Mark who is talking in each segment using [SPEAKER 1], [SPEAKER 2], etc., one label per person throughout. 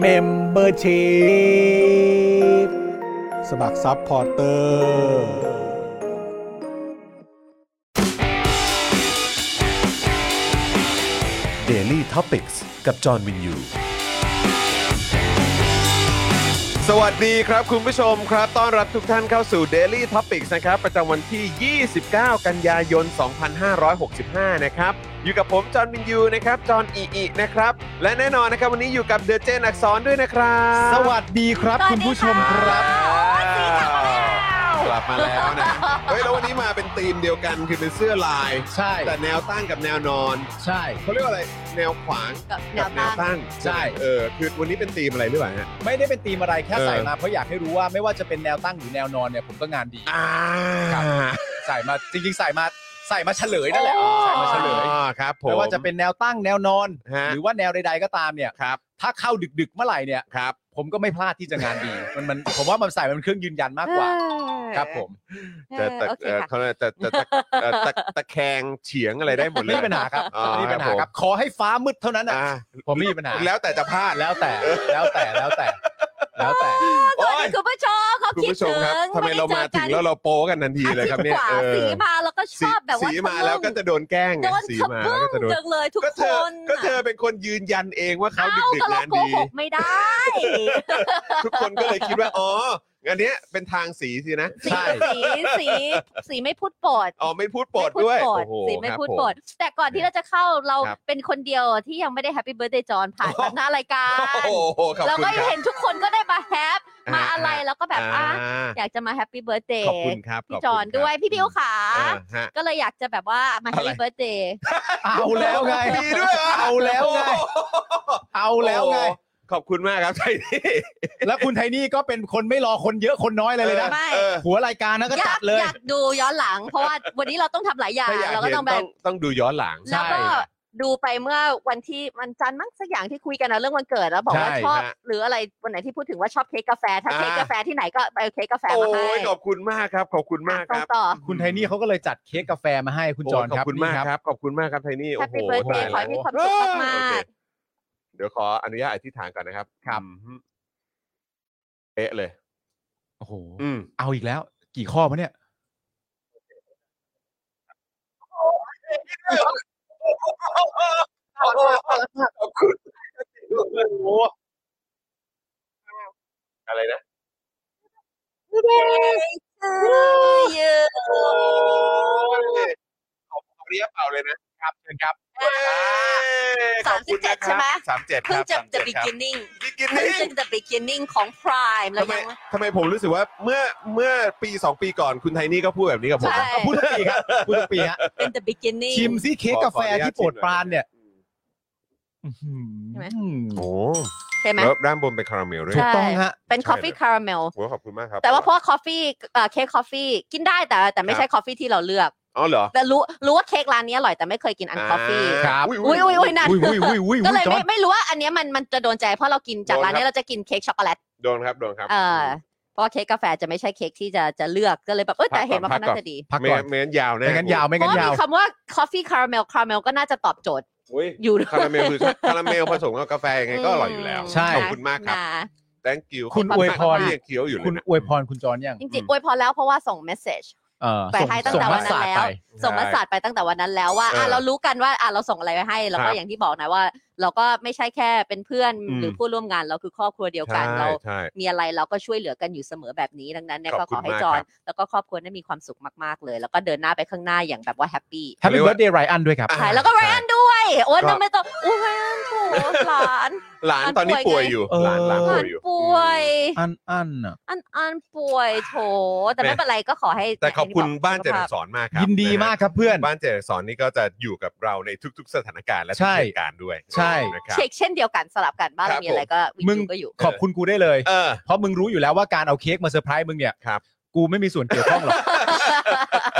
[SPEAKER 1] เมมเบอร์ชีพสมัครซัพพอร์เตอร์
[SPEAKER 2] Daily t o p i c กกับจอห์นวินยู
[SPEAKER 3] สวัสดีครับคุณผู้ชมครับ ต้อนรับทุกท่านเข้าสู่ Daily Topics นะครับประจำวันที่ 29 กันยายน 2565 นะครับ อยู่กับผมจอห์นวินยูนะครับ จอห์นอีอีนะครับ และแน่นอนนะครับ วันนี้อยู่กับเดอะเจนอักษรด้วยนะครับ
[SPEAKER 4] สวัสดีครับคุณผู้ชมครับ
[SPEAKER 3] กลับมาแล้วนะเฮ้ยแล้ววันนี้มาเป็นธีมเดียวกันคือเป็นเสื้อลาย
[SPEAKER 4] ใช่
[SPEAKER 3] แต่แนวตั้งกับแนวนอน
[SPEAKER 4] ใช่
[SPEAKER 3] เขาเรียกว่าอะไรแนวขวาง
[SPEAKER 5] กับแน
[SPEAKER 3] กั
[SPEAKER 5] ว
[SPEAKER 3] บแนว
[SPEAKER 5] ตั้ง
[SPEAKER 3] ตั้ง
[SPEAKER 4] ใช่
[SPEAKER 3] เออคือวันนี้เป็นธีมอะไรหรือเปล่าฮะ
[SPEAKER 4] ไม่ได้เป็นธีมอะไรแค่
[SPEAKER 3] เออ
[SPEAKER 4] ใส่มาเพราะอยากให้รู้ว่าไม่ว่าจะเป็นแนวตั้งหรือแนวนอนเนี่ยผมก็งานดี
[SPEAKER 3] อ่า
[SPEAKER 4] ครับ ใส่มาจริงๆใส่มาใส่มาเฉลยนั่นแหละใส่มาเฉลย
[SPEAKER 3] อ๋อครับผม
[SPEAKER 4] ไม่ว่าจะเป็นแนวตั้งแนวนอน
[SPEAKER 3] ฮะ
[SPEAKER 4] หรือว่าแนวใด ๆก็ตามเนี่ย
[SPEAKER 3] ครับ
[SPEAKER 4] ถ้าเข้าดึกๆเมื่อไหร่เนี่ย
[SPEAKER 3] ครับ
[SPEAKER 4] ผมก็ไม่พลาดที่จะงานดี มันมันผมว่ามันใส่มันเป็นเครื่องยืนยันมากกว่า ครับผม
[SPEAKER 3] จะตะ
[SPEAKER 5] โอเค
[SPEAKER 3] เอ่อ
[SPEAKER 5] ค่ะ
[SPEAKER 3] เขาเรียกจะจะตะเอ่อตะตะแคงเฉียงอะไรได้หมดเลย
[SPEAKER 4] ไม่มีปัญหาครับ
[SPEAKER 3] อ๋อ
[SPEAKER 4] ไม่มีปัญหา
[SPEAKER 3] ครับผม
[SPEAKER 4] ครับ ขอให้ฟ้ามืดเท่านั้นนะ
[SPEAKER 3] อ่า
[SPEAKER 4] ผมไม่มีปัญหา
[SPEAKER 3] แล้วแต่จะพลาด
[SPEAKER 4] แล้วแต่แล้วแต่แล้วแต่แล้วแต่
[SPEAKER 5] สวัสดีคุณผู้ชมเขา
[SPEAKER 3] คุณ
[SPEAKER 5] คิด
[SPEAKER 3] ผู้ช
[SPEAKER 5] ถึ
[SPEAKER 3] ม
[SPEAKER 5] ง
[SPEAKER 3] ครับทำไมเรามาถึงแล้วเราโป้กันทันทีเลยครับเนี่ย
[SPEAKER 5] ขวา
[SPEAKER 3] เออ
[SPEAKER 5] สีมาแล้วก็ชอบแบบว่า
[SPEAKER 3] สีมาแล้วก็จะโดนแกล้งไง
[SPEAKER 5] โดน
[SPEAKER 3] สี
[SPEAKER 5] ข
[SPEAKER 3] มา
[SPEAKER 5] บึ้
[SPEAKER 3] แล้วก็จะโด
[SPEAKER 5] ง
[SPEAKER 3] น
[SPEAKER 5] จังเลยทุก
[SPEAKER 3] ก็
[SPEAKER 5] ค
[SPEAKER 3] เธอน ก็เธอเป็นคนยืนยันเองว่าเขา
[SPEAKER 5] อ้าว
[SPEAKER 3] ดึกดึก
[SPEAKER 5] ก็เรา
[SPEAKER 3] งาน
[SPEAKER 5] โก
[SPEAKER 3] ดี
[SPEAKER 5] หกไม่ได้
[SPEAKER 3] ทุกคนก็เลยคิดว่าอ๋ออันเนี้ยเป็นทางสีสินะ
[SPEAKER 5] สี
[SPEAKER 4] ใช่
[SPEAKER 5] สีสีสีไม่พูดปด
[SPEAKER 3] อ๋อไม่พูดโปรดด้วย
[SPEAKER 5] ไม่พู
[SPEAKER 3] โอ้
[SPEAKER 5] ด
[SPEAKER 3] โห
[SPEAKER 5] โปรดสิไม่
[SPEAKER 3] ครับ
[SPEAKER 5] พูด
[SPEAKER 3] ผ
[SPEAKER 5] โปรดแต่ก่อนที่เราจะเข้าเรา
[SPEAKER 3] ครับ
[SPEAKER 5] เป็นคนเดียวที่ยังไม่ได้แฮปปี้เบิร์ดเดย์จอนผ่านทางหน้ารายการ
[SPEAKER 3] โอ้โหขอบ
[SPEAKER 5] เรา
[SPEAKER 3] คุณ
[SPEAKER 5] ก็
[SPEAKER 3] ครับ
[SPEAKER 5] เห็นทุกคนก็ได้มาแฮปมาอะไร
[SPEAKER 3] อ่า
[SPEAKER 5] แล้วก็แบบอ่ะ
[SPEAKER 3] อ่า
[SPEAKER 5] อยากจะมาแฮปปี้เบิร์ดเด
[SPEAKER 3] ข
[SPEAKER 5] ย์
[SPEAKER 3] อบคุณครับ
[SPEAKER 5] พี่
[SPEAKER 3] ขบ
[SPEAKER 5] จ
[SPEAKER 3] คุณ
[SPEAKER 5] อน
[SPEAKER 3] ครับ
[SPEAKER 5] ด้วยพี่ดิวขา
[SPEAKER 3] อ่าฮะ
[SPEAKER 5] ก็เลยอยากจะแบบว่ามาแฮป
[SPEAKER 3] อะไร
[SPEAKER 5] ปี้เบิร์ดเดย์
[SPEAKER 4] เอาแล้วไง
[SPEAKER 3] มีด้วยหร
[SPEAKER 4] เอาแล้วไง
[SPEAKER 3] โอ้โห
[SPEAKER 4] เอาแล้วไง
[SPEAKER 3] โอ้โหขอบคุณมากครับไทยนี่
[SPEAKER 4] แล้วคุณไทนี่ก็เป็นคนไม่รอคนเยอะคนน้อยเลยเลยนะ
[SPEAKER 5] ไม่
[SPEAKER 3] เออ
[SPEAKER 4] หัวรายการนะก็
[SPEAKER 5] อยา
[SPEAKER 4] จั
[SPEAKER 5] ก
[SPEAKER 4] ดเลย
[SPEAKER 5] อยากดูย้อนหลัง เพราะว่าวันนี้เราต้องทำหลายอย่าง
[SPEAKER 3] ถ้าอยาก
[SPEAKER 5] เราก็
[SPEAKER 3] เห็น
[SPEAKER 5] ต้
[SPEAKER 3] ต้อ
[SPEAKER 5] อ
[SPEAKER 3] ง
[SPEAKER 5] งแบบ
[SPEAKER 3] ต้องดูย้อนหลัง
[SPEAKER 4] ใช่
[SPEAKER 5] แล้วก็ดูไปเมื่อวันที่วันจันทร์มั้งสักอย่างที่คุยกันนะเรื่องวันเกิดแล้วบอกว่า
[SPEAKER 4] ใช่
[SPEAKER 5] ชอบ
[SPEAKER 3] ฮะ
[SPEAKER 5] หรืออะไรวันไหนที่พูดถึงว่าชอบเค้กกาแฟ ถ้าเค้กกาแฟที่ไหนก็ไปเอาเค้กกาแฟมาให้
[SPEAKER 3] โอ้ยขอบคุณมากครับ ขอบคุณมากครับ
[SPEAKER 5] ส่งต่อ
[SPEAKER 4] คุณไทนี่เขาก็เลยจัดเค้กกาแฟมาให้คุณจอน
[SPEAKER 3] โยข
[SPEAKER 4] ค
[SPEAKER 3] อ
[SPEAKER 4] รับบ
[SPEAKER 3] คุณมาก
[SPEAKER 4] นี่
[SPEAKER 3] ครับขอบคุณมากครับไทยนี่
[SPEAKER 5] แฮ
[SPEAKER 3] โอ้
[SPEAKER 5] ป
[SPEAKER 3] โห
[SPEAKER 5] ปี้เบิร์ดเดย์ขอ
[SPEAKER 3] ตาย
[SPEAKER 5] ให้มี
[SPEAKER 3] แล้ว
[SPEAKER 5] ค
[SPEAKER 3] โอ
[SPEAKER 5] วามสุขมา
[SPEAKER 3] เค
[SPEAKER 5] ก
[SPEAKER 3] เดี๋ยวขออนุญาตอธิษฐานก่อนนะครับ
[SPEAKER 4] ครับ
[SPEAKER 3] อืมเอ๊ะเลย
[SPEAKER 4] โอ้โห
[SPEAKER 3] อืม
[SPEAKER 4] เอาอีกแล้ว กี่ข้อมาเนี่ย
[SPEAKER 3] ขอบคุณอะไรนะ
[SPEAKER 5] ๆเยอะ
[SPEAKER 3] โอ้ยขอบคุณเรียบเอาเลยนะครับเชิญครับ
[SPEAKER 5] สามสิบเจ็ดใช่ไหม
[SPEAKER 3] สามเจ็ดค
[SPEAKER 5] เพิ่ง
[SPEAKER 3] รับ
[SPEAKER 5] จะ
[SPEAKER 3] สาม
[SPEAKER 5] the
[SPEAKER 3] เจ็ดครับ
[SPEAKER 5] beginning
[SPEAKER 3] กิน
[SPEAKER 5] เพิ่ง
[SPEAKER 3] นี่
[SPEAKER 5] จะ the beginning ของ prime แล้ว
[SPEAKER 3] ทำไม
[SPEAKER 5] ยัง
[SPEAKER 3] ทำไมผมรู้สึกว่าเมื่อเมื่อปีสองปีก่อนคุณไทนี่ก็พูดแบบนี้กับผมนะ
[SPEAKER 5] ใช่
[SPEAKER 4] พูดทุกปีครับ พูดทุกปีฮะ
[SPEAKER 5] เป็น the beginning
[SPEAKER 4] ชิมซิเค้กกาแฟที่โปรดปรานเนี่ย
[SPEAKER 5] ใช่ไหม
[SPEAKER 4] อืม
[SPEAKER 3] โอ้
[SPEAKER 5] ใช่ไหม
[SPEAKER 3] แล้วด้านบนเป็นคาราเมลด้วย
[SPEAKER 4] ถู
[SPEAKER 5] ใช่
[SPEAKER 4] กต้องฮะ
[SPEAKER 5] เป็น coffee caramel
[SPEAKER 3] โอ้ขอบคุณมากครับ
[SPEAKER 5] แต่ว่าเพราะคอฟฟี่เค้กคอฟฟี่อ cake coffee กินได้แต่แต่
[SPEAKER 3] ค
[SPEAKER 5] ไม่
[SPEAKER 3] รับ
[SPEAKER 5] ใช่คอฟฟี่ที่เราเลือก
[SPEAKER 3] อ๋อเหรอ
[SPEAKER 5] แต่รู้รู้ว่าเค้กร้านนี้อร่อยแต่ไม่เคยกินอันคอฟฟี่
[SPEAKER 3] า
[SPEAKER 4] ครับ
[SPEAKER 3] อุ้ย
[SPEAKER 5] อุ้ยอุ้ยอุ้ยนั่น
[SPEAKER 4] อุ้ยอุ้ยอุ้ยอุ้ย
[SPEAKER 5] ก็เลย
[SPEAKER 4] จอ
[SPEAKER 5] ไม่
[SPEAKER 4] น
[SPEAKER 5] ไม่รู้ว่าอันเนี้ยมันมันจะโดนใจเพราะเรากินจากร้านเนี้ยเราจะกินเค้กช็อกโกแลต
[SPEAKER 3] โดนครับโดนครับ
[SPEAKER 5] เออเพราะว่าเค้กกาแฟจะไม่ใช่เค้กที่จะจะเลือกก็เลยแบบเออแต่เห็นว่ามันน่าจะดี
[SPEAKER 4] พัก
[SPEAKER 3] ไม่
[SPEAKER 4] ก่อน
[SPEAKER 3] งั้นไม่งั้นยาวแน่
[SPEAKER 4] ไม่งั้นยาวไม่
[SPEAKER 5] เพ
[SPEAKER 4] งั้
[SPEAKER 5] ราะว่าย
[SPEAKER 4] นาว
[SPEAKER 5] มีคำว่า coffee caramel caramel ก็น่าจะตอบโจทย์
[SPEAKER 3] อุ้ ย
[SPEAKER 5] อยู่ด้วย
[SPEAKER 3] คาราเมลคือคาราเมลผสมกับกาแฟยังไงก็อร่อยอยู่แล้ว
[SPEAKER 4] ใช่
[SPEAKER 3] ขอบคุณมากครับ
[SPEAKER 5] นะ
[SPEAKER 3] thank you
[SPEAKER 4] คุณ
[SPEAKER 3] ขบ
[SPEAKER 4] อวย
[SPEAKER 3] มาก
[SPEAKER 4] พร
[SPEAKER 3] ที่ยังเคี้ยวอยู่เล
[SPEAKER 4] คุ
[SPEAKER 3] ย
[SPEAKER 4] ณ
[SPEAKER 3] นะ
[SPEAKER 4] อวยพรคุณจอนยัง
[SPEAKER 5] จริง
[SPEAKER 3] อืม
[SPEAKER 5] ๆอวยพอแล้วเพราะว่าส่ง message
[SPEAKER 4] เออ
[SPEAKER 5] ไปให้ตั้งแต่
[SPEAKER 4] ส่
[SPEAKER 5] วันนั้น
[SPEAKER 4] ส่ง
[SPEAKER 5] แล้ว
[SPEAKER 4] ไป
[SPEAKER 5] ส่งมาสาดไปตั้งแต่วันนั้นแล้วว่า
[SPEAKER 3] เอออ่
[SPEAKER 5] อ่ะเรารู้กันว่าอ่ะเราส่งอะไรไปให้ แล้ว
[SPEAKER 3] ครั
[SPEAKER 5] ก็
[SPEAKER 3] บ
[SPEAKER 5] อย่างที่บอกนะว่า เราก็ไม่ใช่แค่เป็นเพื่อน
[SPEAKER 3] อืม
[SPEAKER 5] หรือผู้ร่วมงานเราคือครอบครัวเดียวกัน
[SPEAKER 3] ใช่
[SPEAKER 5] เรา
[SPEAKER 3] ใช่
[SPEAKER 5] มีอะไรเราก็ช่วยเหลือกันอยู่เสมอแบบนี้ดังนั้นเนี่ย
[SPEAKER 3] ข
[SPEAKER 5] ก็
[SPEAKER 3] อบ
[SPEAKER 5] ข
[SPEAKER 3] คุณ
[SPEAKER 5] อให้
[SPEAKER 3] มาก
[SPEAKER 5] จอ
[SPEAKER 3] ครั
[SPEAKER 5] น
[SPEAKER 3] บ
[SPEAKER 5] แล้วก็ครอบครัวได้มีความสุขมากๆเลย แล้วก็เดินหน้าไปข้างหน้าอย่างแบบว่าแฮปปี้
[SPEAKER 4] แฮปปี้เบิร์ดเดย์ไรอันด้วยครับ
[SPEAKER 5] ใช่แล้วก็แรนด้วยโอ้ย
[SPEAKER 3] ก็
[SPEAKER 5] ทำไมต้องโอ้ยแรนโถหลาน
[SPEAKER 3] หลานตอนนี้
[SPEAKER 5] ป่
[SPEAKER 3] ป่ว
[SPEAKER 5] วย ยไง
[SPEAKER 3] อยู่
[SPEAKER 4] เออ
[SPEAKER 3] หลานหลาน
[SPEAKER 5] หลา
[SPEAKER 3] ป่วน ยอยู่
[SPEAKER 5] ป่วย
[SPEAKER 4] อันอันอ่ะ
[SPEAKER 5] อันอันป่วยโถแต่
[SPEAKER 3] แม่
[SPEAKER 5] ไม่เป็นไรก็ขอให้
[SPEAKER 3] แต่ขอบคุณ
[SPEAKER 5] ย่งที่
[SPEAKER 3] บ้านเจริ
[SPEAKER 5] สุขภ
[SPEAKER 3] ญ
[SPEAKER 5] พ
[SPEAKER 3] สอนมากครับ
[SPEAKER 4] ยินดี
[SPEAKER 3] ะฮะ
[SPEAKER 4] มากครับเพื่อน
[SPEAKER 3] บ้านเจริญสอนนี่ก็จะอยู่กับเราในทุก ๆ สถานการณ์และทุ
[SPEAKER 4] ใช่
[SPEAKER 3] กเหตุการณ์ด้วย
[SPEAKER 4] ใช่
[SPEAKER 3] นะครับ
[SPEAKER 5] เช็คเช่นเดียวกันสลับกันบ้าน
[SPEAKER 3] ครับ
[SPEAKER 5] เรามีอะไรก็วิ
[SPEAKER 4] มึง
[SPEAKER 5] จูก็อยู่
[SPEAKER 4] ขอบคุณกูได้เลย
[SPEAKER 3] เออ
[SPEAKER 4] เพราะมึงรู้อยู่แล้วว่าการเอาเค้กมาเซอร์ไพรส์มึงเนี่ย
[SPEAKER 3] ครับ
[SPEAKER 4] กูไม่มีส่วนเกี่ยวข้อง หรอก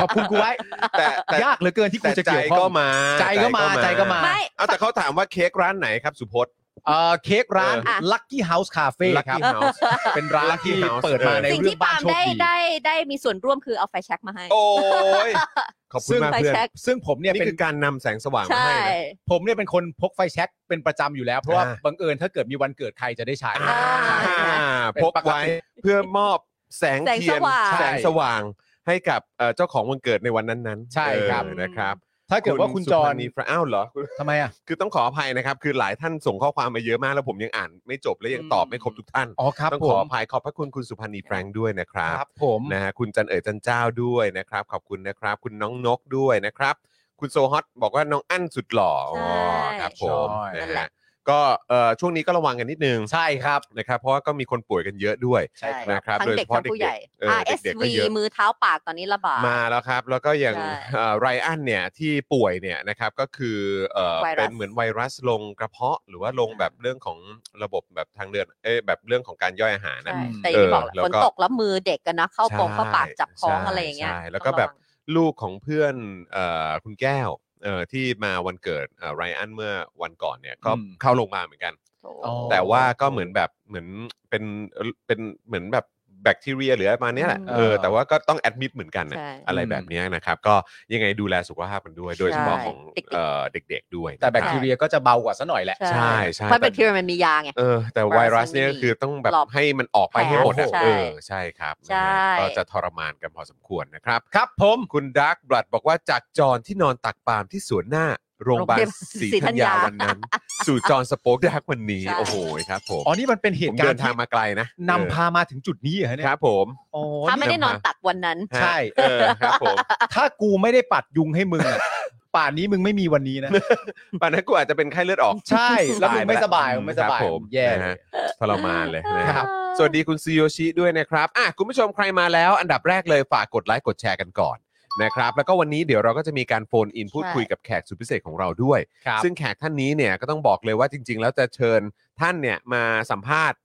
[SPEAKER 4] ขอบคุณกูไว้
[SPEAKER 3] แต่แต่
[SPEAKER 4] ยากเหลือเกินที่กู
[SPEAKER 3] แต่
[SPEAKER 4] จะ
[SPEAKER 3] ใจ
[SPEAKER 4] เกี่ยวข้
[SPEAKER 3] ก็
[SPEAKER 4] อง
[SPEAKER 3] มา
[SPEAKER 4] ใจก็มาใจก็มา
[SPEAKER 5] ไม่
[SPEAKER 3] เอาแต่เขาถามว่าเค้กร้านไหนครับสุพจน์
[SPEAKER 4] เอ่อเค้กร้าน
[SPEAKER 3] เออ
[SPEAKER 4] Lucky House Cafe ครับ
[SPEAKER 3] Lucky House
[SPEAKER 4] เป็นร้าน
[SPEAKER 3] Lucky
[SPEAKER 4] ที่
[SPEAKER 3] House
[SPEAKER 4] เปิดมา
[SPEAKER 3] เออ
[SPEAKER 4] ใน
[SPEAKER 5] สิ่ง
[SPEAKER 4] เรื่อ
[SPEAKER 5] ที่
[SPEAKER 4] งบ้า
[SPEAKER 5] ปาน ล์ม
[SPEAKER 4] โชค
[SPEAKER 5] ได้
[SPEAKER 4] ดี
[SPEAKER 5] ได้ได้มีส่วนร่วมคือเอาไฟแช็กมาให้
[SPEAKER 3] โอ้ยขอบคุณ
[SPEAKER 4] ซึ่ง
[SPEAKER 3] มากเพื่อน
[SPEAKER 5] ไฟแช็ก
[SPEAKER 4] ซึ่งผมเนี่ย
[SPEAKER 3] นี่
[SPEAKER 4] เป็น
[SPEAKER 3] คือการนำแสงสว่างมา
[SPEAKER 5] ใช่
[SPEAKER 3] ให้นะ
[SPEAKER 4] ผมเนี่ยเป็นคนพกไฟแช็กเป็นประจำอยู่แล้ว เพราะว่า
[SPEAKER 3] อ่า
[SPEAKER 4] บังเอิญถ้าเกิดมีวันเกิดใครจะได้ใช้
[SPEAKER 3] อ่า
[SPEAKER 4] เป็น
[SPEAKER 3] พ
[SPEAKER 4] ป
[SPEAKER 3] ก
[SPEAKER 4] กติ
[SPEAKER 3] ไว้เพื่อมอบแสงเทียน
[SPEAKER 5] แสงสว่าง
[SPEAKER 3] แสงสว่างให้กับเอ่อเจ้าของวันเกิดในวันนั้นๆ
[SPEAKER 4] ใช่ครับ
[SPEAKER 3] เออนะครับ
[SPEAKER 4] ถ้าเกิดว่าคุณจร
[SPEAKER 3] นีพระอ้าวเหรอ
[SPEAKER 4] ทำไมอ่ะ
[SPEAKER 3] คือต้องขออภัยนะครับ คือหลายท่านส่งข้อความมาเยอะมาก แล้วผมยังอ่านไม่จบและยังตอบไม่ครบทุกท่าน
[SPEAKER 4] อ๋อครับ
[SPEAKER 3] ต้อง
[SPEAKER 4] ผ
[SPEAKER 3] ขอ
[SPEAKER 4] ม
[SPEAKER 3] อภัยขอบพระคุณคุณสุพันธ์นีแฟรงค์ด้วยนะครับ
[SPEAKER 4] ครับผม
[SPEAKER 3] นะฮะคุณจันเอ๋ยจันเจ้าด้วยนะครับ ขอบคุณนะครับ คุณน้องนกด้วยนะครับ คุณโซฮอตบอกว่าน้องอั้นสุดหล่ออ๋อครับผม
[SPEAKER 5] ใช่
[SPEAKER 3] นะ
[SPEAKER 5] นั่นแห
[SPEAKER 3] ฮะ
[SPEAKER 5] ละ
[SPEAKER 3] ก็เอ่อช่วงนี้ก็ระวังกันนิดนึง
[SPEAKER 4] ใช่ครับ
[SPEAKER 3] นะครับเพราะว่าก็มีคนป่วยกันเยอะด้วย
[SPEAKER 5] ใช่
[SPEAKER 3] นะครับ
[SPEAKER 5] ทั้ง
[SPEAKER 3] โดย
[SPEAKER 5] เด็
[SPEAKER 3] เฉ
[SPEAKER 5] ก
[SPEAKER 3] พาะ
[SPEAKER 5] ทั้งผู้ใหญ่
[SPEAKER 3] เด็กๆเออเด็กๆก็
[SPEAKER 5] RSV
[SPEAKER 3] เยอะ
[SPEAKER 5] มือเท้าปากตอนนี้ระบาด
[SPEAKER 3] มาแล้วครับ แล้วก็อย่าง
[SPEAKER 5] ใช่
[SPEAKER 3] ไรอันเนี่ยที่ป่วยเนี่ยนะครับก็คือเอ่อ
[SPEAKER 5] ไวรัส
[SPEAKER 3] เป็นเหมือนไวรัสลงกระเพาะ หรือว่าลงแบบเรื่องของระบบแบบทางเดินเอ้ยแบบเรื่องของการย่อยอาหารนะ
[SPEAKER 5] ใช่
[SPEAKER 4] อืม
[SPEAKER 5] แต่อย่างที่บอกแหละ
[SPEAKER 3] เออแล้ว
[SPEAKER 5] ฝ
[SPEAKER 3] ก็
[SPEAKER 5] นตกแล้วมือเด็กกันนะ เข้าปง
[SPEAKER 3] ใช่
[SPEAKER 5] เข้าปากจับคล้อง
[SPEAKER 3] ใช่
[SPEAKER 5] อะไรอย่างเงี้ย
[SPEAKER 3] ใช่แล้วก็แบบ
[SPEAKER 5] ต้องระง
[SPEAKER 3] ลูกของเพื่อนเอ่อคุณแก้วเอ่อที่มาวันเกิดไรอันเมื่อวันก่อนเนี่ยก็
[SPEAKER 4] อืม
[SPEAKER 3] เข้าโรงพยาบาลเหมือนกัน
[SPEAKER 4] อ๋อ
[SPEAKER 3] แต่ว่าก็เหมือนแบบเหมือนเป็นเป็นเหมือนแบบแบคทีเรียหรืออะไรประมาณเนี้ยแหละ
[SPEAKER 5] อืม
[SPEAKER 3] เออแต่ว่าก็ต้องแอดมิดเหมือนกันนะ
[SPEAKER 5] ใช่
[SPEAKER 3] อะไรแบบเนี้ยนะครับ ก็ยังไงดูแลสุขภาพกันด้วย โดยเฉพาะ
[SPEAKER 5] ใช่
[SPEAKER 3] ของ
[SPEAKER 5] เด็กๆ
[SPEAKER 3] เอ่อเด็กๆด้วย
[SPEAKER 4] แต่แบค
[SPEAKER 3] นะค
[SPEAKER 4] ที
[SPEAKER 3] รับ
[SPEAKER 4] เรียก็จะเบากว่าซะหน่อยแหละ
[SPEAKER 3] ใช่ใช่
[SPEAKER 5] เพราะแบคทีเรียมันมียาไง
[SPEAKER 3] เออแต่ไวรัสเนี่ยก็คือต้องแบบ
[SPEAKER 5] หลบ
[SPEAKER 3] ให้มันออกไปให้หมดอะ
[SPEAKER 5] ใช่
[SPEAKER 3] เออใช่ครับ
[SPEAKER 5] ใช่
[SPEAKER 3] นะฮะก็จะทรมานกันพอสมควรนะครับ
[SPEAKER 4] ครับผม
[SPEAKER 3] คุณดาร์กบลัดบอกว่าจากจอนที่นอนตักปาล์มที่สวนหน้าโรงพยาบาลศรีธัญญาวันนั้น สู่จอนสโป๊กดาร์กวันนี้
[SPEAKER 5] ใช่
[SPEAKER 3] โอ้โหครับผม
[SPEAKER 4] อ๋อนี่มันเป็นเห
[SPEAKER 3] ผม
[SPEAKER 4] ตุการ
[SPEAKER 3] เดิน
[SPEAKER 4] ณ์
[SPEAKER 3] ทาง
[SPEAKER 4] ที่
[SPEAKER 3] มาไกลนะ
[SPEAKER 4] นำพามาถึงจุดนี้เหรอ
[SPEAKER 3] เออ
[SPEAKER 4] เนี่ย
[SPEAKER 3] ครับผม
[SPEAKER 4] อ๋อ
[SPEAKER 5] ถ้าไม่ได้นอนตักวันนั้น
[SPEAKER 3] ฮะ
[SPEAKER 4] ใช่
[SPEAKER 3] เออครับ ผม
[SPEAKER 4] ถ้ากูไม่ได้ปัดยุงให้มึงอะ ป่านนี้มึงไม่มีวันนี้นะ
[SPEAKER 3] ป่านนั้นกูอาจจะเป็นไข้เลือดออก
[SPEAKER 4] ใช่ แล้วมึงไม่
[SPEAKER 3] ต
[SPEAKER 4] สบายมึงไม่สบาย
[SPEAKER 3] ครับผม
[SPEAKER 4] แย่
[SPEAKER 3] นะ
[SPEAKER 4] เล
[SPEAKER 3] ฮะ
[SPEAKER 4] ย
[SPEAKER 3] ทรมานเลยนะค
[SPEAKER 4] ครั
[SPEAKER 3] รับ
[SPEAKER 4] บ
[SPEAKER 3] สวัสดีคุณซีโยชิด้วยนะครับอ่ะคุณผู้ชมใครมาแล้ว อันดับแรกเลยฝากกดไลค์กดแชร์กันก่อนนะครับ แล้วก็วันนี้เดี๋ยวเราก็จะมีการโฟนอินพูด
[SPEAKER 5] ใช่
[SPEAKER 3] คุยกับแขกสุดพิเศษของเราด้วย
[SPEAKER 4] ครับ
[SPEAKER 3] ซึ่งแขกท่านนี้เนี่ยก็ต้องบอกเลยว่าจริง ๆ แล้วจะเชิญท่านเนี่ยมาสัมภาษณ์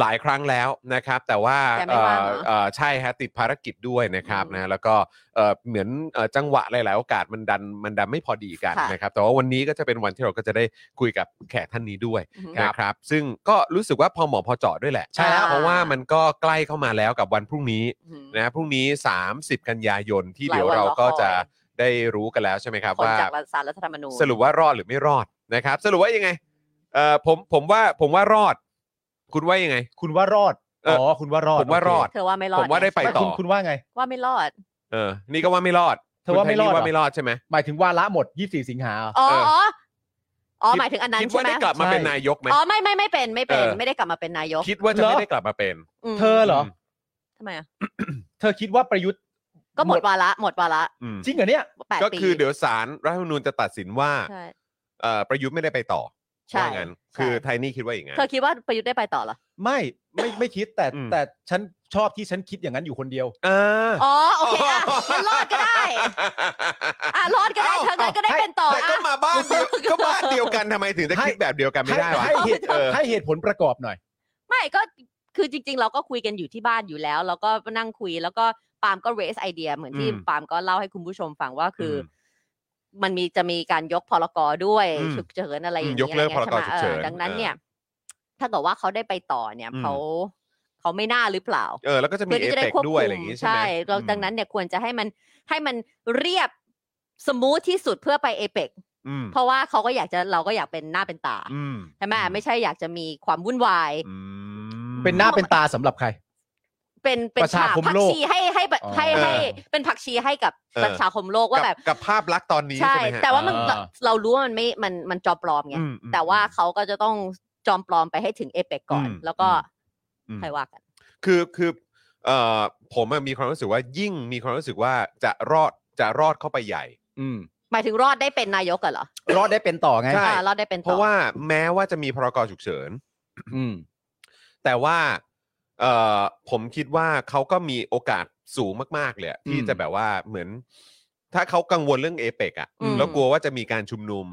[SPEAKER 3] หลายครั้งแล้วนะครับ แต่ว่า
[SPEAKER 5] แต่ไม่ว่างเหร
[SPEAKER 3] เอ่
[SPEAKER 5] อ
[SPEAKER 3] อเอ่อใช่ฮะติดภารกิจด้วยนะครับ
[SPEAKER 5] อืม
[SPEAKER 3] นะแล้วก็เอ่อเหมือนเอ่อจังหวะหลาย ๆ โอกาสมันดันมันดันไม่พอดีกัน
[SPEAKER 5] ค่ะ
[SPEAKER 3] นะครับ แต่ว่าวันนี้ก็จะเป็นวันที่เราก็จะได้คุยกับแขกท่านนี้ด้วย
[SPEAKER 5] อืม
[SPEAKER 3] นะครับซึ่งก็รู้สึกว่าพอเหมาะพอเจาะด้วยแหละ
[SPEAKER 5] ใช่แล้ว
[SPEAKER 3] เพราะว่ามันก็ใกล้เข้ามาแล้วกับวันพรุ่งนี้
[SPEAKER 5] อืม
[SPEAKER 3] นะพรุ่งนี้ 30 กันยายนที่
[SPEAKER 5] หลาย
[SPEAKER 3] เดี๋ยวเรา
[SPEAKER 5] วันรอ
[SPEAKER 3] ก็จะ
[SPEAKER 5] คอย
[SPEAKER 3] ได้รู้กันแล้วใช่ไหมครับ
[SPEAKER 5] ผล
[SPEAKER 3] ว่า
[SPEAKER 5] จากสารรัฐธรรมนูญ
[SPEAKER 3] สรุปว่ารอดหรือไม่รอดนะครับ สรุปว่ายังไงเออผมผมว่าผมว่ารอด คุณว่ายังไง
[SPEAKER 4] คุณว่ารอด
[SPEAKER 3] เอ
[SPEAKER 4] อ๋
[SPEAKER 3] อ
[SPEAKER 4] อ คุณว่ารอด
[SPEAKER 3] ผมว่ารอด
[SPEAKER 5] เธอว่าไม่รอด
[SPEAKER 3] ผมว่าได้ไป
[SPEAKER 4] ไม่
[SPEAKER 3] ต่
[SPEAKER 4] คุ
[SPEAKER 3] อ
[SPEAKER 4] ณคุณว่าไง
[SPEAKER 5] ว่าไม่รอด
[SPEAKER 3] เออนี่ก็ว่าไม่รอด
[SPEAKER 4] เธอว่าไม่รอด
[SPEAKER 3] คุณ
[SPEAKER 4] เหรอ
[SPEAKER 3] ว่าไม่รอดใช่ไหม
[SPEAKER 4] หมายถึงวาระหมด 24 สิงหาเหรอ
[SPEAKER 5] อ๋อ
[SPEAKER 3] เอออ๋
[SPEAKER 5] ออ๋อ หมายถึงอันนั้น
[SPEAKER 3] คิด
[SPEAKER 5] ใช่
[SPEAKER 3] ว่า
[SPEAKER 5] ไหม
[SPEAKER 3] ได้กลับมา
[SPEAKER 4] ใช่
[SPEAKER 3] เป็นนายกไหม
[SPEAKER 5] อ๋อ ไม่ไม่ไม่เป็นไม่เป็น
[SPEAKER 3] เออ
[SPEAKER 5] ไม่ได้กลับมาเป็นนายก
[SPEAKER 3] คิดว่าจะ
[SPEAKER 4] เหรอ
[SPEAKER 3] ไม่ได้กลับมาเป็น
[SPEAKER 5] ม
[SPEAKER 4] เธอเหรอ
[SPEAKER 3] อืม
[SPEAKER 5] ทำไมอ่ะ
[SPEAKER 4] เธอคิดว่าประยุทธ์
[SPEAKER 5] ก็หมดวาระหมดวาระ
[SPEAKER 3] อืม
[SPEAKER 4] จริงเหรอเนี่ย
[SPEAKER 5] แปด
[SPEAKER 3] ก็
[SPEAKER 5] ปี
[SPEAKER 3] คือเดี๋ยวสารรัฐธรรมนูญจะตัดสินว่า
[SPEAKER 5] ใช่
[SPEAKER 3] เอ่อประยุทธ์ไม่ได้ไปต่อ
[SPEAKER 5] ใช่
[SPEAKER 3] ว่างั้นคือไทนี่คิดว่าอย่างนั้น
[SPEAKER 5] เธอคิดว่าประยุทธ์ได้ไปต่อเหรอ
[SPEAKER 4] ไม่ไม่ไม่คิดแต่
[SPEAKER 3] อืม
[SPEAKER 4] แต่ฉันชอบที่ฉันคิดอย่างนั้นอยู่คนเดียว
[SPEAKER 3] อ่า
[SPEAKER 5] อ๋อ โอเคอ่ะมันรอดก็ได้ อ่ะ รอดก็ได้
[SPEAKER 3] เอ้า
[SPEAKER 5] เธองั้นก็ได้
[SPEAKER 4] ให้
[SPEAKER 5] เป็นต่อ
[SPEAKER 3] แต่ก็
[SPEAKER 5] อ่ะ
[SPEAKER 3] มาบ้านเดียวก็บ้านเดียวกันทำไมถึงจะ
[SPEAKER 4] ให้
[SPEAKER 3] คิดแบบเดียวกันไม่
[SPEAKER 4] ให้
[SPEAKER 3] ได้วะ
[SPEAKER 4] ให้เหตุ
[SPEAKER 3] เออ
[SPEAKER 4] ให้เหตุผลประกอบหน่อย
[SPEAKER 5] ไม่ก็คือจริง ๆ เราก็คุยกันอยู่ที่บ้านอยู่แล้ว แล้วก็นั่งคุยแล้วก็ปาล์มก็ raise ไอเดียเหมือนที่
[SPEAKER 3] อืม
[SPEAKER 5] ปาล์มก็เล่าให้คุณผู้ชมฟังว่าคืออ
[SPEAKER 3] ม
[SPEAKER 5] มันมีจะมีการยกพรกด้วย
[SPEAKER 3] อืม
[SPEAKER 5] ฉุกเฉินอะไร
[SPEAKER 3] อืม
[SPEAKER 5] อย่าง
[SPEAKER 3] ย
[SPEAKER 5] เงี้
[SPEAKER 3] ก
[SPEAKER 5] ย
[SPEAKER 3] เลิกพรกฉุ
[SPEAKER 5] ใช่ไหม
[SPEAKER 3] กเฉิน
[SPEAKER 5] ออดังนั้น
[SPEAKER 3] เออ
[SPEAKER 5] เนี่ย ถ้าเกิดว่าเขาได้ไปต่อเนี่ย
[SPEAKER 3] อืม
[SPEAKER 5] เขาเขาไม่น่าหรือเปล่า
[SPEAKER 3] เออแล้วก็จะมี
[SPEAKER 5] เพื่อ
[SPEAKER 3] เอ
[SPEAKER 5] ที่
[SPEAKER 3] เ c
[SPEAKER 5] จะได้
[SPEAKER 3] ก
[SPEAKER 5] ควบ
[SPEAKER 3] ด้วย
[SPEAKER 5] คุ
[SPEAKER 3] อะไรอ
[SPEAKER 5] ม
[SPEAKER 3] ย่างงี้ใช่
[SPEAKER 5] ใช่
[SPEAKER 3] ไหม
[SPEAKER 5] เราดังนั้นเนี่ยควรจะให้มันให้มันเรียบสมูทที่สุดเพื่อไปเอเปก
[SPEAKER 3] อืม
[SPEAKER 5] เพราะว่าเขาก็อยากจะเราก็อยากเป็นหน้าเป็นตา
[SPEAKER 3] อืม
[SPEAKER 5] ใช่ไหมไม่ใช่อยากจะมีความวุ่นวาย
[SPEAKER 3] อืม
[SPEAKER 4] เป็นหน้าเป็นตาสำหรับใคร
[SPEAKER 5] เป็นเป็น
[SPEAKER 4] ประชาคม
[SPEAKER 5] ผั
[SPEAKER 4] โลก
[SPEAKER 5] ชีให้ให้แบบ
[SPEAKER 4] อ๋อ
[SPEAKER 5] ให้ให้เป็นผักชีให้กับ
[SPEAKER 3] เออ
[SPEAKER 5] ประชาคมโลกว่าแบบ
[SPEAKER 3] กับกับภาพลักษณ์ตอนนี้
[SPEAKER 5] ใช่
[SPEAKER 3] ใช่ไหมฮะ
[SPEAKER 5] แต่ว่ามัน
[SPEAKER 4] อ่า
[SPEAKER 5] เรารู้ว่ามันไม่มันมันจอมปลอมไง
[SPEAKER 3] อืมอืม
[SPEAKER 5] แต่ว่าเขาก็จะต้องจอมปลอมไปให้ถึงเอเปกก่อน
[SPEAKER 3] อืม
[SPEAKER 5] แล้วก็
[SPEAKER 3] อืม
[SPEAKER 5] ใครว่ากัน
[SPEAKER 3] คือคือเอ่อผมอะมีความรู้สึกว่ายิ่งมีความรู้สึกว่าจะรอดจะรอดเข้าไปใหญ่
[SPEAKER 4] อืม
[SPEAKER 5] หมายถึงรอดได้เป็นนายกกันเหรอ
[SPEAKER 4] รอดได้เป็นต่อไง
[SPEAKER 3] ใช่
[SPEAKER 5] อ่ารอดได้เป็น
[SPEAKER 3] เพ
[SPEAKER 5] ต่
[SPEAKER 3] ราะ
[SPEAKER 5] อ
[SPEAKER 3] ว่าแม้ว่าจะมีพรกฉุกเฉิน
[SPEAKER 4] อืม
[SPEAKER 3] แต่ว่าเอ่อผมคิดว่าเขาก็มีโอกาสสูงมาก ๆ เลยอะที่
[SPEAKER 4] อืม
[SPEAKER 3] จะแบบว่าเหมือน ถ้าเขากังวลเรื่องเอเปกอะ
[SPEAKER 4] อืม
[SPEAKER 3] แล้วกลัวว่าจะมีการชุมนุม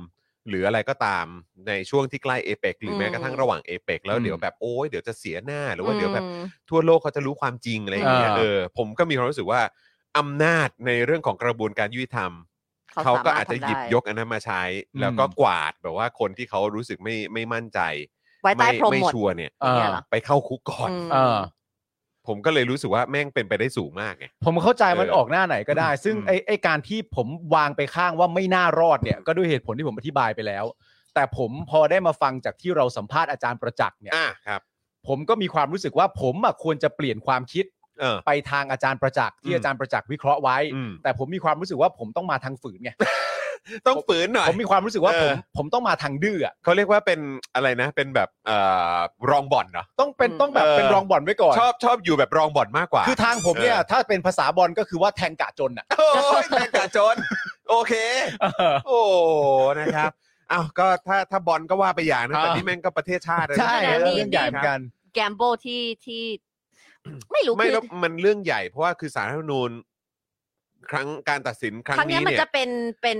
[SPEAKER 3] หรืออะไรก็ตามในช่วงที่ใกล้เอเปกหรือแม้กระทั่งระหว่างเอเปกแล้วเดี๋ยวแบบโอ้ยเดี๋ยวจะเสียหน้าหรือว่าเดี๋ยวแบบ
[SPEAKER 5] อืม
[SPEAKER 3] ทั่วโลกเขาจะรู้ความจริงอะไรอย่างเงี้ย
[SPEAKER 4] อ่า
[SPEAKER 3] เออผมก็มีความรู้สึกว่าอำนาจในเรื่องของกระบวนการยุติธรรม
[SPEAKER 5] เขา
[SPEAKER 3] เขา
[SPEAKER 5] สามารถ
[SPEAKER 3] ก็อาจจะหยิบ
[SPEAKER 5] ทำได้
[SPEAKER 3] ยกอันนั้นมาใช้
[SPEAKER 4] อืม
[SPEAKER 3] แล้วก็กวาดแบบว่าคนที่เขารู้สึกไม่ไม่มั่นใจ
[SPEAKER 5] ไว้ใต้
[SPEAKER 3] ไม่
[SPEAKER 5] พรม
[SPEAKER 3] ไม่
[SPEAKER 5] หมด
[SPEAKER 3] ชัวร์เนี่ย
[SPEAKER 5] ย่างเงี้ยเหรอ
[SPEAKER 3] ไปเข้าคุกก่อน
[SPEAKER 5] อืม
[SPEAKER 4] เออ
[SPEAKER 3] ผมก็เลยรู้สึกว่าแม่งเป็นไปได้สูงมากไง
[SPEAKER 4] ผมเข้าใจมัน
[SPEAKER 3] เออ
[SPEAKER 4] ออกหน้าไหนก็ได้ ซึ่ง
[SPEAKER 3] อืม
[SPEAKER 4] ไอ้ไอ้การที่ผมวางไปข้างว่าไม่น่ารอดเนี่ย ก็ด้วยเหตุผลที่ผมอธิบายไปแล้ว แต่ผมพอได้มาฟังจากที่เราสัมภาษณ์อาจารย์ประจักษ์เนี่ย
[SPEAKER 3] อ่ะครับ
[SPEAKER 4] ผมก็มีความรู้สึกว่าผมอะควรจะเปลี่ยนความคิด
[SPEAKER 3] เออ
[SPEAKER 4] ไปทางอาจารย์ประจักษ์ที่
[SPEAKER 3] อืม
[SPEAKER 4] อาจารย์ประจักษ์วิเคราะห์ไว้
[SPEAKER 3] อืม
[SPEAKER 4] แต่ผมมีความรู้สึกว่าผมต้องมาทางฝืนไง
[SPEAKER 3] ต้องฝืนหน่อย
[SPEAKER 4] ผมมีความรู้สึกว่า
[SPEAKER 3] เอ
[SPEAKER 4] ผ
[SPEAKER 3] อ
[SPEAKER 4] มผมต้องมาทางดื้ออะ
[SPEAKER 3] เขาเรียกว่าเป็นอะไรนะ เป็นแบบเอ่อรองบ่อนเนาะ
[SPEAKER 4] ต้องเป็น
[SPEAKER 5] อืม
[SPEAKER 4] ต้องแบบ
[SPEAKER 3] เออ
[SPEAKER 4] เป็นรองบ่อนไว้ก่อน
[SPEAKER 3] ชอบชอบอยู่แบบรองบ่อนมากกว่า
[SPEAKER 4] คือทางผมเนี่ย
[SPEAKER 3] เออ
[SPEAKER 4] ถ้าเป็นภาษาบอลก็คือว่าแทงกะจนอ่ะ
[SPEAKER 3] โอ้ยแม่งกะจน โอเค โอ้นะครับอ้าวก็ถ้าถ้าบอลก็ว่าไปอย่างนะ
[SPEAKER 4] อ่า
[SPEAKER 3] แต่นี่แม่งก็ประเทศชาตินะ
[SPEAKER 4] ใช่
[SPEAKER 5] แต่
[SPEAKER 4] เออ
[SPEAKER 5] นี่
[SPEAKER 4] เรื่องใหญ่เหมือนกัน
[SPEAKER 5] แกมโบที่ที่ ไม่รู้
[SPEAKER 3] ไม่
[SPEAKER 5] คือ
[SPEAKER 3] แล้วมันเรื่องใหญ่เพราะว่าคือสารรัฐธรรมนูญครั้งการตัดสินครั้ง
[SPEAKER 5] ครั้ง
[SPEAKER 3] นี้
[SPEAKER 5] เนี้ยมัน
[SPEAKER 3] เนี่ย
[SPEAKER 5] จะเป็นเป็น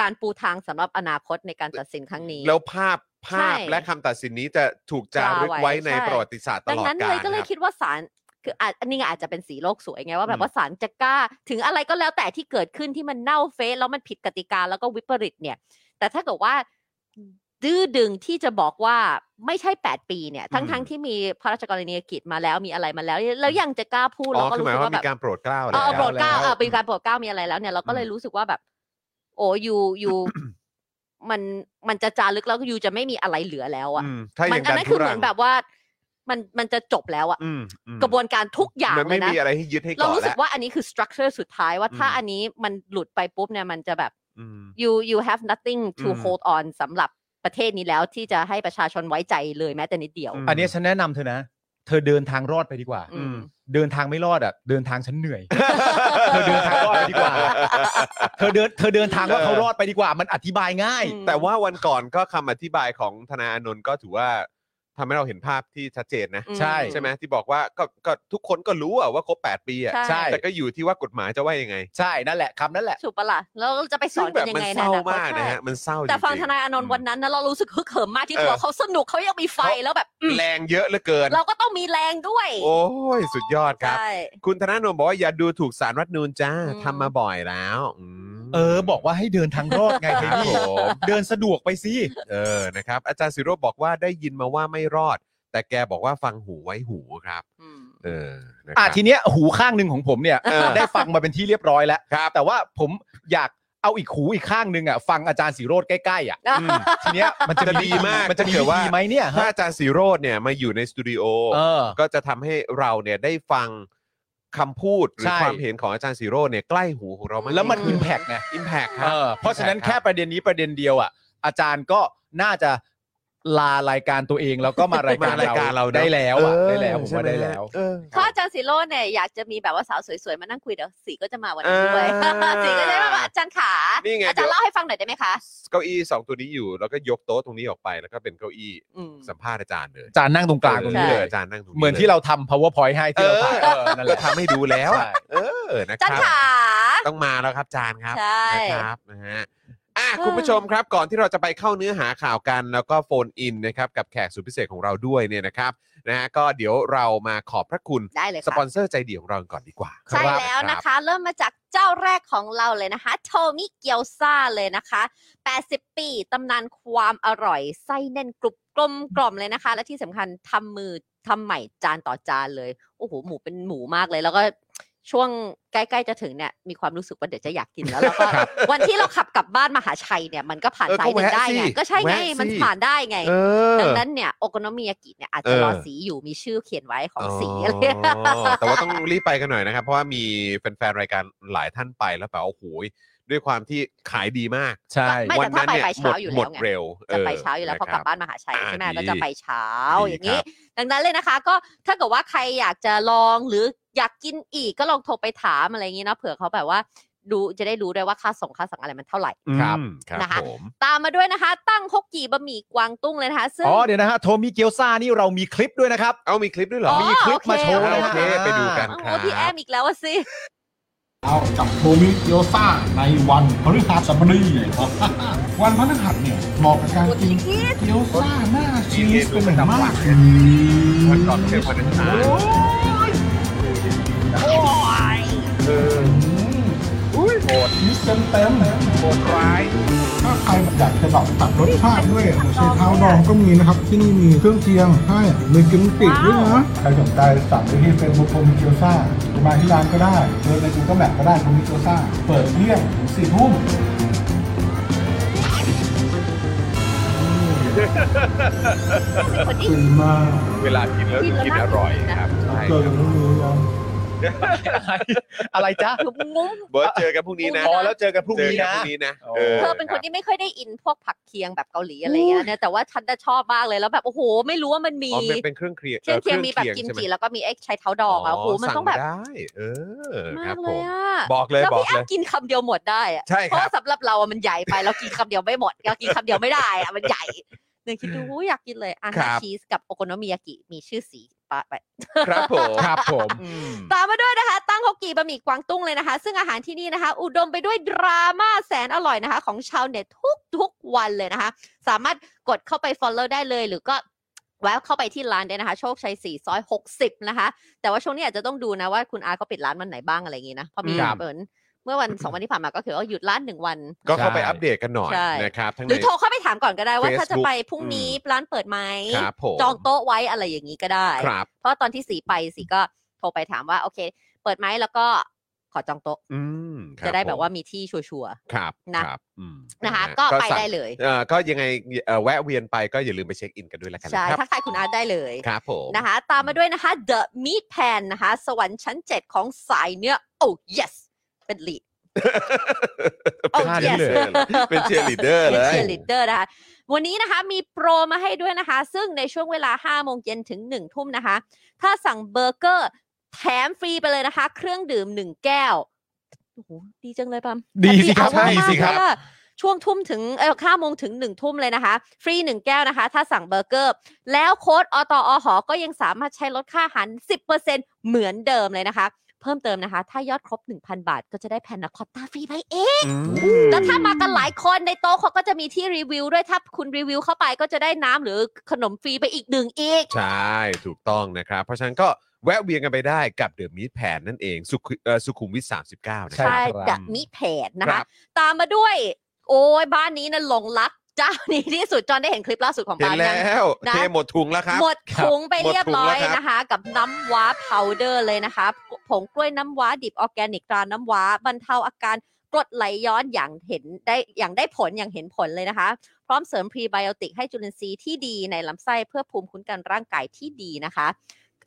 [SPEAKER 5] การปูทางสำหรับอนาคตในการตัดสินครั้งนี้
[SPEAKER 3] แล้วภาพภาพ
[SPEAKER 5] ใช่
[SPEAKER 3] และคำตัดสินนี้จะถูกจารึก
[SPEAKER 5] จาไว้
[SPEAKER 3] ไว้ใน
[SPEAKER 5] ใช่
[SPEAKER 3] ประวัติศาสตร์ต
[SPEAKER 5] ดัง
[SPEAKER 3] ลอด
[SPEAKER 5] นั้น
[SPEAKER 3] กา
[SPEAKER 5] เล
[SPEAKER 3] ล
[SPEAKER 5] ยก็เลย
[SPEAKER 3] ครับ
[SPEAKER 5] คิดว่าศาลคืออาจอันนี้ไงอาจจะเป็นสีโลกสวยไงว่าแบ
[SPEAKER 3] อื
[SPEAKER 5] บ
[SPEAKER 3] ม
[SPEAKER 5] ว่าศาลจะกล้า ถึงอะไรก็แล้วแต่ที่เกิดขึ้นที่มันเน่าเฟะแล้วมันผิดกติกาแล้วก็วิปริตเนี่ย แต่ถ้าเกิดว่าดื้อดึงที่จะบอกว่าไม่ใช่ 8 ปีเนี่ย ทั้งทั้งที่มีพระราชกรณียกิจมาแล้วมีอะไรมาแล้ว แล้วยังจะกล้าพูด
[SPEAKER 3] อ๋
[SPEAKER 5] เรา
[SPEAKER 3] อ
[SPEAKER 5] ก็
[SPEAKER 3] คือ
[SPEAKER 5] รู้
[SPEAKER 3] หมาย
[SPEAKER 5] สึก
[SPEAKER 3] ว่า
[SPEAKER 5] ว่าแบ
[SPEAKER 3] มี
[SPEAKER 5] บ
[SPEAKER 3] การโปรดเกล้าแล้
[SPEAKER 5] เอ
[SPEAKER 3] ว
[SPEAKER 5] อโปรดเกล้า
[SPEAKER 4] แล้ว
[SPEAKER 5] เออเป็นการโปรดเกล้ามีอะไรแล้วเนี่ยเราก็เลยรู้สึกว่าแบบ โอ้ยูยู มันมันจะจารึกแล้วก็ยูจะไม่มีอะไรเหลือแล้วอ่ะ
[SPEAKER 3] อืมถ้าอ
[SPEAKER 5] มั
[SPEAKER 3] ย่าง
[SPEAKER 5] อั
[SPEAKER 3] ดัน
[SPEAKER 5] นั้น
[SPEAKER 3] ทุ
[SPEAKER 5] คือเห
[SPEAKER 3] รั
[SPEAKER 5] มือง นแบบว่า มันมันจะจบแล้วอ่ะ
[SPEAKER 3] อืมอืม
[SPEAKER 5] กระบวนการทุกอย่าง
[SPEAKER 3] มัน
[SPEAKER 5] เล
[SPEAKER 3] ไม่
[SPEAKER 5] ยนะ
[SPEAKER 3] มีอะไรให้ยึดให้
[SPEAKER 5] เรา
[SPEAKER 3] เกาะ
[SPEAKER 5] รู้สึ
[SPEAKER 3] แล้
[SPEAKER 5] ก
[SPEAKER 3] ว
[SPEAKER 5] ว่าอันนี้คือสตรัคเจอร์สุดท้ายว่าถ้า
[SPEAKER 3] อืม
[SPEAKER 5] อันนี้มันหลุดไปปุ๊บเนี่ยมันจะแบบ
[SPEAKER 3] อืม
[SPEAKER 5] you you have nothing to
[SPEAKER 3] อืม
[SPEAKER 5] hold on สำหรับประเทศนี้แล้วที่จะให้ประชาชนไว้ใจเลยแม้แต่นิดเดียว
[SPEAKER 3] ม
[SPEAKER 4] อันเนี้ยฉันแนะนำเธอนะ เธอเดินทางรอดไปดีกว่า
[SPEAKER 5] อื ม
[SPEAKER 4] เดินทางไม่รอดอ่ะ เดินทางฉันเหนื่อย เธอเดินทางรอดไปดีกว่า เธอเดิน เธอเดินทางว่าเขารอดไปดีกว่า มันอธิบายง่าย
[SPEAKER 5] อืม
[SPEAKER 3] แต่ว่าวันก่อนก็คำอธิบายของธนาอานนท์ก็ถือว่าทำให้เราเห็นภาพที่ชัดเจนนะ
[SPEAKER 5] อืม
[SPEAKER 4] ใช่
[SPEAKER 3] ใช่ไหมที่บอกว่าก็ก็ทุกคนก็รู้อะว่าครบ8 ปีอะ
[SPEAKER 5] ใช่
[SPEAKER 4] ใช่
[SPEAKER 3] แต่ก็อยู่ที่ว่ากฎหมายจะว่ายังไง
[SPEAKER 4] ใช่นั่นแหละคำนั่นแหละ
[SPEAKER 5] ถูกปะล่ะแล้วเราจะไปส
[SPEAKER 3] ซึ่
[SPEAKER 5] อง น
[SPEAKER 3] แบ
[SPEAKER 5] กัน
[SPEAKER 3] บ
[SPEAKER 5] ยัง
[SPEAKER 3] มัน
[SPEAKER 5] ไง
[SPEAKER 3] เศร้า
[SPEAKER 5] ในอคต
[SPEAKER 3] มากนะ
[SPEAKER 5] ใช่
[SPEAKER 3] ฮะมันเศร้า
[SPEAKER 5] แต่ฟัง
[SPEAKER 3] จริๆ
[SPEAKER 5] ทนายอานนท์วันนั้นนะเรารู้สึกฮึกเหิมมากที่
[SPEAKER 3] เออ
[SPEAKER 5] ตัวเขาสนุกเขายังมีไฟแล้วแบบอืม
[SPEAKER 3] แรงเยอะเหลือเกิน
[SPEAKER 5] เราก็ต้องมีแรงด้วย
[SPEAKER 3] โอ้ยสุดยอดครับ
[SPEAKER 5] ใช่
[SPEAKER 3] คุณธนาโนนบอกว่าอย่าดูถูกสารรัฐธรรมนูนจ้า
[SPEAKER 5] อืม
[SPEAKER 3] ทำมาบ่อยแล้วม
[SPEAKER 4] เออ บอกว่าให้เดินทางรอดไง
[SPEAKER 3] ค
[SPEAKER 4] เท
[SPEAKER 3] รับ
[SPEAKER 4] นี่
[SPEAKER 3] ผม
[SPEAKER 4] เดินสะดวกไปสิ
[SPEAKER 3] เออนะครับอาจารย์สิโรจน์บอกว่าได้ยินมาว่าไม่รอด แต่แกบอกว่าฟังหูไว้หูครับ
[SPEAKER 5] อืม
[SPEAKER 3] เออนะค
[SPEAKER 4] อ่ะ
[SPEAKER 3] รับ
[SPEAKER 4] ทีเนี้ยหูข้างหนึ่งของผมเนี่ย
[SPEAKER 3] เออ
[SPEAKER 4] ได้ฟังมาเป็นที่เรียบร้อยแล้ว
[SPEAKER 3] ครับ
[SPEAKER 4] แต่ว่าผมอยากเอาอีกหูอีกข้างหนึ่งอ่ะ ฟังอาจารย์สีโรดใกล้ๆอ่ะ
[SPEAKER 3] อืม
[SPEAKER 4] ทีเนี้ยมันจะ
[SPEAKER 3] จะดีมาก
[SPEAKER 4] มันจะมี
[SPEAKER 3] ถ้าเกิดว่า
[SPEAKER 4] ดีไหมเนี่ย
[SPEAKER 3] ถ้า
[SPEAKER 4] ฮะ
[SPEAKER 3] อาจารย์สิโรจน์เนี่ยมาอยู่ในสตูดิโอ
[SPEAKER 4] เออ
[SPEAKER 3] ก็จะทำให้เราเนี่ยได้ฟังคำพูดหรือ
[SPEAKER 4] ใช่
[SPEAKER 3] ความเห็นของอาจารย์สีโรจน์เนี่ยใกล้หูของเรามาก
[SPEAKER 4] แล้วมัน
[SPEAKER 5] อื
[SPEAKER 4] อิ
[SPEAKER 5] ม
[SPEAKER 4] มแพกไง
[SPEAKER 3] อิมแพคค
[SPEAKER 4] เอ
[SPEAKER 3] รับ
[SPEAKER 4] อเพราะฉะนั้น
[SPEAKER 3] ครั
[SPEAKER 4] แค่
[SPEAKER 3] บ
[SPEAKER 4] ประเด็นนี้ประเด็นเดียวอ่ะ อาจารย์ก็น่าจะลารายการตัวเองแล้วก็มาราย
[SPEAKER 3] มา
[SPEAKER 4] การ
[SPEAKER 3] รายการเรา
[SPEAKER 4] เราได้แล้วอ่ะได้แล้วผมว่าได้แล้ว
[SPEAKER 3] เออ
[SPEAKER 5] เพราะอาจารย์ศิโรจน์เนี่ยอยากจะมีแบบว่าสาวสวยๆมานั่งคุยเดี๋ยวสีก็จะมาวันนี้นด้วย
[SPEAKER 3] อ่า
[SPEAKER 5] สีก็จะแบบว่าอาจารย์ขา
[SPEAKER 3] นี่ไง
[SPEAKER 5] อาจารย์เล่าให้ฟังหน่อยได้ไหมคะ
[SPEAKER 3] เก้าอี้สองตัวนี้อยู่ แล้วก็ยกโต๊ะตรงนี้ออกไปแล้วก็เป็นเก้าอี้
[SPEAKER 5] อืม
[SPEAKER 3] สัมภาษณ์อาจารย์เลย
[SPEAKER 4] อาจารย์นั่งตรงกลางตรงนี้
[SPEAKER 3] อ
[SPEAKER 4] เล
[SPEAKER 3] อย อาจารย์นั่งตรงนี้
[SPEAKER 4] เหมือนที่เราทำ powerpoint ให้ที่เราถ่ายเออนั่นแห
[SPEAKER 3] ก็
[SPEAKER 4] ละ
[SPEAKER 3] ทำให้ดูแล้วอะเออนะ
[SPEAKER 5] อา
[SPEAKER 3] ครับ
[SPEAKER 5] จารย์ขา
[SPEAKER 3] ต้องมาแล้วครับอาจารย์ครับ
[SPEAKER 5] ใช่
[SPEAKER 3] นะครับนะฮะอ่ะคุณผู้ชมครับก่อนที่เราจะไปเข้าเนื้อหาข่าวกัน แล้วก็โฟนอินนะครับกับแขกสุดพิเศษของเราด้วยเนี่ยนะครับนะฮะก็เดี๋ยวเรามาขอบพระคุณ
[SPEAKER 5] ได้เลย
[SPEAKER 3] ส
[SPEAKER 5] ค่ะ
[SPEAKER 3] ปอนเซอร์ใจดีของเราก่อนดีกว่า
[SPEAKER 5] ใช่
[SPEAKER 3] ครับ
[SPEAKER 5] แล้วนะ
[SPEAKER 3] รับ
[SPEAKER 5] คะ เริ่มมาจากเจ้าแรกของเราเลยนะคะโทมิเกียวซาเลยนะคะ 80 ปีตำนานความอร่อย ไส้แน่นกรุบกลมกล่อมเลยนะคะ และที่สำคัญทำมือทำใหม่จานต่อจานเลย โอ้โห หมูเป็นหมูมากเลย แล้วก็ ช่วงใกล้ๆจะถึงเนี่ยมีความรู้สึกว่าเดี๋ยวจะอยากกินแล้วแล้วก็วันที่เราขับกลับบ้านมหาชัยเนี่ยมันก็ผ่าน
[SPEAKER 3] เออก็
[SPEAKER 5] สายหนึ่ง
[SPEAKER 3] แวะ
[SPEAKER 5] ได้
[SPEAKER 3] สิ
[SPEAKER 5] ไงก็ใช่ไง
[SPEAKER 3] แวะสิ
[SPEAKER 5] มันผ่านได้ไง
[SPEAKER 3] เออ
[SPEAKER 5] ดังนั้นเนี่ยโอโกโนมิยากิเนี่ยอาจจะ
[SPEAKER 3] เออ
[SPEAKER 5] รอสีอยู่มีชื่อเขียนไว้ของสีอะไรเงี้ย
[SPEAKER 3] อ๋อแต่ว่าต้องรีบไปกันหน่อยนะครับ เพราะว่ามีแฟนๆรายการหลายท่านไปแล้วแบบโอ้โหด้วยความที่ขายดีมาก
[SPEAKER 4] ใช่
[SPEAKER 5] ไม่
[SPEAKER 3] วันั้นเนี่ยหมด
[SPEAKER 5] แต่ถ้าไปบ่ายเช้าอยู่
[SPEAKER 3] หมด
[SPEAKER 5] แล้วไง
[SPEAKER 3] เร็ว
[SPEAKER 5] จะไปเช้าอยู่แล้วเพราะกลับ
[SPEAKER 3] น
[SPEAKER 5] บ้านมหาชัยใช่ไหม
[SPEAKER 3] อ่า
[SPEAKER 5] ก็จะไปเช้า
[SPEAKER 3] ดี
[SPEAKER 5] อย่างนี้ ดังนั้นเลยนะคะ ก็ถ้าเกิดว่าใครอยากจะลองหรืออยากกินอีกก็ลองโทรไปถามอะไรอย่างนี้เนาะเผื่อเขาแบบว่าดูจะได้รู้ด้วยว่าค่าส่งค่าสั่งอะไรมันเท่าไหร่
[SPEAKER 3] ะครับอืมครับ
[SPEAKER 5] นะคะ
[SPEAKER 3] ผม
[SPEAKER 5] ตามมาด้วยนะคะ ตั้งฮกกี่บะหมี่กวางตุ้งเลยนะคะ ซึ่ง
[SPEAKER 4] อ๋อเดี๋ยวนะฮะโทมิเกียวซ่านี่เรามีคลิปด้วยนะครับ
[SPEAKER 3] เอามีคลิปด้วยเหรอ
[SPEAKER 5] อ๋อ
[SPEAKER 4] มีคลิปมาโช
[SPEAKER 3] โอ
[SPEAKER 4] ว์นะ
[SPEAKER 3] เค
[SPEAKER 4] ฮะ
[SPEAKER 3] ไปดูกัน
[SPEAKER 5] โอ้
[SPEAKER 3] ค
[SPEAKER 5] โห
[SPEAKER 3] รับ
[SPEAKER 5] พี่แอมอีกแล้วอะสิ
[SPEAKER 6] เอากับโทมิโยซ่าในวันพฤหัสบดีครับ วันพฤหัสเนี่ยเหมาะกับการกินเกี๊ยวซ่าหน้าชีสเป็นอย่างมาก
[SPEAKER 3] วันก่อนเจอคนอื่นมา
[SPEAKER 6] โอ้ยโอ้ยโหดชีสเต็มเต็มๆ
[SPEAKER 3] โหดร้าย
[SPEAKER 6] ถ้าใครอยากจะแบบตัดรสชาติด้วยใช้เท้าดองก็มีนะครับ ที่นี่มีเครื่องเคียงให้มีกิมจิด้วยนะใครสนใจสั่งไปที่เฟซบุ๊กโทมิเกียวซ่าหรือมาที่ร้านก็ได้เดินในกูก็แบบก็ได้โทมิเกียวซ่าเปิดเที่ยงถึงสี่ทุ่ม
[SPEAKER 5] คนนี้
[SPEAKER 6] ดีมาก
[SPEAKER 3] เวลากินแล้วถึงกินอร่อยนะครับใช่
[SPEAKER 6] เจอกันพรุ่งนี้นะ
[SPEAKER 4] อะไรจ๊ะ
[SPEAKER 5] คือมุ้ง
[SPEAKER 3] เบิร์ดเจอกันพรุ่งนี้นะ
[SPEAKER 5] อ๋อ
[SPEAKER 4] แล้วเจอกันพรุ่งนี้
[SPEAKER 3] เจอ
[SPEAKER 4] นะ
[SPEAKER 3] กัพรุ่งนี้นะ
[SPEAKER 5] เธอเป็นคนที่ไม่ค่อยได้อินพวกผักเคียงแบบเกาหลีอะไรอย่างเงี้ยเนี่ยแต่ว่าฉันน่ะชอบมากเลยแล้วแบบโอ้โห ไม่รู้ว่ามันมี
[SPEAKER 3] อ๋อเป็นเป็นเครื่องเคลียง
[SPEAKER 5] เครื่องเคียงมีแบบกิม
[SPEAKER 3] ใช่ไห
[SPEAKER 5] จิแล้วก็มีไอ้ใช้เท้าดองอ่ะโอ้โหมันต้องแบบ
[SPEAKER 3] สั่ได้เออค
[SPEAKER 5] มา
[SPEAKER 3] รับ
[SPEAKER 5] ก
[SPEAKER 3] ผ
[SPEAKER 5] เลย
[SPEAKER 3] ม
[SPEAKER 5] อ่ะ
[SPEAKER 3] บอกเลย
[SPEAKER 5] แล้ว
[SPEAKER 3] บอก
[SPEAKER 5] พี่แอ
[SPEAKER 3] เล
[SPEAKER 5] ม
[SPEAKER 3] ย
[SPEAKER 5] กินคำเดียวหมดได้อ่ะ
[SPEAKER 3] ใช่
[SPEAKER 5] เพ
[SPEAKER 3] ครับ
[SPEAKER 5] ราะสำหรับเราอะมันใหญ่ไปเรากินคำเดียวไม่หมดเรากินคำเดียวไม่ได้อ่ะมันใหญ่เนี่ยคิดดูอุ๊ยอยากกินเลยอา
[SPEAKER 3] ครั
[SPEAKER 5] หาร
[SPEAKER 3] บ
[SPEAKER 5] ชีสกับโอโกโนมิยากิมีชื่อสีปะไป
[SPEAKER 3] ครับผม
[SPEAKER 4] ครับผม
[SPEAKER 3] อืม
[SPEAKER 5] ตามมาด้วยนะคะ ตั้งฮกกีบะหมี่กวางตุ้งเลยนะคะ ซึ่งอาหารที่นี่นะคะ อุดมไปด้วยดราม่าแสนอร่อยนะคะ ของชาวเน็ตทุกทุกวันเลยนะคะ สามารถกดเข้าไป follow ได้เลย หรือก็แวะเข้าไปที่ร้านได้นะคะ โชคชัย 4 ซอย 60 นะคะ แต่ว่าช่วงนี้อาจจะต้องดูนะว่าคุณอาร์ตเขาปิดร้านวันไหนบ้างอะไรอย่างงี้นะเพราะมี
[SPEAKER 4] ครับ
[SPEAKER 5] เหมือนเมื่อวัน สองวันที่ผ่านมาก็คือว่าหยุดร้านหนึ่งวัน
[SPEAKER 3] ก็เข้าไป
[SPEAKER 4] ใช่
[SPEAKER 3] อัปเดตกันหน่อย
[SPEAKER 5] ใช่
[SPEAKER 3] นะครับทั้ง
[SPEAKER 5] ห
[SPEAKER 3] ใน
[SPEAKER 5] รือโทรเข้าไปถามก่อนก็ได้ว่า ถ้าจะ
[SPEAKER 3] Facebook
[SPEAKER 5] ไปพรุ่งนี้ร้านเปิดไหม
[SPEAKER 3] ครับผม
[SPEAKER 5] จองโต๊ะไว้อะไรอย่างนี้ก็ได้
[SPEAKER 3] ครับ
[SPEAKER 5] เพราะตอนที่สีไปสีก็โทรไปถามว่าโอเค เปิดไหมแล้วก็ขอจองโต๊ะ
[SPEAKER 3] อืมครั
[SPEAKER 5] จะได้แบบว่า
[SPEAKER 3] ผม
[SPEAKER 5] มีที่ชัวร์
[SPEAKER 3] ครับ
[SPEAKER 5] นะครับ
[SPEAKER 3] อืม
[SPEAKER 5] ๆนะคะ
[SPEAKER 3] ฮ
[SPEAKER 5] ก็ไป
[SPEAKER 3] สั่ง
[SPEAKER 5] ได้เลย
[SPEAKER 3] เอ่อก็ยังไงเอ่อแวะเวียนไปก็อย่าลืมไปเช็คอินกันด้วยละกัน
[SPEAKER 5] ใช่
[SPEAKER 3] นะครับ
[SPEAKER 5] ทักทายคุณอาร์ตได้เลย
[SPEAKER 3] ครับผม
[SPEAKER 5] นะคะ ตามมาด้วยนะคะ The Meat Pan นะคะ สวรรค์ชั้น 7 ของสายเนื้อ oh yes เป็นลีด โอ้
[SPEAKER 3] เป็นเชียร์ลีดเดอร์เลยเป็นเชียร์ลีดเดอร์เล
[SPEAKER 5] เป็นเชี
[SPEAKER 3] ย
[SPEAKER 5] ยร์ลีดเดอร์นะคะ วันนี้นะคะมีโปรมาให้ด้วยนะคะ ซึ่งในช่วงเวลา 5 โมงเย็นถึง 1 ทุ่มนะคะ ถ้าสั่งเบอร์เกอร์แถมฟรีไปเลยนะคะ เครื่องดื่ม 1 แก้วโอ้โหดีจังเลยปั๊ม
[SPEAKER 4] ดีสิครับ
[SPEAKER 5] Happy Hour
[SPEAKER 3] ดีสิครับ
[SPEAKER 5] มากเลยอะช่วงทุ่มถึงเออห้าโมงถึงหนึ่งทุ่มเลยนะคะ ฟรีหนึ่งแก้วนะคะ ถ้าสั่งเบอร์เกอร์ แล้วโค้ดอตอหอ ก็ยังสามารถใช้ลดค่าอาหาร 10%เหมือนเดิมเลยนะคะ เพิ่มเติมนะคะ ถ้ายอดครบ 1,000 บาท ก็จะได้แผ่นนาคอตตาฟรีไปเอง แล้วถ้ามากันหลายคนในโต๊ะเขาก็จะมีที่รีวิวด้วยถ้าคุณรีวิวเข้าไปก็จะได้น้ำหรือขนมฟรีไปอีกหนึ่งอีก
[SPEAKER 3] ใช่ถูกต้องนะครับ เพราะฉะนั้นก็แวะเวียนกันไปได้กับเดอะมิ t แผนนั่นเองสุขุเอ่อสุขุมวิท39 นะค
[SPEAKER 4] ใช่
[SPEAKER 3] รับ
[SPEAKER 5] ใช่
[SPEAKER 4] ครับ
[SPEAKER 5] จะมีเพจนะ
[SPEAKER 3] ครั
[SPEAKER 5] คะ
[SPEAKER 3] บ
[SPEAKER 5] ตามมาด้วย โอ้ยบ้านนี้นะหลงรักเจ้านี้ที่สุดจอนได้เห็นคลิปล่าสุดของ
[SPEAKER 3] เห็น
[SPEAKER 5] บ้านยัง
[SPEAKER 3] แล้ว
[SPEAKER 5] นะ
[SPEAKER 3] เทหมดถุงแล้วครับ
[SPEAKER 5] หมดถุงไป
[SPEAKER 3] หมดถุง
[SPEAKER 5] เรียบร้อย
[SPEAKER 3] แล้วครับ
[SPEAKER 5] นะคะ กับน้ำว้าพาวเดอร์เลยนะคะผงกล้วยน้ำว้าดิบออร์แกนิกตราน้ำว้าบรรเทาอาการกรดไหลย้อนอย่างเห็นได้อย่างได้ผลอย่างเห็นผลเลยนะคะ พร้อมเสริมพรีไบโอติกให้จุลินทรีย์ที่ดีในลำไส้เพื่อภูมิคุ้มกันร่างกายที่ดีนะคะ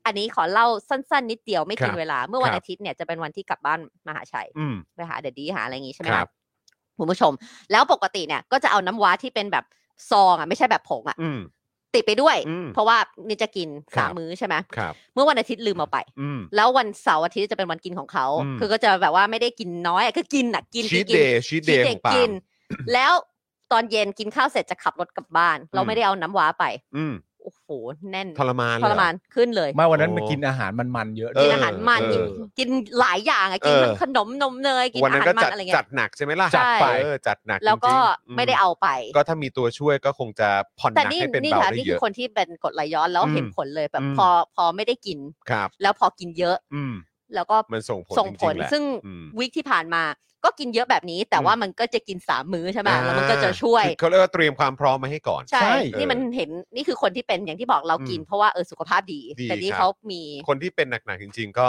[SPEAKER 5] อันนี้ขอเล่าสั้น ๆ นิดเดียวไม่กิ
[SPEAKER 3] ครั
[SPEAKER 5] น
[SPEAKER 3] บ
[SPEAKER 5] เวลา เมื่อวัน
[SPEAKER 3] ครับ
[SPEAKER 5] อาทิตย์เนี่ยจะเป็นวันที่กลับบ้านมหาชัย
[SPEAKER 3] อืม
[SPEAKER 5] ไปหาเดดดี้หาอะไรอย่างงี้ใช่ไหม
[SPEAKER 3] ครั
[SPEAKER 5] คะ
[SPEAKER 3] บ
[SPEAKER 5] คุณผู้ชม แล้วปกติเนี่ยก็จะเอาน้ำว้าที่เป็นแบบซองอ่ะไม่ใช่แบบผงอ่ะ
[SPEAKER 3] อืม
[SPEAKER 5] ติดไปด้วย
[SPEAKER 3] อืม
[SPEAKER 5] เพราะว่านี่จะกิน
[SPEAKER 3] ครับ
[SPEAKER 5] สามมื้อใช่ไหม
[SPEAKER 3] ครับ
[SPEAKER 5] เมื่อวันอาทิตย์ลืมเอาไป
[SPEAKER 3] อืม
[SPEAKER 5] แล้ววันเสาร์อาทิตย์จะเป็นวันกินของเขา
[SPEAKER 3] อืม
[SPEAKER 5] คือก็จะแบบว่าไม่ได้กินน้อยอ่ะคือกินอ่ะกิน
[SPEAKER 3] ชี
[SPEAKER 5] กิ
[SPEAKER 3] ต
[SPEAKER 5] นกิ
[SPEAKER 3] เด
[SPEAKER 5] น
[SPEAKER 3] ย์ชีตเดย์ของปา
[SPEAKER 5] กิ
[SPEAKER 3] ล์ม
[SPEAKER 5] แล้วตอนเย็นกินข้าวเสร็จจะขับรถกลับบ้าน เรา
[SPEAKER 3] อืม
[SPEAKER 5] ไม่ได้เอาน้ำว้าไป
[SPEAKER 3] อืม
[SPEAKER 5] โอ้โหแน่น
[SPEAKER 3] ทรมานเลย
[SPEAKER 5] ท
[SPEAKER 3] เห
[SPEAKER 5] ร
[SPEAKER 3] อ
[SPEAKER 5] มานขึ้นเลย
[SPEAKER 4] ไมาวันนั้น
[SPEAKER 3] โอ้
[SPEAKER 4] มากินอาหารมันๆเยอะ
[SPEAKER 3] เอ
[SPEAKER 5] กิน
[SPEAKER 3] อ
[SPEAKER 5] อาหารมัน
[SPEAKER 3] เอ
[SPEAKER 5] กิน
[SPEAKER 3] อ
[SPEAKER 5] กินหลายอย่างอ่ะกิน
[SPEAKER 3] เออ
[SPEAKER 5] ทั้งขนมนมเนยกิน
[SPEAKER 3] วัน
[SPEAKER 5] อา
[SPEAKER 3] นั้น
[SPEAKER 5] หาร
[SPEAKER 3] ก็
[SPEAKER 5] มัน
[SPEAKER 3] จัด
[SPEAKER 5] อะไรเงี้
[SPEAKER 3] จั
[SPEAKER 5] ย
[SPEAKER 3] ดหนักใช่ไหมล่ะ
[SPEAKER 5] ใช่
[SPEAKER 3] เออจัดหนัก
[SPEAKER 5] แล้ว
[SPEAKER 3] จ
[SPEAKER 5] ก็
[SPEAKER 3] ริงๆ
[SPEAKER 5] ไม่ได้เอาไป
[SPEAKER 3] ก็ถ้ามีตัวช่วยก็คงจะผ่อนห
[SPEAKER 5] แต่
[SPEAKER 3] นัก
[SPEAKER 5] นี่
[SPEAKER 3] ให้เป็น
[SPEAKER 5] นี่
[SPEAKER 3] เบา
[SPEAKER 5] ค่ะ
[SPEAKER 3] ได้
[SPEAKER 5] นี่
[SPEAKER 3] เย
[SPEAKER 5] คือ
[SPEAKER 3] อะ
[SPEAKER 5] คนที่เป็นกรดไหลย้อนแล้ว
[SPEAKER 3] อืม
[SPEAKER 5] เห็นผลเลยแบบ
[SPEAKER 3] อืม
[SPEAKER 5] พอพอไม่ได้กิน
[SPEAKER 3] ครับ
[SPEAKER 5] แล้วพอกินเยอะ
[SPEAKER 3] อืม
[SPEAKER 5] แล้วก็
[SPEAKER 3] มันส่งผล
[SPEAKER 5] ส่งผล
[SPEAKER 3] จริงๆแหละ
[SPEAKER 5] ซึ่ง
[SPEAKER 3] อืม
[SPEAKER 5] วิกที่ผ่านมา ก็กินเยอะแบบนี้ แต่ว่ามันก็จะกินสามมื้อใช่ไหมแล้วมันก็จะช่วย
[SPEAKER 3] คือเขาเรียกว่าเตรียมความพร้อมมาให้ก่อน
[SPEAKER 5] ใช่
[SPEAKER 4] ใช่
[SPEAKER 5] นี่มันเห็นนี่คือคนที่เป็นอย่างที่บอกเรากิน เพราะว่าเออสุขภาพดี
[SPEAKER 3] ดี
[SPEAKER 5] แต่นี่
[SPEAKER 3] ครับ
[SPEAKER 5] เขามี
[SPEAKER 3] คนที่เป็นหนักๆจริง ๆ ก็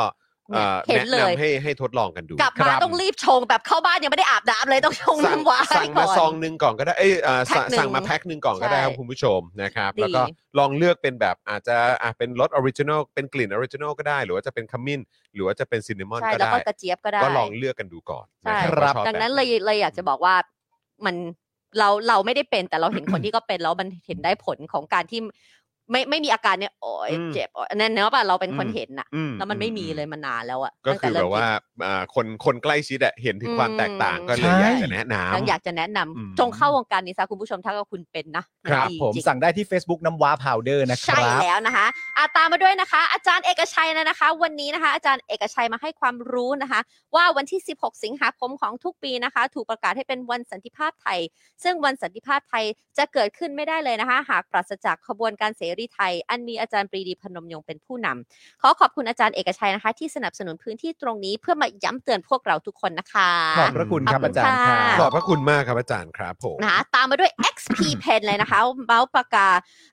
[SPEAKER 5] เนี่
[SPEAKER 3] เอ่อ
[SPEAKER 5] ยเห็น
[SPEAKER 3] แนะ
[SPEAKER 5] เลย
[SPEAKER 3] นำให้ให้ทดลองกันดู
[SPEAKER 5] กลับมา
[SPEAKER 3] ค
[SPEAKER 5] ต้องรีบชงแบบเข้าบ้านยังไม่ได้อาบน้ำเลยต้องชง
[SPEAKER 3] สั่ง
[SPEAKER 5] น้ำหวาน
[SPEAKER 3] สั่ง
[SPEAKER 5] ก่
[SPEAKER 3] มา
[SPEAKER 5] อน
[SPEAKER 3] ซองหนึ่งก่อนก็ได้เอยเอ่อสั่ง
[SPEAKER 5] แพ็คหนึ่ง
[SPEAKER 3] สั่งมาแพ็คหนึ่งก่อนก็ได้ครับ
[SPEAKER 5] ใช่
[SPEAKER 3] คุณผู้ชมนะครับ
[SPEAKER 5] ดี
[SPEAKER 3] แล้วก็ลองเลือกเป็นแบบอาจจะอ่ะเป็นรสออริจินอลเป็นกลิ่นออริจินอลก็ได้ หรือว่าจะเป็นขมิ้น หรือว่าจะเป็นซินนามอน
[SPEAKER 5] ใช่
[SPEAKER 3] ก็
[SPEAKER 5] แล้
[SPEAKER 3] ได้
[SPEAKER 5] วก็กระเจี๊ยบก็ได้
[SPEAKER 3] ก็ลองเลือกกันดูก่อน
[SPEAKER 5] ใช่
[SPEAKER 3] นะว่าชอ
[SPEAKER 5] ดังนั้น
[SPEAKER 3] แบบไห
[SPEAKER 5] เลยเลยอยากจะบอกว่ามันเราเราไม่ได้เป็นแต่เราเห็นคนที่ก็เป็นแล้วมันเห็นได้ผลของการที่ไม่ไม่มีอาการเนี่ยโอ้ย
[SPEAKER 3] อืม
[SPEAKER 5] เจ็บโอ๊ยนั่นเนอะป่ะเราเป็นคน
[SPEAKER 3] อืม
[SPEAKER 5] เห็นน่ะ
[SPEAKER 3] อื
[SPEAKER 5] แล้วมันไม่มีเลยมานานแล้วอ่ะ
[SPEAKER 3] ก็
[SPEAKER 5] ตั้ง
[SPEAKER 3] คือแบ
[SPEAKER 5] ต่เริ่ม
[SPEAKER 3] บว่า
[SPEAKER 5] คิด
[SPEAKER 3] อ่าคนคนใกล้ชิดอะเห็นถึงความแตกต่างก็เลย
[SPEAKER 4] ใช่
[SPEAKER 3] อยากจะแนะน
[SPEAKER 5] ยังอยากจะแนะนำ
[SPEAKER 3] อืม
[SPEAKER 5] จงเข้าวงการนี้ซะคุณผู้ชมถ้าก็คุณเป็นนะ
[SPEAKER 3] ครั
[SPEAKER 5] น
[SPEAKER 3] บ
[SPEAKER 5] ดี
[SPEAKER 4] ผม
[SPEAKER 5] จริง
[SPEAKER 4] สั่งได้ที่ Facebook น้ำว้าพาวเดอร์นะค
[SPEAKER 5] ใช่
[SPEAKER 4] รับ
[SPEAKER 5] แล้วนะคะอาตามมาด้วยนะคะ อาจารย์เอกชัยนะคะ วันนี้นะคะ อาจารย์เอกชัยมาให้ความรู้นะคะ ว่าวันที่ 16 สิงหาคมของทุกปีนะคะ ถูกประกาศให้เป็นวันสันติภาพไทย ซึ่งวันสันติภาพไทยจะเกิดขึ้นไม่ได้เลยนะคะ หากปราศจากขบวนการเสรีไทย อันมีอาจารย์ปรีดีพนมยงค์เป็นผู้นำขอขอบคุณอาจารย์เอกชัยนะคะ ที่สนับสนุนพื้นที่ตรงนี้เพื่อมาย้ำเตือนพวกเราทุกคนนะคะ
[SPEAKER 4] ขอบพระคุณครับอาจารย์ค
[SPEAKER 5] ขอบ
[SPEAKER 3] ำ
[SPEAKER 4] รั
[SPEAKER 5] คุณค่ะ
[SPEAKER 3] ขอบบ พระคุณมากครับอาจารย์ครับผม
[SPEAKER 5] นะคะตามมาด้วย XP Pen เลยนะคะ เมาส์ปากกา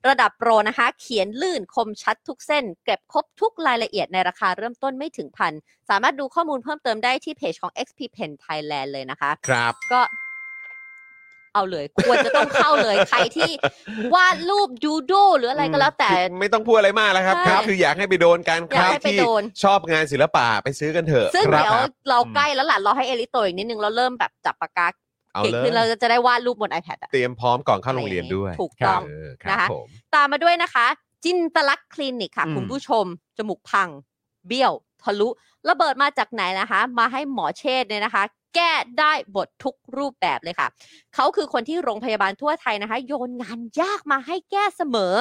[SPEAKER 5] ระดับโปรนะคะ เขียนลื่นคมชัดทุกเส้น เก็บครบทุกรายละเอียดในราคาเริ่มต้นไม่ถึงพัน สามารถดูข้อมูลเพิ่มเติมได้ที่เพจของ XP Pen Thailand เลยนะคะ
[SPEAKER 3] ครับ
[SPEAKER 5] ก็เอาเลย ควรจะต้องเข้า เลย ใครที่วาดรูปดูดู หรืออะไรก็แล้วแต่
[SPEAKER 3] คือไม่ต้องพูดอะไรมากแล้วครับ
[SPEAKER 5] ใช่
[SPEAKER 3] ครับ คืออยากให้ไปโดนกัน
[SPEAKER 5] อ
[SPEAKER 3] ใคร
[SPEAKER 5] ยากให้ไป
[SPEAKER 3] ที่
[SPEAKER 5] โดน
[SPEAKER 3] ชอบงานศิลปะไปซื้อกันเถอะ
[SPEAKER 5] ซึ่ง
[SPEAKER 3] ครับ
[SPEAKER 5] เดี๋ยว
[SPEAKER 3] ครับ
[SPEAKER 5] เราใกล้แล้วล่ะเราให้เอลิโตอีกนิดนึง เราเริ่มแบบจับปากกา
[SPEAKER 3] เอา
[SPEAKER 5] เก่ง
[SPEAKER 3] เล
[SPEAKER 5] ขึ้นเรา
[SPEAKER 3] ย
[SPEAKER 5] จะได้วาดรูปบน iPad อะ
[SPEAKER 3] เตรียมพร้อมก่อนเข้าโรงเรียนด้วย
[SPEAKER 5] ถูกต้อง
[SPEAKER 3] เครับ
[SPEAKER 5] นะคะ
[SPEAKER 3] ผม
[SPEAKER 5] ตามมาด้วยนะคะ จินตลักษณ์คลินิกค่ะ
[SPEAKER 3] อืม
[SPEAKER 5] คุณผู้ชม จมูกพัง เบี้ยว ทะลุระเบิดมาจากไหนนะคะ มาให้หมอเชษฐ์เนี่ยนะคะ แก้ได้บททุกรูปแบบเลยค่ะ เขาคือคนที่โรงพยาบาลทั่วไทยนะคะ โยนงานยากมาให้แก้เสมอ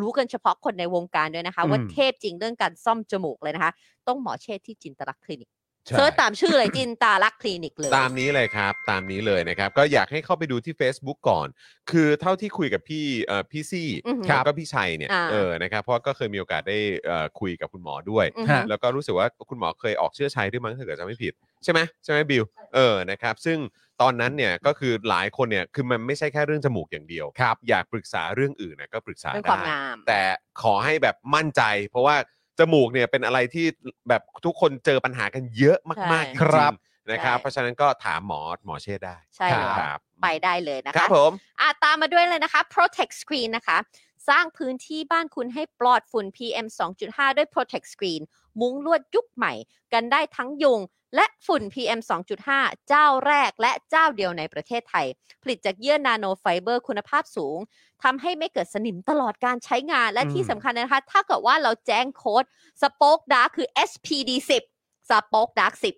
[SPEAKER 5] รู้กันเฉพาะคนในวงการด้วยนะคะ ว่าเทพจริงเรื่องการซ่อมจมูกเลยนะคะ ต้องหมอเชษฐ์ที่จินตลักษณ์คลินิก
[SPEAKER 3] ใช่
[SPEAKER 5] เซิร์ชตามชื่อเลยจินตลักษณ์คลินิกเลย
[SPEAKER 3] ตามนี้เลยครับ ตามนี้เลยนะครับ ก็อยากให้เข้าไปดูที่ Facebook ก่อน คือเท่าที่คุยกับพี่เอ่อพี่ซี่
[SPEAKER 5] อือหือ
[SPEAKER 3] แล้วก็พี่ชัยเนี่ย
[SPEAKER 5] อ่า
[SPEAKER 3] เออนะครับ เพราะก็เคยมีโอกาสได้เอ่อคุยกับคุณหมอด้วย
[SPEAKER 5] อือ
[SPEAKER 4] ฮะ
[SPEAKER 5] ฮึ
[SPEAKER 3] แล้วก็รู้สึกว่าคุณหมอเคยออกเชื่อชัยด้วยมั้งถ้าเกิดจำไม่ผิด ใช่ไหมใช่ไหมบิวเออนะครับ ซึ่งตอนนั้นเนี่ยก็คือหลายคนเนี่ยคือมันไม่ใช่แค่เรื่องจมูกอย่างเดียวครับอยากปรึกษาเรื่องอื่นเนยก็ปรึกษา
[SPEAKER 5] เรื่องค
[SPEAKER 3] ได้
[SPEAKER 5] วามงาม
[SPEAKER 3] แต่ขอให้แบบมั่นใจ เพราะว่าจมูกเนี่ยเป็นอะไรที่แบบทุกคนเจอปัญหากันเยอะมากๆจ
[SPEAKER 5] ใช่
[SPEAKER 3] ริงๆ
[SPEAKER 4] ครับ
[SPEAKER 3] นะครับ
[SPEAKER 5] ใช่
[SPEAKER 3] เพราะฉะนั้นก็ถามหมอหมอเชษฐ์ได้
[SPEAKER 5] ใช่แล้ว
[SPEAKER 3] ครับ
[SPEAKER 5] ไปได้เลยนะ
[SPEAKER 3] ครั
[SPEAKER 5] คะ
[SPEAKER 3] บผม
[SPEAKER 5] อ่ะตามมาด้วยเลยนะคะ Protect Screen นะคะ สร้างพื้นที่บ้านคุณให้ปลอดฝุ่น PM 2.5 ด้วย Protect Screen มุ้งลวดยุคใหม่ กันได้ทั้งยุง และฝุ่น PM 2.5 เจ้าแรกและเจ้าเดียวในประเทศไทย ผลิตจากเยื่อนาโนไฟเบอร์คุณภาพสูงทำให้ไม่เกิดสนิมตลอดการใช้งานและที่สำคัญนะคะ ถ้าเกิดว่าเราแจ้งโค้ด Spoke Dark คือ SPD 10 Spoke Dark
[SPEAKER 3] ครั
[SPEAKER 5] 10
[SPEAKER 3] บ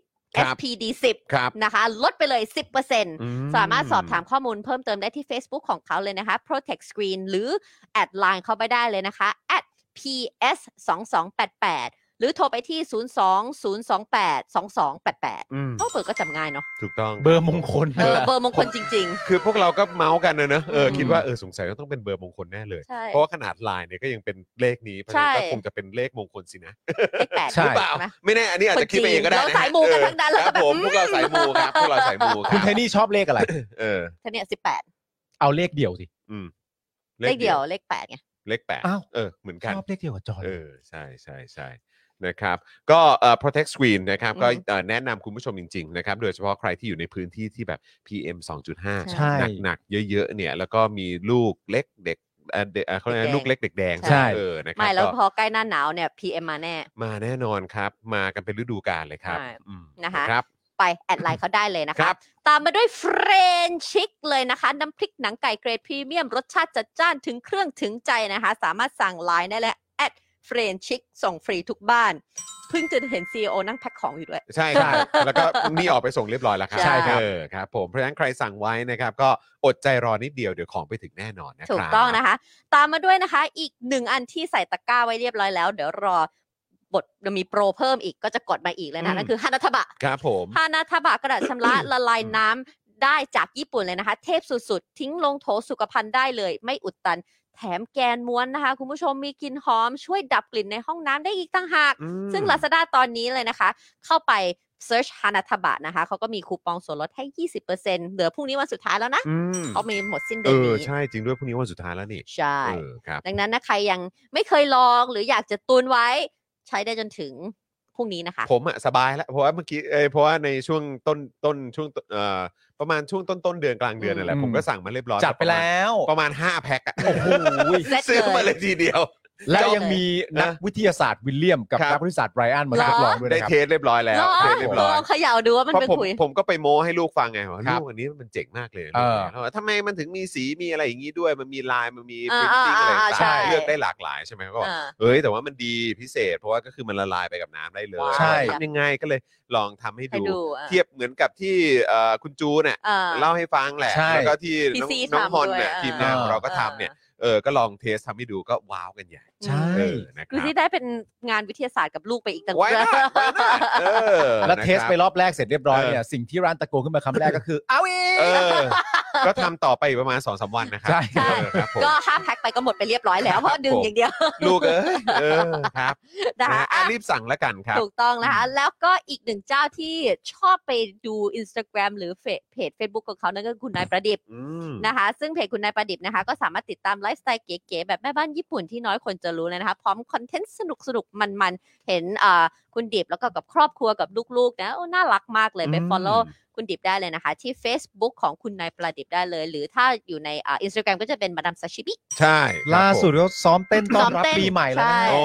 [SPEAKER 5] SPD 10
[SPEAKER 3] ครับ
[SPEAKER 5] นะคะ ลดไปเลย 10%
[SPEAKER 3] อื
[SPEAKER 5] สามารถสอบถามข้อมูลเพิ่มเติมได้ที่ Facebook ของเขาเลยนะคะ Protect Screen หรือ แอดไลน์เขาไปได้เลยนะคะ at ps 2 2 8 8 หรือโทรไปที่ 0 2 0 2 8 2 2 8 8
[SPEAKER 3] อืม
[SPEAKER 5] ต้องเปิดก็จำง่ายเนาะ
[SPEAKER 3] ถูกต้อง
[SPEAKER 4] เบอร์มงคล
[SPEAKER 5] เออเบอร์มงคลจริง
[SPEAKER 3] คือพวกเราก็เมาส์กันนะเนอะเอออ
[SPEAKER 5] ม
[SPEAKER 3] คิดว่าเออสงสัยก็ต้องเป็นเบอร์มงคลแน่เลย
[SPEAKER 5] ๆ ใช่
[SPEAKER 3] เพราะว่าขนาดลายเนี่ยก็ยังเป็นเลขนี้เพราะฉะนั้น
[SPEAKER 5] ใช่
[SPEAKER 3] ก็คงจะเป็นเลขมงคลสินะ
[SPEAKER 5] เลขแปด
[SPEAKER 4] ใช่
[SPEAKER 3] ห
[SPEAKER 5] ห
[SPEAKER 3] รือ อเป
[SPEAKER 5] รืเปล่า
[SPEAKER 3] ล่า
[SPEAKER 5] นะ
[SPEAKER 3] ไม่แน่อันนี้อาจจะคิดไปเองก็ได้นะ
[SPEAKER 5] เราสายมูกันทั้งนั้น
[SPEAKER 3] อ
[SPEAKER 5] เรา
[SPEAKER 3] อค
[SPEAKER 5] ก็
[SPEAKER 3] รับ
[SPEAKER 5] แบบ
[SPEAKER 3] ผมพวกเราสายมูครับพวกเราสายมูรับ
[SPEAKER 4] คุณเทนี่ชอบเลขอะไร
[SPEAKER 3] เออ
[SPEAKER 5] ท่านี้สิบแปด
[SPEAKER 4] เอาเลขเดียวสิ
[SPEAKER 3] อืม
[SPEAKER 5] เลขเดียวเลขแปดไง
[SPEAKER 3] เลขแปด
[SPEAKER 4] อ้าว
[SPEAKER 3] เออเหมือนกัน
[SPEAKER 4] ชอบเลขเดียวกับจอห์น
[SPEAKER 3] เออใช่ใช่ใช่นะครับก็เอ่อ protect screen นะครับก็
[SPEAKER 5] อืม
[SPEAKER 3] เอ่อแนะนำคุณผู้ชมจริงๆนะครับโดยเฉพาะใครที่อยู่ในพื้นที่ที่แบบ PM 2.5
[SPEAKER 5] ใช่
[SPEAKER 3] หนักๆ เยอะๆเนี่ยแล้วก็มีลูกเล็กเด็กเอ่อเด็กเอ่อเขาเรียกอะไร
[SPEAKER 5] เด็กแดง
[SPEAKER 3] ลูกเล็กเด็กแดง
[SPEAKER 5] ใช่
[SPEAKER 3] เออนะครั
[SPEAKER 5] ไม่แล้ว
[SPEAKER 3] ก็
[SPEAKER 5] พอใกล้หน้าหนาวเนี่ย PM มาแน่
[SPEAKER 3] มาแน่นอนครับ มากันเป็นฤดูกาลเลยครับ
[SPEAKER 5] ใช่
[SPEAKER 3] อืม
[SPEAKER 5] นะคะ
[SPEAKER 3] ครับ
[SPEAKER 5] ไป แอดไลน์เขาได้เลยนะ
[SPEAKER 3] ค
[SPEAKER 5] คะ
[SPEAKER 3] รับ
[SPEAKER 5] ตามมาด้วยเฟรนชิกเลยนะคะ น้ำพริกหนังไก่เกรดพรีเมียม รสชาติจัดจ้านถึงเครื่องถึงใจนะคะ สามารถสั่งไลน์ได้และแอดเฟรนชิกส่งฟรีทุกบ้าน เพิ่งจะเห็น CEO นั่งแพ็คของอยู่ด้วย
[SPEAKER 3] ใช่ครับแล้วก็นี่ออกไปส่งเรียบร้อยแล้วครับ
[SPEAKER 5] ใช่ครับ
[SPEAKER 3] เออครับ ผมเพราะฉะนั้นใครสั่งไว้นะครับ ก็อดใจรอนิดเดียวเดี๋ยวของไปถึงแน่นอนนะครับ
[SPEAKER 5] ถูกต้องนะคะ ตามมาด้วยนะคะ อีกหนึ่งอันที่ใส่ตะกร้าไว้เรียบร้อยแล้ว เดี๋ยวรอบทจะมีโปรเพิ่มอีกก็จะกดมาอีกเลยนะนั่นคือฮานาทบะ
[SPEAKER 3] ครับผม
[SPEAKER 5] ฮานาทบะกระดาษชำระ ละลายน้ำได้จากญี่ปุ่นเลยนะคะ เทพสุดๆ ทิ้งลงโถสุขภัณฑ์ได้เลย ไม่อุดตัน แถมแกนม้วนนะคะ คุณผู้ชมมีกลิ่นหอม ช่วยดับกลิ่นในห้องน้ำได้อีกต่างหาก
[SPEAKER 3] อืม
[SPEAKER 5] ซึ่ง Lazada ตอนนี้เลยนะคะ เข้าไป search ฮานาทบะนะคะเขาก็มีคูปองส่วนลดให้ 20%เหลือพรุ่งนี้วันสุดท้ายแล้วนะ
[SPEAKER 3] อืม
[SPEAKER 5] เขามีหมดสิ้นเดื
[SPEAKER 3] เอ
[SPEAKER 5] อน
[SPEAKER 3] อ
[SPEAKER 5] นี้
[SPEAKER 3] ใช่จริงด้วยพรุ่งนี้วันสุดท้ายแล้วนี่
[SPEAKER 5] ใช่
[SPEAKER 3] เออครับ
[SPEAKER 5] ดังนั้นนะใครยังไม่เคยลองหรืออยากจะตุนไว้ ใช้ได้จนถึง พรุ่งนี้นะคะ
[SPEAKER 3] ผมอะสบายแล้วเพราะว่าเมื่อกี้เอยเพราะว่าในช่วงต้นต้นช่วงเอ่อประมาณช่วงต้นต้นเดือนกลางเดือนนั่นแหละ
[SPEAKER 4] อืม
[SPEAKER 3] ผมก็สั่งมาเรียบร้อย
[SPEAKER 4] จัดไปแล้ว
[SPEAKER 3] ประมาณ 5 แพ็คอะ
[SPEAKER 4] โอ้โห
[SPEAKER 5] เซ็ตเลย
[SPEAKER 3] ซื้อมาเลยทีเดียว
[SPEAKER 4] และยังมีนักวิทยาศาสตร์วิลเลียมกับ
[SPEAKER 3] ครับ
[SPEAKER 4] นักวิทยาศาสตร์ไรอันมาทดลองด้วย
[SPEAKER 3] ได้
[SPEAKER 4] นะค
[SPEAKER 3] เท
[SPEAKER 4] รับ
[SPEAKER 3] สเรียบร้อยแล้ว
[SPEAKER 5] เหรอ
[SPEAKER 3] เทสเรียบร้อย
[SPEAKER 5] ลองเขย่าดูว่ามัน
[SPEAKER 3] เพราะผ
[SPEAKER 5] เป็น
[SPEAKER 3] ม
[SPEAKER 5] ขุย
[SPEAKER 3] ผมก็ไปโม้ให้ลูกฟังไงว่า
[SPEAKER 4] ครั
[SPEAKER 3] ลู
[SPEAKER 4] บ
[SPEAKER 3] กอันนี้มันเจ๋งมากเลย
[SPEAKER 4] เออ
[SPEAKER 3] แล้วว่าทำไมมันถึงมีสีมีอะไรอย่างนี้ด้วย มันมีลายมันมี
[SPEAKER 5] เอ
[SPEAKER 3] พิ
[SPEAKER 5] อ
[SPEAKER 3] มพ์ติ้งอะไร
[SPEAKER 5] เออเออใช่
[SPEAKER 3] ต่างๆเลือกได้หลากหลายใช่ไหมก็บอก
[SPEAKER 5] อ่า
[SPEAKER 3] เอ้ยแต่ว่ามันดีพิเศษ เพราะว่าก็คือมันละลายไปกับน้ำได้เลย
[SPEAKER 5] ใช่
[SPEAKER 3] ทำยังไงก็เลยลองทำให้
[SPEAKER 5] ให้ดูอ่ะ
[SPEAKER 3] เทียบเหมือนกับที่เอ่อคุณจูเนี่ย
[SPEAKER 5] อ่
[SPEAKER 3] เล่าให้ฟังแหละ
[SPEAKER 4] ใช่
[SPEAKER 3] แล้วก็ที่
[SPEAKER 5] พี่
[SPEAKER 3] น้อง
[SPEAKER 5] ซี
[SPEAKER 3] น้อง
[SPEAKER 5] ทำ
[SPEAKER 3] ฮอน
[SPEAKER 5] ด้วย
[SPEAKER 3] เนี่ย
[SPEAKER 5] อ่ะ
[SPEAKER 3] ทีมงานของเราก็ทำเนี่ยเออก็ลองเทสทำให้ดูก็ว้าวกันใหญ่
[SPEAKER 4] ใช่
[SPEAKER 3] เออนะค
[SPEAKER 5] คือ
[SPEAKER 3] รับ
[SPEAKER 5] ที่ได้เป็นงานวิทยาศาสตร์กับลูกไปอีกต่าง
[SPEAKER 3] ไว้นะไว้นะเออ
[SPEAKER 4] แล้ว
[SPEAKER 3] นะ
[SPEAKER 4] เทส
[SPEAKER 3] ครับ
[SPEAKER 4] ไปรอบแรกเสร็จเรียบร้อยเนี่ยสิ่งที่ร้านตะโกนขึ้นมาคำแรกก็คือ เอาอีก
[SPEAKER 3] เออ ก็ทำต่อไปอีกประมาณสองสาวันนะครั
[SPEAKER 4] ใช่
[SPEAKER 3] เออครับผม
[SPEAKER 5] ก็ห้าแพ็คไปก็หมดไปเรียบร้อยแล้วเพราะดึงอย่างเดียว
[SPEAKER 3] ลูกเอ้ยเออครับ
[SPEAKER 5] นะ
[SPEAKER 3] นะคะ ฮะอ่ะรีบสั่งแล้วกันครับ
[SPEAKER 5] ถูกต้องนะคะ แล้วก็อีกหนึ่งเจ้าที่ชอบไปดู Instagram หรือเฟซเพจ Facebook ของเขานั่นก็คือคุณนายประดิษฐ์
[SPEAKER 3] อืม
[SPEAKER 5] นะคะ ซึ่งเพจคุณนายประดิษฐ์นะคะ ก็สามารถติดตามไลฟ์สไตล์เก๋ๆ แบบแม่บ้านญี่ปุ่นที่น้อยคนจะรู้เลยนะคะ พร้อมคอนเทนต์สนุกๆ มันๆ เห็นเอ่อคุณดิบแล้วก็กับครอบครัวกับลูกๆ นะโอ้น่ารักมากเลยไป
[SPEAKER 3] อืม
[SPEAKER 5] follow คุณดิบได้เลยนะคะ ที่ Facebook ของคุณนายประดิษฐ์ได้เลย หรือถ้าอยู่ในอินสตาแกรมก็จะเป็นมาดามซาชิบิ
[SPEAKER 3] ใช่ครับ
[SPEAKER 4] ล่าสุดเขาซ้อมเต้นต้อนรับ
[SPEAKER 5] ซ้อมเต้น
[SPEAKER 4] ปีใหม่แล้วนะ
[SPEAKER 5] ใช่
[SPEAKER 3] โอ้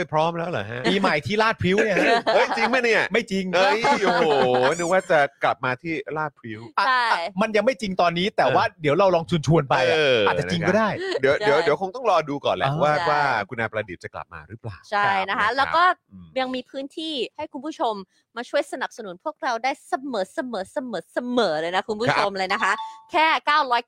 [SPEAKER 3] ยพร้อมแล้วเหรอฮะ
[SPEAKER 4] ปีใหม่ที่ลาดพริ้วเนี่ยฮะ
[SPEAKER 3] เฮ้ยจริงไหมเนี่ย
[SPEAKER 4] ไม่จริง
[SPEAKER 3] เอ้ยโอ้โหนึกว่าจะกลับมาที่ลาดพริ้ว
[SPEAKER 5] ใช่
[SPEAKER 4] มันยังไม่จริงตอนนี้แต่ว่าเดี๋ยวเราลองชวนๆไปอะ
[SPEAKER 3] เอออ
[SPEAKER 4] อาจจะจริงก็ได้
[SPEAKER 3] เดี๋ยว
[SPEAKER 5] ใช่
[SPEAKER 3] เดี๋ยวเดี๋ยวคงต้องรอดูก่อนแหละ
[SPEAKER 4] อ่า
[SPEAKER 3] ว่า
[SPEAKER 5] ใช่
[SPEAKER 3] ว่าคุณนายประดิษฐ์จะกลับมาหรือเปล่า
[SPEAKER 5] ใช่
[SPEAKER 3] รับ
[SPEAKER 5] นะคะ แล้วก็
[SPEAKER 3] อืม
[SPEAKER 5] ยังมีพื้นที่ให้คุณผู้ชมมาช่วยสนับสนุนพวกเราได้เสมอเสมอเสมอเสมอเลยนะคุณผู้ชมเลยนะคะ แค่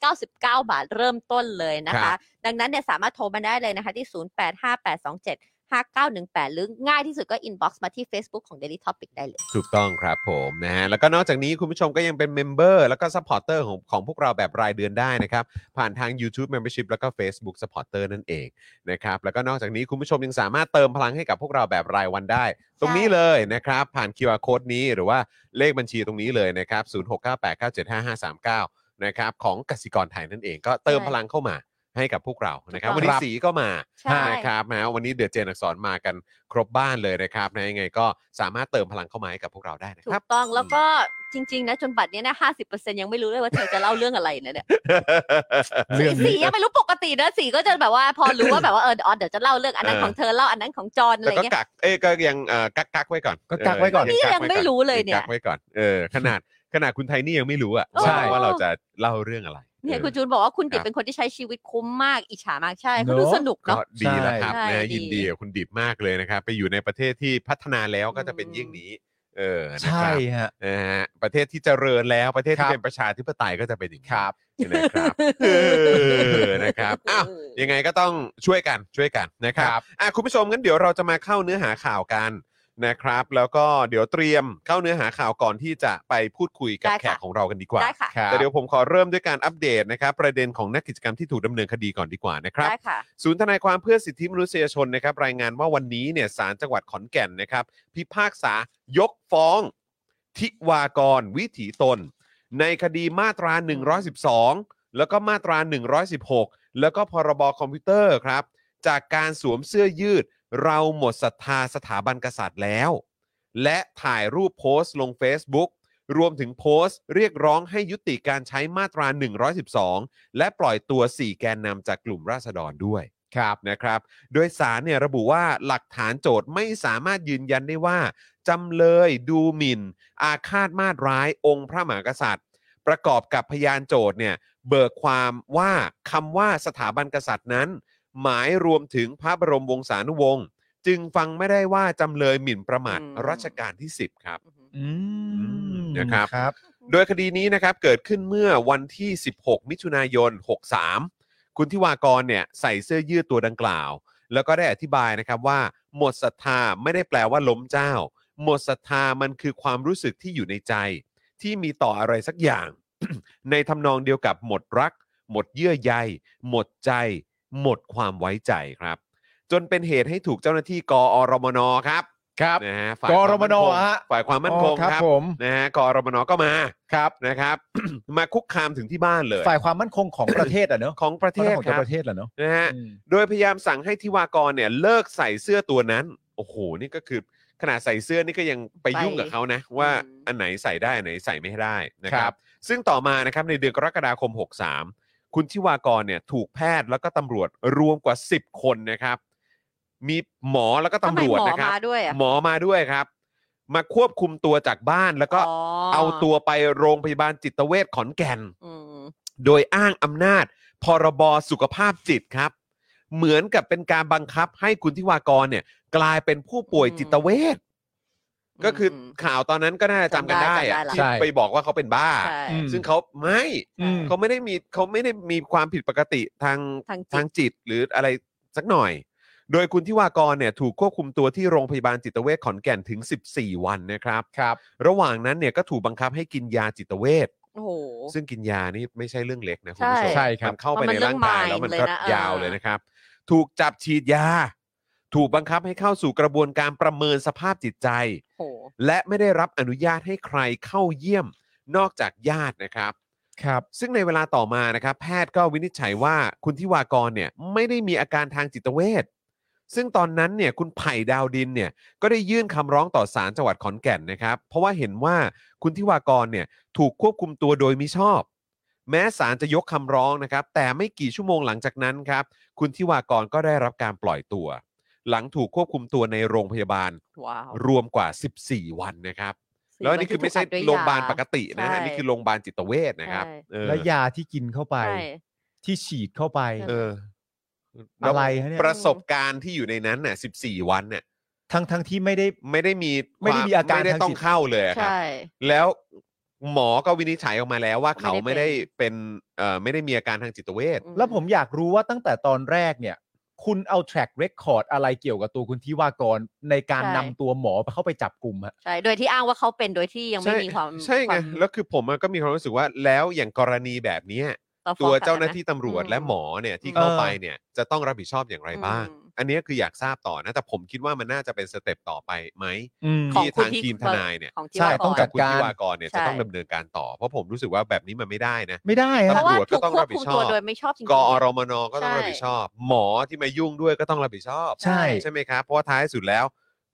[SPEAKER 5] 999 บาทเริ่มต้นเลยนะคะ ดังนั้นเนี่ยสามารถโทรมาได้เลยนะคะที่ 085827 5918 หรือง่ายที่สุดก็อินบ็อกซ์มาที่ Facebook ของ Daily Topic ได้เลย
[SPEAKER 3] ถูกต้องครับผมนะฮะแล้วก็นอกจากนี้คุณผู้ชมก็ยังเป็นเมมเบอร์แล้วก็ซัพพอร์เตอร์ของของพวกเราแบบรายเดือนได้นะครับ ผ่านทาง YouTube Membership แล้วก็ Facebook Supporter นั่นเองนะครับ แล้วก็นอกจากนี้คุณผู้ชมยังสามารถเติมพลังให้กับพวกเราแบบรายวันได้ ตรงนี้เลยนะครับ ผ่าน QR Code นี้หรือว่าเลขบัญชีตรงนี้เลยนะครับ0698975539 นะครับของกสิกรไทยนั่นเอง ก็เติม
[SPEAKER 5] ใช่
[SPEAKER 3] พลังเข้ามาให้กับพวกเรานะครับ
[SPEAKER 5] ถูกต้อง
[SPEAKER 3] วันนี้สีก็มา
[SPEAKER 5] ใช่
[SPEAKER 3] นะครับนะวันนี้เดือดเจนอักษรมากันครบบ้านเลยนะครับนะยังไงก็สามารถเติมพลังเข้ามาให้กับพวกเราได้นะ
[SPEAKER 5] ถู
[SPEAKER 3] ครับ
[SPEAKER 5] กต้องแล้วก็จริง ๆ นะ จนบัดเนี้ยนะ 50%ยังไม่รู้เลยว่าเธอจะเล่าเรื่องอะไรเนี่ย
[SPEAKER 4] เรื่องนี้
[SPEAKER 5] สียังไม่รู้ปกตินะสีก็จะแบบว่าพอรู้ว่าแบบว่าเอออ๋อเดี๋ยวจะเล่าเรื่องอันนั้นของเธอเล่าอันนั้นของจอนอะไร
[SPEAKER 3] แต่ก็
[SPEAKER 5] เงี้ย
[SPEAKER 3] กัก เอ้ยก็ยังเอ่อกักกักไว้ก่อน
[SPEAKER 4] ก็กักไว้ก่อน
[SPEAKER 3] เ
[SPEAKER 5] นี่ยังไม่รู้เลยเนี่ย
[SPEAKER 3] กักไว้ก่อน เออ ขนาดขนาดคุณไทนี่ยังไม่รู้อ่ะ
[SPEAKER 5] ใช่
[SPEAKER 3] ว่าเราจะเล่าเรื่องอะไร
[SPEAKER 5] เนี่ย
[SPEAKER 3] ออ
[SPEAKER 5] คุณจูนบอกว่าคุณดิ
[SPEAKER 3] ค
[SPEAKER 5] บ
[SPEAKER 3] รับ
[SPEAKER 5] เป็นคนที่ใช้ชีวิตคุ้มมากอิจฉามากใช่
[SPEAKER 4] เนอะ
[SPEAKER 5] เขาดูสนุก
[SPEAKER 3] ก็
[SPEAKER 5] เนาะ
[SPEAKER 3] ดีแล้วครับ
[SPEAKER 5] ใช่
[SPEAKER 3] นะ
[SPEAKER 5] ดี
[SPEAKER 3] ยินดีกับคุณดิบมากเลยนะครับ ไปอยู่ในประเทศที่พัฒนาแล้วก็จะเป็น
[SPEAKER 5] อืม
[SPEAKER 3] เยี่ยงนี้ เออนะ
[SPEAKER 4] ใช่
[SPEAKER 3] ครับ
[SPEAKER 4] ฮะ
[SPEAKER 3] นะฮะประเทศที่เจริญแล้วประเทศ
[SPEAKER 4] ครั
[SPEAKER 3] ที่
[SPEAKER 4] บ
[SPEAKER 3] เป็นประชาธิปไตยก็จะเป็นอย่างนี้
[SPEAKER 4] ครับ
[SPEAKER 3] นะครับเออนะครับอ้าวยังไงก็ต้องช่วยกันช่วยกันนะครับ อ่ะคุณผู้ชมงั้นเดี๋ยวเราจะมาเข้าเนื้อหาข่าวกันนะครับ แล้วก็เดี๋ยวเตรียมเข้าเนื้อหาข่าวก่อนที่จะไปพูดคุยกับ
[SPEAKER 5] ได้ค่ะ
[SPEAKER 3] แขกของเรากันดีกว่า
[SPEAKER 5] ได้ค่ะ
[SPEAKER 4] ครับ
[SPEAKER 3] แต่เดี๋ยวผมขอเริ่มด้วยการอัปเดตนะครับ ประเด็นของนักกิจกรรมที่ถูกดำเนินคดีก่อนดีกว่านะครับ
[SPEAKER 5] ได้ค่ะ
[SPEAKER 3] ศูนย์ทนายความเพื่อสิทธิมนุษยชนนะครับรายงานว่าวันนี้เนี่ยศาลจังหวัดขอนแก่นนะครับพิพากษายกฟ้อง ทิวากร วิถีตน ในคดีมาตรา 112 แล้วก็มาตรา 116 แล้วก็พรบคอมพิวเตอร์ครับ จากการสวมเสื้อยืด เราหมดศรัทธาสถาบันกษัตริย์แล้ว และถ่ายรูปโพสต์ลง Facebook รวมถึงโพสต์ เรียกร้องให้ยุติการใช้มาตรา 112 และปล่อยตัว 4 แกนนำจากกลุ่มราษฎรด้วยครับนะครับ โดยสารเนี่ยระบุว่าหลักฐานโจทย์ไม่สามารถยืนยันได้ว่า จำเลยดูหมิ่น อาฆาตมาตร้ายองค์พระมหากษัตริย์ ประกอบกับพยานโจทย์เนี่ยเบิกความว่าคำว่าสถาบันกษัตริย์นั้น หมายรวมถึงพระบรมวงศานุวงศ์จึงฟังไม่ได้ว่าจำเลยหมิ่นประมาท
[SPEAKER 5] อืม
[SPEAKER 3] รัชกาลที่ 10 ครับ
[SPEAKER 4] อืม
[SPEAKER 3] นะครับ
[SPEAKER 4] ครับ
[SPEAKER 3] โดยคดีนี้นะครับเกิดขึ้นเมื่อวันที่ 16 มิถุนายน 63 คุณทิวากรเนี่ยใส่เสื้อยืดตัวดังกล่าว แล้วก็ได้อธิบายนะครับว่า หมดศรัทธาไม่ได้แปลว่าล้มเจ้า หมดศรัทธามันคือความรู้สึกที่อยู่ในใจ ที่มีต่ออะไรสักอย่าง ในทำนองเดียวกับหมดรัก หมดเยื่อใย หมดใจ หมดความไว้ใจครับ จนเป็นเหตุให้ถูกเจ้าหน้าที่กอรมนครับ
[SPEAKER 4] ครับ
[SPEAKER 3] นะฮะฝ่ายความมั่นคง
[SPEAKER 4] กอรมนฮะ
[SPEAKER 3] ฝ่ายความมั่นคง
[SPEAKER 4] อ๋อ
[SPEAKER 3] ครับ
[SPEAKER 4] ผม
[SPEAKER 3] นะฮะกอรมนก็มา
[SPEAKER 4] ครับ
[SPEAKER 3] นะครับ มาคุกคามถึงที่บ้านเลย
[SPEAKER 4] ฝ่ายความมั่นคงของประเทศอ่ะเนอะ
[SPEAKER 3] ของประเทศ
[SPEAKER 4] ของ
[SPEAKER 3] ครั
[SPEAKER 4] ป
[SPEAKER 3] บ
[SPEAKER 4] ระเทศแหละเนอะ
[SPEAKER 3] นะฮะ
[SPEAKER 4] อืม
[SPEAKER 3] โดยพยายามสั่งให้ทิวากรเนี่ยเลิกใส่เสื้อตัวนั้น โอ้โห นี่ก็คือ ขนาดใส่เสื้อนี่ก็ยังไป
[SPEAKER 5] ไป
[SPEAKER 3] ยุ่งกับเขานะ ว่า
[SPEAKER 5] อืม
[SPEAKER 3] อันไหนใส่ได้อันไหนใส่ไม่ได้นะค
[SPEAKER 4] ครั
[SPEAKER 3] รับ
[SPEAKER 4] บ
[SPEAKER 3] ซึ่งต่อมานะครับในเดือนกรกฎาคม 63 คุณทิวากรเนี่ยถูกแพทย์แล้วก็ตำรวจรวมกว่า 10 คนนะครับ มีหมอแล้วก็
[SPEAKER 5] ทำไม
[SPEAKER 3] ตำรวจ
[SPEAKER 5] หมอ
[SPEAKER 3] นะครับ
[SPEAKER 5] มาด้วยอะ
[SPEAKER 3] หมอมาด้วยครับ มาควบคุมตัวจากบ้านแล้วก็
[SPEAKER 5] อ๋อ
[SPEAKER 3] เอาตัวไปโรงพยาบาลจิตเวชขอนแก่น
[SPEAKER 5] อืม
[SPEAKER 3] โดยอ้างอำนาจ พรบสุขภาพจิตครับ เหมือนกับเป็นการบังคับให้คุณทิวากรเนี่ย กลายเป็นผู้ป่วย
[SPEAKER 5] อืม
[SPEAKER 3] จิตเวชก็คืออข่าวตอนนั้นก็น่าจะจำกันได้อะ
[SPEAKER 5] จำได้จำได้
[SPEAKER 3] ที่
[SPEAKER 4] ใช่
[SPEAKER 3] ไปบอกว่าเขาเป็นบ้า
[SPEAKER 5] ใช่
[SPEAKER 4] อืม
[SPEAKER 3] ซึ่งเขาไม่
[SPEAKER 5] ใช่
[SPEAKER 3] เขาไม่ได้มีเขาไม่ได้มีความผิดปกติทาง
[SPEAKER 5] ทางจิ
[SPEAKER 3] ทาง
[SPEAKER 5] ต
[SPEAKER 3] จิตหรืออะไรสักหน่อย โดยคุณทิวากรเนี่ยถูกควบคุมตัวที่โรงพยาบาลจิตเวชขอนแก่นถึง 14 วันนะครับ
[SPEAKER 4] ครับ
[SPEAKER 3] ระหว่างนั้นเนี่ยก็ถูกบังคับให้กินยาจิตเวช
[SPEAKER 5] โอ้โห
[SPEAKER 3] ซึ่งกินยานี่ไม่ใช่เรื่องเล็กนะคุณผู้ชม
[SPEAKER 4] ใช่ใช่ครับ
[SPEAKER 3] มันเข้าไปในร่างกายแล้วมันก็
[SPEAKER 5] มันเป็นเรื่อง mind เลยนะเออ
[SPEAKER 3] ยาวเลยนะครับ ถูกจับฉีดยา ถูกบังคับให้เข้าสู่กระบวนการประเมินสภาพจิตใจ
[SPEAKER 5] โห
[SPEAKER 3] และไม่ได้รับอนุญาตให้ใครเข้าเยี่ยมนอกจากญาตินะครับ
[SPEAKER 4] ครับ
[SPEAKER 3] ซึ่งในเวลาต่อมานะครับ แพทย์ก็วินิจฉัยว่าคุณทิวากรเนี่ยไม่ได้มีอาการทางจิตเวชซึ่งตอนนั้นเนี่ยคุณไผ่ดาวดินเนี่ยก็ได้ยื่นคำร้องต่อศาลจังหวัดขอนแก่นนะครับ เพราะว่าเห็นว่าคุณทิวากรเนี่ยถูกควบคุมตัวโดยมิชอบ แม้ศาลจะยกคำร้องนะครับ แต่ไม่กี่ชั่วโมงหลังจากนั้นครับคุณทิวากรก็ได้รับการปล่อยตัว หลังถูกควบคุมตัวในโรงพยาบาล
[SPEAKER 5] ว้าว
[SPEAKER 3] รวมกว่า 14 วันนะครับ
[SPEAKER 5] สิ่
[SPEAKER 3] แล้วอันนี้คือไม่ใช่
[SPEAKER 5] ที่ถูกอัดด้วย
[SPEAKER 3] โรงพยาบาล
[SPEAKER 5] ย
[SPEAKER 3] ปกตินะ
[SPEAKER 5] ใช่
[SPEAKER 3] อันนี้คือโรงพยาบาลจิตเวชนะครับ
[SPEAKER 5] ใช่
[SPEAKER 3] เออ
[SPEAKER 4] และยาที่กินเข้าไป
[SPEAKER 5] ใช่
[SPEAKER 4] ที่ฉีดเข้าไป
[SPEAKER 3] เออ
[SPEAKER 4] อะ
[SPEAKER 3] แล้ว
[SPEAKER 4] ไรฮะเนี่ย
[SPEAKER 3] ประสบการณ์ที่อยู่ในนั้นน่ะ 14 วันน่ะ
[SPEAKER 4] ทั้งทั้งที่ไม่ได้
[SPEAKER 3] ไม่ได้มี
[SPEAKER 4] ไม่ได้มีอาการ
[SPEAKER 3] ไม่ได้
[SPEAKER 4] ทางจิต
[SPEAKER 3] ต้องเข้าเลยอะครับ
[SPEAKER 5] ใช่
[SPEAKER 3] แล้วหมอก็วินิจฉัยออกมาแล้วว่าเขา
[SPEAKER 5] ไม่
[SPEAKER 3] ไม่
[SPEAKER 5] ได้
[SPEAKER 3] ได้
[SPEAKER 5] เป็
[SPEAKER 3] เป็น นเอ่อไม่ได้มีอาการทางจิตเวช
[SPEAKER 5] อื
[SPEAKER 4] แล้วผมอยากรู้ว่าตั้งแต่ตอนแรกเนี่ย คุณเอา track record อะไรเกี่ยวกับตัวคุณทิวากร ในการนำตัวหมอไปเข้าไปจับกลุ่มฮะ
[SPEAKER 5] ใช่ โดยที่อ้างว่าเขาเป็นโดยที่ยังไม่มีความ
[SPEAKER 3] ใช่
[SPEAKER 5] ค
[SPEAKER 3] ไง
[SPEAKER 5] วาม
[SPEAKER 3] แล้วคือผมอะก็มีความรู้สึกว่าแล้วอย่างกรณีแบบเนี้ย
[SPEAKER 5] ต่อฟ้อง
[SPEAKER 3] ตัว
[SPEAKER 5] กลับ
[SPEAKER 3] เจ้าหน้า
[SPEAKER 5] ะ
[SPEAKER 3] ที่ตำรวจ
[SPEAKER 5] อืม
[SPEAKER 3] และหมอเนี่ยที่เข้า
[SPEAKER 4] เออ
[SPEAKER 3] ไปเนี่ยจะต้องรับผิดชอบอย่างไรบ้าง
[SPEAKER 5] อืม
[SPEAKER 3] อันเนี้ยคืออยากทราบต่อนะแต่ผมคิดว่ามันน่าจะเป็นสเต็ปต่อไปไหม
[SPEAKER 4] อืม
[SPEAKER 5] ของ
[SPEAKER 3] ที่
[SPEAKER 5] คุณ
[SPEAKER 3] ทาง
[SPEAKER 5] ที่
[SPEAKER 3] ทีมทนายเนี่ย
[SPEAKER 5] ของที่
[SPEAKER 4] ใช่
[SPEAKER 5] ว่า
[SPEAKER 4] ต้อง
[SPEAKER 5] ก่อน
[SPEAKER 4] จั
[SPEAKER 3] กั
[SPEAKER 4] ด
[SPEAKER 3] บคุณ
[SPEAKER 4] การ
[SPEAKER 3] ทิวากรเนี่ย
[SPEAKER 5] ใช่
[SPEAKER 3] จะต้องดำเนินการต่อ เพราะผมรู้สึกว่าแบบนี้มันไม่ได้นะ
[SPEAKER 4] ไม่ได้
[SPEAKER 5] เพ
[SPEAKER 4] ฮะ
[SPEAKER 5] ราะว่า
[SPEAKER 3] ตำรวจก็
[SPEAKER 5] ถูก
[SPEAKER 3] ต้อง
[SPEAKER 5] ค
[SPEAKER 3] รั
[SPEAKER 5] ว
[SPEAKER 3] บบ ผิด
[SPEAKER 5] คุม
[SPEAKER 3] ชอบ
[SPEAKER 5] ตัวโดยไม่ชอบจริงๆ
[SPEAKER 3] กอ
[SPEAKER 5] เนี่ย
[SPEAKER 3] รมนก็ต้องรับผิดชอบ หมอที่มายุ่งด้วยก็ต้องรับผิดชอบ
[SPEAKER 4] ใช่
[SPEAKER 3] ใช่ไหมครับ เพราะว่าท้ายสุดแล้ว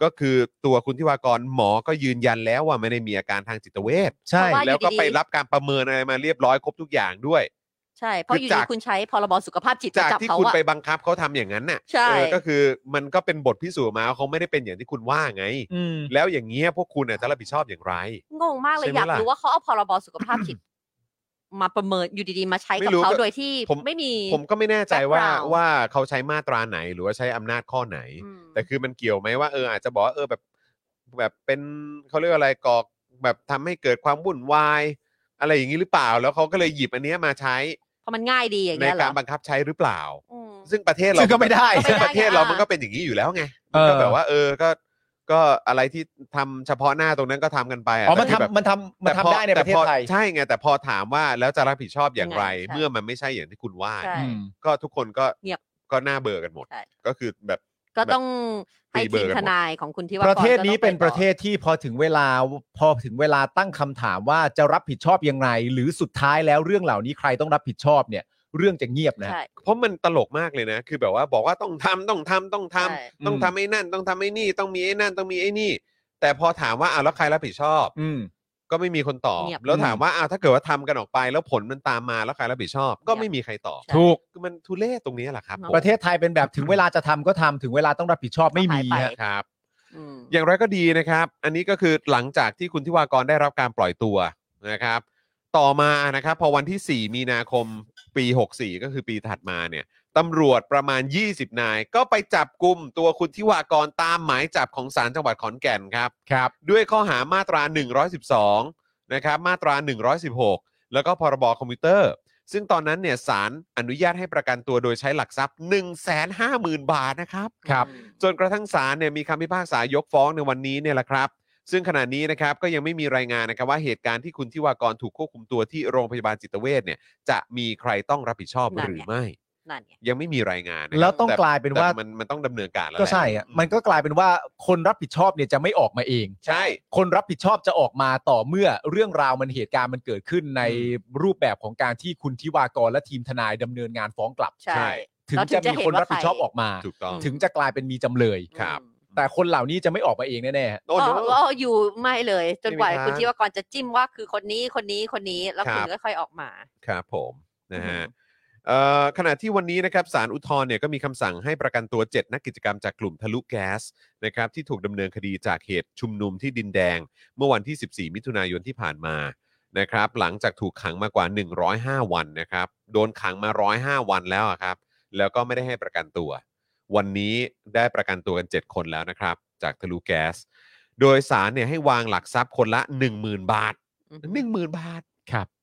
[SPEAKER 3] ก็คือตัวคุณทิวากรหมอก็ยืนยันแล้วว่าไม่ได้มีอาการทางจิตเวช
[SPEAKER 4] ใช่
[SPEAKER 5] เพราะว่า
[SPEAKER 3] แล้วก็
[SPEAKER 5] อยู่ดีๆ
[SPEAKER 3] ไปรับการประเมินอะไรมาเรียบร้อยครบทุกอย่างด้วย
[SPEAKER 5] ใช่ เพราะ
[SPEAKER 3] คืออ
[SPEAKER 5] อ
[SPEAKER 3] ยู่ จา
[SPEAKER 5] ดี
[SPEAKER 3] ก
[SPEAKER 5] คุณใช้พรบสุขภาพจิต
[SPEAKER 3] จาก
[SPEAKER 5] จับ
[SPEAKER 3] ที่
[SPEAKER 5] เขา
[SPEAKER 3] คุณ
[SPEAKER 5] อะ
[SPEAKER 3] ไปบังคับเขาทำอย่างนั้นน่ะ
[SPEAKER 5] ใช่
[SPEAKER 3] เออก็คือมันก็เป็นบทพิสูจน์มาว่าเขาไม่ได้เป็นอย่างที่คุณว่าไง
[SPEAKER 4] อืม
[SPEAKER 3] แล้วอย่างเงี้ยพวกคุณน่ะจะรับผิดชอบอย่างไร
[SPEAKER 5] งงมากเลย
[SPEAKER 3] ใช่ไหม
[SPEAKER 5] อยาก
[SPEAKER 3] ล่ะ
[SPEAKER 5] รู้ว่าเขาเอาพรบสุขภาพจิต มาประเมินอยู่ดีๆมาใช้
[SPEAKER 3] ไม่
[SPEAKER 5] กับ
[SPEAKER 3] รู้
[SPEAKER 5] เขา
[SPEAKER 3] ก็
[SPEAKER 5] โดยที่
[SPEAKER 3] ผม
[SPEAKER 5] ไม่มี
[SPEAKER 3] ผมก็ไม่แน่ใจว่า
[SPEAKER 5] background
[SPEAKER 3] ว่าเขาใช้มาตราไหนหรือว่าใช้อำนาจข้อไหน
[SPEAKER 5] อืม
[SPEAKER 3] แต่คือมันเกี่ยวไหมว่าเอออาจจะบอกว่าเออแบบแบบเป็นเขาเรียกว่าอะไรก่อแบบทำให้เกิดความวุ่นวาย อะไรอย่างนี้หรือเปล่า แล้วเขาก็เลยหยิบอันเนี้ยมาใช้
[SPEAKER 5] เพราะมันง่ายดีอย่าง
[SPEAKER 3] ใน
[SPEAKER 5] เงี้ยเหร
[SPEAKER 3] กา
[SPEAKER 5] อ
[SPEAKER 3] รบังคับใช้หรือเปล่า
[SPEAKER 5] อืม
[SPEAKER 3] ซึ่งประเทศเรา
[SPEAKER 4] ซึ่งก็ไม่ได้
[SPEAKER 3] ซึ่ง
[SPEAKER 5] ก็
[SPEAKER 3] ป
[SPEAKER 5] ไม่ได้
[SPEAKER 3] ระเทศเรา
[SPEAKER 5] อ่ะ
[SPEAKER 3] มันก็เป็นอย่างนี้อยู่แล้วไง
[SPEAKER 4] เออ
[SPEAKER 3] ก็แบบว่า เออก็ก็อะไรที่ทำเฉพาะหน้าตรงนั้นก็ทำกันไปะ
[SPEAKER 4] อ๋อมัน
[SPEAKER 3] แต่คือแบบ
[SPEAKER 4] ทำมันทำมัน
[SPEAKER 3] แต่พอ
[SPEAKER 4] ทำได้ในประเทศ
[SPEAKER 3] แต่พอ
[SPEAKER 4] ไทย
[SPEAKER 3] ใช่ไงแต่พอถามว่าแล้วจะรับผิดชอบอย่างไร
[SPEAKER 5] ยังไงใช่
[SPEAKER 3] เมื่อมันไม่ใช่อย่างที่คุณว่า
[SPEAKER 5] ใช่
[SPEAKER 4] อืม
[SPEAKER 3] ก็ทุกคนก็
[SPEAKER 5] เงียบ
[SPEAKER 3] ก็หน้าเบื่อกันหมด
[SPEAKER 5] ใช่
[SPEAKER 3] ก็คือแบบ
[SPEAKER 5] ก็ต้องให้
[SPEAKER 3] ตีเบอ
[SPEAKER 5] ที
[SPEAKER 3] ร์
[SPEAKER 5] ม
[SPEAKER 3] กันหมด
[SPEAKER 5] ทนายของคุณที่ว่า
[SPEAKER 4] ประเทศนี้
[SPEAKER 5] ก่อก็ต้อง
[SPEAKER 4] เป็น
[SPEAKER 5] ไต่อ
[SPEAKER 4] ประเทศที่พอถึงเวลาพอถึงเวลาตั้งคำถามว่าจะรับผิดชอบยังไง หรือสุดท้ายแล้วเรื่องเหล่านี้ใครต้องรับผิดชอบเนี่ย เรื่องจะเงียบนะ
[SPEAKER 5] ใช่
[SPEAKER 3] เพราะมันตลกมากเลยนะ คือแบบว่าบอกว่าต้องทำต้องทำต้องทำ
[SPEAKER 5] ใช่
[SPEAKER 3] ต้อง
[SPEAKER 4] อืม
[SPEAKER 3] ทำไอ้นั่น ต้องทำไอ้นี่ ต้องมีไอ้นั่น ต้องมีไอ้นี่ แต่พอถามว่าอ้าวแล้วใครรับผิดชอบ
[SPEAKER 4] อืม
[SPEAKER 3] ก็ไม่มีคนตอบ
[SPEAKER 5] เงียบ
[SPEAKER 3] แล้วถามว่าอ้าวถ้าเกิดว่าทำกันออกไปแล้วผลมันตามมาแล้วใครรับผิดชอบ ก็
[SPEAKER 5] เงียบ
[SPEAKER 3] ไม่มีใครตอบ
[SPEAKER 5] ใช่
[SPEAKER 4] ถูก
[SPEAKER 3] คือมันทุเรศตรงนี้แหละครับผม
[SPEAKER 4] ประเทศไทยเป็นแบบถึงเวลาจะทำก็ทำถึงเวลาต้องรับผิดชอบไม่มี
[SPEAKER 5] หายไป
[SPEAKER 4] ฮะ
[SPEAKER 3] ครับ
[SPEAKER 5] อืม
[SPEAKER 3] อย่างไรก็ดีนะครับ อันนี้ก็คือหลังจากที่คุณทิวากรได้รับการปล่อยตัวนะครับ ต่อมานะครับ พอวันที่ 4 มีนาคมปี 64 ก็คือปีถัดมาเนี่ยตำรวจประมาณ 20 นาย ก็ไปจับกลุ่มตัวคุณทิวากรตามหมายจับของศาลจังหวัดขอนแก่นครับ
[SPEAKER 4] ครับ
[SPEAKER 3] ด้วยข้อหามาตรา 112 นะครับ มาตรา 116 แล้วก็พรบคอมพิวเตอร์ ซึ่งตอนนั้นเนี่ยศาลอนุญาตให้ประกันตัวโดยใช้หลักทรัพย์ 150,000 บาทนะครับ
[SPEAKER 4] ครับ
[SPEAKER 3] จนกระทั่งศาลเนี่ยมีคำพิพากษายกฟ้องในวันนี้เนี่ยแหละครับ ซึ่งขณะนี้นะครับก็ยังไม่มีรายงานนะครับว่าเหตุการณ์ที่คุณทิวากรถูกควบคุมตัวที่โรงพยาบาลจิตเวชเนี่ยจะมีใครต้องรับผิดชอบ
[SPEAKER 5] นั่นไง
[SPEAKER 3] หรือไม่
[SPEAKER 5] นั่นไง
[SPEAKER 3] ยังไม่มีรายงานนะครับ
[SPEAKER 4] แล้วต้อง
[SPEAKER 3] แ
[SPEAKER 4] กลายเป็นว่า
[SPEAKER 3] แต่มันมันต้องดำเนินการแล้ว
[SPEAKER 4] ก็ใช่
[SPEAKER 3] แหล
[SPEAKER 4] อะมันก็กลายเป็นว่าคนรับผิดชอบเนี่ยจะไม่ออกมาเอง
[SPEAKER 3] ใช่
[SPEAKER 4] คนรับผิดชอบจะออกมาต่อเมื่อเรื่องราวมันเหตุการณ์มันเกิดขึ้นในรูปแบบของการที่คุณทิวากรและทีมทนายดำเนินงานฟ้องกลับ
[SPEAKER 5] ใช่
[SPEAKER 3] ใช่
[SPEAKER 4] ถึง
[SPEAKER 5] เราถึ
[SPEAKER 4] จะ
[SPEAKER 5] งจะ
[SPEAKER 4] มี
[SPEAKER 5] เห็น
[SPEAKER 4] คน
[SPEAKER 5] ว่า
[SPEAKER 4] รับผิดชอบ
[SPEAKER 5] ใคร
[SPEAKER 4] ออกมา
[SPEAKER 3] ถูกต้อง
[SPEAKER 4] ถึงจะกลายเป็นมีจำเลย
[SPEAKER 3] ครับ
[SPEAKER 5] อืม
[SPEAKER 4] แต่คนเหล่านี้จะไม่ออกมาเองแน่ๆฮะ
[SPEAKER 3] โอ้โห
[SPEAKER 5] อ๋ออ๋ออยู่ไม่เลย จนกว่า
[SPEAKER 3] ไม่มีทาง
[SPEAKER 5] คุณที่ว่ากรจะจิ้มว่าคือคนนี้คนนี้คนนี้แล้วคุณ
[SPEAKER 3] ครับ
[SPEAKER 5] ก็ค่อยออกมา
[SPEAKER 3] ครับผมนะฮะเอ่อขณะที่วันนี้นะครับสารอุทธรณ์เนี่ยก็มีคำสั่งให้ประกันตัว 7 นักกิจกรรมจากกลุ่มทะลุแก๊สนะครับที่ถูกดำเนินคดีจากเหตุชุมนุมที่ดินแดง เมื่อวันที่ 14 มิถุนายนที่ผ่านมานะครับหลังจากถูกขังมากว่า 105 วันนะครับโดนขังมา 105 วันแล้วอะครับ แล้วก็ไม่ได้ให้ประกันตัว วันนี้ได้ประกันตัวกัน 7 คนแล้วนะครับ จากทะลุแก๊ส โดยสารเนี่ยให้วางหลักทรัพย์คนละ 10,000 บาท
[SPEAKER 5] อืม
[SPEAKER 3] 10,000 บาท
[SPEAKER 4] ครับ
[SPEAKER 3] ค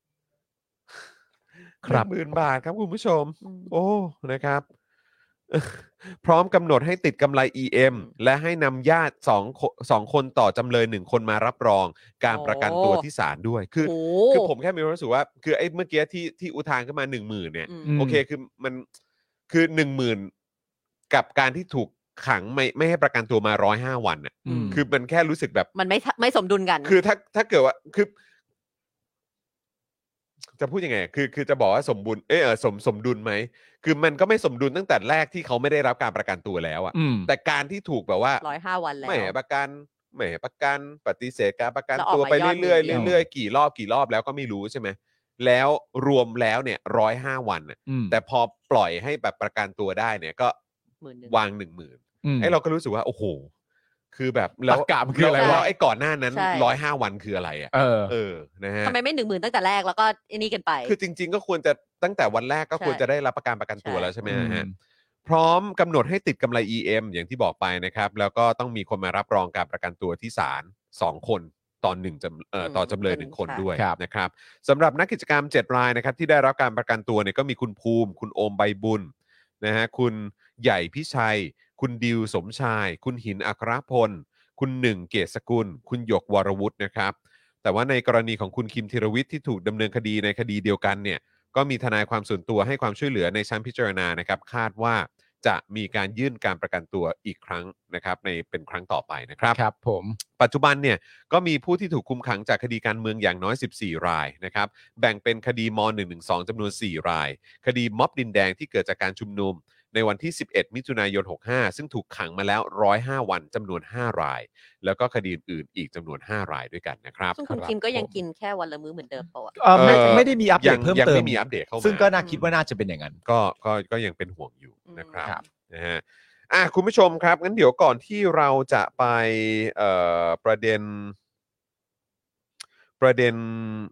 [SPEAKER 4] ค
[SPEAKER 3] ร
[SPEAKER 4] รั
[SPEAKER 3] 0
[SPEAKER 4] บ
[SPEAKER 3] 0 0 0 บาทครับคุณผู้ชม โอ้ นะครับ พร้อมกำหนดให้ติดกำไร EM และให้นำญาติสองคนสองคนต่อจำเลยหนึ่งคนมารับรอง การประกันตัว
[SPEAKER 5] โอ้
[SPEAKER 3] ที่ศาลด้วย คือ
[SPEAKER 5] โอ้
[SPEAKER 3] คือผมแค่มีความรู้สึกว่า คือไอ้เมื่อกี้ที่ที่อุทานขึ้นมาหนึ่งหมื่นเนี่ย
[SPEAKER 5] อืม
[SPEAKER 4] ม
[SPEAKER 3] โอเค คือมัน คือหนึ่งหมื่นกับการที่ถูกขังไม่ไม่ให้ประกันตัวมาร้อยห้าวันน่ะ
[SPEAKER 5] อืม
[SPEAKER 3] คือมันแค่รู้สึกแบบ
[SPEAKER 5] มันไม่ทะไม่สมดุลกัน
[SPEAKER 3] คือถ้าถ้าเกิดว่าคือ จะพูดยังไง คือ คือจะบอกว่าสมบูรณ์เอยเออสมสมดุลไหมคือมันก็ไม่สมดุลตั้งแต่แรกที่เขาไม่ได้รับการประกันตัวแล้วอะ
[SPEAKER 4] อืม
[SPEAKER 3] แต่การที่ถูกแบบว่า
[SPEAKER 5] ร้อยห้าวันแล้ว
[SPEAKER 3] ไม่ให้ประกันไม่ให้ประกันปฏิเสธการประกัน
[SPEAKER 5] แล้วออก
[SPEAKER 3] ตัว
[SPEAKER 5] มา
[SPEAKER 3] ไป
[SPEAKER 5] ยอด
[SPEAKER 3] เรื่อย
[SPEAKER 5] เดียว
[SPEAKER 3] ๆเรื่อยๆกี่รอบกี่รอบแล้วก็ไม่รู้ใช่ไหมแล้วรวมแล้วเนี่ยร้อยห้าวันน่ะ
[SPEAKER 4] อืม
[SPEAKER 3] แต่พอปล่อยให้แบบประกันตัวได้เนี่ย ก็
[SPEAKER 5] หมื่นหนึ่ง
[SPEAKER 3] วางหนึ่งหมื่น
[SPEAKER 4] อืม
[SPEAKER 3] ไอ้เราก็รู้สึกว่า โอ้โห คือแบบ
[SPEAKER 4] ตรรกะมันคืออะไรวะ
[SPEAKER 3] แล้วไอ้ก่อนหน้านั้น
[SPEAKER 5] ใช่
[SPEAKER 3] ร้อยห้าวันคืออะไรอ่ะ
[SPEAKER 4] เออ
[SPEAKER 3] เออนะฮะ
[SPEAKER 5] ทำไมไม่หนึ่งหมื่นตั้งแต่แรกแล้วก็ไอันนี้กันไป
[SPEAKER 3] คือจริง ๆ ก็ควรจะตั้งแต่วันแรกก็
[SPEAKER 5] ใช่
[SPEAKER 3] ควรจะได้รับประกันประกันตัว
[SPEAKER 5] ใช่
[SPEAKER 3] แล้วใช่ไหม
[SPEAKER 4] อืม
[SPEAKER 3] ฮะพร้อมกำหนดให้ติดกำไร EM อย่างที่บอกไปนะครับ แล้วก็ต้องมีคนมารับรองการประกันตัวที่ศาลสองคนต่อหนึ่งจำเอ่ออ
[SPEAKER 5] ม
[SPEAKER 3] ต่อจำเลย
[SPEAKER 5] เป็น
[SPEAKER 3] หนึ่งคน
[SPEAKER 5] ค่ะ
[SPEAKER 3] ด้วย
[SPEAKER 4] ครับ
[SPEAKER 3] นะครับสำหรับนักกิจกรรม 7 รายนะครับ ที่ได้รับการประกันตัวเนี่ยก็มีคุณภูมิ คุณโอมใบบุญ นะฮะคุณใหญ่พิชัย คุณดิวสมชาย คุณหินอัครพล คุณหนึ่งเกษสกุล คุณหยกวรวุฒินะครับ แต่ว่าในกรณีของคุณคิมธีรวิทย์ที่ถูกดำเนินคดีในคดีเดียวกันเนี่ยก็มีทนายความส่วนตัวให้ความช่วยเหลือในชั้นพิจารณานะครับ คาดว่าจะมีการยื่นการประกันตัวอีกครั้งนะครับในเป็นครั้งต่อไปนะครับ
[SPEAKER 4] ครับผม
[SPEAKER 3] ปัจจุบันเนี่ยก็มีผู้ที่ถูกคุมขังจากคดีการเมืองอย่างน้อย 14 รายนะครับแบ่งเป็นคดีม .112 จำนวน 4 ราย คดีม็อบดินแดงที่เกิดจากการชุมนุม ในวันที่ 11 มิถุนายน 65 ซึ่งถูกขังมาแล้ว 105 วันจำนวน 5 ราย แล้วก็คดีอื่นๆอีกจำนวน 5 รายด้วยกันนะครับ
[SPEAKER 5] ซึ่งคุณ
[SPEAKER 4] ครับ
[SPEAKER 5] คิมก็ยัง
[SPEAKER 4] ผม
[SPEAKER 5] กินแค่วันละมื้อเหมือนเดิมปะวะ
[SPEAKER 4] เอ่อไม่
[SPEAKER 3] เอ่อ
[SPEAKER 4] ไม่ได้มีอัปเด
[SPEAKER 3] ยั
[SPEAKER 4] ต
[SPEAKER 3] ง
[SPEAKER 4] เพิ่ม
[SPEAKER 3] ยัง
[SPEAKER 4] เติ
[SPEAKER 3] ไม่
[SPEAKER 4] ม
[SPEAKER 3] มีอัปเดตเข้ามา
[SPEAKER 4] ซึ่งก็น่าคิด
[SPEAKER 5] อืม
[SPEAKER 4] ว่าน่าจะเป็นอย่างนั้น
[SPEAKER 3] ก็ก็ก็ยังเป็นห่วงอยู่นะครับ
[SPEAKER 4] ครับ
[SPEAKER 3] นะฮะอ่ะคุณผู้ชมครับงั้นเดี๋ยวก่อนที่เราจะไปเอ่อประเด็น ประเด็น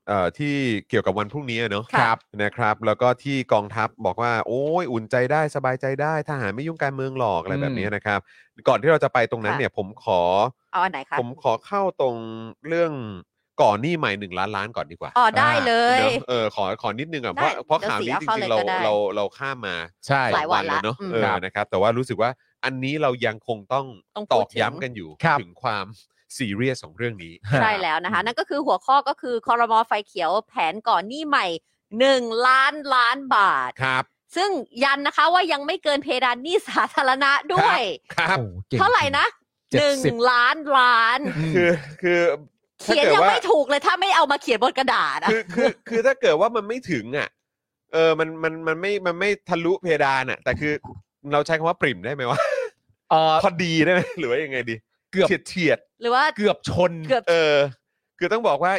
[SPEAKER 3] เอ่อที่เกี่ยวกับวันพรุ่งนี้อะเนาะ
[SPEAKER 5] ครับ
[SPEAKER 3] นะครับ แล้วก็ที่กองทัพบอกว่า โอ้ยอุ่นใจได้สบายใจได้ทหารไม่ยุ่งการเมืองหรอกอะไรแบบนี้นะครับ ก่อนที่เราจะไปตรงนั้นเนี่ย ผมขอ
[SPEAKER 5] เอาอันไหนคะ
[SPEAKER 3] ผมขอเข้าตรงเรื่องก่อนหนี้ใหม่หนึ่งล้านล้านก่อนดีกว่า
[SPEAKER 5] อ๋อได้เลย
[SPEAKER 3] เนอะเออขอขอนิดนึงอ่ะเพราะ
[SPEAKER 5] ได้
[SPEAKER 3] เพราะ
[SPEAKER 5] เดี๋ยว
[SPEAKER 3] ข่าวนี้จ
[SPEAKER 5] สีเอาเข้า
[SPEAKER 3] ริงๆ
[SPEAKER 5] เลย
[SPEAKER 3] เรา
[SPEAKER 5] ก็ได้
[SPEAKER 3] เราเราข้ามมา
[SPEAKER 4] ใช่
[SPEAKER 5] หลายวันละ
[SPEAKER 3] เนาะ
[SPEAKER 5] อืม
[SPEAKER 3] เออ
[SPEAKER 4] ครับ
[SPEAKER 3] นะครับ แต่ว่ารู้สึกว่าอันนี้เรายังคงต้อง
[SPEAKER 5] ต้อง
[SPEAKER 3] ต
[SPEAKER 5] พู
[SPEAKER 3] อ
[SPEAKER 5] ด
[SPEAKER 3] ก
[SPEAKER 5] ถึง
[SPEAKER 3] ย้ำกันอยู่
[SPEAKER 4] ครับ
[SPEAKER 3] ถึงความซีเรียสของเรื่องนี้
[SPEAKER 5] ใช่แล้วนะคะ นั่นก็คือหัวข้อก็คือคอรมอไฟเขียวแผนก่อนหนี้ใหม่หนึ่งล้านล้านบาท
[SPEAKER 3] ครับ
[SPEAKER 5] ซึ่งยันนะคะว่ายังไม่เกินเพดานหนี้สาธารณะด้วย
[SPEAKER 3] ครับ
[SPEAKER 4] โอ้ก่ง
[SPEAKER 5] เท่าไหร่นะ
[SPEAKER 4] เจ็ด
[SPEAKER 5] หนึ่ง
[SPEAKER 4] สิบ
[SPEAKER 5] ล้านล้าน
[SPEAKER 3] คือคือถ้า
[SPEAKER 5] เขียน
[SPEAKER 3] เกิด
[SPEAKER 5] ยัง
[SPEAKER 3] ว่า
[SPEAKER 5] ไม่ถูกเลยถ้าไม่เอามาเขียนบนกระดาษอะ
[SPEAKER 3] คือคือคือถ้าเกิดว่ามันไม่ถึงอ่ะเออมันมันมันไม่มันไม่ทะลุเพดานอ่ะ แต่คือเราใช้คำว่าปริ่มได้ไหมวะ
[SPEAKER 4] เอ่อ
[SPEAKER 3] พอดีได้ไหมหรือว่ายังไงดี
[SPEAKER 4] เกือบ
[SPEAKER 3] เฉียดเฉียด
[SPEAKER 5] หรือว่า
[SPEAKER 4] เกือบชน
[SPEAKER 5] เกือบ
[SPEAKER 3] ๆเออ คือต้องบอกว่า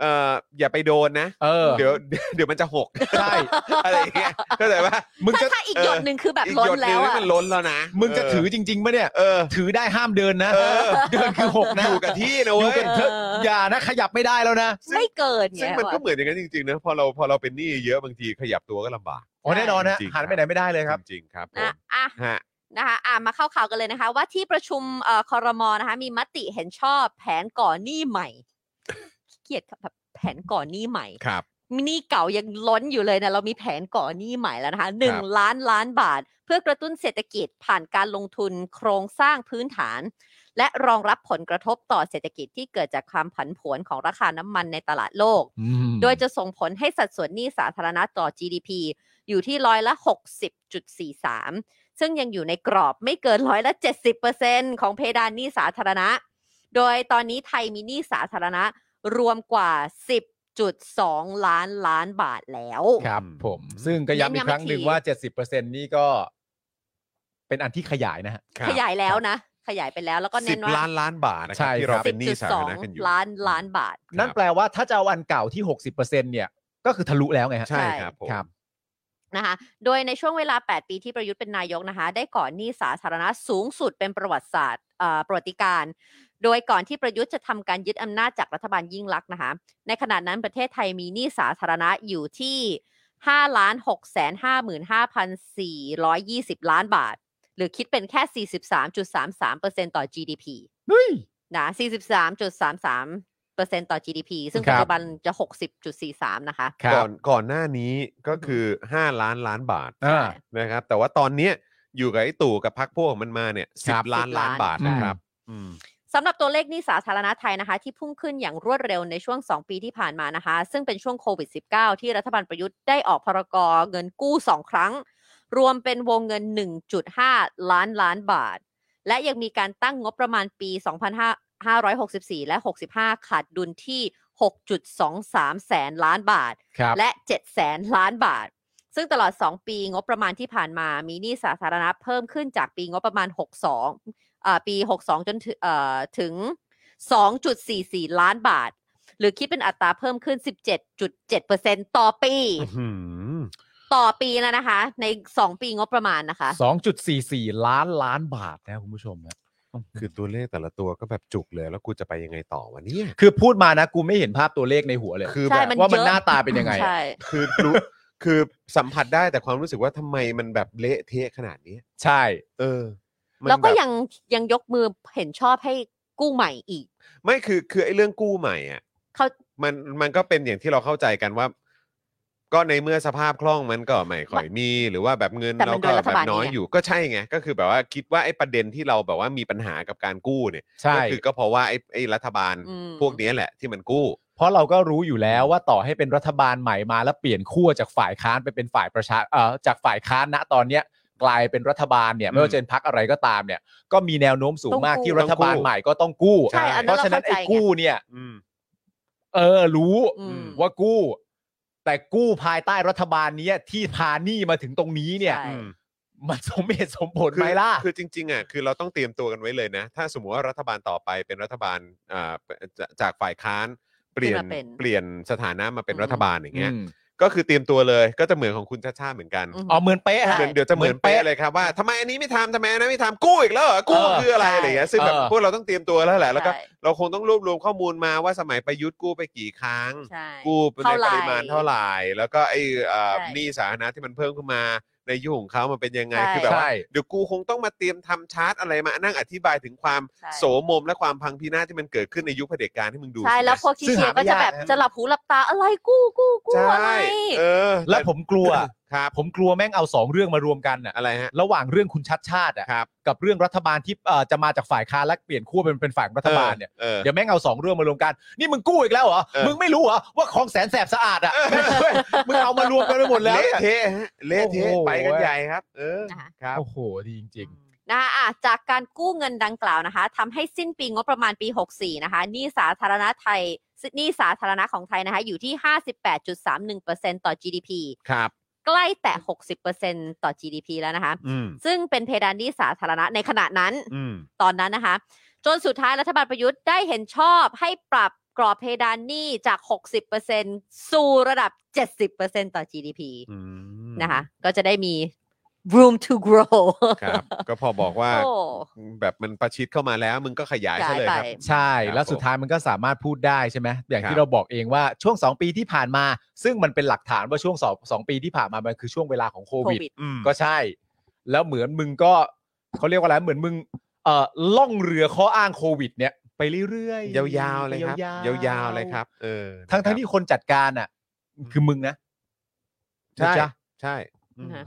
[SPEAKER 3] เอออย่าไปโดนนะ
[SPEAKER 4] เออ
[SPEAKER 3] เดี๋ยว เดี๋ยวมันจะหก
[SPEAKER 4] ใช่
[SPEAKER 3] อะไรอย่างเงี้ยเข้าใจป่ะ
[SPEAKER 4] มึงจะ
[SPEAKER 5] ถ้าอีกหยดหนึ่งคือแบบล้นแล้ว
[SPEAKER 3] อีกหยดหงนี่
[SPEAKER 5] อะ
[SPEAKER 3] มันล้นแล้วนะ
[SPEAKER 4] มึงจะ
[SPEAKER 3] เ
[SPEAKER 4] ถือจริงๆปะเนี่ย
[SPEAKER 3] เออ
[SPEAKER 4] ถือได้ห้ามเดินนะ
[SPEAKER 3] เออ
[SPEAKER 4] เดินคือหกนะ
[SPEAKER 3] อยู่กับที่นะ
[SPEAKER 4] อยู่
[SPEAKER 3] เว้ย
[SPEAKER 4] กันเถอะอย่านะขยับไม่ได้แล้วนะ
[SPEAKER 5] ไม่เกิน
[SPEAKER 3] ซึ่ง
[SPEAKER 5] เงี้ย
[SPEAKER 3] มันก็
[SPEAKER 5] ว่ะ
[SPEAKER 3] เหมือนอย่างนั้นจริงๆนะพอเราพอเราเป็นหนี้เยอะบางทีขยับตัวก็ลำบาก
[SPEAKER 4] อ๋อแน่นอนนะ
[SPEAKER 3] จริงๆ
[SPEAKER 4] หันไปไหนไม่ได้เลยครับ
[SPEAKER 3] จริงๆครับผม
[SPEAKER 5] นะอ่ะ
[SPEAKER 3] ฮะ
[SPEAKER 5] นะคะอ่ามาเข้าข่าวกันเลยนะคะ ว่าที่ประชุมเอ่อคอรมอนะคะ มีมติเห็นชอบแผนก่อหนี้ใหม่ขี้เกียดแบบแผนก่อหนี้ใหม่
[SPEAKER 3] ครับ
[SPEAKER 5] หนี้เก่ายังล้นอยู่เลยนะเรามีแผนก่อหนี้ใหม่แล้วนะคะหนึ่งล้านล้านบาท เพื่อกระตุ้นเศรษฐกิจผ่านการลงทุนโครงสร้างพื้นฐาน และรองรับผลกระทบต่อเศรษฐกิจที่เกิดจากความผันผวนของราคาน้ำมันในตลาดโลก โดยจะส่งผลให้สัดส่วนหนี้สาธารณะต่อ GDP อยู่ที่ร้อยละ 60.43 ซึ่งยังอยู่ในกรอบไม่เกินร้อยละ 70%ของเพดานหนี้สาธารณะ โดยตอนนี้ไทยมีหนี้สาธารณะรวมกว่า 10.2 ล้านล้านบาทแล้ว
[SPEAKER 4] ครับ
[SPEAKER 3] อืม
[SPEAKER 4] ผมซึ่งก็ย้ำอี
[SPEAKER 5] เน้นย้ำ
[SPEAKER 4] กครั้ง
[SPEAKER 5] อีก
[SPEAKER 4] หนึ่ง
[SPEAKER 5] ที
[SPEAKER 4] ว่า 70%นี่ก็เป็นอันที่ขยายนะฮะ
[SPEAKER 3] ครับ
[SPEAKER 5] ขยายแล้วนะ ข ขยายไปแล้วแล้วก็
[SPEAKER 3] สิ
[SPEAKER 5] เน้น
[SPEAKER 3] บ
[SPEAKER 5] ว่า
[SPEAKER 3] ล้านล้านบาทนะค
[SPEAKER 4] ใช่
[SPEAKER 3] รับที่เรา
[SPEAKER 4] ครับ
[SPEAKER 3] เป็นหนี้สา
[SPEAKER 5] ส
[SPEAKER 3] ธา
[SPEAKER 5] อง
[SPEAKER 3] รณะกันอยู่
[SPEAKER 5] ล้านล้านบาท
[SPEAKER 4] นั่นแปลว่าถ้าจะเอาอันเก่าที่ 60%เนี่ย ก็คือทะลุแล้วไงฮะ
[SPEAKER 3] ใช่ครับผม
[SPEAKER 4] ครับ
[SPEAKER 5] นะคะโดยในช่วงเวลา 8 ปีที่ประยุทธ์เป็นนายกนะคะ ได้ก่อนหนี้สาธารณะสูงสุดเป็นประวัติศาสตร์เอ่อประวัติการณ์โดยก่อนที่ประยุทธ์จะทำการยึดอำนาจจากรัฐบาลยิ่งลักษณ์นะคะ ในขณะนั้นประเทศไทยมีหนี้สาธารณะอยู่ที่5ล้าน6แสน55,420 ล้านบาท หรือคิดเป็นแค่ 43.33%ต่อ GDP
[SPEAKER 4] เฮ้ย
[SPEAKER 5] นะ43.33%ต่อ GDP ซึ่ง
[SPEAKER 4] ครั
[SPEAKER 5] ปัจ
[SPEAKER 4] บ
[SPEAKER 5] จุบันจะ 60.43 นะคะ
[SPEAKER 4] ครั
[SPEAKER 3] ก่อบ นก่อนหน้านี้ก็คือ 5 ล้านล้านบาท
[SPEAKER 4] อ่า
[SPEAKER 3] นะครับแต่ว่าตอนเนี้ยอยู่กับไอ้ตู่กับพรรคพวกของมันมาเนี่ยสิ
[SPEAKER 4] ครับ บ
[SPEAKER 3] ล้านล้าน
[SPEAKER 5] สิบล้าน
[SPEAKER 3] บาทนะครับ
[SPEAKER 4] อืม
[SPEAKER 5] สำหรับตัวเลขหนี้สาธารณะไทยนะคะ ที่พุ่งขึ้นอย่างรวดเร็วในช่วง 2 ปีที่ผ่านมานะคะ ซึ่งเป็นช่วงโควิด -19 ที่รัฐบาลประยุทธ์ได้ออกพรกรเงินกู้ 2 ครั้ง รวมเป็นวงเงิน 1.5 ล้านล้านบาท และยังมีการตั้งงบประมาณปี 2564 และ 65 ขาดดุลที่ 6.23 แสนล้านบาท
[SPEAKER 4] ครับ
[SPEAKER 5] และ 7 แสนล้านบาท ซึ่งตลอด 2 ปีงบประมาณที่ผ่านมา มีหนี้สาธารณะเพิ่มขึ้นจากปีงบประมาณ 62เอ่อปี 62 จนถึงเอ่อถึง 2.44 ล้านบาท หรือคิดเป็นอัตราเพิ่มขึ้น 17.7%ต่อปี ต่อปีแล้วนะคะ ใน 2 ปีงบประมาณนะคะ
[SPEAKER 4] สองจุดสี่สี่ล้านล้านบาทนะคุณผู้ชมนะ
[SPEAKER 3] คือตัวเลขแต่ละตัวก็แบบจุกเลย แล้วกูจะไปยังไงต่อวะเนี่ย
[SPEAKER 4] คือพูดมานะ กูไม่เห็นภาพตัวเลขในหัวเลย
[SPEAKER 3] คือ
[SPEAKER 5] ใช่
[SPEAKER 3] แบบ
[SPEAKER 5] มัน
[SPEAKER 4] ว่ามัน
[SPEAKER 5] เยอะ
[SPEAKER 4] หน้าตาเป็นยังไงอะ
[SPEAKER 5] ใช่
[SPEAKER 3] คือรู้ คือสัมผัสได้แต่ความรู้สึกว่าทำไมมันแบบเละเทะขนาดนี้
[SPEAKER 4] ใช่
[SPEAKER 3] เออมัน
[SPEAKER 5] แล้วก็
[SPEAKER 3] บบ
[SPEAKER 5] ยังยังยกมือเห็นชอบให้กู้ใหม่อีก
[SPEAKER 3] ไม่คือคือไอ้เรื่องกู้ใหม่อ่ะ
[SPEAKER 5] เขา
[SPEAKER 3] มันมันก็เป็นอย่างที่เราเข้าใจกันว่า ก็ในเมื่อสภาพคล่องมันก็ไม่ค่อยมี หรือว่าแบบเงิน
[SPEAKER 5] แต่
[SPEAKER 3] เรา
[SPEAKER 5] มัน
[SPEAKER 3] ก็
[SPEAKER 5] โดยรั
[SPEAKER 3] แบบ
[SPEAKER 5] ฐาล
[SPEAKER 3] บน้อย
[SPEAKER 5] นี่ไง
[SPEAKER 3] อยู่ก็ใช่ไงก็คือแบบว่าคิดว่าไอ้ประเด็นที่เราแบบว่ามีปัญหากับการกู้เนี่ย
[SPEAKER 4] ใช่
[SPEAKER 3] ก็คือก็เพราะว่าไอ้ไอ้รัฐบาล
[SPEAKER 5] อืม
[SPEAKER 3] พวกเนี้ยแหละที่มันกู้
[SPEAKER 4] เพราะเราก็รู้อยู่แล้วว่าต่อให้เป็นรัฐบาลใหม่มาแล้วเปลี่ยนขั้วจากฝ่ายค้านไปเป็นฝ่ายประชาเอ่อจากฝ่ายค้านณตอนเนี้ยกลายเป็นรัฐบาลเนี่ยไม่ว่าจะเป็นพักอะไรก็ตามเนี่ย ก็มีแนวโน้มสูงมาก
[SPEAKER 5] ต้องกู้
[SPEAKER 4] ที่รัฐบาลใหม่ก็ต้องกู้
[SPEAKER 5] ใช่อันนั้น
[SPEAKER 4] เพราะฉะนั้น
[SPEAKER 5] เราเข้าใจ
[SPEAKER 4] ไอ้กู้เนี่ย
[SPEAKER 3] อืม
[SPEAKER 4] เออรู้
[SPEAKER 5] อืม
[SPEAKER 4] ว่ากู้ แต่กู้ภายใต้รัฐบาลเนี้ยที่พาหนี่มาถึงตรงนี้เนี่ย
[SPEAKER 5] ใช่
[SPEAKER 4] มันสมเหตุสมผล
[SPEAKER 3] คือ
[SPEAKER 4] ไหมล่ะ
[SPEAKER 3] คือจริงๆอ่ะคือเราต้องเตรียมตัวกันไว้เลยนะ ถ้าสมมติว่ารัฐบาลต่อไปเป็นรัฐบาลอ่าจะจากฝ่ายค้านเปลี่ยน
[SPEAKER 5] ขึ้นมาเป็น
[SPEAKER 3] เปลี่ยนสถานะมาเป็น
[SPEAKER 5] อืม
[SPEAKER 3] รัฐบาลอย่างเงี้ย
[SPEAKER 4] อืม
[SPEAKER 3] ก็คือเตรียมตัวเลยก็จะเหมือนของคุณชาติชาติเหมือนกัน
[SPEAKER 5] อืม
[SPEAKER 4] อ๋อเหมือนเป๊ะฮะ
[SPEAKER 3] เหมือนเดี๋ยวจะเหมือนเป๊ะเลยครับว่าทำไมอันนี้ไม่ทำทำไมอันนั้นไม่ทำกู้อีกแล้วเหรอกู้
[SPEAKER 4] เออ
[SPEAKER 3] คืออะไร
[SPEAKER 5] ใช่
[SPEAKER 3] อะไรเงี้ยซึ่งแบบ
[SPEAKER 4] เออ
[SPEAKER 3] พวกเราต้องเตรียมตัวแล้วแหละแล้วก็
[SPEAKER 5] ใช่
[SPEAKER 3] เราคงต้องรวบรวมข้อมูลมาว่าสมัยประยุทธ์กู้ไปกี่ครั้ง
[SPEAKER 5] ใช่
[SPEAKER 3] กู้ใน
[SPEAKER 5] เท่าไหร่
[SPEAKER 3] ปริมาณเท่าไหร่แล้วก็ไอ้เอ่อ
[SPEAKER 5] ใช่
[SPEAKER 3] หนี้สาธารณะที่มันเพิ่มขึ้นมาในยุคของเขามันเป็นยังไง
[SPEAKER 5] ใช่
[SPEAKER 3] คือแบบว่า
[SPEAKER 4] ใช่
[SPEAKER 3] เดี๋ยวกูคงต้องมาเตรียมทำชาร์ตอะไรมานั่งอธิบายถึงความ
[SPEAKER 5] ใช่
[SPEAKER 3] โสมมและความพังพินาศที่มันเกิดขึ้นในยุคเผด็จการที่มึงดู
[SPEAKER 5] ใช่
[SPEAKER 3] สินะ
[SPEAKER 5] แล้วพวกที่
[SPEAKER 4] ซึ่ง
[SPEAKER 5] เชียร์
[SPEAKER 4] หา
[SPEAKER 5] ก็
[SPEAKER 4] ไม่
[SPEAKER 5] จะ
[SPEAKER 4] ยาก
[SPEAKER 5] แบบ
[SPEAKER 4] นะ
[SPEAKER 5] จะหลับหูหลับตาอะไรกู้กู้กู้
[SPEAKER 3] ใช่
[SPEAKER 5] อะไร
[SPEAKER 3] เออ
[SPEAKER 4] แล้วผมกลัว
[SPEAKER 3] ครับ
[SPEAKER 4] ผมกลัวแม่งเอาสองเรื่องมารวมกันอ่ะ
[SPEAKER 3] อะไรฮะ
[SPEAKER 4] ระหว่างเรื่องคุณชัดชาติอ่ะ
[SPEAKER 3] ครับ
[SPEAKER 4] กับเรื่องรัฐบาลที่เอ่อจะมาจากฝ่ายค้านและเปลี่ยนขั้วเป็นเป็นฝ่ายรัฐบาลเนี่ย
[SPEAKER 3] ออ
[SPEAKER 4] เดี๋ยวแม่งเอาสองเรื่องมารวมกัน นี่มึงกู้อีกแล้วเหรอ
[SPEAKER 3] เออ
[SPEAKER 4] มึงไม่รู้เหรอว่าของแสนแสบสะอาดอ่ะเว้ย มึงเอามารวมกันไปหมดแล้ว
[SPEAKER 3] เละเทะฮะเละเทะ
[SPEAKER 4] โอ้โห
[SPEAKER 3] ไปกันใหญ่ครับ เออ
[SPEAKER 5] นะคะ
[SPEAKER 3] ครับ
[SPEAKER 4] โอ้โหดีจริง
[SPEAKER 5] นะคะอ่ะจากการกู้เงินดังกล่าวนะคะทำให้สิ้นปีงบประมาณปี 64 นะคะหนี้สาธารณะไทยหนี้สาธารณะของไทยนะคะอยู่ที่ 58.31%ต่อ GDP
[SPEAKER 3] ครับ
[SPEAKER 5] ใกล้แต่ 60%ต่อ GDP แล้วนะคะ
[SPEAKER 3] อืม
[SPEAKER 5] ซึ่งเป็นเพดานหนี้สาธารณะในขณะนั้น
[SPEAKER 3] อืม
[SPEAKER 5] ตอนนั้นนะคะ จนสุดท้ายรัฐบาลประยุทธ์ได้เห็นชอบให้ปรับกรอบเพดานหนี้จาก 60%สู่ระดับ 70%ต่อ GDP
[SPEAKER 3] อืม
[SPEAKER 5] นะคะ ก็จะได้มี room to grow
[SPEAKER 3] ครับ ก็พอบอกว่า
[SPEAKER 5] โอ้
[SPEAKER 3] แบบมันประชิดเข้ามาแล้ว มึงก็ขยายซะเลยครับ
[SPEAKER 5] ขยายไป
[SPEAKER 4] ใช่
[SPEAKER 3] ครับ
[SPEAKER 4] แล้วสุดท้ายมันก็สามารถพูดได้ใช่ไหมอย่าง
[SPEAKER 3] ครั
[SPEAKER 4] ที่
[SPEAKER 3] บ
[SPEAKER 4] เราบอกเองว่าช่วง 2 ปีที่ผ่านมา ซึ่งมันเป็นหลักฐานว่าช่วงสองสองปีที่ผ่านมามันคือช่วงเวลาของโควิด
[SPEAKER 3] อืม
[SPEAKER 4] ก็ใช่ แล้วเหมือนมึงก็เขาเรียกว่าอะไรเหมือนมึงเอ่อล่องเรือข้ออ้างโควิด เนี่ย ไปเรื่อย
[SPEAKER 3] ยาวๆเลยครับ
[SPEAKER 4] ๆ
[SPEAKER 3] ยาวๆเลยครับ เออ
[SPEAKER 4] ทั้ง
[SPEAKER 3] นะครั
[SPEAKER 4] ทั้
[SPEAKER 3] บ
[SPEAKER 4] งที่คนจัดการอ่ะ คือมึงนะ
[SPEAKER 3] ใช่
[SPEAKER 4] นะจ๊ะ
[SPEAKER 3] ใช่อืม
[SPEAKER 5] นะคะ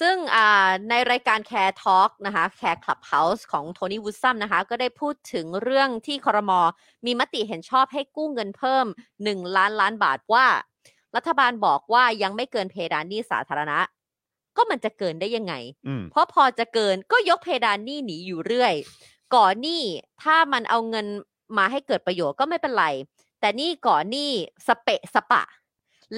[SPEAKER 5] ซึ่งอ่าในรายการ Care Talk นะคะ Care Clubhouse ของโทนี่วูดซัมนะคะ ก็ได้พูดถึงเรื่องที่ครม มีมติเห็นชอบให้กู้เงินเพิ่ม 1 ล้านล้านบาทว่า รัฐบาลบอกว่ายังไม่เกินเพดานหนี้สาธารณะ ก็มันจะเกินได้ยังไง
[SPEAKER 3] อืม
[SPEAKER 5] เพราะพอจะเกินก็ยกเพดานหนี้หนีอยู่เรื่อย ก่อนหนี้ถ้ามันเอาเงินมาให้เกิดประโยชน์ก็ไม่เป็นไร แต่หนี่ก่อนหนี้สเปะสปะ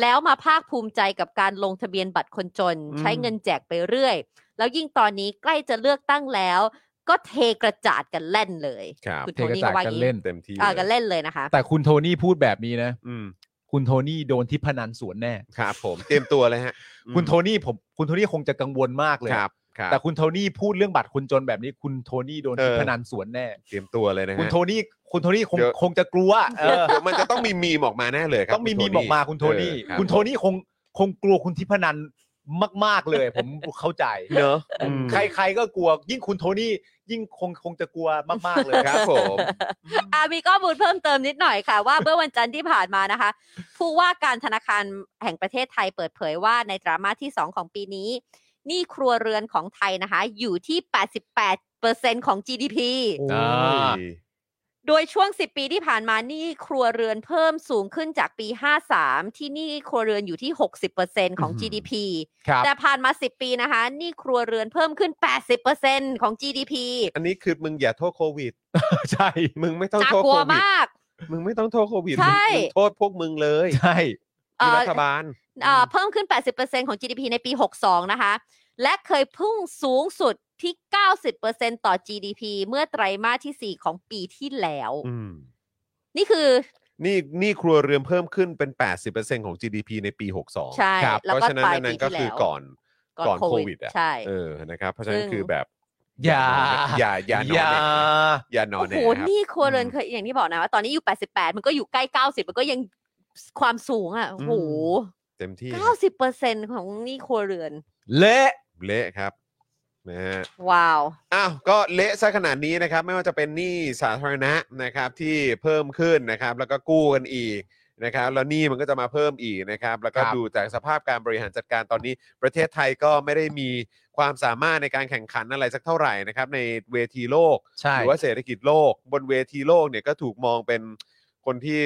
[SPEAKER 5] แล้วมาภาคภูมิใจกับการลงทะเบียนบัตรคนจน
[SPEAKER 3] อืม
[SPEAKER 5] ใช้เงินแจกไปเรื่อย แล้วยิ่งตอนนี้ใกล้จะเลือกตั้งแล้ว ก็เทกระจาดกันเล่นเลย
[SPEAKER 3] ครับ
[SPEAKER 5] คุณ
[SPEAKER 4] เท
[SPEAKER 5] โท
[SPEAKER 4] กระ
[SPEAKER 5] นี่
[SPEAKER 4] จาด
[SPEAKER 5] ก็ว่าอ
[SPEAKER 4] กัน
[SPEAKER 5] ย่างงี้
[SPEAKER 4] เล่น
[SPEAKER 3] เต็มที่
[SPEAKER 5] เออกันเล่นเลยนะคะ
[SPEAKER 4] แต่คุณโทนี่พูดแบบนี้นะ
[SPEAKER 3] อืม
[SPEAKER 4] คุณโทนี่โดนที่พนันสวนแน่
[SPEAKER 3] ครับผมเตรียมตัวเลยฮะ
[SPEAKER 4] คุณโทนี่ผมคุณโทนี่คงจะกังวลมากเลย
[SPEAKER 3] ครับครับ
[SPEAKER 4] แต่คุณโทนี่พูดเรื่องบัตรคนจนแบบนี้ คุณโทนี่โดนที่
[SPEAKER 3] เออ
[SPEAKER 4] พนันสวนแน่
[SPEAKER 3] เตรียมตัวเลยนะฮะ
[SPEAKER 4] คุณโทนี่คุณโทนี่คง
[SPEAKER 3] เดี๋ยว
[SPEAKER 4] คงจะกลัวเออ
[SPEAKER 3] เดี๋ยวมันจะต้องมีมีมออกมาแน่เลยครับ
[SPEAKER 4] ต้องมี
[SPEAKER 3] ณโ
[SPEAKER 4] มีมออกมาคุณโทนี่
[SPEAKER 3] เออรับ
[SPEAKER 4] คุณโทนี่คงคงกลัวคุณทิพนันมาก ๆเลย ผมเข้าใจ
[SPEAKER 3] เนอะอืม
[SPEAKER 4] ใครๆก็กลัว ยิ่งคุณโทนี่ยิ่งคงคงจะกลัวมากๆเลย
[SPEAKER 3] ครับ ผม
[SPEAKER 5] อ่ามีข้อมูลเพิ่มเติมนิดหน่อยค่ะ ว่าเมื่อวันจันทร์ที่ผ่านมานะคะ ผู้ว่าการธนาคารแห่งประเทศไทยเปิดเผยว่าในไตรามาสที่ 2 ของปีนี้หนี่ครัวเรือนของไทยนะคะ อยู่ที่ 88%ของ GDP
[SPEAKER 4] อ่า
[SPEAKER 5] โดยช่วง 10 ปีที่ผ่านมาหนี่ครัวเรือนเพิ่มสูงขึ้นจากปี 53 ที่หนี่ครัวเรือนอยู่ที่ 60%ของ
[SPEAKER 4] อืม
[SPEAKER 5] GDP
[SPEAKER 4] ครับ
[SPEAKER 5] แต่ผ่านมา 10 ปีนะคะหนี่ครัวเรือนเพิ่มขึ้น 80%ของ GDP
[SPEAKER 3] อันนี้คือมึงอย่าโทษโควิด
[SPEAKER 4] ใช่
[SPEAKER 3] มึงไม่ต้อง
[SPEAKER 5] น่า
[SPEAKER 3] โทษ
[SPEAKER 5] กลั
[SPEAKER 3] โคว วิด
[SPEAKER 5] มาก
[SPEAKER 3] มึงไม่ต้องโทษโควิด
[SPEAKER 5] ใช่
[SPEAKER 3] มึงโทษพวกมึงเลย
[SPEAKER 4] ใช่
[SPEAKER 3] ที่
[SPEAKER 5] เอ่อ
[SPEAKER 3] รัฐบาล
[SPEAKER 5] เอ่อเพิ่มขึ้น 80%ของ GDP ในปี 62 นะคะ และเคยพุ่งสูงสุดที่ 90%ต่อ GDP เมื่อไตรมาสที่ 4 ของปีที่แล้ว
[SPEAKER 3] อืม
[SPEAKER 5] นี่คือ
[SPEAKER 3] นี่นี่ครัวเรือนเพิ่มขึ้นเป็น 80%ของ GDP ในปี 62
[SPEAKER 5] ใช่
[SPEAKER 3] ครับ
[SPEAKER 5] แล้ว
[SPEAKER 3] เพราะ
[SPEAKER 5] ก็
[SPEAKER 3] ฉะนั้น
[SPEAKER 5] ปลาย
[SPEAKER 3] อันนั้
[SPEAKER 5] ปี
[SPEAKER 3] นก็
[SPEAKER 5] ที่
[SPEAKER 3] คื
[SPEAKER 5] แล้
[SPEAKER 3] อ
[SPEAKER 5] ว
[SPEAKER 3] ก่อน ก่อนโควิดอะ
[SPEAKER 5] ใช่
[SPEAKER 3] เออนะครับ เพราะฉะนั้น
[SPEAKER 5] ซึ่ง
[SPEAKER 3] คือแบบ
[SPEAKER 4] อย่า
[SPEAKER 3] อย่าอย่า
[SPEAKER 4] อน
[SPEAKER 3] อน
[SPEAKER 4] ย่า
[SPEAKER 3] แน่อย่านอ
[SPEAKER 5] โอ้
[SPEAKER 3] น
[SPEAKER 5] โห
[SPEAKER 3] แน่ครับ
[SPEAKER 5] นี่ครัวเรือนเคยอย่างที่บอกนะว่าตอนนี้อยู่ 88 มันก็อยู่ใกล้ 90 มันก็ยังความสูงอ่ะโอ้โห
[SPEAKER 3] อื เต็มที่ครับ
[SPEAKER 5] 90%ของหนี่ครัวเรือน
[SPEAKER 4] เละ
[SPEAKER 3] เละครับนะฮะ
[SPEAKER 5] ว้าว
[SPEAKER 3] อ้าวก็เละซะขนาดนี้นะครับ ไม่ว่าจะเป็นหนี้สาธารณะนะครับที่เพิ่มขึ้นนะครับ แล้วก็กู้กันอีกนะครับแล้วหนี้มันก็จะมาเพิ่มอีกนะครับ แล้วก็ดูจากสภาพการบริหารจัดการตอนนี้ ประเทศไทยก็ไม่ได้มีความสามารถในการแข่งขันอะไรสักเท่าไหร่นะครับในเวทีโลก
[SPEAKER 4] ใช่
[SPEAKER 3] หรือว่าเศรษฐกิจโลก บนเวทีโลกเนี่ยก็ถูกมองเป็นคนที่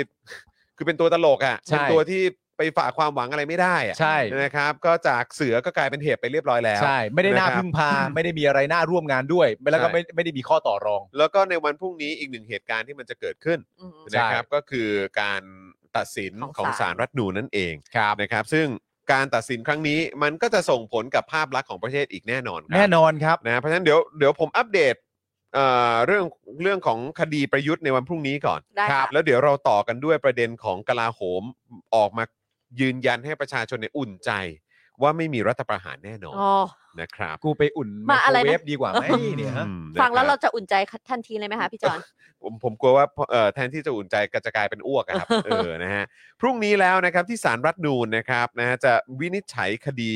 [SPEAKER 3] คือเป็นตัวตลกอะ่ะเป็นตัวที่ไปฝากความหวังอะไรไม่ได้อะ
[SPEAKER 4] ใช่
[SPEAKER 3] นะครับ ก็จากเสือก็กลายเป็นเห็บไปเรียบร้อยแล้ว
[SPEAKER 4] ใช่ ไม่ได้น่า
[SPEAKER 3] นะครับ
[SPEAKER 4] พึ่งพา ไม่ได้มีอะไรน่าร่วมงานด้วย แล้วก็
[SPEAKER 3] ใช่
[SPEAKER 4] ไม่ไม่ได้มีข้อต่อรอง
[SPEAKER 3] แล้วก็ในวันพรุ่งนี้อีกหนึ่งเหตุการณ์ที่มันจะเกิดขึ้น
[SPEAKER 5] อืม
[SPEAKER 4] ใช่
[SPEAKER 3] นะครับก็คือการตัดสิน
[SPEAKER 5] ของ
[SPEAKER 3] ของ
[SPEAKER 5] ศาล
[SPEAKER 3] สารรัฐธรรมนูญนั่นเอง
[SPEAKER 4] ครับ
[SPEAKER 3] นะครับ ซึ่งการตัดสินครั้งนี้มันก็จะส่งผลกับภาพลักษณ์ของประเทศอีกแน่นอนครั
[SPEAKER 4] แน่นอนครับ
[SPEAKER 3] นะเพราะฉะนั้นเดี๋ยวเดี๋ยวผมอัปเดตเอ่อเรื่องเรื่องของคดีประยุทธ์ในวันพรุ่งนี้ก่อน
[SPEAKER 5] ได้
[SPEAKER 3] ค
[SPEAKER 5] ค่ะ
[SPEAKER 3] รับแล้วเดี๋ยวเราต่อกันด้วยประเด็นของกลาโหมออกมายืนยันให้ประชาชนเนี่ยอุ่นใจ ว่าไม่มีรัฐประหารแน่นอน
[SPEAKER 5] อ๋อ
[SPEAKER 3] นะครับ
[SPEAKER 4] กูไปอุ่น
[SPEAKER 5] มาอะไรนะ
[SPEAKER 4] ไมโครเวฟดีกว่าไหมเนี่ยฮะ
[SPEAKER 3] อืม
[SPEAKER 5] ฟังแล้ว
[SPEAKER 3] นะค
[SPEAKER 5] เรา
[SPEAKER 3] บ
[SPEAKER 5] จะอุ่นใจทันทีเลยไหมคะพี่จอน
[SPEAKER 3] ผมผมกลัวว่าเอ่อแทนที่จะอุ่นใจก็จะกลายเป็นอ้วกอะ ครับ เออนะฮะพรุ่งนี้แล้วนะครับที่สารรัฐธรรมนูนนะครับนะฮะจะวินิจฉัยคดี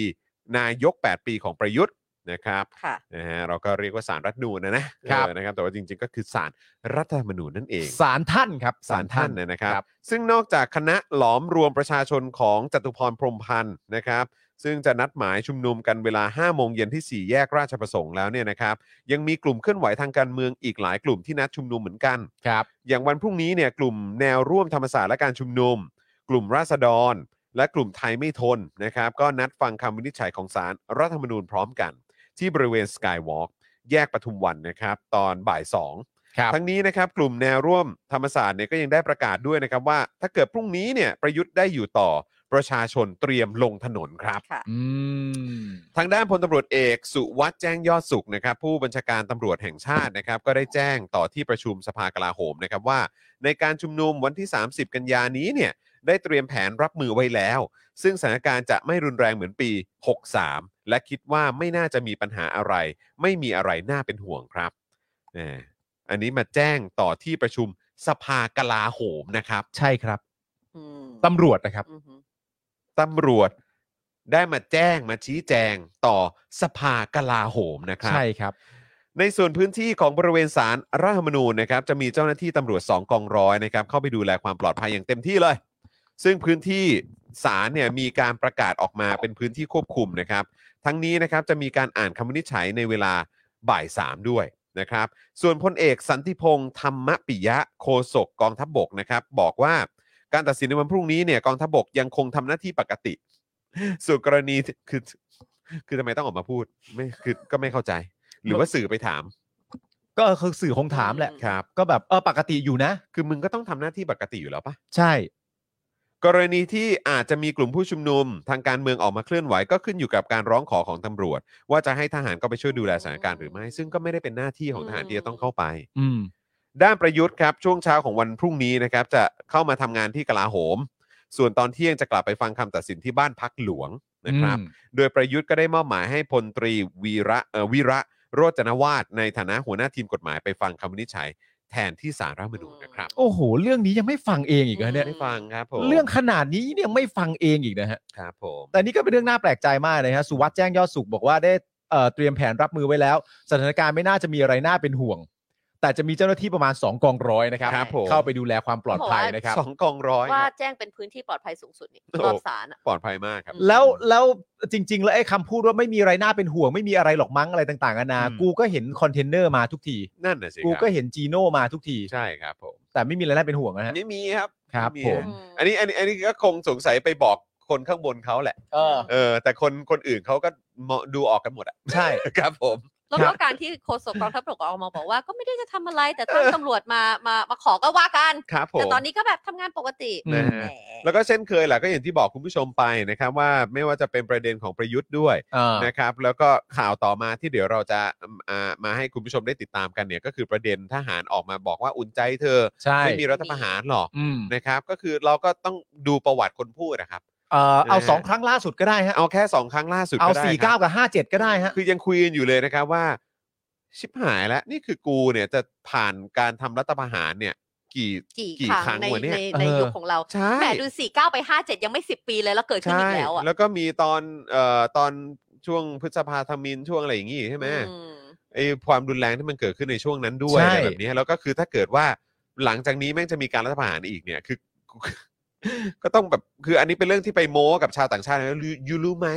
[SPEAKER 3] นายก 8 ปีของประยุทธ์นะครับ
[SPEAKER 5] ค่ะ
[SPEAKER 3] นะฮะเราก็เรียกว่าสารรัฐธรรมนูนนะนะเออนะครับแต่ว่าจริงๆ ก็คือสารรัฐธรรมนูญนั่นเอง
[SPEAKER 4] สารท่านครับ
[SPEAKER 3] สารท่านเนี่ยนะครับ
[SPEAKER 4] ครับ
[SPEAKER 3] ซึ่งนอกจากคณะหลอมรวมประชาชนของจตุพรพรหมพันธ์นะครับ ซึ่งจะนัดหมายชุมนุมกันเวลา 5 โมงเย็นที่ 4 แยกราชประสงค์แล้วเนี่ยนะครับ ยังมีกลุ่มเคลื่อนไหวทางการเมืองอีกหลายกลุ่มที่นัดชุมนุมเหมือนกัน
[SPEAKER 4] ครับ
[SPEAKER 3] อย่างวันพรุ่งนี้เนี่ยกลุ่มแนวร่วมธรรมศาสตร์และการชุมนุม กลุ่มราษฎร และกลุ่มไทยไม่ทนนะครับ ก็นัดฟังคำวินิจฉัยของศาลรรัฐธรรมนูญพร้อมกัน ที่บริเวณสกายวอล์กแยกปทุมวันนะครับ ตอนบ่ายสอง
[SPEAKER 4] ครับ
[SPEAKER 3] ทั้งนี้นะครับกลุ่มแนวร่วมธรรมศาสตร์เนี่ยก็ยังได้ประกาศด้วยนะครับว่า ถ้าเกิดพรุ่งนี้เนี่ยประยุทธ์ได้อยู่ต่อประชาชนเตรียมลงถนนครับ
[SPEAKER 5] ค่ะ
[SPEAKER 4] อืม
[SPEAKER 3] ทางด้านพลตำรวจเอกสุวัสด์แจ้งยอดสุขนะครับผู้บัญชาการตำรวจแห่งชาตินะครับก็ได้แจ้งต่อที่ประชุมสภากลาโหมนะครับว่า ในการชุมนุมวันที่ 30 กันยานี้เนี่ยได้เตรียมแผนรับมือไว้แล้ว ซึ่งสถานการณ์จะไม่รุนแรงเหมือนปี 63 และคิดว่าไม่น่าจะมีปัญหาอะไร ไม่มีอะไรน่าเป็นห่วงครับแหมอันนี้มาแจ้งต่อที่ประชุมสภากลาโหมนะครับ
[SPEAKER 4] ใช่ครับ
[SPEAKER 5] อืม
[SPEAKER 4] ตำรวจนะครับ
[SPEAKER 5] อือหือ
[SPEAKER 3] ตำรวจได้มาแจ้งมาชี้แจงต่อสภากลาโหมนะครับ
[SPEAKER 4] ใช่ครับ
[SPEAKER 3] ในส่วนพื้นที่ของบริเวณศาลรัฐธรรมนูญนะครับจะมีเจ้าหน้าที่ตำรวจ 2 กองร้อยนะครับเข้าไปดูแลความปลอดภัยอย่างเต็มที่เลย ซึ่งพื้นที่ศาลเนี่ยมีการประกาศออกมาเป็นพื้นที่ควบคุมนะครับ ทั้งนี้นะครับจะมีการอ่านคำวินิจฉัยในเวลาบ่ายสามด้วยนะครับ ส่วนพลเอกสันติพงษ์ธรรมปิยะโคศกกองทัพบกนะครับ บอกว่าการตัดสินในวันพรุ่งนี้เนี่ยกองทัพบกยังคงทำหน้าที่ปกติ ส่วนกรณีคือคือทำไมต้องออกมาพูดไม่คือก็ไม่เข้าใจ หรือว่าสื่อไปถาม
[SPEAKER 4] ก็คือสื่อคงถามแหละ
[SPEAKER 5] อืม
[SPEAKER 3] ครับ
[SPEAKER 4] ก็แบบเออปกติอยู่นะ
[SPEAKER 3] คือมึงก็ต้องทำหน้าที่ปกติอยู่แล้วปะ
[SPEAKER 4] ใช่
[SPEAKER 3] กรณีที่อาจจะมีกลุ่มผู้ชุมนุม ทางการเมืองออกมาเคลื่อนไหวก็ขึ้นอยู่กับการร้องขอของตำรวจ ว่าจะให้ทหารก็ไปช่วยดูแลสถานการณ์หรือไม่ ซึ่งก็ไม่ได้เป็นหน้าที่ของทหารที่จะต้องเข้าไป
[SPEAKER 4] อืม
[SPEAKER 3] ด้านประยุทธ์ครับช่วงเช้าของวันพรุ่งนี้นะครับจะเข้ามาทำงานที่กลาโหม ส่วนตอนเที่ยงจะกลับไปฟังคำตัดสินที่บ้านพักหลวงนะครับ โดยประยุทธ์ก็ได้มอบหมายให้พลตรีวีระเอ่อวีระโรจนวาดในฐานะหัวหน้าทีมกฎหมายไปฟังคำวินิจฉัย แทนที่สารรัฐธรรมนูญนะครับ
[SPEAKER 4] โอ้โห เรื่องนี้ยังไม่ฟังเองอีกเหรอเนี่ย
[SPEAKER 3] ไม่ฟังครับผม
[SPEAKER 4] เรื่องขนาดนี้เนี่ยไม่ฟังเองอีกนะฮะ
[SPEAKER 3] ครับผม
[SPEAKER 4] แต่นี่ก็เป็นเรื่องน่าแปลกใจมากนะฮะ สุวัสด์แจ้งยอดสุขบอกว่าได้เอ่อเตรียมแผนรับมือไว้แล้ว สถานการณ์ไม่น่าจะมีอะไรน่าเป็นห่วง แต่จะมีเจ้าหน้าที่ประมาณ 2 กองร้อยนะครับ
[SPEAKER 3] ครับผม
[SPEAKER 4] เข้าไปดูแลความปลอดภัยนะครับ
[SPEAKER 3] สองกองร้อยค
[SPEAKER 5] ว่า
[SPEAKER 3] รับ
[SPEAKER 5] แจ้งเป็นพื้นที่ปลอดภัยสูงสุดนี่
[SPEAKER 3] โอ้
[SPEAKER 5] รอบศาลอะ
[SPEAKER 3] ปลอดภัยมากครับ
[SPEAKER 4] แล้วแล้วจริง ๆ แล้วไอ้คำพูดว่าไม่มีอะไรน่าเป็นห่วง ไม่มีอะไรหรอกมั้งอะไรต่างๆนานา
[SPEAKER 3] อืม
[SPEAKER 4] กูก็เห็นคอนเทนเนอร์มาทุกที
[SPEAKER 3] นั่นน่ะสิ
[SPEAKER 4] กู
[SPEAKER 3] ครับ
[SPEAKER 4] ก็เห็นจีโน่มาทุกที
[SPEAKER 3] ใช่ครับผม
[SPEAKER 4] แต่ไม่มีอะไรน่าเป็นห่วงนะฮะ
[SPEAKER 3] ไม่มีครับ
[SPEAKER 4] ครับ
[SPEAKER 3] ไ
[SPEAKER 4] ผม
[SPEAKER 3] อันนี้อันนี้อันนี้ก็คงสงสัยไปบอกคนข้างบนเขาแหละ
[SPEAKER 4] เออ
[SPEAKER 3] เออแต่คนคนอื่นเขาก็มองดูออกกันหมดอะ
[SPEAKER 4] ใช่
[SPEAKER 3] ครับผม
[SPEAKER 4] ค
[SPEAKER 5] แล้ว
[SPEAKER 4] รั
[SPEAKER 5] ก็
[SPEAKER 4] บ
[SPEAKER 5] การที่โฆษกกองทัพบกออกมาบอกว่าก็ไม่ได้จะทำอะไร แต่ตั้งตำรวจมามามาขอก็ว่ากัน
[SPEAKER 3] ครับผ
[SPEAKER 5] แต่
[SPEAKER 3] ม
[SPEAKER 5] ตอนนี้ก็แบบทำงานปกติ
[SPEAKER 3] นะฮะ
[SPEAKER 5] แหม
[SPEAKER 3] แล้วก็เช่นเคยแหละก็อย่างที่บอกคุณผู้ชมไปนะครับว่าไม่ว่าจะเป็นประเด็นของประยุทธ์ด้วย
[SPEAKER 4] เออ
[SPEAKER 3] นะครับ แล้วก็ข่าวต่อมาที่เดี๋ยวเราจะอ่ามาให้คุณผู้ชมได้ติดตามกันเนี่ย ก็คือประเด็นทหารออกมาบอกว่าอุ่นใจเธอ
[SPEAKER 4] ใช่
[SPEAKER 3] ไม่มีรัฐประหารหรอก
[SPEAKER 4] อืม
[SPEAKER 3] นะครับ ก็คือเราก็ต้องดูประวัติคนพูดนะครับ
[SPEAKER 4] เอ่อเอา
[SPEAKER 3] นะฮะ
[SPEAKER 4] สองครั้งล่าสุดก็ได้ฮะ
[SPEAKER 3] เอาแค่ 2 ครั้งล่าสุด
[SPEAKER 4] เอา
[SPEAKER 3] ก็ได้
[SPEAKER 4] สี่
[SPEAKER 3] ค
[SPEAKER 4] เก้า
[SPEAKER 3] รับ
[SPEAKER 4] กับห้าเจ็ดก็ได้ฮะ
[SPEAKER 3] คือยังคุยกันอยู่เลยนะครับว่า ชิบหายแล้วนี่คือกูเนี่ยจะผ่านการทำรัฐประหารเนี่ยกี่
[SPEAKER 5] กี่
[SPEAKER 3] กี่
[SPEAKER 5] ครั้ง
[SPEAKER 3] ครั้ง
[SPEAKER 5] ใน
[SPEAKER 3] วะเนี่ย
[SPEAKER 5] ในใน
[SPEAKER 4] เออ
[SPEAKER 5] ยุคของเรา
[SPEAKER 3] ใช่
[SPEAKER 5] แหมดูสี่เก้าไปห้าเจ็ดยังไม่สิบปีเลยแล้วเกิดขึ้น
[SPEAKER 3] ใช่
[SPEAKER 5] อีกแล้วอ่ะ
[SPEAKER 3] แล้วก็มีตอนเอ่อตอนช่วงพฤษภาธมินช่วงอะไรอย่างงี้ใช่ไหม
[SPEAKER 5] อืม
[SPEAKER 3] ไอ้ความรุนแรงที่มันเกิดขึ้นในช่วงนั้นด้วยอะ
[SPEAKER 4] ใช่
[SPEAKER 3] ไรแบบนี้แล้วก็คือถ้าเกิดว่าหลังจากนี้แม่งจะมีการรัฐประหารอีกเนี่ยคือ ก็ต้องแบบคืออันนี้เป็นเรื่องที่ไปโม้กับชาวต่างชาติแล้วยูรู้ไหม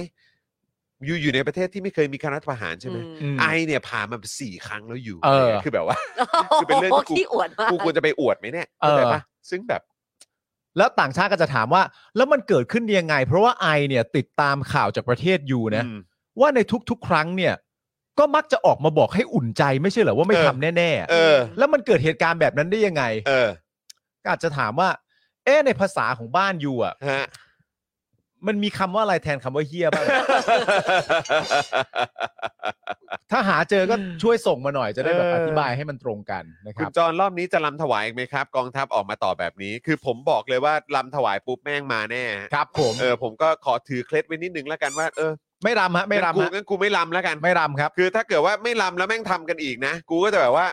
[SPEAKER 3] ยูอยู่ในประเทศที่ไม่เคยมีการรัฐประหารใช่ไหม
[SPEAKER 5] อืม
[SPEAKER 3] ไอเนี่ยผ่านมาสี่ครั้งแล้วอยู่
[SPEAKER 4] เออ
[SPEAKER 3] คือ แบบว่า คือเป็นเรื่องที่กู
[SPEAKER 5] ขี้อวดมาก
[SPEAKER 3] กูควรจะไปอวดไหมเนี่ยเข้าใจปะซึ่งแบบ
[SPEAKER 4] แล้วต่างชาติก็จะถามว่า แล้วมันเกิดขึ้นได้ยังไง เพราะว่าไอเนี่ยติดตามข่าวจากประเทศยูนะ
[SPEAKER 3] อืม
[SPEAKER 4] ว่าในทุกๆ ครั้งเนี่ย ก็มักจะออกมาบอกให้อุ่นใจไม่ใช่เหรอว่าไม่
[SPEAKER 3] เออ
[SPEAKER 4] ทำแน่
[SPEAKER 3] เออ
[SPEAKER 4] ๆ แล้วมันเกิดเหตุการณ์แบบนั้นได้ยังไง
[SPEAKER 3] เออ
[SPEAKER 4] ก็อาจจะถามว่า เอ๊ะในภาษาของบ้านยูอ่ะ
[SPEAKER 3] ฮะ
[SPEAKER 4] มันมีคำว่าอะไรแทนคำว่าเฮียบ้าง ถ้าหาเจอก็ช่วยส่งมาหน่อยจะได้แบบ
[SPEAKER 3] เออ
[SPEAKER 4] อ
[SPEAKER 3] อ
[SPEAKER 4] ธิบายให้มันตรงกันนะค
[SPEAKER 3] คุ
[SPEAKER 4] รั
[SPEAKER 3] ณ
[SPEAKER 4] บ
[SPEAKER 3] จรรอบนี้จะลำถวายอีกไหมครับ กองทัพออกมาตอบแบบนี้ คือผมบอกเลยว่าลำถวายปุ๊บแม่งมาแน่ฮะ
[SPEAKER 4] ครับผม
[SPEAKER 3] เออผมก็ขอถือเคล็ดไว้นิดนึงแล้วกันว่าเออ
[SPEAKER 4] ไม่รำฮะไม่รำ
[SPEAKER 3] กู
[SPEAKER 4] ฮะ
[SPEAKER 3] งั้นกูไม่ลำแล้วกัน
[SPEAKER 4] ไม่รำครับ
[SPEAKER 3] คือถ้าเกิดว่าไม่ลำแล้วแม่งทำกันอีกนะ กูก็จะแบบว่า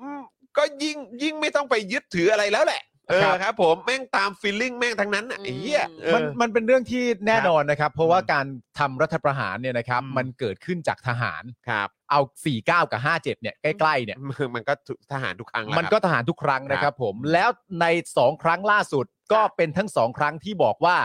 [SPEAKER 3] อืมก็ยิ่งยิ่งไม่ต้องไปยึดถืออะไรแล้วแหละเอ
[SPEAKER 4] ครั
[SPEAKER 3] อบ ครับผมแม่งตามฟีลลิ่งแม่งทั้งนั้นน่ะไอ้เหี้ยเออ
[SPEAKER 4] มันมันเป็นเรื่องที่แน่
[SPEAKER 3] ครับ
[SPEAKER 4] นอนนะครับ เพราะว่าการทำรัฐประหารเนี่ยนะครับ
[SPEAKER 3] อืม
[SPEAKER 4] มันเกิดขึ้นจากทหาร
[SPEAKER 3] ครับ
[SPEAKER 4] เอา 49 กับ 57 เนี่ย ใกล้ ๆ เนี่ย
[SPEAKER 3] มันก็ทหารทุกครั้งแหละ
[SPEAKER 4] มัน
[SPEAKER 3] ครับ
[SPEAKER 4] ก็ทหารทุกครั้งนะครับผม แล้วใน 2 ครั้งล่าสุดก็เป็นทั้ง 2 ครั้งที่บอกว่า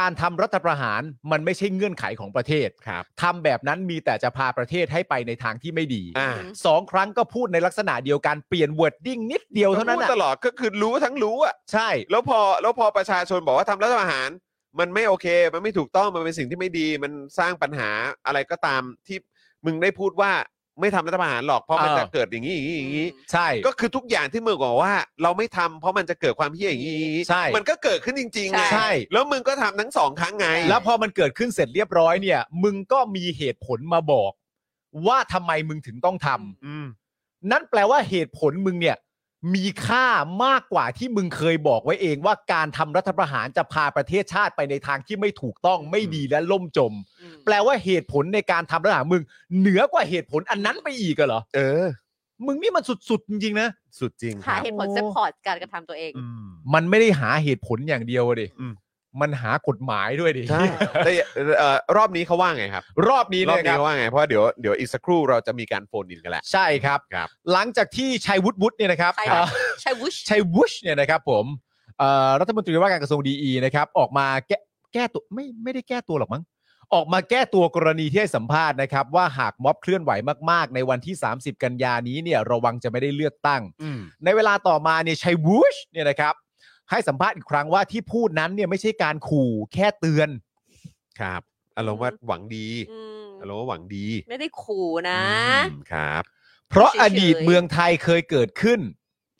[SPEAKER 4] การทำรัฐประหารมันไม่ใช่เงื่อนไขของประเทศ
[SPEAKER 3] ครับ
[SPEAKER 4] ทำแบบนั้นมีแต่จะพาประเทศให้ไปในทางที่ไม่ดี
[SPEAKER 3] อ่า
[SPEAKER 4] สองครั้งก็พูดในลักษณะเดียวกันเปลี่ยนวอร์ดดิ้งนิดเดียวเท่านั้น
[SPEAKER 3] พู
[SPEAKER 4] อ่ะ
[SPEAKER 3] ดตลอดก็คือรู้ทั้งรู้อะ
[SPEAKER 4] ใช่
[SPEAKER 3] แล้วพอแล้วพอประชาชนบอกว่าทำรัฐประหาร มันไม่โอเค มันไม่ถูกต้องมันเป็นสิ่งที่ไม่ดี มันสร้างปัญหาอะไรก็ตามที่มึงได้พูดว่าไม่ทำรัฐประหารหรอกเพราะมัน
[SPEAKER 4] เออ
[SPEAKER 3] จะเกิดอย่างนี้อย่างนี้อย่างนี้
[SPEAKER 4] ใช่
[SPEAKER 3] ก็คือทุกอย่างที่มึงบอกว่า เราไม่ทำเพราะมันจะเกิดความเฮี้ยอย่างนี้อย่างนี้
[SPEAKER 4] ใช่
[SPEAKER 3] มันก็เกิดขึ้นจริงๆไง
[SPEAKER 4] ใช่
[SPEAKER 3] แล้วมึงก็ทำทั้งสองครั้งไง
[SPEAKER 4] แล้วพอมันเกิดขึ้นเสร็จเรียบร้อยเนี่ย มึงก็มีเหตุผลมาบอก ว่าทำไมมึงถึงต้องทำ
[SPEAKER 3] อืม
[SPEAKER 4] นั่นแปลว่าเหตุผลมึงเนี่ย มีค่ามากกว่าที่มึงเคยบอกไว้เองว่าการทำรัฐประหารจะพาประเทศชาติไปในทางที่ไม่ถูกต้องไม่ดีและล่มจม
[SPEAKER 5] อืม
[SPEAKER 4] แปลว่าเหตุผลในการทำรัฐประหารมึง เหนือกว่าเหตุผลอันนั้นไปอีกอะเหรอ
[SPEAKER 3] เออ
[SPEAKER 4] มึงนี่มันสุดๆจริงๆนะ
[SPEAKER 3] สุดจริงค
[SPEAKER 5] หา
[SPEAKER 3] รับ
[SPEAKER 5] เหตุผลเซพพอร์ตการกระทำตัวเอง
[SPEAKER 3] อืม
[SPEAKER 4] มันไม่ได้หาเหตุผลอย่างเดียวอะดิ
[SPEAKER 3] อืม
[SPEAKER 4] มันหากฎหมายด้วยดิ
[SPEAKER 3] ใช่แต่เอ่อรอบนี้เขาว่าไงครับ
[SPEAKER 4] รอบนี้
[SPEAKER 3] รอบ
[SPEAKER 4] เนี่ยค
[SPEAKER 3] นี้
[SPEAKER 4] รับ
[SPEAKER 3] เขาว่าไงเพราะเดี๋ยวเดี๋ยวอีกสักครู่เราจะมีการโฟนอินกันแหละ
[SPEAKER 4] ใช่ครับ
[SPEAKER 3] ครับ
[SPEAKER 4] หลังจากที่ชัยวุฒิวุฒิเนี่ยนะครับ
[SPEAKER 5] ใช่
[SPEAKER 4] เอ่อ
[SPEAKER 5] ใช่วุช
[SPEAKER 4] ชัยวุฒิเนี่ยนะครับผมเอ่อรัฐมนตรีว่าการกระทรวงดีอีนะครับ ออกมาแก้แก้ตัวไม่ไม่ได้แก้ตัวหรอกมั้งออกมาแก้ตัวกรณีที่ให้สัมภาษณ์นะครับ ว่าหากม็อบเคลื่อนไหวมากๆ ในวันที่ 30 กันยานี้เนี่ยระวังจะไม่ได้เลือกตั้ง
[SPEAKER 3] อืม
[SPEAKER 4] ในเวลาต่อมาเนี่ยชัยวุฒิเนี่ยนะครับ ให้สัมภาษณ์อีกครั้งว่าที่พูดนั้นเนี่ยไม่ใช่การขู่แค่เตือน
[SPEAKER 3] ครับอารมณ์ว่าหวังดี
[SPEAKER 5] อืม
[SPEAKER 3] อารมณ์ว่าหวังดี
[SPEAKER 5] ไม่ได้ขู่นะ
[SPEAKER 3] อืมครับ
[SPEAKER 4] เพราะ
[SPEAKER 5] เฉยๆ
[SPEAKER 4] อดีตเมืองไทยเคยเกิดขึ้น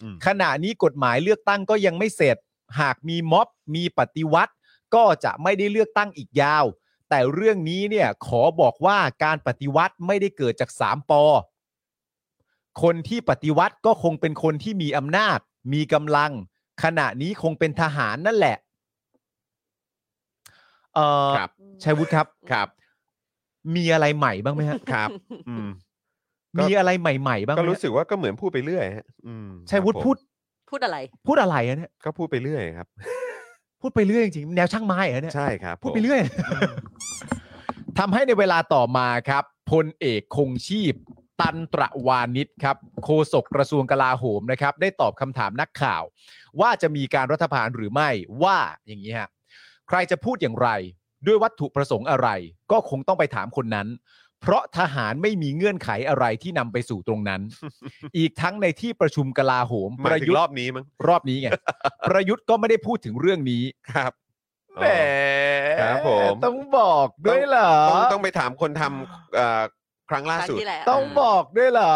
[SPEAKER 3] อืม
[SPEAKER 4] ขณะนี้กฎหมายเลือกตั้งก็ยังไม่เสร็จ หากมีม็อบมีปฏิวัติ ก็จะไม่ได้เลือกตั้งอีกยาว แต่เรื่องนี้เนี่ยขอบอกว่าการปฏิวัติไม่ได้เกิดจากสามปอ คนที่ปฏิวัติก็คงเป็นคนที่มีอำนาจ มีกำลัง ขณะนี้คงเป็นทหารนั่นแหละ เออ
[SPEAKER 3] ครับ
[SPEAKER 4] ชัยวุฒิครับ
[SPEAKER 3] ครับ
[SPEAKER 4] มีอะไรใหม่บ้างไหมฮะ
[SPEAKER 3] ครับ อืม ก็
[SPEAKER 4] มีอะไรใหม่ๆบ้างไหม
[SPEAKER 3] ก็
[SPEAKER 4] ฮะ
[SPEAKER 3] รู้สึกว่าก็เหมือนพูดไปเรื่อยฮะอืม
[SPEAKER 4] ชัยวุฒิพูด
[SPEAKER 5] พูดอะไร
[SPEAKER 4] พูดอะไรอะเนี่ย
[SPEAKER 3] ก็พูดไปเรื่อยครับ
[SPEAKER 4] พูดไปเรื่อยจริงๆแนวช่างไม้อะเนี่ย
[SPEAKER 3] ใช่ครับ
[SPEAKER 4] พูดไปเรื่อย ทำให้ในเวลาต่อมาครับพลเอกคงชีพ ตันตระวานิชครับโฆษกกระทรวงกลาโหมนะครับ ได้ตอบคำถามนักข่าว ว่าจะมีการรัฐประหารหรือไม่ว่าอย่างนี้ฮะใครจะพูดอย่างไร ด้วยวัตถุประสงค์อะไร ก็คงต้องไปถามคนนั้น เพราะทหารไม่มีเงื่อนไขอะไรที่นำไปสู่ตรงนั้น อีกทั้งในที่ประชุมกลาโหม
[SPEAKER 3] ห
[SPEAKER 4] ป
[SPEAKER 3] มาย
[SPEAKER 4] ระ
[SPEAKER 3] ถึ
[SPEAKER 4] ยุ
[SPEAKER 3] ง
[SPEAKER 4] ท
[SPEAKER 3] ร
[SPEAKER 4] ธ์
[SPEAKER 3] อบนี้มั้ง
[SPEAKER 4] รอบนี้ไง ประยุทธ์ก็ไม่ได้พูดถึงเรื่องนี้
[SPEAKER 3] ครับ
[SPEAKER 4] แหม
[SPEAKER 3] ครับผม
[SPEAKER 4] ต้องบอกด้วยเหรอ
[SPEAKER 3] ต้องต้องไปถามคนทำเอ่อครั้งล่าสุด
[SPEAKER 5] ครั้งที่แล้ว
[SPEAKER 4] ต้องบอกด้วยเหรอ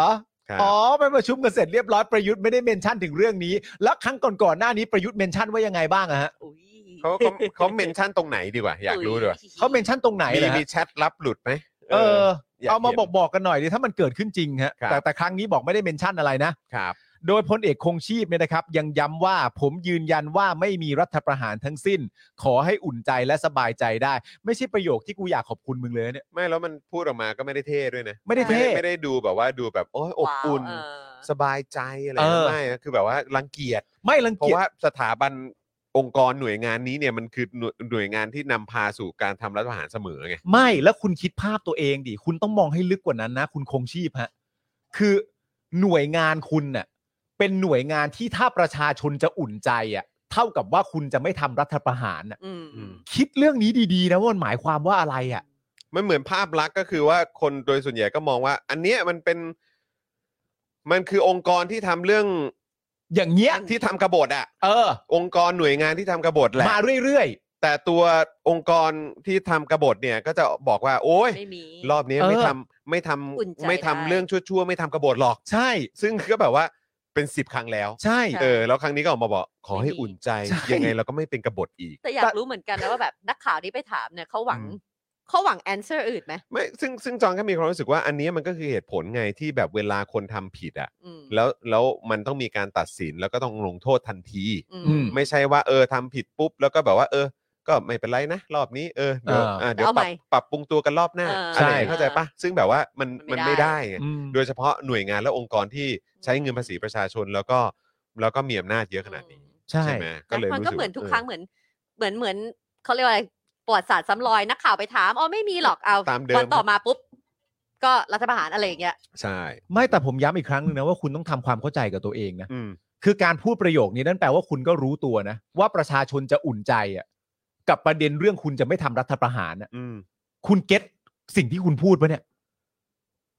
[SPEAKER 3] ครับ
[SPEAKER 4] อ๋อไปประชุมกันเสร็จเรียบร้อยประยุทธ์ไม่ได้เมนชั่นถึงเรื่องนี้ แล้วครั้งก่อนๆหน้านี้ประยุทธ์เมนชั่นว่ายังไงบ้างอะฮะ
[SPEAKER 5] อุ๊ย
[SPEAKER 3] เขาเขาเขาเมนชั่นตรงไหนดีกว่า อยากรู้ด้วย
[SPEAKER 5] อุ๊
[SPEAKER 4] เขาเมนชั่นตรงไหน
[SPEAKER 3] มี
[SPEAKER 4] นะ
[SPEAKER 3] มีแชทลับหลุดไหม
[SPEAKER 4] เออ
[SPEAKER 3] อยาก
[SPEAKER 4] เอามา
[SPEAKER 3] เห็น
[SPEAKER 4] บอกบอกกันหน่อยดิถ้ามันเกิดขึ้นจริงฮะ
[SPEAKER 3] ครับ
[SPEAKER 4] แต่แต่ครั้งนี้บอกไม่ได้เมนชั่นอะไรนะ
[SPEAKER 3] ครับ
[SPEAKER 4] โดยพลเอกคงชีพเนี่ยนะครับ ยังย้ำว่าผมยืนยันว่าไม่มีรัฐประหารทั้งสิ้น ขอให้อุ่นใจและสบายใจได้ ไม่ใช่ประโยคที่กูอยากขอบคุณมึงเลยเนี่ย
[SPEAKER 3] ไม่แล้วมันพูดออกมาก็ไม่ได้เท่ด้วยนะ
[SPEAKER 4] ไม่ได้
[SPEAKER 3] ไม่
[SPEAKER 4] เท่
[SPEAKER 3] ได้ไม่ได้ดูแบบว่าดูแบบโอ้ยอบ
[SPEAKER 5] ว้าว
[SPEAKER 3] อุ่น
[SPEAKER 5] เออ
[SPEAKER 3] สบายใจอะไร
[SPEAKER 4] เออ
[SPEAKER 3] ไม่นะคือแบบว่ารังเกียจ
[SPEAKER 4] ไม่รัง
[SPEAKER 3] เพราะ
[SPEAKER 4] เกียจ
[SPEAKER 3] ว่าสถาบันองค์กรหน่วยงานนี้เนี่ยมันคือหน่วยหน่วยงานที่นำพาสู่การทำรัฐประหารเสมอไง
[SPEAKER 4] ไม่แล้วคุณคิดภาพตัวเองดิคุณต้องมองให้ลึกกว่านั้นนะ คุณคงชีพฮะคือหน่วยงานคุณน่ะเป็นหน่วยงานที่ถ้าประชาชนจะอุ่นใจอ่ะเท่ากับว่าคุณจะไม่ทำรัฐประหารน่ะ
[SPEAKER 5] อืม
[SPEAKER 3] อืม
[SPEAKER 4] คิดเรื่องนี้ดีๆนะว่ามันหมายความว่าอะไรอ่ะ
[SPEAKER 3] มันเหมือนภาพลักษณ์ก็คือว่าคนโดยส่วนใหญ่ก็มองว่า อันเนี้ยมันเป็น มันคือองค์กรที่ทำเรื่อง
[SPEAKER 4] อย่างเงี้ย
[SPEAKER 3] ที่ทำกบฏอะ
[SPEAKER 4] เออ
[SPEAKER 3] องค์กรหน่วยงานที่ทำกบฏแหละ
[SPEAKER 4] มาเรื่อย
[SPEAKER 3] แต่ตัวองค์กรที่ทำกบฏเนี่ย ก็จะบอกว่า โอ้ย
[SPEAKER 5] ไม่มี
[SPEAKER 3] รอบนี้
[SPEAKER 4] เออ
[SPEAKER 3] ไม่ทำไม่ทำ
[SPEAKER 5] อุ่นใจ
[SPEAKER 3] ไม่ทำ
[SPEAKER 5] ได้
[SPEAKER 3] เรื่องชั่วๆ ไม่ทำกบฏหรอก
[SPEAKER 4] ๆ ใช่
[SPEAKER 3] ซึ่งก็แบบว่าเป็นสิบครั้งแล้ว
[SPEAKER 4] ใช่
[SPEAKER 5] ใช่
[SPEAKER 3] เออแล้วครั้งนี้ก็ออกมาบอกขอให้อุ่นใจ
[SPEAKER 4] ใช่
[SPEAKER 3] ยังไงเราก็ไม่เป็นกบฏอีก
[SPEAKER 5] แต่อยากรู้เหมือนกันนะว่าแบบนักข่าวที่ไปถามเนี่ยเขาหวังเขาหวัง a n s w e r อื่นไหม
[SPEAKER 3] ไม่ซึ่งซึ่งจองก็มีความรู้สึกว่าอันนี้มันก็คือเหตุผลไงที่แบบเวลาคนทำผิดอะ
[SPEAKER 5] อืม
[SPEAKER 3] แล้วแล้วมันต้องมีการตัดสินแล้วก็ต้องลงโทษทันที
[SPEAKER 4] อื
[SPEAKER 5] อืม
[SPEAKER 4] ม
[SPEAKER 3] ไม่ใช่ว่าเออทำผิดปุ๊บ แล้วก็แบบว่า เออ ก็ไม่เป็นไรนะรอบนี้เออเดี๋ยว
[SPEAKER 4] เอออ่
[SPEAKER 3] ะเดี๋ยว
[SPEAKER 5] เอา
[SPEAKER 3] ป
[SPEAKER 5] ใหม่
[SPEAKER 3] รับปรับปรุงตัวกันรอบหน้า
[SPEAKER 5] เอออ
[SPEAKER 3] อะไรอย่างเงี้
[SPEAKER 4] ใช่
[SPEAKER 3] ยเข้าใจปะซึ่งแบบว่ามัน
[SPEAKER 5] มั
[SPEAKER 3] มัน น
[SPEAKER 5] ไม่
[SPEAKER 3] ไม่
[SPEAKER 5] ได้
[SPEAKER 3] ได้ไง
[SPEAKER 4] อืม
[SPEAKER 3] โดยเฉพาะหน่วยงานและองค์กรที่ใช้เงินภาษีประชาชนแล้วก็แล้วก็มีอำนาจเยอะขนาดนี้
[SPEAKER 4] ใช่
[SPEAKER 3] ใช่ไหมก็เลย
[SPEAKER 5] มัน
[SPEAKER 3] รู้
[SPEAKER 5] ก็
[SPEAKER 3] สึ
[SPEAKER 5] เหมือนทุก
[SPEAKER 3] ว่า
[SPEAKER 5] ครั้งเหมือน เหมือนเหมือนเขาเรียกว่าอะไรประวัติศาสตร์ซ้ำรอยนักข่าวไปถามอ๋อไม่มีหรอกเอา
[SPEAKER 3] ตามเดิม
[SPEAKER 5] วันต่อมาปุ๊บ ก็รัฐประหารอะไรอย่างเงี้ย
[SPEAKER 3] ใช่
[SPEAKER 4] ไม่แต่ผมย้ำอีกครั้งหนึงนะว่าคุณต้องทำความเข้าใจกับตัวเองนะ
[SPEAKER 3] อืม
[SPEAKER 4] คือการพูดประโยคนี้นั่นแปลว่าคุณก็รู้ตัวนะ ว่าประชาชนจะอุ่นใจอ่ะกับประเด็นเรื่องคุณจะไม่ทำรัฐประหารน่ะ
[SPEAKER 3] อืม
[SPEAKER 4] คุณเก็ตสิ่งที่คุณพูดปะเนี่ย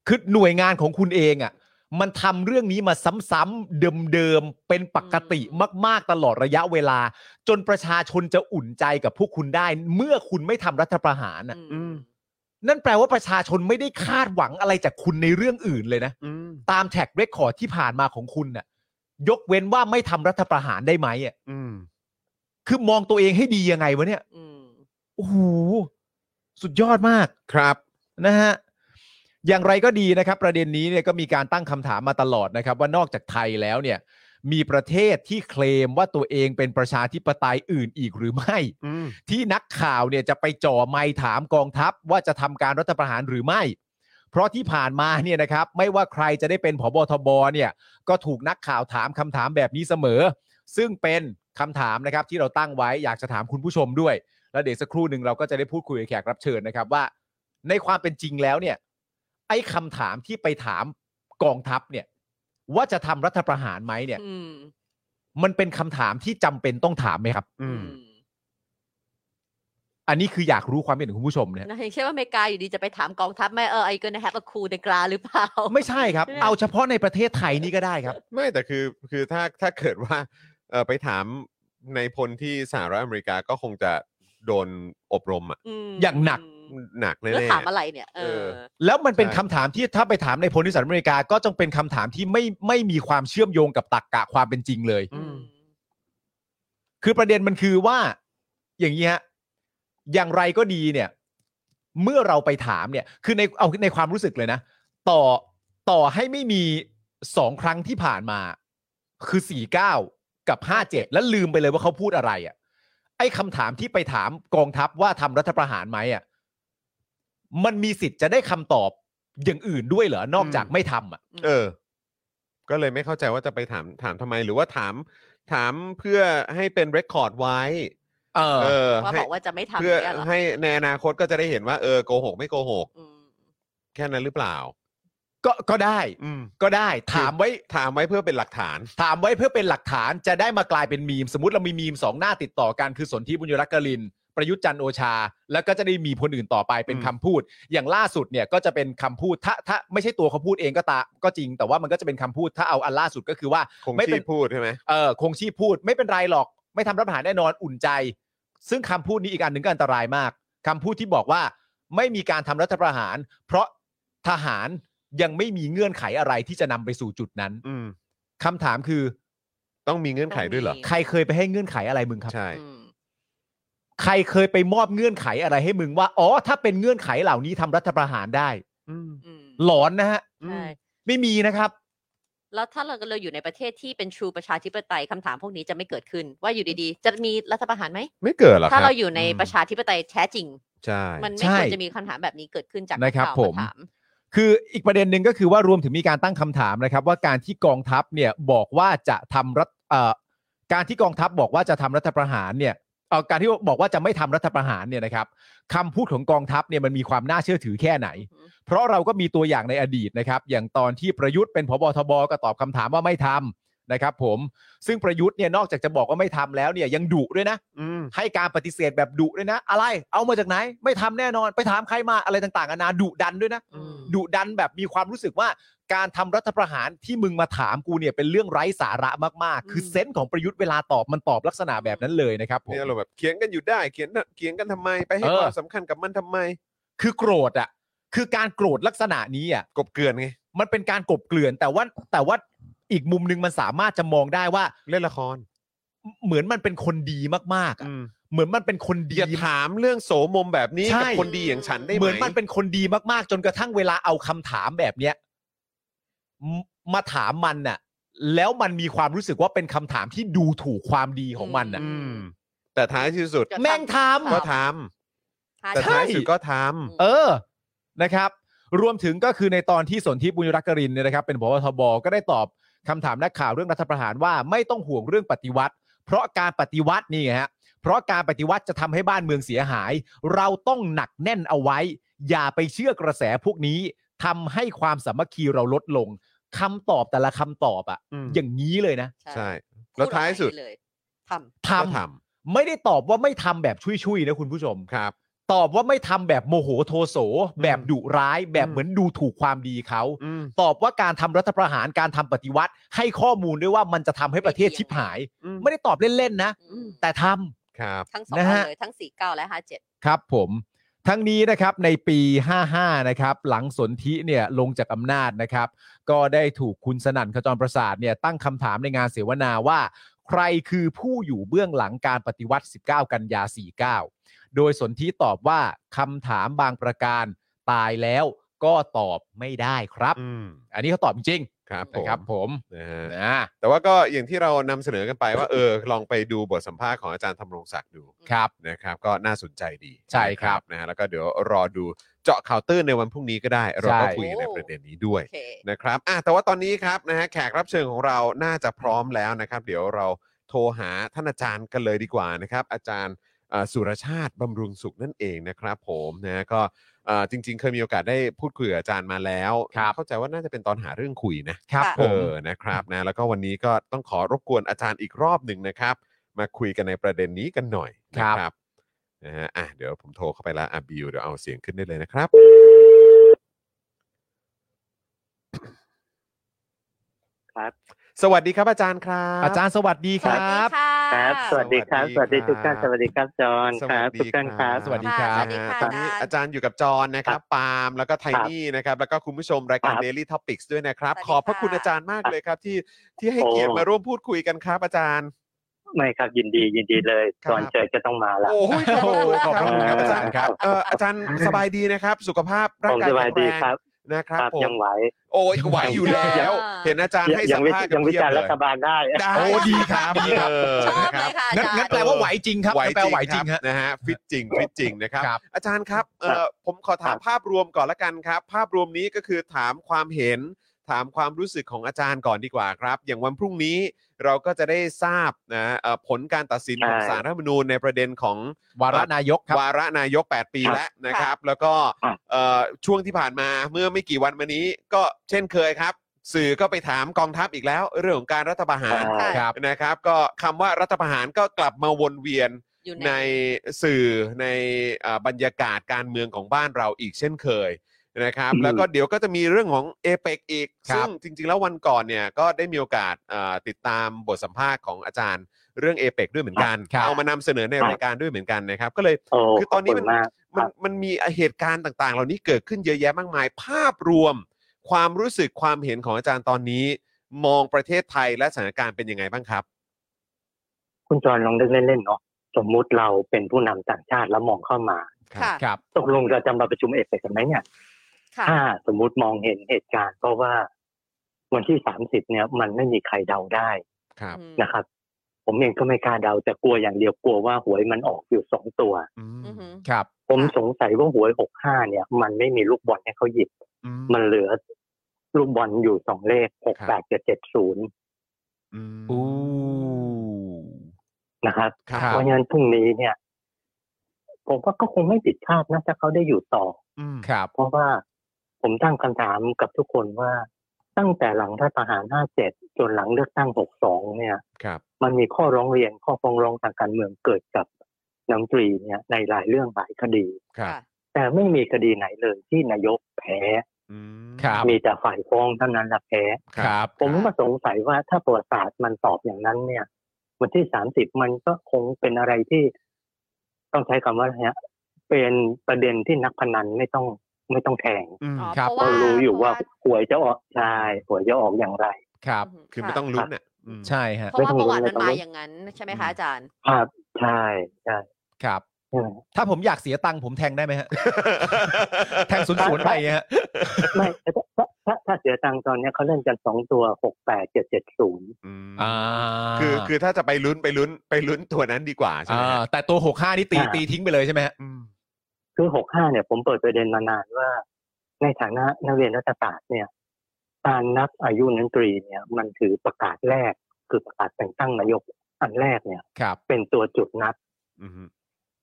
[SPEAKER 4] คือหน่วยงานของคุณเองอ่ะ มันทำเรื่องนี้มาซ้ำๆเดิมๆเป็นปกติมาก ๆตลอดระยะเวลา จนประชาชนจะอุ่นใจกับพวกคุณได้ เมื่อคุณไม่ทำรัฐประหารน่ะ
[SPEAKER 3] อืม
[SPEAKER 4] นั่นแปลว่าประชาชนไม่ได้คาดหวังอะไรจากคุณในเรื่องอื่นเลยนะ
[SPEAKER 3] อืม
[SPEAKER 4] ตามแท็กเรคคอร์ดที่ผ่านมาของคุณน่ะ ยกเว้นว่าไม่ทำรัฐประหารได้ไหมอ่ะ
[SPEAKER 3] อืม
[SPEAKER 4] คือมองตัวเองให้ดียังไงวะเนี่ย
[SPEAKER 5] อืม
[SPEAKER 4] โอ้โหสุดยอดมาก
[SPEAKER 3] ครับ
[SPEAKER 4] นะฮะอย่างไรก็ดีนะครับ ประเด็นนี้เนี่ยก็มีการตั้งคำถามมาตลอดนะครับ ว่านอกจากไทยแล้วเนี่ย มีประเทศที่เคลมว่าตัวเองเป็นประชาธิปไตยอื่นอีกหรือไม่
[SPEAKER 3] อืม
[SPEAKER 4] ที่นักข่าวเนี่ยจะไปจ่อไมค์ถามกองทัพว่าจะทำการรัฐประหารหรือไม่ เพราะที่ผ่านมาเนี่ยนะครับ ไม่ว่าใครจะได้เป็นผบทบเนี่ยก็ถูกนักข่าวถามคำถามแบบนี้เสมอ ซึ่งเป็นคำถามนะครับที่เราตั้งไว้อยากจะถามคุณผู้ชมด้วย แล้วเดี๋ยวสักครู่หนึ่งเราก็จะได้พูดคุยกับแขกรับเชิญนะครับว่า ในความเป็นจริงแล้วเนี่ย ไอ้คำถามที่ไปถามกองทัพเนี่ย ว่าจะทำรัฐประหารไหมเนี่ย
[SPEAKER 5] อืม
[SPEAKER 4] มันเป็นคำถามที่จำเป็นต้องถามไหมครับ
[SPEAKER 3] อืม
[SPEAKER 4] อันนี้คืออยากรู้ความเห็นของคุณผู้ชม เนี่ย
[SPEAKER 5] นะอย่างเช่นว่าอเมริกาอยู่ดีจะไปถามกองทัพไหมเออไอ้ก็นะแฮปปี้คูเดกราหรือเปล่า
[SPEAKER 4] ไม่ใช่ครับ
[SPEAKER 5] ใช่
[SPEAKER 4] เอาเฉพาะในประเทศไทยนี่ก็ได้ครับ
[SPEAKER 3] ไม่แต่คือคือถ้าถ้าเกิดว่าเออไปถามในพลที่สหรัฐอเมริกาก็คงจะโดนอบรมอ่ะ
[SPEAKER 5] ม
[SPEAKER 4] อย่างหนัก
[SPEAKER 3] หนักแน่
[SPEAKER 5] แล้ว
[SPEAKER 3] ๆ
[SPEAKER 5] ถามอะไรเนี่ย เออ
[SPEAKER 4] แล้วมันเป็น
[SPEAKER 3] ใช่
[SPEAKER 4] คำถามที่ถ้าไปถามในพลนิสสันอเมริกาก็จงเป็นคำถามที่ไม่ไม่มีความเชื่อมโยงกับตรรกะความเป็นจริงเลย
[SPEAKER 5] อืม
[SPEAKER 4] คือประเด็นมันคือว่าอย่างนี้ฮะอย่างไรก็ดีเนี่ย เมื่อเราไปถามเนี่ย คือในเอาในความรู้สึกเลยนะ ต่อต่อให้ไม่มีสองครั้งที่ผ่านมา คือสี่เก้ากับห้าเจ็ดแล้วลืมไปเลยว่าเขาพูดอะไรอะ่ะไอ้คำถามที่ไปถามกองทัพว่าทำรัฐประหารไหมอะ่ะมันมีสิทธิ์จะได้คำตอบอย่างอื่นด้วยเหรอนอกจากไม่ทำอ่ะ
[SPEAKER 3] เออ ก็เลยไม่เข้าใจว่าจะไปถามถามทำไม หรือว่าถามถามเพื่อให้เป็นเรคคอร์ดไว้
[SPEAKER 4] เออ
[SPEAKER 3] เออ
[SPEAKER 5] ว่า
[SPEAKER 3] ให้
[SPEAKER 5] บอกว่าจะไม่ทำ
[SPEAKER 3] เพื่อ
[SPEAKER 5] นี่ยหรอ
[SPEAKER 3] ให้ในอนาคตก็จะได้เห็นว่าเออโกหกไม่โกหก
[SPEAKER 5] อืม
[SPEAKER 3] แค่นั้นหรือเปล่า
[SPEAKER 4] ก็ก็ได้
[SPEAKER 3] อืม
[SPEAKER 4] ก็ได้ถามไว้
[SPEAKER 3] ถามไว้เพื่อเป็นหลักฐาน
[SPEAKER 4] ถามไว้เพื่อเป็นหลักฐานจะได้มากลายเป็นมีม สมมติเรามีมีมสองหน้าติดต่อกันคือสนธิบุญยรักกลิน ประยุทธ์จันทร์โอชา แล้วก็จะได้มีคนอื่นต่อไปเป็น
[SPEAKER 3] อืม
[SPEAKER 4] คำพูด อย่างล่าสุดเนี่ยก็จะเป็นคำพูดถ้าถ้าไม่ใช่ตัวเขาพูดเองก็ตาก็จริง แต่ว่ามันก็จะเป็นคำพูดถ้าเอาอันล่าสุดก็คือว่า
[SPEAKER 3] คง
[SPEAKER 4] ไม่เป็
[SPEAKER 3] ที่
[SPEAKER 4] น
[SPEAKER 3] พูดใช่ไหม
[SPEAKER 4] เออคงชีพพูดไม่เป็นไรหรอก ไม่ทำรับประหารแน่นอนอุ่นใจ ซึ่งคำพูดนี้อีกอันหนึ่งก็อันตรายมากคำพูดที่บอกว่าไม่มีการทำรัฐประหาร เพราะทหารยังไม่มีเงื่อนไขอะไรที่จะนำไปสู่จุดนั้น
[SPEAKER 3] อืม
[SPEAKER 4] คำถามคือ
[SPEAKER 3] ต้องมีเงื่อนไขด้วยเหรอ
[SPEAKER 5] ต้องมี
[SPEAKER 4] ใครเคยไปให้เงื่อนไขอะไรมึงครับ
[SPEAKER 3] ใช่
[SPEAKER 5] อืม
[SPEAKER 4] ใครเคยไปมอบเงื่อนไขอะไรให้มึงว่า อ๋อ ถ้าเป็นเงื่อนไขเหล่านี้ทำรัฐประหารได้
[SPEAKER 3] อืม
[SPEAKER 5] อืม
[SPEAKER 4] หลอนนะฮะ
[SPEAKER 5] ใช่
[SPEAKER 4] ไม่มีนะครับ
[SPEAKER 5] แล้วถ้าเราเราอยู่ในประเทศที่เป็น true ประชาธิปไตยคำถามพวกนี้จะไม่เกิดขึ้น ว่าอยู่ดีๆ จะมีรัฐประหารไหม
[SPEAKER 3] ไม่เกิดหรอกค
[SPEAKER 5] ถ้า
[SPEAKER 3] รับ
[SPEAKER 5] เราอยู่ในประชาธิปไตยแท้จริง
[SPEAKER 3] ใช่
[SPEAKER 5] มันไม่
[SPEAKER 4] ใช่
[SPEAKER 5] ควรจะมีคำถามแบบนี้เกิดขึ้นจากนัก
[SPEAKER 4] นะครับ
[SPEAKER 5] ข่าว
[SPEAKER 4] ผม
[SPEAKER 5] มาถาม
[SPEAKER 4] คืออีกประเด็นหนึ่งก็คือว่ารวมถึงมีการตั้งคำถามนะครับ ว่าการที่กองทัพเนี่ยบอกว่าจะทำรัฐเอ่อการที่กองทัพบอกว่าจะทำรัฐประหารเนี่ยเอ่อการที่บอกว่าจะไม่ทำรัฐประหารเนี่ยนะครับคำพูดของกองทัพเนี่ยมันมีความน่าเชื่อถือแค่ไหน เพราะเราก็มีตัวอย่างในอดีตนะครับ อย่างตอนที่ประยุทธ์เป็นพบทบก็ตอบคำถามว่าไม่ทำนะครับ ผมซึ่งประยุทธ์เนี่ยนอกจากจะบอกว่าไม่ทำแล้วเนี่ยยังดุด้วยนะ
[SPEAKER 3] อืม
[SPEAKER 4] ให้การปฏิเสธแบบดุด้วยนะ อะไรเอามาจากไหน ไม่ทำแน่นอนไปถามใครมาอะไรต่างๆนานาดุดันด้วยนะ
[SPEAKER 5] อืม
[SPEAKER 4] ดุดันแบบมีความรู้สึกว่าการทำรัฐประหารที่มึงมาถามกูเนี่ยเป็นเรื่องไร้สาระมากๆ คือเซนส์ของประยุทธ์เวลาตอบมันตอบลักษณะแบบนั้นเลยนะครับผม
[SPEAKER 3] เนี่ยเราแบบเขียงกันอยู่ได้เขียนน่ะเขียงกันทำไมไปให้
[SPEAKER 4] เออ
[SPEAKER 3] ความสำคัญกับมันทำไม
[SPEAKER 4] คือโกรธอ่ะคือการโกรธลักษณะนี้อ่ะ
[SPEAKER 3] กบเกลือนไง
[SPEAKER 4] มันเป็นการกลบเกลื่อนแต่ว่าแต่ว่าอีกมุมหนึ่งมันสามารถจะมองได้ว่า
[SPEAKER 3] เล่นละคร
[SPEAKER 4] เหมือนมันเป็นคนดีมากๆอะ
[SPEAKER 3] อืม
[SPEAKER 4] เหมือนมันเป็นคนดี
[SPEAKER 3] อย่าถามเรื่องโสมมแบบนี้
[SPEAKER 4] ใช่
[SPEAKER 3] กับคนดีอย่างฉันได้ไหม
[SPEAKER 4] เหมือนมันเป็นคนดีมากๆ จนกระทั่งเวลาเอาคำถามแบบเนี้ยมมาถามมันน่ะ แล้วมันมีความรู้สึกว่าเป็นคำถามที่ดูถูกความดีของมันน่ะ
[SPEAKER 3] อืม แต่ท้ายที่สุด
[SPEAKER 5] จะ
[SPEAKER 4] แม่งทำ
[SPEAKER 3] ก็ทำ
[SPEAKER 5] ค่ะ
[SPEAKER 3] แต่
[SPEAKER 5] ใช่
[SPEAKER 3] ท้ายที่สุดก็ทำ
[SPEAKER 4] เออ นะครับ รวมถึงก็คือในตอนที่สนธิบุญรักกรินเนี่ยนะครับ เป็นพบทบก็ได้ตอบคำถามนักข่าวเรื่องรัฐประหารว่าไม่ต้องห่วงเรื่องปฏิวัติ เพราะการปฏิวัตินี่ไงฮะ เพราะการปฏิวัติจะทำให้บ้านเมืองเสียหาย เราต้องหนักแน่นเอาไว้ อย่าไปเชื่อกระแสพวกนี้ทำให้ความสามัคคีเราลดลงคำตอบแต่ละคำตอบอะ
[SPEAKER 3] ม
[SPEAKER 4] อย่างนี้เลยนะ
[SPEAKER 5] ใช่
[SPEAKER 3] ใช่ แล้วท้ายสุด
[SPEAKER 5] พูออกมเลยท
[SPEAKER 4] ท
[SPEAKER 3] ก็ท
[SPEAKER 4] ำไม่ได้ตอบว่าไม่ทำแบบชุยๆนะคุณผู้ชม
[SPEAKER 3] ำครับ
[SPEAKER 4] ตอบว่าไม่ทำแบบโมโหโทโส แบบดุร้าย แบบ
[SPEAKER 3] อืม
[SPEAKER 4] เหมือนดูถูกความดีเขา
[SPEAKER 3] อืม
[SPEAKER 4] ตอบว่าการทำรัฐประหารการทำปฏิวัติ ให้ข้อมูลด้วยว่ามันจะทำให้ประเทศชิบหาย
[SPEAKER 3] อืม
[SPEAKER 4] ไม่ได้ตอบเล่น ๆ นะ
[SPEAKER 5] ำอืม
[SPEAKER 4] แต่ทำ
[SPEAKER 3] ครับ
[SPEAKER 5] ทั้งสอง
[SPEAKER 4] นะ
[SPEAKER 5] อั
[SPEAKER 4] ฮะ
[SPEAKER 5] นเลยทั้งสี่เก้าและห้าเจ็ด
[SPEAKER 4] ครับผมทั้งนี้นะครับในปี 55 นะครับ หลังสนธิเนี่ยลงจากอำนาจนะครับ ก็ได้ถูกคุณสนั่นขจรประสาทเนี่ยตั้งคำถามในงานเสวนาว่า ใครคือผู้อยู่เบื้องหลังการปฏิวัติ 19 กันยา 49 โดยสนธิตอบว่าคำถามบางประการตายแล้วก็ตอบไม่ได้ครับ
[SPEAKER 3] อืม
[SPEAKER 4] อันนี้เขาตอบจริง
[SPEAKER 3] ครับ
[SPEAKER 4] ๆนะครับ
[SPEAKER 3] ผม
[SPEAKER 4] ผม
[SPEAKER 3] นะฮะ
[SPEAKER 4] นะ
[SPEAKER 3] แต่ว่าก็อย่างที่เรานำเสนอกันไปว่าเออ ลองไปดูบทสัมภาษณ์ของอาจารย์ธำรงศักดิ์ดู
[SPEAKER 4] ครับ
[SPEAKER 3] นะครับก็น่าสนใจดี
[SPEAKER 4] ใช่ครับ
[SPEAKER 3] นะฮะแล้วก็เดี๋ยวรอดูเจาะข่าวตื้นในวันพรุ่งนี้ก็ได้ เราก็คุยกันใน
[SPEAKER 5] โอ้
[SPEAKER 3] ประเด็นนี้ด้วย
[SPEAKER 5] โอเค
[SPEAKER 3] นะครับอ่ะแต่ว่าตอนนี้ครับนะฮะแขกรับเชิญของเราน่าจะพร้อมแล้วนะครับ เดี๋ยวเราโทรหาท่านอาจารย์กันเลยดีกว่านะครับ อาจารย์เอ่อสุรชาติบำรุงสุขนั่นเองนะครับ ผมนะฮะก็เอ่อจริง ๆ เคยมีโอกาสได้พูดคุยกับอาจารย์มาแล้ว
[SPEAKER 4] ครับ
[SPEAKER 3] เข้าใจว่าน่าจะเป็นตอนหาเรื่องคุยนะ
[SPEAKER 4] ครับ
[SPEAKER 5] ค่ะ
[SPEAKER 4] ผ
[SPEAKER 3] เอ
[SPEAKER 4] ม
[SPEAKER 3] อ นะครับนะ แล้วก็วันนี้ก็ต้องขอรบกวนอาจารย์อีกรอบหนึ่งนะครับ มาคุยกันในประเด็นนี้กันหน่อย
[SPEAKER 4] ครับ
[SPEAKER 3] นะครับนะฮะ อ่ะ เดี๋ยวผมโทรเข้าไปแล้วอ่ะบิวเดี๋ยวเอาเสียงขึ้นได้เลยนะครับ
[SPEAKER 7] ครับ
[SPEAKER 3] สวัสดีครับอาจารย์ครับ
[SPEAKER 4] อาจารย์สวัสดี
[SPEAKER 5] ส
[SPEAKER 4] ค
[SPEAKER 5] วัส
[SPEAKER 4] รั
[SPEAKER 5] ดี
[SPEAKER 4] บ
[SPEAKER 5] ค่ะ
[SPEAKER 7] ครับ สวัสดีครับ สวัสดีทุกท่าน สวัสดีครับจอห์นครับทุกท่านครับ
[SPEAKER 4] สวัสดีครับ
[SPEAKER 5] สวัสดีค่ะ
[SPEAKER 3] ตอนนี้อาจารย์อยู่กับจอนนะครับ ปาล์มแล้วก็ไทนี่นะครับ แล้วก็คุณผู้ชมรายการ
[SPEAKER 7] ครับ
[SPEAKER 3] Daily Topics ด้วยนะครับ
[SPEAKER 5] สวัสดี
[SPEAKER 3] ขอบพระ
[SPEAKER 5] ค่ะ
[SPEAKER 3] คุณอาจารย์มากเลยครับที่ที่ให้เกียรติมาร่วมพูดคุยกันครับอาจารย์
[SPEAKER 7] ไม่ครับยินดียินดีเลย
[SPEAKER 3] ครับ
[SPEAKER 7] ก่อนเจอจะต้องมาละ
[SPEAKER 3] โอ้โหขอบพระคุณ
[SPEAKER 4] ขอบพระคุณครับอาจารย์ครับ
[SPEAKER 3] เอ่ออาจารย์สบายดีนะครับ สุขภาพ
[SPEAKER 7] ผ
[SPEAKER 3] ร่าง
[SPEAKER 7] ม
[SPEAKER 3] กาย
[SPEAKER 7] สบายดี
[SPEAKER 3] แข็ง
[SPEAKER 7] ค
[SPEAKER 3] แง
[SPEAKER 7] รับ
[SPEAKER 3] นะครับผม
[SPEAKER 7] ยังไหว
[SPEAKER 3] โอ้ยไหวอยู่แล
[SPEAKER 5] ยั
[SPEAKER 3] ้ ว
[SPEAKER 5] ง
[SPEAKER 3] เห็นอาจารย์ให้
[SPEAKER 7] ยั
[SPEAKER 3] สัม
[SPEAKER 7] วิ
[SPEAKER 3] ภาษณ์
[SPEAKER 7] ยังวิจารณ์
[SPEAKER 3] เพียบเล
[SPEAKER 7] รัฐบาลได้
[SPEAKER 3] ได้
[SPEAKER 4] โอ้ดีครับดีครับ
[SPEAKER 3] เออ
[SPEAKER 5] ชอบ
[SPEAKER 3] นะค
[SPEAKER 5] เล
[SPEAKER 3] รับ
[SPEAKER 5] ยค่ะอา
[SPEAKER 4] งั้นงั้น
[SPEAKER 5] จารย์
[SPEAKER 4] แปลว่าไหวจริงครับ
[SPEAKER 3] ไหว
[SPEAKER 4] แปลว่าไหวจ
[SPEAKER 3] จ
[SPEAKER 4] ริ
[SPEAKER 3] ริ
[SPEAKER 4] ง
[SPEAKER 3] ง
[SPEAKER 4] ฮะ
[SPEAKER 3] นะฮะฟิตจริงฟิตจริงนะครับ
[SPEAKER 4] ครับ
[SPEAKER 3] อาจารย์ครับเอ่
[SPEAKER 7] ค
[SPEAKER 3] อ
[SPEAKER 7] รั
[SPEAKER 3] บ ผมขอถาม
[SPEAKER 7] ครับ
[SPEAKER 3] ภาพรวมก่อนละกันครับ ภาพรวมนี้ก็คือถามความเห็น ถามความรู้สึกของอาจารย์ก่อนดีกว่าครับ อย่างวันพรุ่งนี้เราก็จะได้ทราบนะเอ่อผลการตัดสินของสารรัฐธรรมนูญในประเด็นของ
[SPEAKER 4] วาระนายกครับ
[SPEAKER 3] วาระนายก 8 ปี
[SPEAKER 7] ครับ
[SPEAKER 3] แล้วนะครับ แล้วก็
[SPEAKER 7] ครับ
[SPEAKER 3] เอ่อช่วงที่ผ่านมาเมื่อไม่กี่วันมานี้ ก็เช่นเคยครับ สื่อก็ไปถามกองทัพอีกแล้ว เรื่องของการรัฐประหาร
[SPEAKER 7] ใช่
[SPEAKER 4] ครับ
[SPEAKER 3] นะครับ ก็คำว่ารัฐประหารก็กลับมาวนเวียน
[SPEAKER 5] อยู่
[SPEAKER 3] ในสื่อในเอ่อบรรยากาศการเมืองของบ้านเราอีกเช่นเคยนะครับ
[SPEAKER 7] อืม
[SPEAKER 3] แล้วก็เดี๋ยวก็จะมีเรื่องของ a p e c อีก
[SPEAKER 4] ครั
[SPEAKER 3] ซึ่
[SPEAKER 4] บ
[SPEAKER 3] งจริง ๆ แล้ววันก่อนเนี่ยก็ได้มีโอกาสเอ่อติดตามบทสัมภาษณ์ของอาจารย์เรื่อง a p e c ด้วยเหมือนกัน
[SPEAKER 4] ครับ
[SPEAKER 3] เอามานำเสนอในรายการด้วยเหมือนกันนะครับ ก็เลย
[SPEAKER 7] โอ้
[SPEAKER 3] คือตอนนี้
[SPEAKER 7] ขบ
[SPEAKER 3] มั
[SPEAKER 7] คุ
[SPEAKER 3] น
[SPEAKER 7] ณมาก
[SPEAKER 3] มัน
[SPEAKER 7] ครับ
[SPEAKER 3] มันมีเหตุการณ์ต่างๆ เหล่านี้เกิดขึ้นเยอะแยะมากมาย ภาพรวม ความรู้สึกความเห็นของอาจารย์ตอนนี้ มองประเทศไทยและสถานการณ์เป็นยังไงบ้างครับ
[SPEAKER 7] คุณจอนลองนึกเล่นๆเนาะสมมุติเราเป็นผู้นำต่างชาติแล้วมองเข้ามา
[SPEAKER 5] ค่ะ
[SPEAKER 4] ครับ
[SPEAKER 7] ตกลงเราจะมาประชุมเอฟเฟกกันไหมเนี่ย
[SPEAKER 5] ค่ะ
[SPEAKER 7] ถ้าสมมุติมองเห็นเหตุการณ์เพราะว่าวันที่สามสิบเนี่ย มันไม่มีใครเดาได้
[SPEAKER 3] ครับ
[SPEAKER 7] นะครับ ผมเองก็ไม่กล้าเดาแต่กลัวอย่างเดียวกลัวว่าหวยมันออกอยู่สองตัว
[SPEAKER 3] อืม
[SPEAKER 5] อือหือ
[SPEAKER 4] ครับ
[SPEAKER 7] ผมสงสัยว่าหวยหกห้าเนี่ย มันไม่มีลูกบอลให้เขาหยิบ
[SPEAKER 3] อืม
[SPEAKER 7] มันเหลือลูกบอลอยู่สองเลขหก
[SPEAKER 3] ครับ
[SPEAKER 7] แปดเจ็ดเจ็ดศูนย์
[SPEAKER 3] อืม
[SPEAKER 4] อู้
[SPEAKER 7] นะครับ
[SPEAKER 3] ครับ
[SPEAKER 7] เพราะงั้นพรุ่งนี้เนี่ย ผมว่าก็คงไม่ผิดคาดนะถ้าเขาได้อยู่ต่อ
[SPEAKER 3] อืม
[SPEAKER 4] ครับ
[SPEAKER 7] เพราะว่าผมตั้งคำถามกับทุกคนว่า ตั้งแต่หลังรัฐประหาร 57 จนหลังเลือกตั้ง 62 เนี่ย
[SPEAKER 3] ครับ
[SPEAKER 7] มันมีข้อร้องเรียนข้อฟ้องร้องทางการเมืองเกิดกับน้ำตรีเนี่ยในหลายเรื่องหลายคดี
[SPEAKER 3] ครับ
[SPEAKER 7] แต่ไม่มีคดีไหนเลยที่นายกแพ้
[SPEAKER 3] อืม
[SPEAKER 4] ครับ
[SPEAKER 7] มีแต่ฝ่ายฟ้องเท่านั้นละแพ้
[SPEAKER 4] ครับ
[SPEAKER 7] ผมก็สงสัยว่าถ้าประวัติศาสตร์มันตอบอย่างนั้นเนี่ย วันที่ 30 มันก็คงเป็นอะไรที่ต้องใช้คำว่าอะไรฮะเป็นประเด็นที่นักพนันไม่ต้องไม่ต้องแทง
[SPEAKER 3] อืม
[SPEAKER 5] อ๋อ
[SPEAKER 4] ครับ
[SPEAKER 5] เพ
[SPEAKER 7] ก็
[SPEAKER 5] ราะ
[SPEAKER 7] รู้อยู่ว่า
[SPEAKER 5] เพระ
[SPEAKER 7] หวยจะออกใช่หวยจะออกอย่างไร
[SPEAKER 4] ครับ
[SPEAKER 5] หื
[SPEAKER 3] คือไม่
[SPEAKER 5] ะ
[SPEAKER 3] ต้องลุ้นอ่ะอืม
[SPEAKER 4] ใช่ ฮะ
[SPEAKER 5] เพราะว่า
[SPEAKER 7] ไม่
[SPEAKER 5] ป
[SPEAKER 7] ต้อง
[SPEAKER 5] ระวัติ
[SPEAKER 7] ลุ้
[SPEAKER 5] มัน น
[SPEAKER 7] ไม่ต้อง
[SPEAKER 5] มา
[SPEAKER 7] ลุ้น
[SPEAKER 5] อย่างนั้นใช่ไหมคะอาจารย์
[SPEAKER 7] ครับใช่ใช่
[SPEAKER 4] ครับ
[SPEAKER 7] ใช่ไหม
[SPEAKER 4] ถ้าผมอยากเสียตังค์ผมแทงได้ไหมฮะ แทงศูนย์ศูนย์ไปฮะ
[SPEAKER 7] ไม่แต่ถ้าถ้าถ้าถ้าเสียตังค์ตอนเนี้ยเขาเล่นกันสองตัวหกแปดเจ็ดเจ็ดศูนย์
[SPEAKER 3] อืม
[SPEAKER 4] อ่า
[SPEAKER 3] คือคือถ้าจะไปลุ้นไปลุ้นไปลุ้นตัวนั้นดีกว่าใช่ไหม
[SPEAKER 4] อ่า
[SPEAKER 3] ฮะ
[SPEAKER 4] แต่ตัวหกห้านี่ตีตีทิ้งไปเลยใช่ไหมฮะ
[SPEAKER 3] อืม
[SPEAKER 7] คือหกห้าเนี่ย ผมเปิดประเด็นมานานว่า ในฐานะนักเรียนรัฐศาสตร์เนี่ย การนับอายุนักตรีเนี่ย มันถือประกาศแรก คือประกาศแต่งตั้งนายกอันแรกเนี่ย
[SPEAKER 4] ครับ
[SPEAKER 7] เป็นตัวจุดนับ
[SPEAKER 3] อืม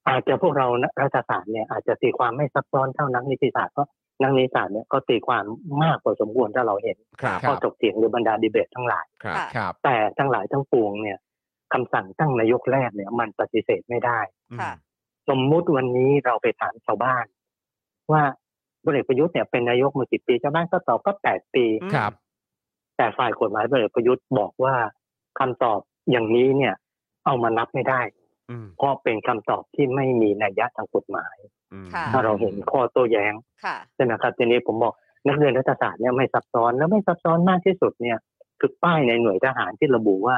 [SPEAKER 7] อาจจะพวกเรานะรัฐศาสตร์เนี่ยอาจจะตีความไม่ซับซ้อนเท่านักนิติศาสตร์เพราะนักนิติศาสตร์เนี่ยก็ตีความมากพอสมควรถ้าเราเห็น
[SPEAKER 3] ครับ
[SPEAKER 4] ค
[SPEAKER 7] ข้
[SPEAKER 4] รั
[SPEAKER 7] อบ ถกเถียงหรือบรรดาดีเบตทั้งหลาย
[SPEAKER 3] ครับ
[SPEAKER 4] ครับ
[SPEAKER 7] แต่ทั้งหลายทั้งปวงเนี่ยคำสั่งตั้งนายกแรกเนี่ย มันปฏิเสธไม่ได้
[SPEAKER 5] ค่ะ
[SPEAKER 7] สมมุติวันนี้เราไปถามชาวบ้าน ว่าพลเอกประยุทธ์เนี่ยเป็นนายกมากี่ปีชาวบ้านก็ตอบก็แปดปี
[SPEAKER 3] อืม
[SPEAKER 4] ครับ
[SPEAKER 7] แต่ฝ่ายกฎหมายพลเอกประยุทธ์บอกว่าคำตอบอย่างนี้เนี่ย เอามานับไม่ได้
[SPEAKER 3] อืม
[SPEAKER 7] เพราะเป็นคำตอบที่ไม่มีนัยยะทางกฎหมาย
[SPEAKER 3] อืม
[SPEAKER 5] ค่ะ
[SPEAKER 7] ถ้าเราเห็นข้อโต้แย้ง
[SPEAKER 5] ค่ะ
[SPEAKER 7] ใช่ไหมครับทีนี้ผมบอกนักเรียนรัฐศาสตร์เนี่ยไม่ซับซ้อนแล้วไม่ซับซ้อนมากที่สุดเนี่ยคือป้ายในหน่วยทหารที่ระบุว่า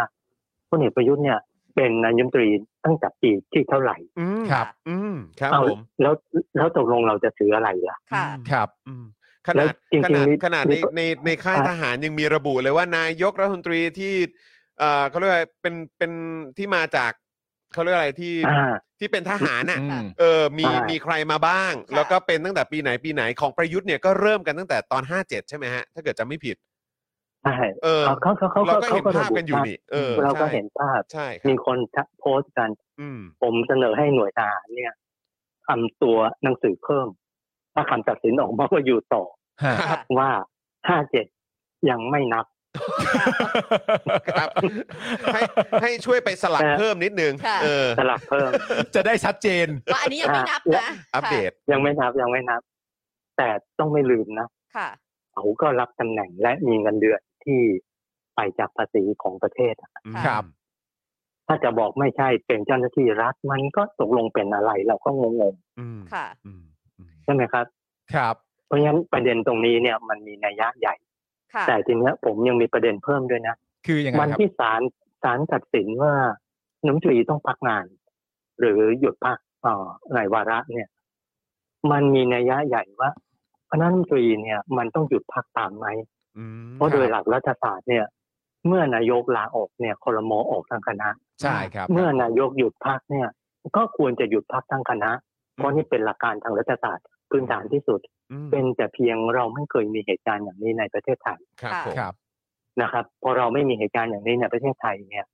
[SPEAKER 7] พลเอกประยุทธ์เนี่ยเป็นนายกรัฐมนตรีตั้งแต่ปีที่เท่าไหร่
[SPEAKER 3] อืม
[SPEAKER 4] ครับ
[SPEAKER 3] อืมครับ
[SPEAKER 7] เอา
[SPEAKER 3] ผม
[SPEAKER 7] แล้วแล้วตกลงเราจะถืออะไรล่ะ
[SPEAKER 5] ค่ะ
[SPEAKER 4] ครับ
[SPEAKER 3] อืมข
[SPEAKER 7] แล้
[SPEAKER 3] นาว ด
[SPEAKER 7] จริงๆ
[SPEAKER 3] ขนาดขนาด
[SPEAKER 7] มีมี
[SPEAKER 3] ใน
[SPEAKER 7] ก็
[SPEAKER 3] ในในค่าย
[SPEAKER 7] อ่ะ
[SPEAKER 3] ทหารยังมีระบุเลยว่านายกรัฐมนตรีที่เอ่อเขาเรียกว่าเป็นเป็นที่มาจากเขาเรียกอะไรที่
[SPEAKER 7] อ่า
[SPEAKER 3] ที่เป็นทหารน่ะ
[SPEAKER 4] อืม
[SPEAKER 3] เออมี
[SPEAKER 7] อ่ามี
[SPEAKER 3] มีใครมาบ้าง
[SPEAKER 5] ค่ะ
[SPEAKER 3] แล้วก็เป็นตั้งแต่ปีไหนปีไหนของประยุทธ์เนี่ยก็เริ่มกันตั้งแต่ตอน 57 ใช่ไหมฮะ ถ้าเกิดจำไม่ผิด
[SPEAKER 7] ใช่
[SPEAKER 3] เออ
[SPEAKER 7] เขาเขาเขาเขา
[SPEAKER 3] เราก็เห็น
[SPEAKER 7] ระ
[SPEAKER 3] ภาพ
[SPEAKER 7] บุ
[SPEAKER 3] กันอยู่นี่เออ
[SPEAKER 7] เราก็
[SPEAKER 3] ใช่
[SPEAKER 7] เห็นภาพ
[SPEAKER 3] ใช่ครั
[SPEAKER 7] มี
[SPEAKER 3] บ
[SPEAKER 7] คนโพสต์กัน
[SPEAKER 3] อืม
[SPEAKER 7] ผมเสนอให้หน่วยทหารเนี่ยทำตัวหนังสือเพิ่ม ถ้าคำตัดสินออกมาว่าอยู่ต่อ
[SPEAKER 4] ฮะ
[SPEAKER 5] ค่ะ
[SPEAKER 7] ว่าห้าเจ็ดยังไม่นับ
[SPEAKER 3] ครับ ให้ให้ช่วยไปสลัก
[SPEAKER 7] แต่
[SPEAKER 3] เพิ่มนิดนึง
[SPEAKER 5] ค่ะ
[SPEAKER 3] เออ
[SPEAKER 7] สลับเพิ่ม
[SPEAKER 4] จะได้ชัดเจน
[SPEAKER 5] ว่าอันนี้ยังไม่นับนะ
[SPEAKER 3] อัปเดต
[SPEAKER 7] ยังไม่นับยังไม่นับ แต่ต้องไม่ลืมนะ
[SPEAKER 5] ค่ะ
[SPEAKER 7] เขาก็รับตำแหน่งและมีเงินเดือนที่ไปจากภาษีของประเทศอะ
[SPEAKER 4] ครับ
[SPEAKER 7] ถ้าจะบอกไม่ใช่เป็นเจ้าหน้าที่รัฐมันก็ตกลงเป็นอะไร เราก็งง
[SPEAKER 3] อืม
[SPEAKER 5] ค่ะ
[SPEAKER 3] อืมอืม
[SPEAKER 7] ๆใช่ไหมครับ
[SPEAKER 4] ครับ
[SPEAKER 7] เพราะฉะนั้นประเด็นตรงนี้เนี่ยมันมีนัยยะใหญ่
[SPEAKER 5] ค่ะ
[SPEAKER 7] แต่ทีเนี้ยผมยังมีประเด็นเพิ่มด้วยนะ
[SPEAKER 4] คือยังไง
[SPEAKER 7] วัน
[SPEAKER 4] ครับ
[SPEAKER 7] ที่ศาลศาลตัดสินว่า น้ำตรีต้องพักงาน หรือหยุดพักต่อในวาระเนี่ย มันมีนัยยะใหญ่ว่าคณะรัฐมนตรีเนี่ย มันต้องหยุดพักตามไหม
[SPEAKER 3] อืม
[SPEAKER 7] เพราะโดยหลักรัฐศาสตร์เนี่ย เมื่อนายกลาออกเนี่ยคอรมอออกทั้งคณะ
[SPEAKER 4] ใช่ครับ
[SPEAKER 7] เมื่อนายกหยุดพักเนี่ย ก็ควรจะหยุดพักทั้งคณะ เพราะนี่เป็นหลักการทางรัฐศาสตร์พื้นฐานที่สุด
[SPEAKER 3] อืม
[SPEAKER 7] เป็นแต่เพียงเราไม่เคยมีเหตุการณ์อย่างนี้ในประเทศไทย
[SPEAKER 3] ครับผม
[SPEAKER 4] ครับ
[SPEAKER 7] นะครับ พอเราไม่มีเหตุการณ์อย่างนี้ในประเทศไทยเนี่ย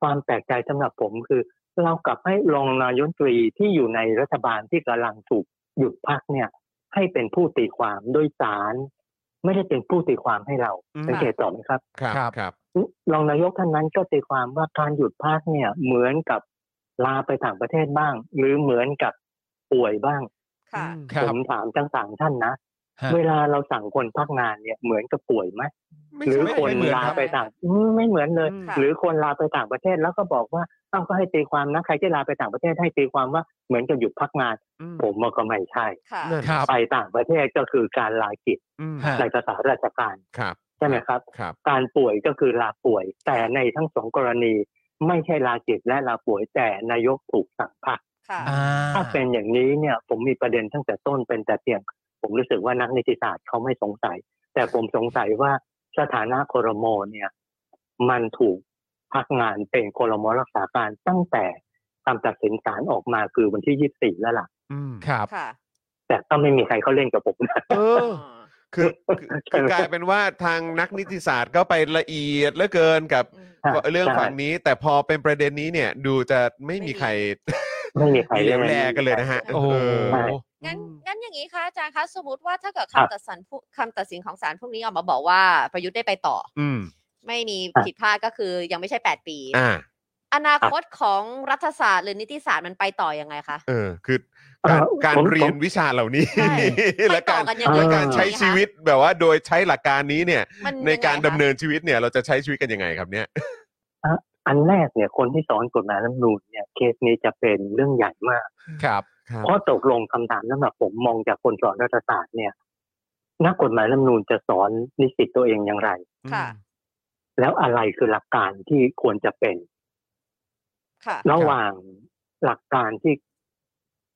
[SPEAKER 7] ความแปลกใจสำหรับผมคือ เรากลับให้รองนายกรัฐมนตรีที่อยู่ในรัฐบาลที่กำลังถูกหยุดพักเนี่ย ให้เป็นผู้ตีความโดยสาร ไม่ได้เป็นผู้ตีความให้เรา
[SPEAKER 3] อืม
[SPEAKER 7] สังเกตต่อไหมครับ
[SPEAKER 3] ครับครับ
[SPEAKER 7] รองนายกท่านนั้นก็ตีความว่าการหยุดพักเนี่ย เหมือนกับลาไปต่างประเทศบ้าง หรือเหมือนกับป่วยบ้าง
[SPEAKER 8] ค่ะ
[SPEAKER 4] ครั
[SPEAKER 7] ผ
[SPEAKER 4] บ
[SPEAKER 7] มถามทั้งสามท่านนะ
[SPEAKER 4] ฮะ
[SPEAKER 7] เวลาเราสั่งคนพักงานเนี่ยเหมือนกับป่วยไหม
[SPEAKER 3] ไม่
[SPEAKER 7] หรือ
[SPEAKER 3] ไม่
[SPEAKER 7] คน
[SPEAKER 3] ไม่เหมือน
[SPEAKER 7] ลา
[SPEAKER 3] ครับ
[SPEAKER 7] ไปต่างอืมไม่เหมือนเลย
[SPEAKER 3] อืม
[SPEAKER 7] หรือคนลาไปต่างประเทศแล้วก็บอกว่าเอ้าก็ให้ตีความนะใครที่ลาไปต่างประเทศให้ตีความว่าเหมือนกับหยุดพักงาน
[SPEAKER 3] อืม
[SPEAKER 7] ผมว่าก็ไม่ใช่
[SPEAKER 8] ค่ะ
[SPEAKER 3] นั่น
[SPEAKER 4] ครับ
[SPEAKER 7] ไปต่างประเทศก็คือการลากิจ
[SPEAKER 3] อืม
[SPEAKER 4] ฮะ
[SPEAKER 7] ในภาษาราชการ
[SPEAKER 3] ครับ
[SPEAKER 7] ใช่ไหมครับ
[SPEAKER 3] ครับ
[SPEAKER 7] การป่วยก็คือลาป่วย แต่ในทั้งสองกรณี ไม่ใช่ลาจิตและลาป่วยแต่นายกถูกสั่งพัก
[SPEAKER 8] ค่ะ
[SPEAKER 4] อ่า
[SPEAKER 7] ถ้าเป็นอย่างนี้เนี่ยผมมีประเด็นตั้งแต่ต้นเป็นแต่เพียง ผมรู้สึกว่านักนิติศาสตร์เขาไม่สงสัย แต่ผมสงสัยว่าสถานะโครมอเนี่ย มันถูกพักงานเป็นโครมอรักษาการตั้งแต่คำตัดสินศาลออกมาคือวันที่ 24 แล้วล่ะ
[SPEAKER 3] อืม
[SPEAKER 4] ครับ
[SPEAKER 8] ค่ะ
[SPEAKER 7] แต่ก็ไม่มีใครเขาเล่นกับผมนะ
[SPEAKER 3] เออ คือ คือคือกลายเป็นว่าทางนักนิติศาสตร์ก็ไปละเอียดเหลือเกินกับ
[SPEAKER 8] อืม
[SPEAKER 3] เรื่องฝั่งนี้ แต่พอเป็นประเด็นนี้เนี่ย ดูจะไม่มีใคร
[SPEAKER 7] ไม่มีใคร
[SPEAKER 3] เห
[SPEAKER 7] เล่
[SPEAKER 3] ลีย
[SPEAKER 7] น
[SPEAKER 3] วแลกันเลยนะฮะ
[SPEAKER 4] โอ้โห
[SPEAKER 3] เออ
[SPEAKER 8] งั้นงั้นอย่างนี้ค่ะอาจารย์คะสมมติว่าถ้าเกิด
[SPEAKER 7] ครับ
[SPEAKER 8] คำตัดสินผู้คำตัดสินของศาลพวกนี้ออกมาบอกว่าประยุทธ์ได้ไปต่ออ
[SPEAKER 3] อืม
[SPEAKER 8] ไม่มี
[SPEAKER 7] อ่ะ
[SPEAKER 8] ผิดพลาดก็คือยังไม่ใช่ 8 ปี
[SPEAKER 3] อ่า
[SPEAKER 8] อนาคตของรัฐศาสตร์หรือนิติศาสตร์มันไปต่อยังไงคะ
[SPEAKER 3] เออ คือการ
[SPEAKER 7] เอ่อ
[SPEAKER 3] การ
[SPEAKER 7] ผม
[SPEAKER 3] เรียนวิชาเหล่านี้
[SPEAKER 8] ใช่
[SPEAKER 3] และการ
[SPEAKER 8] มันต่อกันยังไง
[SPEAKER 3] และการใช้ชีวิตแบบว่า โดยใช้หลักการนี้เนี่ย
[SPEAKER 8] มัน
[SPEAKER 3] ใน
[SPEAKER 8] ยังไงคะ
[SPEAKER 3] การดำเนินชีวิตเนี่ย เราจะใช้ชีวิตกันยังไงครับเนี่ย
[SPEAKER 7] อันแรกเนี่ยคนที่สอนกฎหมายรัฐธรรมนูญเนี่ยเคสนี้จะเป็นเรื่องใหญ่มาก
[SPEAKER 4] ครับ
[SPEAKER 3] ครับ
[SPEAKER 7] เพราะตกลงคำถามนั้นแบบผมมองจากคนสอนรัฐศาสตร์เนี่ย นักกฎหมายรัฐธรรมนูญจะสอนนิสิตตัวเองอย่างไร
[SPEAKER 8] ค่ะ
[SPEAKER 7] แล้วอะไรคือหลักการที่ควรจะเป็น
[SPEAKER 8] ค่ะ
[SPEAKER 7] ระหว่างหลักการที่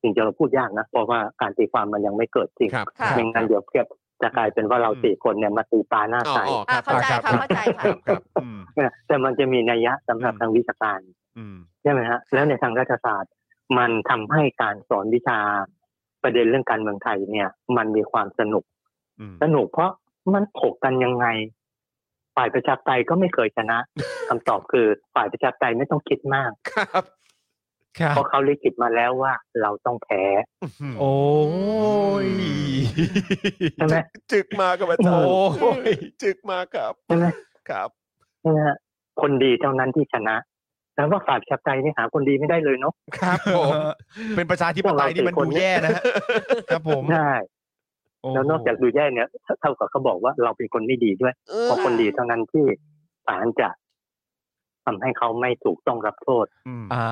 [SPEAKER 7] จริงๆเราพูดยากนะ เพราะว่าการตีความมันยังไม่เกิดจริง
[SPEAKER 3] ครับ
[SPEAKER 8] ค่ะ
[SPEAKER 7] ไม่งั้นเดี๋ยวเก็บจะกลายเป็นว่าเราสี่คนเนี่ยมาตีปลาหน้า
[SPEAKER 3] อ๋อ
[SPEAKER 7] ใส
[SPEAKER 3] อ๋อ
[SPEAKER 8] อ่ะ
[SPEAKER 3] ครับ
[SPEAKER 8] เข้าใจ
[SPEAKER 3] รับค
[SPEAKER 8] ค่ะเข้าใจค่ะ
[SPEAKER 3] รับครับอืม
[SPEAKER 7] เนี่ยแต่มันจะมีนัยยะสำหรับ
[SPEAKER 3] อืม
[SPEAKER 7] ทางวิชาการ
[SPEAKER 3] อืม
[SPEAKER 7] ใช่ไหมฮะแล้วในทางรัฐศาสตร์มันทำให้การสอนวิชาประเด็นเรื่องการเมืองไทยเนี่ย มันมีความสนุก
[SPEAKER 3] อืม
[SPEAKER 7] สนุกเพราะมันถกกันยังไง ฝ่ายประชาธิปไตยก็ไม่เคยช นะ คำตอบคือฝ่ายประชาธิปไตยไม่ต้องคิดมาก
[SPEAKER 3] ครับ
[SPEAKER 4] ครับ
[SPEAKER 7] เพราะเขาลิขิตมาแล้วว่าเราต้องแพ้
[SPEAKER 4] โอ้ย
[SPEAKER 7] ใช่ไหม
[SPEAKER 3] จึกมากับอาจารย์
[SPEAKER 7] โอ้
[SPEAKER 4] ย
[SPEAKER 3] จึกมาครับ
[SPEAKER 7] ใช่ไหม
[SPEAKER 3] ครับ
[SPEAKER 7] ใช่ไหมฮะคนดีเท่านั้นที่ชนะแต่ว่าฝ่ายประชาธิปไตยนี่หาคนดีไม่ได้เลยเนาะ
[SPEAKER 4] ครับผม เป็นประชาธิปไตยนี่มัน
[SPEAKER 7] พวก
[SPEAKER 4] ดู
[SPEAKER 7] เราสี่คน
[SPEAKER 4] แย่นะฮะครับผม
[SPEAKER 7] ใช่
[SPEAKER 4] โโห
[SPEAKER 7] แล้วนอกจากดูแย่เนี่ยเท่ากับเขาบอกว่าเราเป็นคนไม่ดีด้วย เพราะคนดีเท่านั้นที่ศาลจะทำให้เขาไม่ถูกต้องรับโทษ
[SPEAKER 3] อืม
[SPEAKER 4] อ่า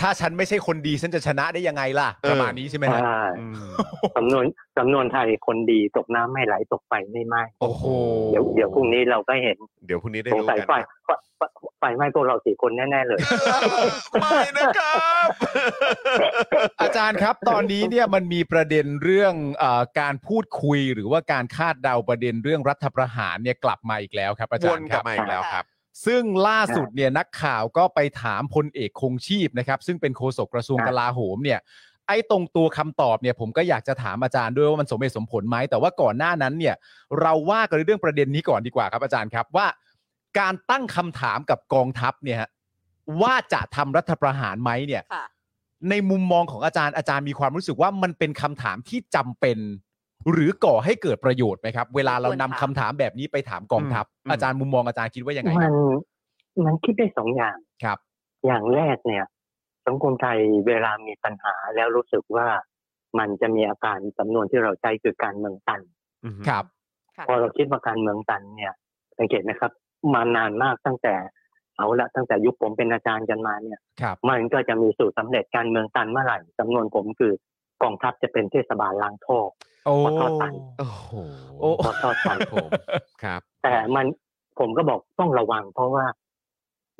[SPEAKER 4] ถ้าฉันไม่ใช่คนดีฉันจะชนะได้ยังไงล่ะ
[SPEAKER 3] เออ
[SPEAKER 4] ประมาณนี้ใช่ไหมฮะ
[SPEAKER 7] ใช่
[SPEAKER 3] อืม
[SPEAKER 7] สำนวนสำนวนไทยคนดีตกน้ำไม่ไหลตกไฟไม่ไหม้
[SPEAKER 4] โอ้โห
[SPEAKER 7] เดี๋ยวเดี๋ยวพรุ่งนี้เราก็เห็น
[SPEAKER 3] เดี๋ยวพรุ่งนี้ได้
[SPEAKER 7] สง
[SPEAKER 3] รู้
[SPEAKER 7] สัย
[SPEAKER 3] กัน
[SPEAKER 7] ไฟไฟไฟไฟไหม้พวกเราสี่คนแน่ๆเลย
[SPEAKER 3] ไม่นะครับ
[SPEAKER 4] อาจารย์ครับ ตอนนี้เนี่ยมันมีประเด็นเรื่องเออการพูดคุยหรือว่าการคาดเดาประเด็นเรื่องรัฐประหารเนี่ยกลับมาอีกแล้วครับ อา
[SPEAKER 3] ว
[SPEAKER 4] จาร
[SPEAKER 3] น
[SPEAKER 4] ย์
[SPEAKER 3] ก
[SPEAKER 4] ค
[SPEAKER 3] ลั
[SPEAKER 4] รั
[SPEAKER 3] บบ มาอีกแล้วครับ
[SPEAKER 4] ซึ่งล่าสุดเนี่ยนักข่าวก็ไปถามพลเอกคงชีพนะครับ ซึ่งเป็นโฆษกกระทรวง
[SPEAKER 7] ครับ
[SPEAKER 4] กลาโหมเนี่ย ไอ้ตรงตัวคำตอบเนี่ยผมก็อยากจะถามอาจารย์ด้วยว่ามันสมเหตุสมผลไหมแต่ว่าก่อนหน้านั้นเนี่ยเราว่ากันเรื่องประเด็นนี้ก่อนดีกว่าครับอาจารย์ครับว่าการตั้งคำถามกับกองทัพเนี่ยฮะว่าจะทำรัฐประหารไหมเนี่ย
[SPEAKER 8] ค่ะ
[SPEAKER 4] ในมุมมองของอาจารย์อาจารย์มีความรู้สึกว่ามันเป็นคำถามที่จำเป็น หรือก่อให้เกิดประโยชน์ไหมครับ เวลาเรานำคำถามแบบนี้ไปถามกองทัพ
[SPEAKER 3] อืม
[SPEAKER 4] อาจารย์มุมมองอาจารย์คิดว่ายังไงค
[SPEAKER 7] มั
[SPEAKER 4] รับ
[SPEAKER 7] นมันคิดได้สองอย่าง
[SPEAKER 4] ครับ
[SPEAKER 7] อย่างแรกเนี่ย สังคมไทยเวลามีปัญหาแล้วรู้สึกว่ามันจะมีอาการสำนวนที่เราใช้คือการเมืองตัน
[SPEAKER 3] อืม
[SPEAKER 4] ครับ
[SPEAKER 8] ค่ะ
[SPEAKER 7] พอเราคิดว่าการเมืองตันเนี่ยสังเกตไหมครับ มานานมากตั้งแต่เอาละตั้งแต่ยุคผมเป็นอาจารย์กันมาเนี่ย
[SPEAKER 4] ครับ
[SPEAKER 7] มันก็จะมีสูตรสำเร็จการเมืองตันเมื่อไหร่จำนวนผมคือกองทัพจะเป็นเทศบาลล้างท่อ
[SPEAKER 4] โอ้
[SPEAKER 7] ขอโทษครับ
[SPEAKER 3] โอ้โห
[SPEAKER 4] โอ้
[SPEAKER 7] พอทอดตัน
[SPEAKER 3] ผมครับ
[SPEAKER 7] แต่มันผมก็บอกต้องระวัง เพราะว่า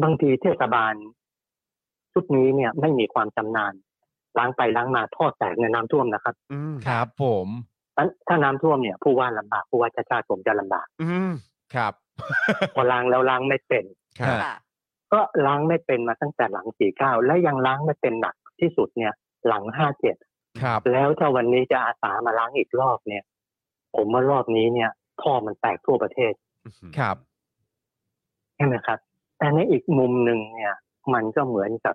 [SPEAKER 7] บางทีเทศบาล ชุดนี้เนี่ยไม่มีความชำนาญล้างไปล้างมาท่อแตกในน้ำท่วมนะครับ
[SPEAKER 3] อืม
[SPEAKER 4] ครับผม
[SPEAKER 7] นั้นถ้าน้ำท่วมเนี่ยผู้ว่าลำบากผู้ว่าชาติชาติผมจะลำบาก
[SPEAKER 3] อืม
[SPEAKER 4] ครับ
[SPEAKER 7] พอล้างแล้วล้างไม่เป็น
[SPEAKER 4] ฮะ
[SPEAKER 5] ค่ะ
[SPEAKER 7] ก็ล้างไม่เป็นมาตั้งแต่หลังสี่เก้าและยังล้างไม่เป็นหนักที่สุดเนี่ย หลังห้าเจ็ด
[SPEAKER 4] ครับ
[SPEAKER 7] แล้วถ้าวันนี้จะอาสามาล้างอีกรอบเนี่ย ผมว่ารอบนี้เนี่ยท่อมันแตกทั่วประเทศ
[SPEAKER 4] ครับ
[SPEAKER 7] ใช่ไหมครับ แต่ในอีกมุมหนึ่งเนี่ย มันก็เหมือนกับ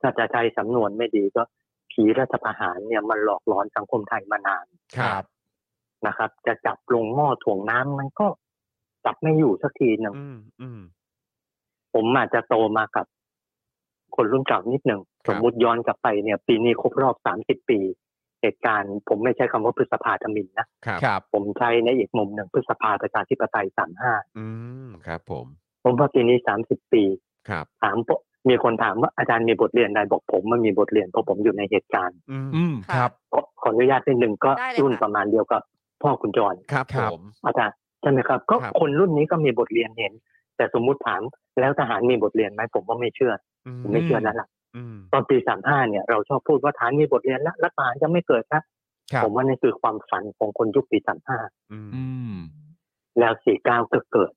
[SPEAKER 7] ถ้าจะใช้สำนวนไม่ดีก็ผีรัฐประหารเนี่ยมันหลอกหลอนสังคมไทยมานาน
[SPEAKER 4] ครับ
[SPEAKER 7] นะครับ จะจับลงหม้อถ่วงน้ำมันก็จับไม่อยู่สักทีหนึ่ง
[SPEAKER 3] อืมอืม
[SPEAKER 7] ผมอาจจะโตมากับคนรุ่นเก่านิดหนึ่ง
[SPEAKER 3] ค
[SPEAKER 7] ส
[SPEAKER 3] รับ
[SPEAKER 7] มมติย้อนกลับไปเนี่ย ปีนี้ครบรอบ 30 ปี เหตุการณ์ ผมไม่ใช้คำว่าพฤษภาธมินนะ
[SPEAKER 3] ครับ
[SPEAKER 4] ครับ
[SPEAKER 7] ผมใช้ในอีกมุมหนึ่งพฤษภาประชาธิปไตย 35
[SPEAKER 3] อืมครับผม
[SPEAKER 7] ผมว่าปีนี้ 30 ปี
[SPEAKER 3] ครับ
[SPEAKER 7] ถามผมมีคนถามว่าอาจารย์มีบทเรียนใดบอกผมมันมีบทเรียนเพราะผมอยู่ในเหตุการณ์
[SPEAKER 3] อืม
[SPEAKER 4] อืมครับ
[SPEAKER 7] ขอขออนุญาตนิดหนึ่งก็
[SPEAKER 5] ได้เลยค่ะ
[SPEAKER 7] รุ่นประมาณเดียวกับพ่อคุณจร
[SPEAKER 3] ครับ
[SPEAKER 4] ครับ
[SPEAKER 3] ผม
[SPEAKER 7] อาจารย์ใช่ไหมครับ ก็
[SPEAKER 3] ครับ
[SPEAKER 7] คนรุ่นนี้ก็มีบทเรียนเห็น แต่สมมุติถามแล้วทหารมีบทเรียนไหมผมว่าไม่เชื่อ
[SPEAKER 3] อืม
[SPEAKER 7] ผมไม่เชื่อนั่นแหละ
[SPEAKER 3] อืม
[SPEAKER 7] ตอนปีสามห้าเนี่ยเราชอบพูดว่าฐานมีบทเรียนและรัฐประหารจะไม่เกิดนะครับ ผมว่านี่คือความฝันของคนยุคปีสามห้า
[SPEAKER 3] อืม
[SPEAKER 4] อืม
[SPEAKER 7] แล้วสี่เก้าก็เกิด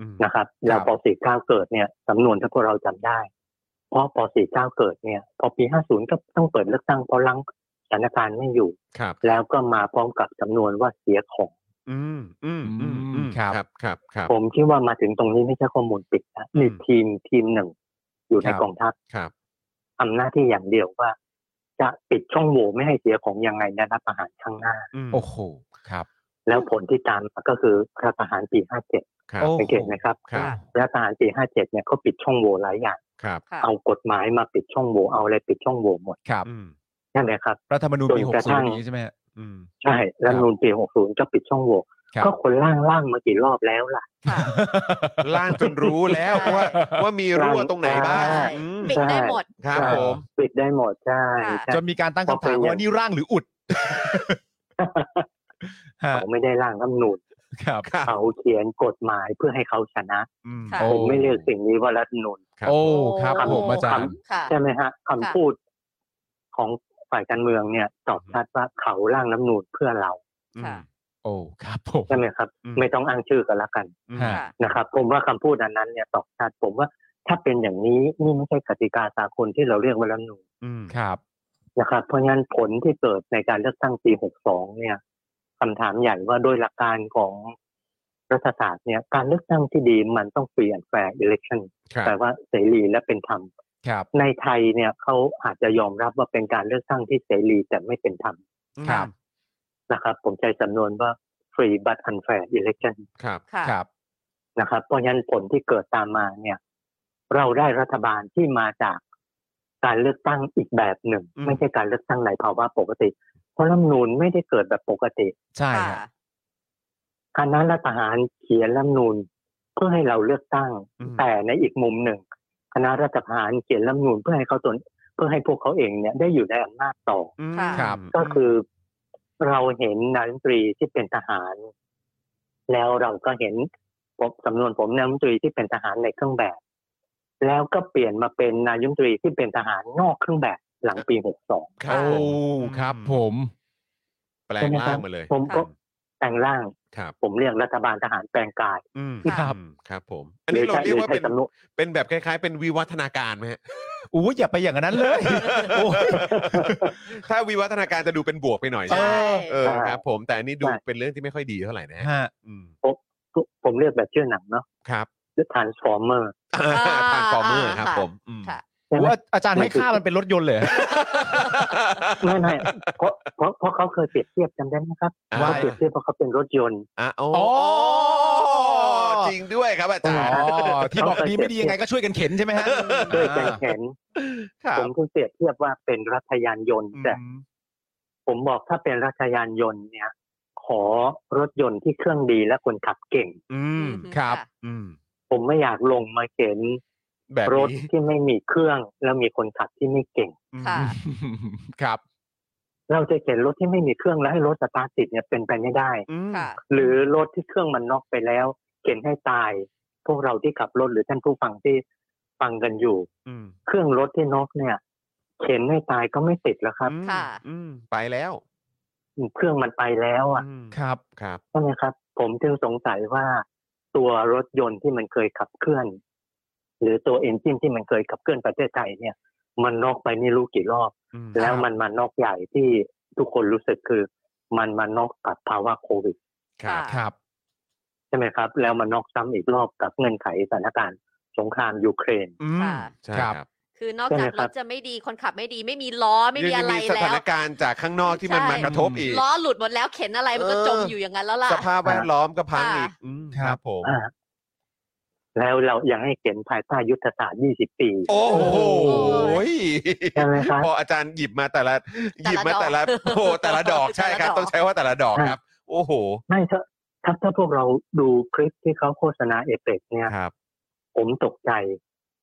[SPEAKER 3] อืม
[SPEAKER 7] นะครับ แล้วพอสี่เก้าเกิดเนี่ยสำนวนถ้าพวกเราจำได้ เพราะพอสี่เก้าเกิดเนี่ย พอปีห้าศูนย์ก็ต้องเปิดเลือกตั้งเพราะลังสถานการณ์ไม่อยู่
[SPEAKER 3] ครับ
[SPEAKER 7] แล้วก็มาพร้อมกับจำนวนว่าเสียของ
[SPEAKER 3] อืมอืมอืมอืม
[SPEAKER 4] ครับ
[SPEAKER 3] ครับครับ
[SPEAKER 7] ผมคิดว่ามาถึงตรงนี้ไม่ใช่ข้อมูลปิดนะมี
[SPEAKER 3] อืม
[SPEAKER 7] ทีมทีมหนึ่ง อยู่
[SPEAKER 4] ค
[SPEAKER 7] ใน
[SPEAKER 4] รับ
[SPEAKER 7] กองทัพ
[SPEAKER 3] ครับ
[SPEAKER 7] ทำหน้าที่อย่างเดียวว่า จะปิดช่องโหว่ไม่ให้เสียของยังไงในรัฐประหารข้างหน้า
[SPEAKER 3] ม
[SPEAKER 4] โอ้โหครับ
[SPEAKER 7] แล้วผลที่ตามมาก็คือรัฐประหารปี 57
[SPEAKER 3] ครับ
[SPEAKER 4] โอ้โห
[SPEAKER 7] สังเกตไหมครับ
[SPEAKER 3] ครับ
[SPEAKER 7] รัฐประหารปี 57 เนี่ยเขาปิดช่องโหว่หลายอย่าง
[SPEAKER 3] ครับ
[SPEAKER 5] ค่ะ
[SPEAKER 7] เอากฎหมายมาปิดช่องโหว่เอาอะไรปิดช่องโหว่หมด
[SPEAKER 4] ครับ
[SPEAKER 3] อืม
[SPEAKER 7] ใช่ไหมครับ
[SPEAKER 4] รัฐธรรมนูญปี
[SPEAKER 7] จ
[SPEAKER 4] ห
[SPEAKER 7] น
[SPEAKER 4] ก
[SPEAKER 7] กระ
[SPEAKER 4] ศู
[SPEAKER 7] ทั่
[SPEAKER 4] น
[SPEAKER 7] ง
[SPEAKER 4] ย์นี้ใช่ไหมฮะ
[SPEAKER 3] อืม
[SPEAKER 7] ใช่รัฐธรรมนูลปี 60 ก็ปิดช่องโหว่
[SPEAKER 4] ครับ
[SPEAKER 7] ก็คนร่างร่างมากี่รอบแล้วล่ะ
[SPEAKER 3] ล่างจนรู้แล้ว
[SPEAKER 5] ใช่
[SPEAKER 3] ว่าว่ามีรั่วตรงไหนบ้าง
[SPEAKER 7] ใช่
[SPEAKER 3] อืม
[SPEAKER 5] ปิดได้หมด
[SPEAKER 3] ครับผม
[SPEAKER 7] ปิดได้หมดใช่ใช่
[SPEAKER 4] จนมีการตั้งคำถามว่านี่ร่างหรืออุดฮะ
[SPEAKER 7] เขาไม่ได้ร่างรัฐธรรมนูล
[SPEAKER 4] ครับ
[SPEAKER 3] ครับ
[SPEAKER 7] เขาเขียนกฎหมายเพื่อให้เขาชนะ
[SPEAKER 3] อืม
[SPEAKER 5] ค่ะ
[SPEAKER 4] โอ้
[SPEAKER 7] ผมไม่เรียกสิ่งนี้ว่ารัฐธรรมนูล
[SPEAKER 3] ครับ
[SPEAKER 4] โอ้ครับผม
[SPEAKER 5] โอ้
[SPEAKER 4] อาจารย์
[SPEAKER 5] ค่ะ
[SPEAKER 7] ใช่ไหมฮะคำพูดของฝ่ายการเมืองเนี่ยตอบชัดว่าเขาร่างรัฐธรรมนูลเพื่อเรา
[SPEAKER 3] อืม
[SPEAKER 5] ค่ะ
[SPEAKER 4] โอ้ครับผม
[SPEAKER 7] ใช่ไหมครับ
[SPEAKER 3] อืม
[SPEAKER 7] ไม่ต้องอ้างชื่อกันละกัน
[SPEAKER 3] อืม
[SPEAKER 4] ฮะ
[SPEAKER 5] ค่ะ
[SPEAKER 7] นะครับ ผมว่าคำพูดอันนั้นเนี่ยตอบชัดผมว่าถ้าเป็นอย่างนี้นี่ไม่ใช่กติกาสากลที่เราเรียกว่ารัฐธรรมนูญ
[SPEAKER 3] อืม
[SPEAKER 4] ครับ
[SPEAKER 7] นะครับ เพราะงั้นผลที่เกิดในการเลือกตั้งปี 62 เนี่ยคำถามใหญ่ว่าโดยหลักการของรัฐศาสตร์เนี่ยการเลือกตั้งที่ดีมันต้อง free and fair election
[SPEAKER 3] ครับ
[SPEAKER 7] แต่ว่าเสรีและเป็นธรรม
[SPEAKER 4] ครับ
[SPEAKER 7] ในไทยเนี่ยเขาอาจจะยอมรับว่าเป็นการเลือกตั้งที่เสรีแต่ไม่เป็นธรรม
[SPEAKER 4] ครับ
[SPEAKER 7] นะครับ ผมใจสำนวนว่า free but unfair election
[SPEAKER 3] ครับ
[SPEAKER 5] ค่ะ
[SPEAKER 4] ครับ
[SPEAKER 7] นะครับเพราะฉะนั้นผลที่เกิดตามมาเนี่ย เราได้รัฐบาลที่มาจากการเลือกตั้งอีกแบบหนึ่ง ไม่ใช่การเลือกตั้งในภาวะปกติ เพราะรัฐธรรมนูญไม่ได้เกิดแบบปกติ
[SPEAKER 4] ใช่ฮะ
[SPEAKER 5] ค่ะ
[SPEAKER 7] คณะรัฐประหารเขียนรัฐธรรมนูญเพื่อให้เราเลือกตั้ง
[SPEAKER 3] อืม
[SPEAKER 7] แต่ในอีกมุมหนึ่ง คณะรัฐประหารเขียนรัฐธรรมนูญเพื่อให้เขาตนเพื่อให้พวกเขาเองเนี่ยได้อยู่ในอำนาจต่อ
[SPEAKER 3] อืม
[SPEAKER 5] ค่ะ
[SPEAKER 4] ครับ
[SPEAKER 7] ก็คือเราเห็นนายรัฐมนตรีที่เป็นทหาร แล้วเราก็เห็นผมสำนวนผมนายรัฐมนตรีที่เป็นทหารในเครื่องแบบ แล้วก็เปลี่ยนมาเป็นนายรัฐมนตรีที่เป็นทหารนอกเครื่องแบบหลังปี
[SPEAKER 3] ครั
[SPEAKER 5] ค่ะ
[SPEAKER 3] บผ
[SPEAKER 4] โอ้
[SPEAKER 3] ม
[SPEAKER 4] ครับผม
[SPEAKER 3] แปลงร่างมาเลย
[SPEAKER 7] 62 ผมก็แต่งร่าง
[SPEAKER 3] ครับ
[SPEAKER 7] ผมเรียกรัฐบาลทหารแปลงกาย
[SPEAKER 3] อืม
[SPEAKER 4] ครับ
[SPEAKER 3] อืมครับผม อันนี้เราเรียกว่า
[SPEAKER 7] หอใช้
[SPEAKER 3] เป็น
[SPEAKER 7] สำนวน
[SPEAKER 3] เป็นแบบคล้าย ๆ เป็นวิวัฒนาการไหมฮะ
[SPEAKER 4] อู้อย่าไปอย่างนั้นเลยโอ้ย
[SPEAKER 3] ถ้าวิวัฒนาการจะดูเป็นบวกไปหน่อยใช่ไหม
[SPEAKER 5] ใช่
[SPEAKER 3] เออครับ ผมแต่อันนี้ดูเป็นเรื่องที่ไม่ค่อยดีเท่าไหร่นะฮะ
[SPEAKER 4] ฮะ
[SPEAKER 3] อืม
[SPEAKER 7] ผมเรียกแบบชื่อหนังเนาะ
[SPEAKER 3] ครับ
[SPEAKER 7] หรือ transformer
[SPEAKER 3] ทางฟอร์เมอร์ครับ
[SPEAKER 5] ค่ะ
[SPEAKER 3] ผมอืม
[SPEAKER 5] ค่ะ
[SPEAKER 7] ใช่ไหม
[SPEAKER 4] ว่าอาจารย์ให้
[SPEAKER 7] มันคือ
[SPEAKER 4] ค่ามันเป็นรถยนต์เลย
[SPEAKER 7] ไม่ไม่เพราะเพราะเพราะเขาเคยเปรียบเทียบจำได้ไหมครับ
[SPEAKER 3] อ่ะ
[SPEAKER 7] เขา
[SPEAKER 4] ว่า
[SPEAKER 7] เปรียบเทียบเพราะเขาเป็นรถยนต์
[SPEAKER 3] อ่ะโอ้
[SPEAKER 4] อ๋อ
[SPEAKER 3] จริงด้วยครับอาจารย์
[SPEAKER 4] อ๋อที่บอกดีไม่ดียังไงก็ช่วยกันเข็นใช่ไหมฮะ
[SPEAKER 7] ด้วยแรงแขน
[SPEAKER 3] ครับ
[SPEAKER 7] ผมก็เปรียบเทียบว่าเป็นรัฐยานยนต์ แต่ผมบอกถ้าเป็นรัฐยานยนต์เนี่ย ขอรถยนต์ที่เครื่องดีและคนขับเก่ง
[SPEAKER 3] อืม
[SPEAKER 4] ครับ
[SPEAKER 3] อืม
[SPEAKER 7] ผมไม่อยากลงมาเข็น
[SPEAKER 3] แบบ
[SPEAKER 7] รถ
[SPEAKER 3] นี้
[SPEAKER 7] ที่ไม่มีเครื่อง แล้วมีคนขับที่ไม่เก่ง
[SPEAKER 5] ค่ะ
[SPEAKER 4] ครับ
[SPEAKER 7] เราจะเข็นรถที่ไม่มีเครื่องแล้วให้รถสตาร์ทติดเนี่ยเป็นไปไม่ได้
[SPEAKER 3] อืม
[SPEAKER 5] ค่ะ
[SPEAKER 7] หรือรถที่เครื่องมันน็อกไปแล้ว เข็นให้ตาย พวกเราที่ขับรถหรือท่านผู้ฟังที่ ฟังกันอยู่
[SPEAKER 3] อืม
[SPEAKER 7] เครื่องรถที่นกเนี่ยเข็นให้ตายก็ไม่ติดแล้วครับ
[SPEAKER 3] อืม
[SPEAKER 8] ค่ะ
[SPEAKER 3] อืมไปแล้ว
[SPEAKER 7] เครื่องมันไปแล้วอ่ะ
[SPEAKER 3] อืม
[SPEAKER 4] ครับ
[SPEAKER 3] ครับ
[SPEAKER 7] ใช่ไหมครับ ผมจึงสงสัยว่าตัวรถยนต์ที่มันเคยขับเคลื่อน หรือตัวเอนจินที่มันเคยขับเคลื่อนประเทศไทยเนี่ย มันนอกไปไม่รู้กี่รอบ
[SPEAKER 3] อืม
[SPEAKER 7] แล้วมันมานอกใหญ่ที่ทุกคนรู้สึกคือ มันมานอกกับภาวะโควิด
[SPEAKER 3] ครับ
[SPEAKER 4] ครับ
[SPEAKER 7] ใช่ไหมครับ แล้วมานอกซ้ำอีกรอบกับเงื่อนไขสถานการณ์สงครามยูเครน
[SPEAKER 3] อืม
[SPEAKER 8] ค่ะ
[SPEAKER 3] ใช่
[SPEAKER 4] ครับ
[SPEAKER 3] ครับ
[SPEAKER 8] คือนอก
[SPEAKER 7] ใช่ไห
[SPEAKER 8] จาก
[SPEAKER 7] มค
[SPEAKER 8] ร
[SPEAKER 7] รับ
[SPEAKER 8] ถจะไม่ดีคนขับไม่ดีไม่มีล้อไม่มี
[SPEAKER 3] ยั
[SPEAKER 8] อะ
[SPEAKER 3] ง
[SPEAKER 8] ไร
[SPEAKER 3] มีส
[SPEAKER 8] แล้
[SPEAKER 3] ถาน
[SPEAKER 8] ว
[SPEAKER 3] การณ์จากข้างนอกที่มัน
[SPEAKER 8] ใช่
[SPEAKER 3] มากระทบอีก
[SPEAKER 8] ล้อหลุดหมดแล้วเข็นอะไรมันก็
[SPEAKER 3] เออ
[SPEAKER 8] จมอยู่อย่างนั้นแล้วล่ะ
[SPEAKER 3] สภาพแวดล้อมก็พังอีก
[SPEAKER 8] ค่ะ
[SPEAKER 3] อืม
[SPEAKER 4] ครับ
[SPEAKER 3] ครับผม
[SPEAKER 7] อ่าแล้วเรายังให้เขียนภายใต้ยุทธศาสตร์ 20 ปี
[SPEAKER 3] โอ้โห
[SPEAKER 7] ใช่ไหมครับ
[SPEAKER 3] พออาจารย์หยิบมาแต่ละห
[SPEAKER 8] แต่ละ
[SPEAKER 3] ยิบมาแต่ละ
[SPEAKER 8] ดอก
[SPEAKER 3] โอ้โหแต่ละดอกใช่ครับ
[SPEAKER 8] แต่ละดอก
[SPEAKER 3] ต้องใช้ว่าแต่ละดอกครับ โอ้โห
[SPEAKER 7] ไม่ถ้าถ้าถ้าพวกเราดูคลิปที่เขาโฆษณาเอเปกเนี่ย
[SPEAKER 3] ครับ
[SPEAKER 7] ผมตกใจ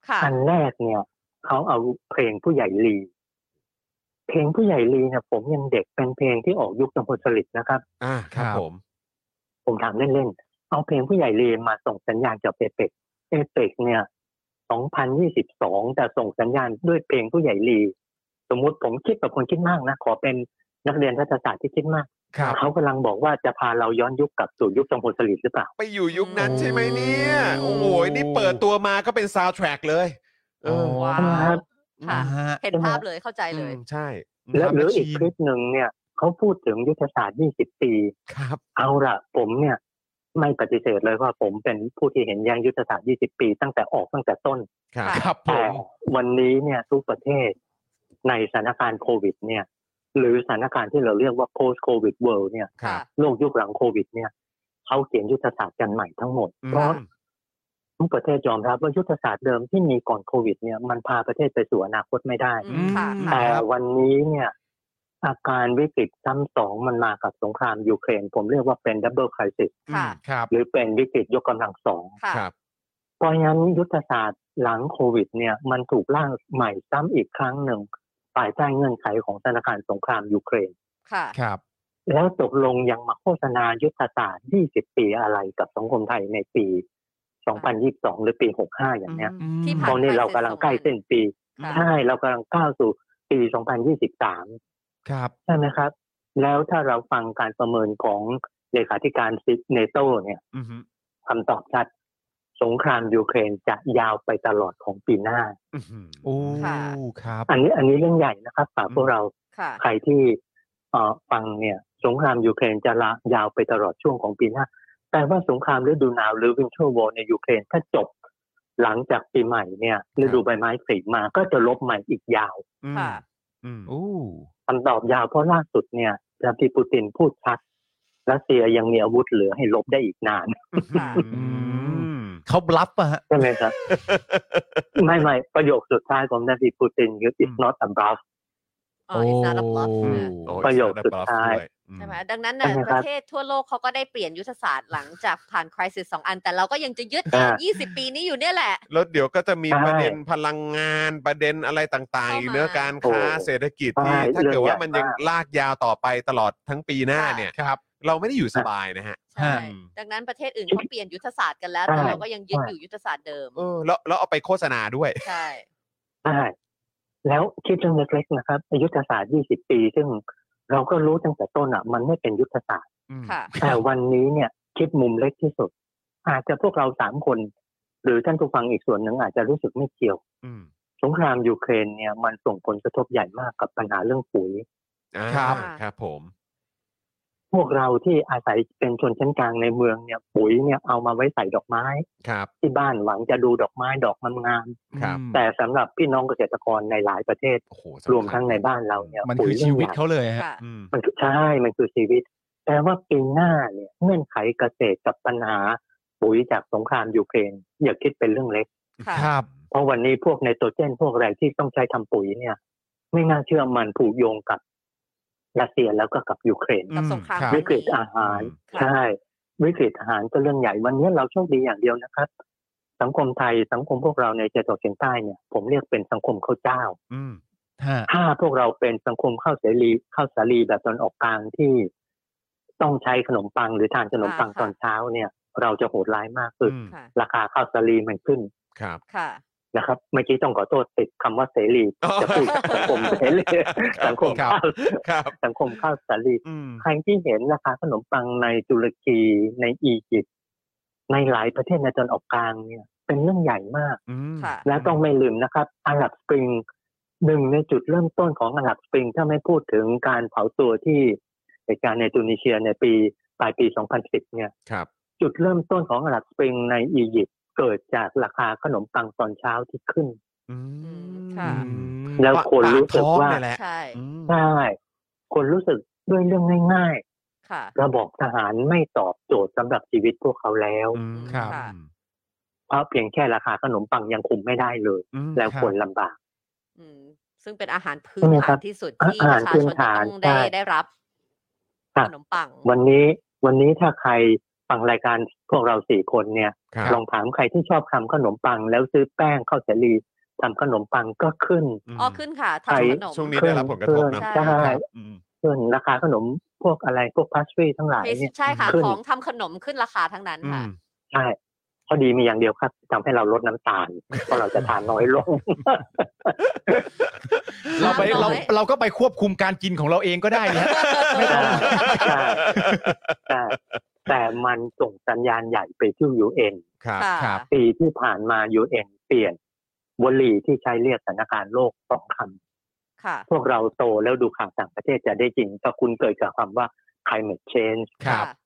[SPEAKER 8] ค่ะ
[SPEAKER 7] อันแรกเนี่ย เขาเอาเพลงผู้ใหญ่ลี เพลงผู้ใหญ่ลีเนี่ยผมยังเด็กเป็นเพลงที่ออกยุคจำพลสฤษดิ์นะครับ
[SPEAKER 3] อ่าครับ
[SPEAKER 4] ครับ
[SPEAKER 3] ผม
[SPEAKER 7] ผมถามเล่นๆ เอาเพลงผู้ใหญ่ลีมาส่งสัญญาณกับเอเปกเอเปกเนี่ย 2022 จะส่งสัญญาณด้วยเพลงผู้ใหญ่ลี สมมุติผมคิดแบบคนคิดมากนะ ขอเป็นนักเรียนรัฐศาสตร์ที่คิดมาก
[SPEAKER 4] ครับ
[SPEAKER 7] เขากำลังบอกว่าจะพาเราย้อนยุคกลับสู่ยุคจอมพลสฤษดิ์หรือเปล่า
[SPEAKER 3] ไปอยู่ยุคนั้น
[SPEAKER 4] อืม
[SPEAKER 3] ใช่ไหมเนี่ย โอ้โหนี่เปิดตัวมาก็เป็นซาวด์แทร็กเลย เออ
[SPEAKER 4] ว้า
[SPEAKER 8] ว้าว วค่ะ
[SPEAKER 4] อ่าฮะ
[SPEAKER 8] เห็นภาพเลยเข้าใจเลย
[SPEAKER 3] อืมใช่
[SPEAKER 4] ค
[SPEAKER 7] และ
[SPEAKER 4] รับ
[SPEAKER 7] หรืออีก
[SPEAKER 4] แมชชีน
[SPEAKER 7] คลิปหนึ่งเนี่ยเขาพูดถึงยุทธศาสตร์ 20 ปี
[SPEAKER 3] ครับ
[SPEAKER 7] เอาละผมเนี่ย ไม่ปฏิเสธเลยว่าผมเป็นผู้ที่เห็นแย้งยุทธศาสตร์ 20 ปี ตั้งแต่ออกตั้งแต่ต้น
[SPEAKER 3] ครับ
[SPEAKER 4] ครับผ
[SPEAKER 7] แต่
[SPEAKER 4] ม
[SPEAKER 7] วันนี้เนี่ยทุกประเทศในสถานการณ์โควิด เนี่ย หรือสถานการณ์ที่เราเรียกว่า post covid world เนี่ย
[SPEAKER 3] ครับ
[SPEAKER 7] โลกยุคหลังโควิด เนี่ยเขาเขียนยุทธศาสตร์กันใหม่ทั้งหมด
[SPEAKER 3] อืม
[SPEAKER 7] เพราะ ทุกประเทศยอมรับว่ายุทธศาสตร์เดิมที่มีก่อนโควิดเนี่ยมันพาประเทศไปสู่อนาคตไม่ได้
[SPEAKER 8] อืมค่ะ
[SPEAKER 4] อืม
[SPEAKER 7] แต่
[SPEAKER 4] ครับ
[SPEAKER 7] วันนี้เนี่ยอาการวิกฤตซ้ำสองมันมากับสงครามยูเครน ผมเรียกว่าเป็นดับเบิลคริสิส
[SPEAKER 8] ค่ะ
[SPEAKER 4] ครับ
[SPEAKER 7] หรือเป็นวิกฤตยกกำลังสอง
[SPEAKER 8] ค่ะ
[SPEAKER 3] ครับ
[SPEAKER 7] เพราะฉะนั้นยุทธศาสตร์หลังโควิดเนี่ยมันถูกร่างใหม่ซ้ำอีกครั้งหนึ่งภายใต้เงื่อนไขของสถานการณ์สงครามยูเครน
[SPEAKER 8] ค่ะ
[SPEAKER 4] ครับ
[SPEAKER 7] แล้วตกลงยังมาโฆษณายุทธศาสตร์ 20 ปีอะไรกับสังคมไทยในปี 2022 หรือปี 65 อย่างเนี้ย
[SPEAKER 8] ที่ผ่
[SPEAKER 7] ตอนนี้เรากำลังใกล้สิ้นปี
[SPEAKER 8] ค่ะ
[SPEAKER 7] ใช่เรากำลังก้าวสู่ปี 2023
[SPEAKER 4] ครับ
[SPEAKER 7] ใช่ไหมครับ แล้วถ้าเราฟังการประเมินของเลขาธิการซิเนโตเนี่ย
[SPEAKER 3] อืม
[SPEAKER 7] คำตอบชัด สงครามยูเครนจะยาวไปตลอดของปีหน้า
[SPEAKER 3] อืม
[SPEAKER 4] โอ้
[SPEAKER 8] ค่ะ
[SPEAKER 4] ครับ
[SPEAKER 7] อันนี้อันนี้เรื่องใหญ่นะครับฝากพวกเรา
[SPEAKER 8] ค่ะ
[SPEAKER 7] ใครที่เอ่อฟังเนี่ย สงครามยูเครนจะละยาวไปตลอดช่วงของปีหน้าแปลว่าสงครามฤดูหนาวหรือวินเทอร์วอในยูเครนถ้าจบ หลังจากปีใหม่เนี่ยฤดูใบไม้ผลิมาก็จะลบใหม่อีกยาว
[SPEAKER 3] อืม
[SPEAKER 8] ค่ะ
[SPEAKER 3] อืม
[SPEAKER 4] โอ้
[SPEAKER 7] คำตอบยาวเพราะล่าสุดเนี่ยประธานาธิบดีปูตินพูดชัดรัสเซียยังมีอาวุธเหลือให้ลบได้อีกนาน
[SPEAKER 8] ค่ะ
[SPEAKER 3] อืม
[SPEAKER 4] เขาบลัฟอะฮะ
[SPEAKER 7] ใช่ไหมครับ ไม่ไม่ประโยคสุดท้ายของประธานาธิบดีปูตินคือ it's not a bluff
[SPEAKER 8] อ๋อ it's not a bluff นะ
[SPEAKER 3] โอ้
[SPEAKER 7] ประโยคสุดท้าย
[SPEAKER 3] อื
[SPEAKER 8] ใช่ไหมดังนั้นนะ
[SPEAKER 7] ใช่ไหม
[SPEAKER 8] ป
[SPEAKER 7] ครั
[SPEAKER 8] ระ
[SPEAKER 7] บ
[SPEAKER 8] เทศทั่วโลกเขาก็ได้เปลี่ยนยุทธศาสตร์หลังจากผ่านคริสสองอัน แต่เราก็ยังจะยึด
[SPEAKER 7] อ่า
[SPEAKER 8] ยี่สิบปีนี้อยู่เนี่ยแหละ
[SPEAKER 3] แล้วเดี๋ยวก็จะมี
[SPEAKER 7] ใช่
[SPEAKER 3] ประเด็นพลังงานประเด็นอะไรต่างๆ อีกเนื้อะ
[SPEAKER 8] เข้ามา
[SPEAKER 3] การค้า
[SPEAKER 7] โอ้
[SPEAKER 3] เศรษฐกิจ
[SPEAKER 7] ใช่
[SPEAKER 3] ที่ถ้าเกิดว่ามัน
[SPEAKER 7] เรื่
[SPEAKER 3] ยั
[SPEAKER 7] อง งใหญ่มาก
[SPEAKER 3] ลากยาวต่อไปตลอดทั้งปีหน้าเนี่ย
[SPEAKER 4] ครับ
[SPEAKER 3] เราไม่ได้อยู่สบายนะฮะ
[SPEAKER 8] ใช่
[SPEAKER 3] อืม
[SPEAKER 8] ดังนั้นประเทศอื่นเขาเปลี่ยนยุทธศาสตร์กันแล้ว
[SPEAKER 7] ใช่
[SPEAKER 8] แต่เราก็ยังยึดอยู่ยุทธศาสตร์เดิม
[SPEAKER 3] เออแล้วแล้วเอาไปโฆษณาด้วย
[SPEAKER 8] ใช่
[SPEAKER 7] ใช่แล้วคิดเรื่องเล็กๆนะครับยุทธศาสตร์ 20 ปี ซึ่งเราก็รู้ตั้งแต่ต้นอ่ะ มันไม่เป็นยุทธศาส ตร์
[SPEAKER 8] ค่ะ
[SPEAKER 7] แต่วันนี้เนี่ย คิดมุมเล็กที่สุด อาจจะพวกเราสามคน หรือท่านผู้ฟังอีกส่วนหนึ่งอาจจะรู้สึกไม่เกี่ยว
[SPEAKER 3] อืม
[SPEAKER 7] สงครามยูเครนเนี่ยมันส่งผลกระทบใหญ่มากกับปัญหาเรื่องปุ๋ย
[SPEAKER 3] อ่า
[SPEAKER 4] ครับ
[SPEAKER 3] ครับผม
[SPEAKER 7] พวกเราที่อาศัยเป็นชนชั้นกลางในเมืองเนี่ยปุ๋ยเนี่ยเอามาไว้ใส่ดอกไม้
[SPEAKER 3] ครับ
[SPEAKER 7] ที่บ้านหวังจะดูดอกไม้ดอกงาม
[SPEAKER 3] ครับ
[SPEAKER 4] อืม
[SPEAKER 7] ๆแต่สำหรับพี่น้องเกษตรกรในหลายประเทศ
[SPEAKER 3] โอ้โหสำคัญ
[SPEAKER 7] รวมทั้งในบ้านเราเนี่ย
[SPEAKER 4] มัน
[SPEAKER 7] ปุ๋
[SPEAKER 4] คื
[SPEAKER 7] ย
[SPEAKER 4] อ
[SPEAKER 7] เรื่
[SPEAKER 4] ชี
[SPEAKER 7] ง
[SPEAKER 4] วิต
[SPEAKER 7] ใหญ่
[SPEAKER 4] เขาเลยฮะ
[SPEAKER 8] ค่ะ
[SPEAKER 3] อืม
[SPEAKER 7] มันคือใช่มันคือชีวิต แต่ว่าปีหน้าเนี่ยเงื่อนไขเกษตรกับปัญหาปุ๋ยจากสงครามยูเครนอย่าคิดเป็นเรื่องเล็ก
[SPEAKER 8] ค่ะ
[SPEAKER 4] ครับ
[SPEAKER 7] เพราะวันนี้พวกไนโตรเจนพวกอะไรที่ต้องใช้ทำปุ๋ยเนี่ย ไม่น่าเชื่อมันผูกโยงกับรัสเซียแล้วก็กับยูเครน
[SPEAKER 8] กับสงคราม
[SPEAKER 4] อืม
[SPEAKER 7] วิกฤตอาหาร
[SPEAKER 8] ค่ะ
[SPEAKER 7] ใช่ วิกฤตอาหารก็เรื่องใหญ่วันนี้เราโชคดีอย่างเดียวนะครับ สังคมไทยสังคมพวกเราในเจตเฉียงใต้เนี่ย ผมเรียกเป็นสังคมข้าวเจ้า
[SPEAKER 3] อืม
[SPEAKER 4] ฮะ
[SPEAKER 7] ถ้าพวกเราเป็นสังคมข้าวเสรีข้าวสาลีแบบตอนออกกลางที่ต้องใช้ขนมปังหรือทานขนมปัง
[SPEAKER 8] อ่าค่ะ
[SPEAKER 7] ตอนเช้าเนี่ย เราจะโหดร้ายมากคืออ
[SPEAKER 3] อืม
[SPEAKER 8] ค่ะ
[SPEAKER 7] ราคาข้าวสาลีมันขึ้น
[SPEAKER 3] ครับ
[SPEAKER 8] ค่ะ
[SPEAKER 7] นะครับเมื่อกี้ต้องขอโทษติดคำว่าเสรี
[SPEAKER 3] อ๋อ
[SPEAKER 7] จะพูดสัง คมเสรีสังคมข้าว
[SPEAKER 3] ครับ
[SPEAKER 7] สังคมข้าวสาลี
[SPEAKER 3] อืม
[SPEAKER 7] ใครที่เห็นราคาขนมปังในตุรกีในอียิปต์ในหลายประเทศในตอนออกกลางเนี่ย เป็นเรื่องใหญ่มาก
[SPEAKER 3] อืม
[SPEAKER 8] ค่ะ
[SPEAKER 7] และต้องไม่ลืมนะครับอาหรับสปริงหนึ่งในจุดเริ่มต้นของอาหรับสปริงถ้าไม่พูดถึงการเผาตัวที่เหตุการณ์ในตุนิเซียในปีปลายปี 2010 เนี่ย
[SPEAKER 3] ครับ
[SPEAKER 7] จุดเริ่มต้นของอาหรับสปริงในอียิปต์เกิดจากราคาขนมปังตอนเช้าที่ขึ้น
[SPEAKER 3] อืม
[SPEAKER 8] ค่ะ
[SPEAKER 3] อืม
[SPEAKER 7] แล้วคนรู้สึกว่า
[SPEAKER 3] ปท้องเนี่ยแหละ
[SPEAKER 8] ใช่
[SPEAKER 3] อืม
[SPEAKER 7] ใช่คนรู้สึกด้วยเรื่องง่าย
[SPEAKER 8] ค่ะ
[SPEAKER 7] ๆ ระบอกทหารไม่ตอบโจทย์สำหรับชีวิตพวกเขาแล้ว
[SPEAKER 3] อืม
[SPEAKER 4] ครับ
[SPEAKER 8] ค่ะ
[SPEAKER 7] เพราะเพียงแค่ราคาขนมปังยังคุมไม่ได้เลย
[SPEAKER 3] อืม
[SPEAKER 7] แล้วคนลำบาก
[SPEAKER 8] อืมซึ่งเป็นอาหารพื้น
[SPEAKER 7] ใช่ไหมครั
[SPEAKER 8] ฐาน
[SPEAKER 7] บ
[SPEAKER 8] ที่สุด
[SPEAKER 7] อา
[SPEAKER 8] ที่ประชาชนจะต้อง
[SPEAKER 7] อาหารพื้นฐาน
[SPEAKER 8] ได้
[SPEAKER 7] ใช่
[SPEAKER 8] ได้รับ
[SPEAKER 7] ครั
[SPEAKER 8] ข
[SPEAKER 7] บ
[SPEAKER 8] นมปัง
[SPEAKER 7] วันนี้วันนี้ถ้าใครฟังรายการพวกเราสี่คนเนี่ย
[SPEAKER 3] ครับ
[SPEAKER 7] ลองถามใครที่ชอบทำขนมปัง แล้วซื้อแป้งข้าวสาลีทำขนมปังก็ขึ้น
[SPEAKER 3] ม
[SPEAKER 8] อ๋อขึ้นค่ะ
[SPEAKER 7] ไอ้
[SPEAKER 8] ทำขนม
[SPEAKER 3] ช่วงนี้ได้รับผลกระทบเนอะ
[SPEAKER 8] ใช่
[SPEAKER 3] ครับอืม
[SPEAKER 7] ส่วนราคาขนมพวกอะไรพวกพาสทรีทั้งหลาย
[SPEAKER 8] ไม่
[SPEAKER 7] เนี่ย
[SPEAKER 8] ใช่ค่ะ
[SPEAKER 7] ขึ้น
[SPEAKER 8] ของทำขนมขึ้นราคาทั้งนั้นค่ะ
[SPEAKER 7] ใช่ข้อดีมีอย่างเดียวครับทำให้เราลดน้ำตาลเพราะเราจะทานน้อยลง
[SPEAKER 4] เราไป
[SPEAKER 8] น้ำน้
[SPEAKER 4] เรา
[SPEAKER 8] อย
[SPEAKER 4] เราก็ไปควบคุมการกินของเราเองก็ได้ นะ ไม่ต้อง
[SPEAKER 7] ใช่ใช่แต่มันส่งสัญญาณใหญ่ไปที่ยูเอ็น
[SPEAKER 3] ครับ
[SPEAKER 8] ค่ะ
[SPEAKER 4] ครับ
[SPEAKER 7] ปีที่ผ่านมายูเอ็นเปลี่ยนวลีที่ใช้เรียกสถานการณ์โลกสองคำ
[SPEAKER 8] ค่ะ
[SPEAKER 7] พวกเราโตแล้วดูข่าวต่างประเทศจะได้จริงถ้าคุณเกิดกับคำว่า climate change
[SPEAKER 4] ครับ
[SPEAKER 7] 2022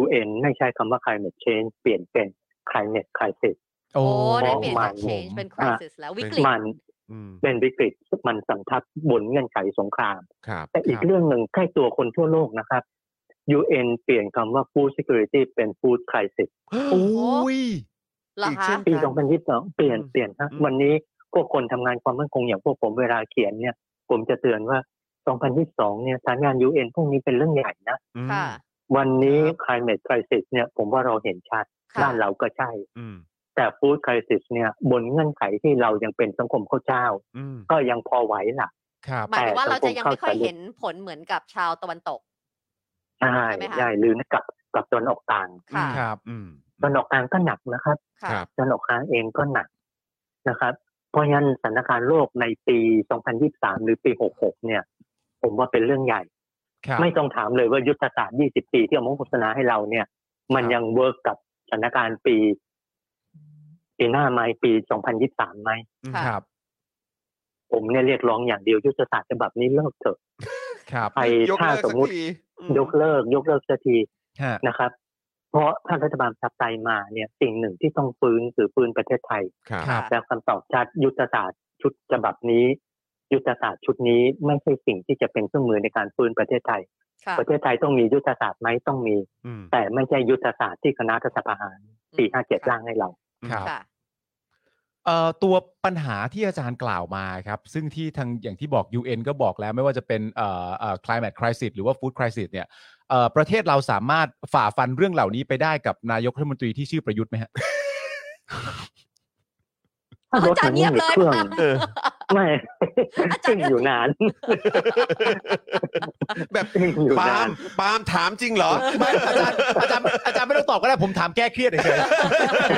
[SPEAKER 7] UN ไม่ใช้คำว่า climate change เปลี่ยนเป็น climate crisis
[SPEAKER 4] โอ้
[SPEAKER 8] โอ้
[SPEAKER 7] ได้
[SPEAKER 8] ในเปลี่ยน
[SPEAKER 7] มัน
[SPEAKER 8] จาก change เป็น crisis แล้ววิกฤต
[SPEAKER 7] มัน
[SPEAKER 3] อืม
[SPEAKER 7] เป็นวิกฤตมันสำทับบนเงื่อนไขสงคราม
[SPEAKER 3] ครับ
[SPEAKER 7] แต่อีกเรื่องหนึ่งใกล้ตัวคนทั่วโลกนะครับ UN เปลี่ยนคำว่า food security เป็น food crisis
[SPEAKER 4] โอ้ย
[SPEAKER 8] เหรอคะ
[SPEAKER 7] ปี 2022 เปลี่ยนเปลี่ยนฮะวันนี้พวกคนทำงานความมั่นคงอย่างพวกผมเวลาเขียนเนี่ย ผมจะเตือนว่า 2022 เนี่ยสถานการณ์ UN พวกนี้เป็นเรื่องใหญ่นะ
[SPEAKER 3] อืม
[SPEAKER 8] ค่ะ
[SPEAKER 7] วันนี้
[SPEAKER 4] ครับ
[SPEAKER 7] climate crisis เนี่ยผมว่าเราเห็นชัด
[SPEAKER 8] ค่ะ
[SPEAKER 7] บ้านเราก็ใช่
[SPEAKER 3] อืม
[SPEAKER 7] แต่ food crisis เนี่ยบนเงื่อนไขที่เรายังเป็นสังคมข้าวเจ้า
[SPEAKER 3] อืม
[SPEAKER 7] ก็ยังพอไหวล่ะ
[SPEAKER 4] ครับ
[SPEAKER 8] หมายถึงว่า
[SPEAKER 7] แต่
[SPEAKER 8] เราจะยังไม่ค่อย
[SPEAKER 7] สังคมเข้าใจ
[SPEAKER 8] เห็นผลเหมือนกับชาวตะวันตก
[SPEAKER 7] ใช่
[SPEAKER 8] ใช่ไหมคะ
[SPEAKER 7] ใช่หรือกับกับตอนออกกลาง
[SPEAKER 8] ค่ะ
[SPEAKER 4] ครับ
[SPEAKER 3] อืม
[SPEAKER 7] ตอนออกกลางก็หนักนะครับ
[SPEAKER 8] ค่ะ
[SPEAKER 3] ครับ
[SPEAKER 7] ตอนออกกลางเองก็หนักนะครับ เพราะฉะนั้นสถานการณ์โลกในปี 2023 หรือปี 66 เนี่ย ผมว่าเป็นเรื่องใหญ่
[SPEAKER 4] ครับ
[SPEAKER 7] ไม่ต้องถามเลยว่ายุทธศาสตร์ 20 ปีที่เอามาโฆษณาให้เราเนี่ย มัน
[SPEAKER 4] ครับ
[SPEAKER 7] ยังเวิร์กกับสถานการณ์ปีปีหน้าไหมปี 2023ไหม
[SPEAKER 4] ครับ
[SPEAKER 7] ผมเนี่ยเรียกร้องอย่างเดียวยุทธศาสตร์ฉบับนี้เลิกเถอะ
[SPEAKER 4] ครับ
[SPEAKER 7] ไป
[SPEAKER 3] ยก
[SPEAKER 7] ถ้า
[SPEAKER 3] เลิก
[SPEAKER 7] ส
[SPEAKER 3] สั
[SPEAKER 7] ม
[SPEAKER 3] ก
[SPEAKER 7] มุติ
[SPEAKER 3] ทีอืม
[SPEAKER 7] ยกเลิก ยกเลิกสักที
[SPEAKER 4] ฮะ
[SPEAKER 7] นะครับ เพราะถ้ารัฐบาลสับไตยมาเนี่ย สิ่งหนึ่งที่ต้องฟื้นคือฟื้นประเทศไทย
[SPEAKER 3] ครับ
[SPEAKER 4] ครับ
[SPEAKER 7] แล้วคำตอบชัดยุทธศาสตร์ชุดฉบับนี้ ยุทธศาสตร์ชุดนี้ไม่ใช่สิ่งที่จะเป็นเครื่องมือในการฟื้นประเทศไทย
[SPEAKER 8] ค่ะ
[SPEAKER 7] ประเทศไทยต้องมียุทธศาสตร์ไหมต้องมี
[SPEAKER 3] อืม
[SPEAKER 7] แต่ไม่ใช่ยุทธศาสตร์ที่คณะรัฐประหารปีห้าเจ็ด
[SPEAKER 8] ค่ะ
[SPEAKER 7] ร่างให้เรา
[SPEAKER 4] ครับ
[SPEAKER 8] ค่ะ
[SPEAKER 4] เอ่อตัวปัญหาที่อาจารย์กล่าวมาครับ ซึ่งที่ทางอย่างที่บอก UN ก็บอกแล้วไม่ว่าจะเป็นเอ่อเอ่อ climate crisis หรือว่า food crisis เนี่ยเอ่อประเทศเราสามารถฝ่าฟันเรื่องเหล่านี้ไปได้กับนายกรัฐมนตรีที่ชื่อประยุทธ์ไหมฮะ
[SPEAKER 7] ถ้ารถมันวิ่งหรือเครื่อง
[SPEAKER 3] เออ
[SPEAKER 7] ไม่
[SPEAKER 8] อาจารย์
[SPEAKER 7] ซึ่งอยู่นาน
[SPEAKER 3] แบบ
[SPEAKER 7] ซึ่งอยู่
[SPEAKER 3] ปา
[SPEAKER 7] นา
[SPEAKER 3] ล์ม
[SPEAKER 7] น
[SPEAKER 3] ปาล์มถามจริงเหรอ
[SPEAKER 4] ไม่อาจารย์อาจารย์อาจารย์ไม่ต้องตอบก็ได้ผมถามแก้เครียดเฉย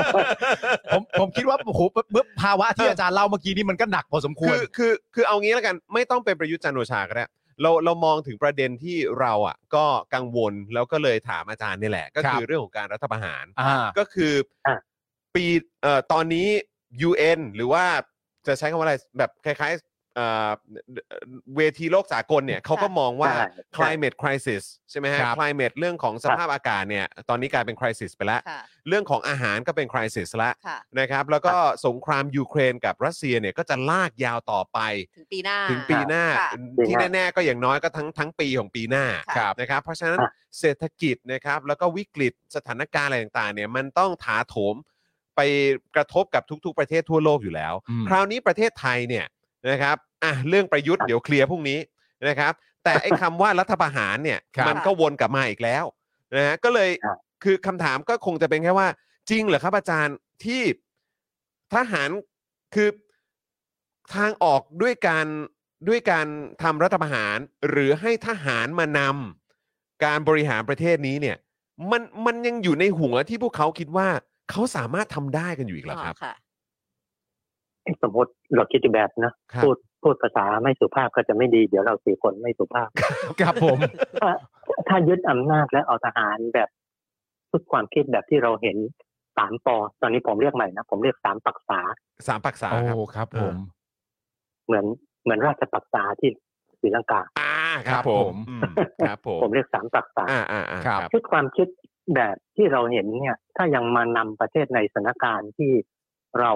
[SPEAKER 4] ๆผมผมคิดว่าโอ้โหเมื่อภาวะที่อาจารย์เล่าเมื่อกี้นี้มันก็หนักพอสมคว
[SPEAKER 3] คื
[SPEAKER 4] ร
[SPEAKER 3] อคือคือเอางี้แล้วกันไม่ต้องเป็นประยุทธ์จันทร์โอชาก็ได้เราเรามองถึงประเด็นที่เราอ่ะ ก็กังวลแล้วก็เลยถามอาจารย์นี่แหละ ก็
[SPEAKER 4] ครับ
[SPEAKER 3] คือเรื่องของการรัฐประหาร
[SPEAKER 4] อ่า
[SPEAKER 3] ก็คือ
[SPEAKER 7] อ่ะ
[SPEAKER 3] ปีเอ่อตอนนี้ UN หรือว่าจะใช้คำว่าอะไรแบบคล้ายๆเอ่อเวทีโลกสากลเนี่ยเขาก็มองว่า
[SPEAKER 7] ใช่
[SPEAKER 3] climate crisis ใช่ไหมฮะ
[SPEAKER 4] ครับ
[SPEAKER 3] climate เรื่องของสภาพอากาศเนี่ย ตอนนี้กลายเป็น crisis ไปแล้ว
[SPEAKER 8] ค่ะ
[SPEAKER 3] เรื่องของอาหารก็เป็น crisis ละ
[SPEAKER 8] ค่ะ
[SPEAKER 3] นะครับ แล้วก็สงครามยูเครนกับรัสเซียเนี่ยก็จะลากยาวต่อไป
[SPEAKER 8] ถึงปีหน้า
[SPEAKER 3] ถึงปีหน้า
[SPEAKER 8] ค่ะ
[SPEAKER 3] ที่แน่ๆก็อย่างน้อยก็ทั้งทั้งปีของปีหน้า
[SPEAKER 8] ค่ะ
[SPEAKER 3] ครับนะครับ เพราะฉะนั้น
[SPEAKER 7] อ่ะ
[SPEAKER 3] เศรษฐกิจนะครับแล้วก็วิกฤตสถานการณ์อะไรต่างๆเนี่ยมันต้องถาโถมไปกระทบกับทุกๆ ประเทศทั่วโลกอยู่แล้ว
[SPEAKER 4] อืม
[SPEAKER 3] คราวนี้ประเทศไทยเนี่ยนะครับอ่ะเรื่องประยุทธ์เดี๋ยวเคลียร์พรุ่งนี้นะครับ แต่ไอ้คำว่ารัฐประหารเนี่ย
[SPEAKER 4] ครับ
[SPEAKER 3] มันก็วนกลับมาอีกแล้วนะฮะก็เลย
[SPEAKER 7] ครับ
[SPEAKER 3] คือคำถามก็คงจะเป็นแค่ว่า จริงเหรอครับอาจารย์ที่ทหารคือทางออกด้วยการด้วยการทำรัฐประหาร หรือให้ทหารมานำการบริหารประเทศนี้เนี่ย มันมันยังอยู่ในหัวที่พวกเขาคิดว่า เขาสามารถทำได้กันอยู่อีกเหรอครับ
[SPEAKER 5] ค่ะ
[SPEAKER 7] ไอ้สมมติเราคิดอีกแบบนะครับ พูดพูดภาษาไม่สุภาพก็จะไม่ดีเดี๋ยวเราสี่คนไม่สุภาพ
[SPEAKER 4] ครับผม
[SPEAKER 7] ถ้ายึดอำนาจและเอาทหารแบบสุดความคิดแบบที่เราเห็นสามปอตอนนี้ผมเรียกใหม่นะ ผมเรียกสามปักษา
[SPEAKER 3] สามปรักษา
[SPEAKER 4] โอ้
[SPEAKER 3] ครับ
[SPEAKER 4] ครับผม
[SPEAKER 7] เหมือนเหมือนราชปักษาที่ศรีลังกา
[SPEAKER 3] อ่าค
[SPEAKER 4] ครั
[SPEAKER 3] รับบ ผ
[SPEAKER 4] ผม ม
[SPEAKER 3] อืมครับผม
[SPEAKER 7] ผมเรียกสามปักษา
[SPEAKER 3] อ่าอ่าอ่า
[SPEAKER 4] ครับ
[SPEAKER 7] ชุดความคิดแบบที่เราเห็นเนี่ย ถ้ายังมานำประเทศในสถานการณ์ที่เรา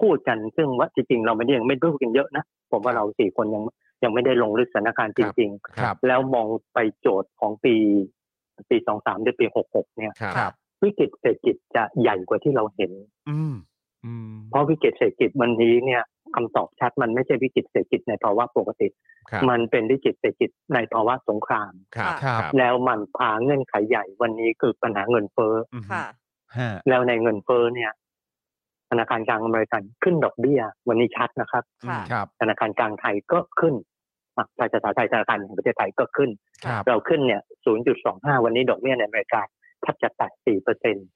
[SPEAKER 7] พูดกันซึ่งว่าจริงๆเราไม่ได้ยังไม่รู้กันเยอะนะผมว่าเราสี่คนยังยังไม่ได้ลงลึกสถานการณ์จริง ๆ
[SPEAKER 4] ครับ
[SPEAKER 7] แล้วมองไปโจทย์ของปีปีสองสามหรือปีหกหกเนี่ย
[SPEAKER 3] ครับ
[SPEAKER 4] ครับ
[SPEAKER 7] วิกฤตเศรษฐกิจจะใหญ่กว่าที่เราเห็น
[SPEAKER 3] อืม
[SPEAKER 4] อืม
[SPEAKER 7] เพราะวิกฤตเศรษฐกิจวันนี้เนี่ยคำตอบชัดมันไม่ใช่วิกฤตเศรษฐกิจในภาวะปกติ
[SPEAKER 3] ครับ
[SPEAKER 7] มันเป็นวิกฤตเศรษฐกิจในภาวะสงคราม
[SPEAKER 3] ครับ
[SPEAKER 4] ครั
[SPEAKER 3] ครับ บ
[SPEAKER 7] แล้วมันพาเงื่อนไขใหญ่วันนี้คือปัญหาเงินเฟ้อ
[SPEAKER 3] อืม
[SPEAKER 8] ค่ะ
[SPEAKER 4] ฮะ
[SPEAKER 7] แล้วในเงินเฟ้อเนี่ยธนาคารกลางอเมริกันขึ้นดอกเบี้ย วันนี้ชัดนะครับ
[SPEAKER 8] ค่ะ
[SPEAKER 4] ครับ
[SPEAKER 7] ธนาคารกลางไทยก็ขึ้นอ่ะภาษาไทยธนาคารแห่งประเทศไทยก็ขึ้น
[SPEAKER 4] ครับ
[SPEAKER 7] เราขึ้นเนี่ย 0.25 วันนี้ดอกเบี้ยในอเมริกาแทับจะแตะ4เปอร์เซ็นต์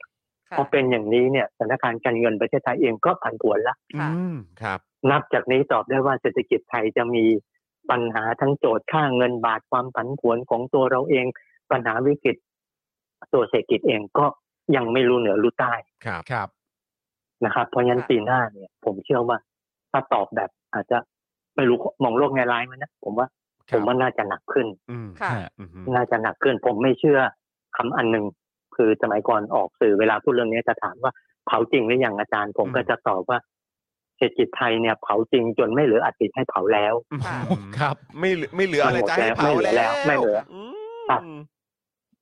[SPEAKER 8] ค่ะ
[SPEAKER 7] พอเป็นอย่างนี้เนี่ยสถานการณ์การเงินประเทศไทยเองก็ผันผวนละ
[SPEAKER 3] อืมครับ
[SPEAKER 7] นับจากนี้ตอบได้ว่าเศรษฐกิจไทยจะมีปัญหาทั้งโจทย์ค่าเงินบาทความผันผวนของตัวเราเอง ปัญหาวิกฤตตัวเศรษฐกิจเองก็ยังไม่รู้เหนือรู้ใต้
[SPEAKER 3] ครับ
[SPEAKER 4] ครับ
[SPEAKER 7] นะครับ เพราะฉะนั้น
[SPEAKER 8] ค่ะ
[SPEAKER 7] ปีหน้าเนี่ย ผมเชื่อว่า ถ้าตอบแบบอาจจะไม่รู้มองโลกแง่ร้ายมันนะผมว่า
[SPEAKER 4] ค
[SPEAKER 7] ผ
[SPEAKER 4] รับ
[SPEAKER 7] มว่าน่าจะหนักขึ้น
[SPEAKER 3] อืม
[SPEAKER 8] ค่ะ
[SPEAKER 4] ฮะ
[SPEAKER 3] อืม
[SPEAKER 7] น่าจะหนักขึ้นผมไม่เชื่อคำอันหนึ่งคือสมัยก่อนออกสื่อเวลาพูดเรื่องนี้จะถามว่าเผาจริงหรือยังอาจารย์ ผมก็จะตอบว่าเศรษฐกิจไทยเนี่ยเผาจริงจนไม่เหลืออัฐิให้เผาแล้ว
[SPEAKER 8] ค่ะ
[SPEAKER 4] ครับ
[SPEAKER 3] ไม่เหลือไม่เหลืออะไรจะให้เผา
[SPEAKER 7] ไม่เหลือแล้วไม่เหลือครับ
[SPEAKER 3] ม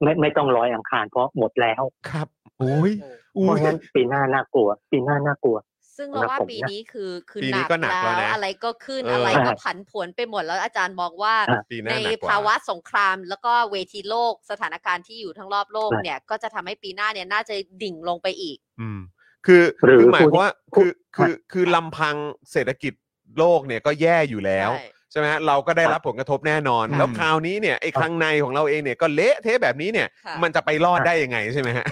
[SPEAKER 7] ไม่ไม่ต้องร้อยอังคารเพราะหมดแล้ว
[SPEAKER 3] ครับ
[SPEAKER 4] โอ้ย
[SPEAKER 7] เพ
[SPEAKER 4] อุ้
[SPEAKER 7] ราะ
[SPEAKER 4] ย
[SPEAKER 7] ฉะนั้นปีหน้าน่ากลัว ปีหน้าน่ากลัว
[SPEAKER 8] ซึ่งเราว่าปีนี้คือคือ
[SPEAKER 3] ปี
[SPEAKER 8] ห
[SPEAKER 3] นี้
[SPEAKER 8] นัก
[SPEAKER 3] ก็หนักแล้ว
[SPEAKER 8] แล้
[SPEAKER 3] นะ
[SPEAKER 8] วอะไรก็ขึ้น
[SPEAKER 3] เอออ
[SPEAKER 8] อะไรก็ผันผวนไปหมดแล้วอาจารย์มองว่า
[SPEAKER 7] อ่ะ
[SPEAKER 3] ปีห
[SPEAKER 8] ใน
[SPEAKER 3] น้าหนักกว่า
[SPEAKER 8] ภาวะสงครามแล้วก็เวทีโลกสถานการณ์ที่อยู่ทั้งรอบโลกเนี่ย ก็จะทำให้ปีหน้าเนี่ยน่าจะดิ่งลงไปอีก
[SPEAKER 3] อืมคือ
[SPEAKER 7] หรือ
[SPEAKER 3] คือหมาย
[SPEAKER 7] พู
[SPEAKER 3] ค
[SPEAKER 7] ด
[SPEAKER 3] วามว่า
[SPEAKER 7] พู
[SPEAKER 3] คือคื
[SPEAKER 7] ด
[SPEAKER 3] อคือลำพังเศรษฐกิจโลกเนี่ยก็แย่อยู่แล้ว
[SPEAKER 8] ใช่
[SPEAKER 3] ใช่ไหมฮะเราก็ได้รับผลกระทบแน่นอน
[SPEAKER 4] อืม
[SPEAKER 3] แล้วคราวนี้เนี่ยไอ้ข้างในของเราเองเนี่ยก็เละเทะแบบนี้เนี่ย
[SPEAKER 8] ค่ะ
[SPEAKER 3] มันจะไปรอดได้ยังไงใช่ไหมฮะ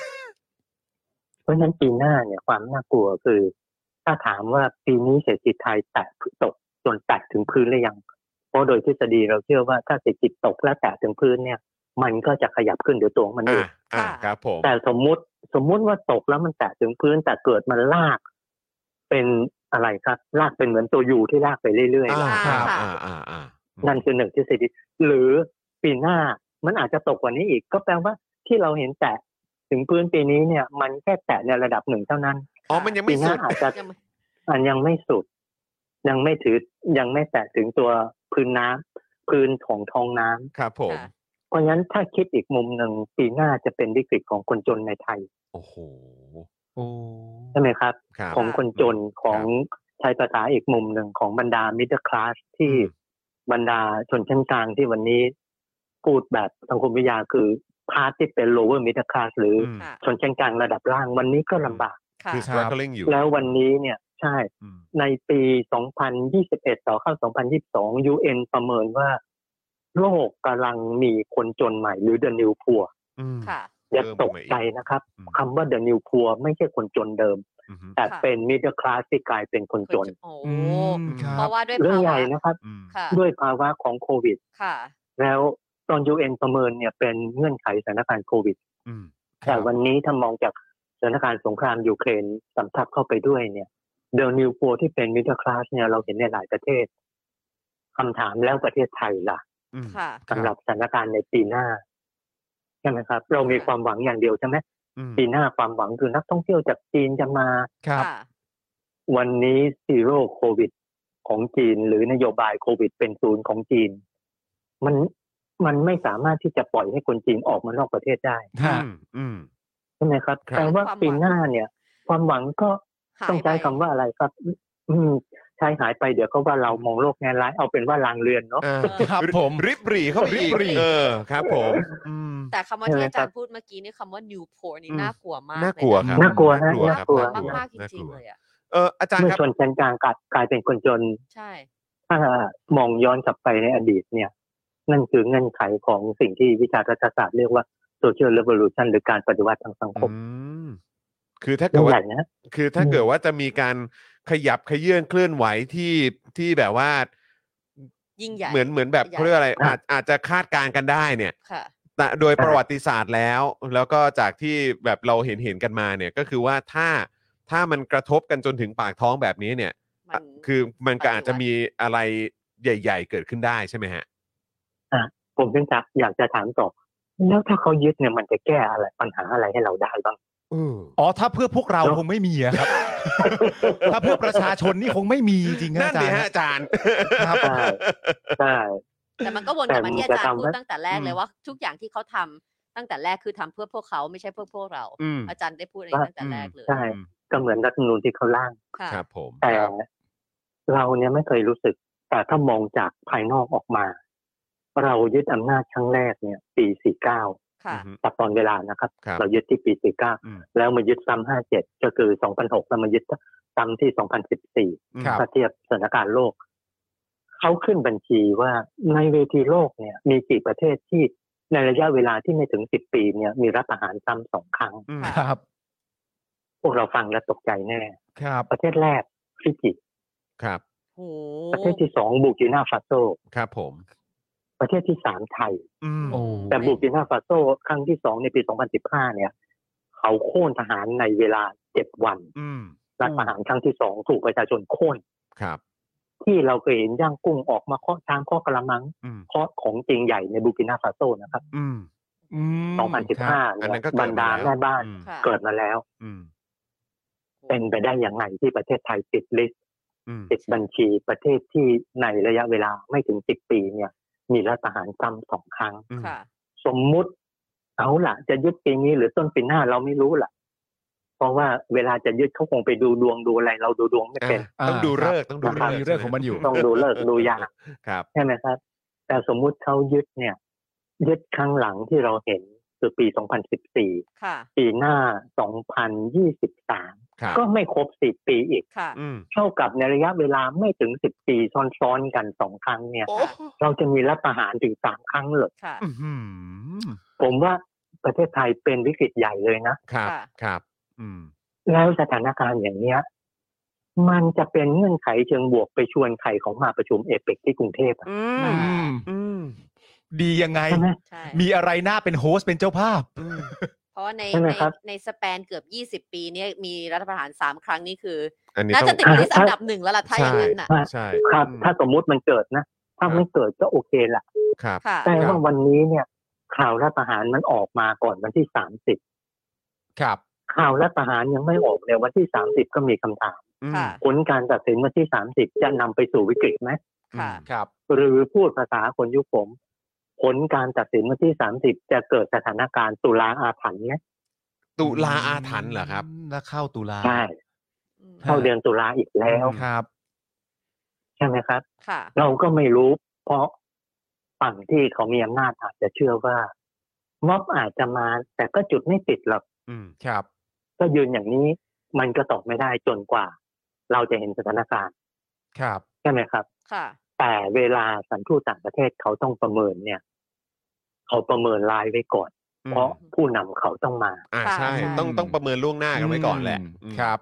[SPEAKER 7] เพราะฉะนั้นปีหน้าเนี่ยความน่ากลัวคือ ถ้าถามว่าปีนี้เศรษฐกิจไทยแตะตกจนแตะถึงพื้นหรือยัง เพราะโดยทฤษฎีเราเชื่อว่าถ้าเศรษฐกิจตกและแตะถึงพื้นเนี่ย มันก็จะขยับขึ้นโดยตัวของมันเอ
[SPEAKER 3] อ่าง อ่า
[SPEAKER 8] ค่ะ
[SPEAKER 3] ครับผม
[SPEAKER 7] แต่สมมุติสมมุติว่าตกแล้วมันแตะถึงพื้นแต่เกิดมันลาก เป็นอะไรครับ ลากเป็นเหมือนตัวยูที่ลากไปเรื่อย
[SPEAKER 3] อ่า
[SPEAKER 8] ค
[SPEAKER 3] ค
[SPEAKER 8] รั
[SPEAKER 3] รับ บอ่าอ่าอ่า
[SPEAKER 7] ๆ นั่นคือหนึ่งทฤษฎีหรือปีหน้ามันอาจจะตกกว่านี้อีก ก็แปลว่าที่เราเห็นแตะถึงพื้นปีนี้เนี่ย มันแค่แตะในระดับหนึ่งเท่านั้น
[SPEAKER 3] อ๋อมันยัง
[SPEAKER 7] ปี
[SPEAKER 3] ไม่
[SPEAKER 7] หน้า
[SPEAKER 3] สุด
[SPEAKER 7] อาจจะ
[SPEAKER 8] ยังไม่
[SPEAKER 7] อันยังไม่สุด ยังไม่ถือยังไม่แตะถึงตัวพื้นน้ำพื้นของท้องน้ำ
[SPEAKER 3] ครับผม
[SPEAKER 8] ค่ะ
[SPEAKER 7] เพราะฉะนั้นถ้าคิดอีกมุมหนึ่งปีหน้าจะเป็นวิกฤตของคนจนในไทย
[SPEAKER 3] โอ้โห
[SPEAKER 4] โอ้
[SPEAKER 7] ใช่ไหมครับ
[SPEAKER 3] ครับ
[SPEAKER 7] ของคนจนของใช้ภาษาอีกมุมหนึ่งของบรรดามิดเดิลคลาสที่
[SPEAKER 3] อืม
[SPEAKER 7] บรรดาชนชั้นกลางที่วันนี้พูดแบบสังคมวิทยาคือพาร์ทที่เป็น lower middle class หรือ
[SPEAKER 3] อื
[SPEAKER 7] อ
[SPEAKER 3] ม
[SPEAKER 8] ค่ะ
[SPEAKER 7] ชนชั้นกลางระดับล่างวันนี้ก็ลำบาก
[SPEAKER 8] ค่ะ
[SPEAKER 3] คือ struggling อยู่
[SPEAKER 7] แล้ววันนี้เนี่ยใช่
[SPEAKER 3] อืม
[SPEAKER 7] ในปี 2021 ต่อเข้า 2022 UN ประเมินว่า โลกกำลังมีคนจนใหม่หรือ the new poor
[SPEAKER 3] อืม
[SPEAKER 8] ค่ะ
[SPEAKER 7] อย่า
[SPEAKER 3] เพิ่ม
[SPEAKER 7] ต
[SPEAKER 3] เข้าก มาอีก
[SPEAKER 7] ใจนะครับ
[SPEAKER 3] อืม
[SPEAKER 7] คำว่า the new poor ไม่ใช่คนจนเดิม
[SPEAKER 3] อืม
[SPEAKER 7] แต่
[SPEAKER 8] ค่ะ
[SPEAKER 7] เป็น middle class ที่กลายเป็นคนจน
[SPEAKER 8] โอ้
[SPEAKER 4] อืมค
[SPEAKER 8] เพ
[SPEAKER 4] รับ
[SPEAKER 8] ราะว่าด้วย
[SPEAKER 7] เรื่อง
[SPEAKER 8] ภา
[SPEAKER 7] ให
[SPEAKER 8] วะ
[SPEAKER 7] ญ่นะครับ
[SPEAKER 3] อืม
[SPEAKER 8] ค่ะ
[SPEAKER 7] ด้วยภาวะของโควิด
[SPEAKER 8] ค่ะ
[SPEAKER 7] แล้วตอนยูเอ็นประเมินเนี่ยเป็นเงื่อนไขสถานการณ์โควิด
[SPEAKER 3] อืม
[SPEAKER 7] แต่วันนี้ถ้ามองจากสถานการณ์สงครามยูเครนสำทับเข้าไปด้วยเนี่ยเดลนิวโปที่เป็นมิดเดิลคลาสเนี่ยเราเห็นในหลายประเทศคำถามแล้วประเทศไทยล่ะ
[SPEAKER 3] อืม
[SPEAKER 8] ค่ะ
[SPEAKER 7] สำหรับสถานการณ์ในปีหน้าใช่ไหมครับ เรามีความหวังอย่างเดียวใช่ไหม
[SPEAKER 3] อืม
[SPEAKER 7] ปีหน้าความหวังคือนักท่องเที่ยวจากจีนจะมา
[SPEAKER 4] ครับ
[SPEAKER 8] ค่ะ
[SPEAKER 7] วันนี้ซีโร่โควิดของจีน หรือนโยบายโควิดเป็นศูนย์ของจีน มันมันไม่สามารถที่จะปล่อยให้คนจีนออกมานอกประเทศได้
[SPEAKER 4] ฮะ
[SPEAKER 3] อืมอืม
[SPEAKER 7] ใช่ไหมครับ
[SPEAKER 3] ครับ
[SPEAKER 7] แต่ว่า
[SPEAKER 8] ความหวัง
[SPEAKER 7] ปีหน้าเนี่ย ความหวังก็
[SPEAKER 8] หาย
[SPEAKER 7] ต้องใช้
[SPEAKER 8] ไป
[SPEAKER 7] คำว่าอะไรครับ อืมใช้หายไปเดี๋ยวก็ว่าเรามองโลกแง่ร้ายเอาเป็นว่าลางเรือนเนาะ
[SPEAKER 3] อ่า
[SPEAKER 4] ครับผม
[SPEAKER 3] ริบหรี่เข้าไปอีก
[SPEAKER 4] ริบหรี่
[SPEAKER 3] เออครับ ผมอืม
[SPEAKER 8] แต่คำว่า
[SPEAKER 7] ใช่ไหม
[SPEAKER 8] ที่
[SPEAKER 7] ครั
[SPEAKER 8] อาจาร
[SPEAKER 7] บ
[SPEAKER 8] ย์พูดเมื่อกี้นี่คำว่า new poor นี่
[SPEAKER 3] อืม
[SPEAKER 8] น่ากลัวมาก
[SPEAKER 3] น่ากลัวครับ
[SPEAKER 7] น่ากลัวฮะ
[SPEAKER 3] ครั
[SPEAKER 7] น่ากลัว
[SPEAKER 3] บ
[SPEAKER 8] มากมากๆจ
[SPEAKER 3] น่
[SPEAKER 8] ริง
[SPEAKER 3] ลัว
[SPEAKER 8] ๆเลยอ่ะ
[SPEAKER 3] เอออาจารย์
[SPEAKER 7] เมื่อ
[SPEAKER 3] ครับ
[SPEAKER 7] ชนชั้นกลางกลายกลายเป็นคนจน
[SPEAKER 8] ใช่
[SPEAKER 7] ถ้ามองย้อนกลับไปในอดีตเนี่ย นั่นคือเงื่อนไขของสิ่งที่วิชารัฐศาสตร์เรียกว่า social revolution หรือการปฏิวัติทางสังคม
[SPEAKER 3] อืม คือถ้าเกิ
[SPEAKER 7] เรื่
[SPEAKER 3] ด
[SPEAKER 7] อง
[SPEAKER 3] ว่า
[SPEAKER 7] ใหญ่นะ
[SPEAKER 3] คือถ้า
[SPEAKER 7] อืม
[SPEAKER 3] เกิดว่าจะมีการขยับขยื่นเคลื่อนไหวที่ที่แบบว่า
[SPEAKER 8] ยิ่งใหญ่
[SPEAKER 3] เหมือนเหมือนแบบ
[SPEAKER 8] ใหญ่
[SPEAKER 3] เขาเรียกอะไรอาจอาจจะคาดการณ์กันได้เนี่ย
[SPEAKER 8] ค่ะ
[SPEAKER 3] แต่โดยประวัติศาสตร์แล้ว แล้วก็จากที่แบบเราเห็นเห็นกันมาเนี่ยก็คือว่าถ้าถ้ามันกระทบกันจนถึงปากท้องแบบนี้เนี่ย
[SPEAKER 8] มัน
[SPEAKER 3] คือมันก็อาจจะ
[SPEAKER 8] ปฏิวัติ
[SPEAKER 3] มีอะไรใหญ่ ๆ เกิดขึ้นได้ใช่ไหมฮะ
[SPEAKER 7] ผมถึงจะอยากจะถามต่อ แล้วถ้าเขายึดเนี่ยมันจะแก้อะไรปัญหาอะไรให้เราได้บ้าง
[SPEAKER 4] อ๋อถ้าเพื่อพวกเรา
[SPEAKER 7] เนอะ
[SPEAKER 4] คงไม่มีอะครับ ถ้าเพื่อประชาชนนี่คงไม่มีจริงๆ
[SPEAKER 3] นั่
[SPEAKER 4] นะ
[SPEAKER 3] น
[SPEAKER 4] อาจา
[SPEAKER 3] ดิ
[SPEAKER 4] รย์
[SPEAKER 3] ฮะอาจารย์
[SPEAKER 4] ครับ
[SPEAKER 7] ใช่ใช่
[SPEAKER 8] แต่มันก็วนกลับมาที่อาจาร
[SPEAKER 7] แต่
[SPEAKER 8] ย์
[SPEAKER 7] มันจะทำ
[SPEAKER 8] พูดตั้งแต่แรก
[SPEAKER 3] อืม
[SPEAKER 8] เลยว่า ทุกอย่างที่เขาทำตั้งแต่แรกคือทำเพื่อพวกเขาไม่ใช่เพื่อพวกเรา
[SPEAKER 3] อืม
[SPEAKER 8] อาจารย์ได้พูดอย่างนี้ตั้งแต่แรกเลย
[SPEAKER 7] ใช่ ก็เหมือนรัฐธรรมนูญที่เขาร่าง
[SPEAKER 8] ค่ะ
[SPEAKER 3] ครับผม
[SPEAKER 7] แต่
[SPEAKER 3] ครับ
[SPEAKER 7] เราเนี่ยไม่เคยรู้สึก แต่ถ้ามองจากภายนอกออกมา เรายึดอำนาจครั้งแรกเนี่ย ปี 49
[SPEAKER 8] ค่ะ
[SPEAKER 3] อืม
[SPEAKER 7] ตัดตอนเวลานะครับ
[SPEAKER 3] ครับ
[SPEAKER 7] เรายึดที่ปี
[SPEAKER 3] อืม
[SPEAKER 7] 49 แล้วมายึดซ้ำ57 ก็คือ 2006 แล้วมายึดซ้ำที่ 2014
[SPEAKER 3] อืม
[SPEAKER 4] ครับ
[SPEAKER 7] ถ้าเทียบสถานการณ์โลก เขาขึ้นบัญชีว่าในเวทีโลกเนี่ย มีกี่ประเทศที่ในระยะเวลาที่ไม่ถึงสิบปีเนี่ย มีรัฐประหารซ้ำสองครั้ง
[SPEAKER 3] อืม
[SPEAKER 4] ครับ
[SPEAKER 7] พวกเราฟังแล้วตกใจแน่
[SPEAKER 4] ครับ
[SPEAKER 7] ประเทศแรกฟิจิ
[SPEAKER 3] ครับ
[SPEAKER 8] โอ้
[SPEAKER 7] ประเทศที่สองบูกินาฟาโซ
[SPEAKER 3] ครับผม
[SPEAKER 7] ประเทศที่สามไทย
[SPEAKER 3] อืม
[SPEAKER 4] โอ้
[SPEAKER 7] แต่บูกินาฟาโซ ครั้งที่สองในปี 2015 เนี่ย เขาโค่นทหารในเวลาเจ็ดวัน
[SPEAKER 3] อืม
[SPEAKER 7] รัฐประหารครั้งที่สองถูกประชาชนโค่น
[SPEAKER 3] ครับ
[SPEAKER 7] ที่เราเคยเห็นย่างกุ้งออกมาเคาะช้างเคาะกระมัง
[SPEAKER 3] อืม
[SPEAKER 7] เคาะของจริงใหญ่ในบูกินาฟาโซนะครับ
[SPEAKER 3] อืม
[SPEAKER 4] อืมครับ
[SPEAKER 7] 2015
[SPEAKER 3] อัน
[SPEAKER 7] เนี่
[SPEAKER 3] นั้
[SPEAKER 7] ย
[SPEAKER 3] นก็เกิ
[SPEAKER 7] บ
[SPEAKER 3] ด
[SPEAKER 7] รรดา
[SPEAKER 3] มาแล้ว
[SPEAKER 7] แม่บ้าน
[SPEAKER 3] อืม
[SPEAKER 8] ค่ะ
[SPEAKER 7] เกิดมาแล้ว
[SPEAKER 3] อืม
[SPEAKER 7] เป็นไปได้อย่างไรที่ประเทศไทยติดลิสต์
[SPEAKER 3] อืม
[SPEAKER 7] ติดบัญชีประเทศที่ในระยะเวลาไม่ถึงสิบปีเนี่ย มีรัฐประหารซ้ำสองครั้ง
[SPEAKER 3] อืม
[SPEAKER 8] ค่ะ
[SPEAKER 7] สมมุติเอาละจะยึดปีนี้หรือต้นปีหน้าเราไม่รู้ล่ะ เพราะว่าเวลาจะยึดเขาคงไปดูดวงดูอะไร เราดูดวงไม่เป็น
[SPEAKER 3] อ่ะต้องดูเลิกษ์ต้องดู
[SPEAKER 7] ครับ
[SPEAKER 4] มีเรื่องของมันอยู่
[SPEAKER 7] ต้องดูเลิกษ์ดูยาม
[SPEAKER 3] ครับ
[SPEAKER 7] ใช่ไหมครับ แต่สมมุติเขายึดเนี่ย ยึดครั้งหลังที่เราเห็นคือปี 2014
[SPEAKER 8] ค่ะ
[SPEAKER 7] ปีหน้า
[SPEAKER 3] ครับ
[SPEAKER 7] 2023 ก็ไม่ครบ 10 ปีอีก
[SPEAKER 8] ค่ะ
[SPEAKER 3] อืม
[SPEAKER 7] เท่ากับในระยะเวลาไม่ถึง 10 ปีซ้อนๆกันสองครั้งเนี่ย
[SPEAKER 3] โอ้
[SPEAKER 7] เราจะมีรัฐประหารถึงสามครั้งเลย
[SPEAKER 8] ค่ะ
[SPEAKER 4] อื้อหือ
[SPEAKER 7] ผมว่าประเทศไทยเป็นวิกฤตใหญ่เลยนะ
[SPEAKER 3] ครับ
[SPEAKER 8] ค่ะ
[SPEAKER 3] ครับ อืม
[SPEAKER 7] แล้วสถานการณ์อย่างเนี้ย มันจะเป็นเงื่อนไขเชิงบวกไปชวนใครของมาประชุมเอเปกที่กรุงเทพอะ
[SPEAKER 3] อื
[SPEAKER 4] อื
[SPEAKER 3] ม
[SPEAKER 4] ม
[SPEAKER 3] อืม
[SPEAKER 4] ดียังไง
[SPEAKER 7] ใช่ไหม
[SPEAKER 8] ใช่
[SPEAKER 4] มีอะไรน่าเป็นโฮสต์เป็นเจ้าภาพ
[SPEAKER 8] เพราะว่าใน
[SPEAKER 7] ใช่ไหม
[SPEAKER 8] ใน
[SPEAKER 7] ครับ
[SPEAKER 8] ในสแปนเกือบยี่สิบปีเนี่ยมีรัฐประหารสามครั้งนี่คือ
[SPEAKER 3] อันนี้
[SPEAKER 8] น่า
[SPEAKER 3] ต้อง
[SPEAKER 8] จะติดลิสต์อันดับหนึ่งแล้วล่ะถ้าอย่างนั้นน่ะ
[SPEAKER 3] ใช่
[SPEAKER 7] ครับ
[SPEAKER 3] อืม
[SPEAKER 7] ถ้าสมมุติมันเกิดนะ ถ้าไม่เกิดก็โอเคละ
[SPEAKER 3] ครับ
[SPEAKER 8] ค่ะ
[SPEAKER 7] แต่
[SPEAKER 3] ครั
[SPEAKER 7] ว่า
[SPEAKER 3] บ
[SPEAKER 7] วันนี้เนี่ยข่าวรัฐประหารมันออกมาก่อนวันที่สามสิบ
[SPEAKER 4] ครับ
[SPEAKER 7] ข่าวรัฐประหารยังไม่ออกเลยวันที่สามสิบก็มีคำถาม
[SPEAKER 3] อืม
[SPEAKER 8] ค่ะ
[SPEAKER 7] ผลการตัดสินวันที่สามสิบจะนำไปสู่วิกฤตไหม
[SPEAKER 8] ค่ะ
[SPEAKER 4] ครับ
[SPEAKER 7] หรือพูดภาษาคนยุคผม ผลการตัดสินวันที่สามสิบจะเกิดสถานการณ์ตุลาอาถรรพ์ไหม
[SPEAKER 3] ตุลาอาถรรพ์เหรอครับ
[SPEAKER 4] แล้วเข้าตุลา
[SPEAKER 7] ใช่
[SPEAKER 8] อืม
[SPEAKER 7] เข้าเดือนตุลาอีกแล้ว
[SPEAKER 4] ครับ
[SPEAKER 7] ใช่ไหมครับ
[SPEAKER 8] ค่ะ
[SPEAKER 7] เราก็ไม่รู้ เพราะฝั่งที่เขามีอำนาจอาจจะเชื่อว่าม็อบอาจจะมา แต่ก็จุดไม่ติดหรอก
[SPEAKER 3] อืม
[SPEAKER 4] ครับ
[SPEAKER 7] ก็ยืนอย่างนี้มันก็ตอบไม่ได้จนกว่า เราจะเห็นสถานการณ์
[SPEAKER 4] ครับ
[SPEAKER 7] ใช่ไหมครับ
[SPEAKER 8] ค่ะ
[SPEAKER 7] แต่เวลาสันทูตต่างประเทศเขาต้องประเมินเนี่ย เขาประเมินรายไว้ก่อน
[SPEAKER 3] อืม
[SPEAKER 7] เพราะผู้นำเขาต้องมา
[SPEAKER 3] อ่า
[SPEAKER 8] ค่ะ
[SPEAKER 3] ใช่
[SPEAKER 8] ใช่
[SPEAKER 3] ต้อง ต้องประเมินล่วงหน้ากันไว้ก่อนแหละอืม
[SPEAKER 4] ครับ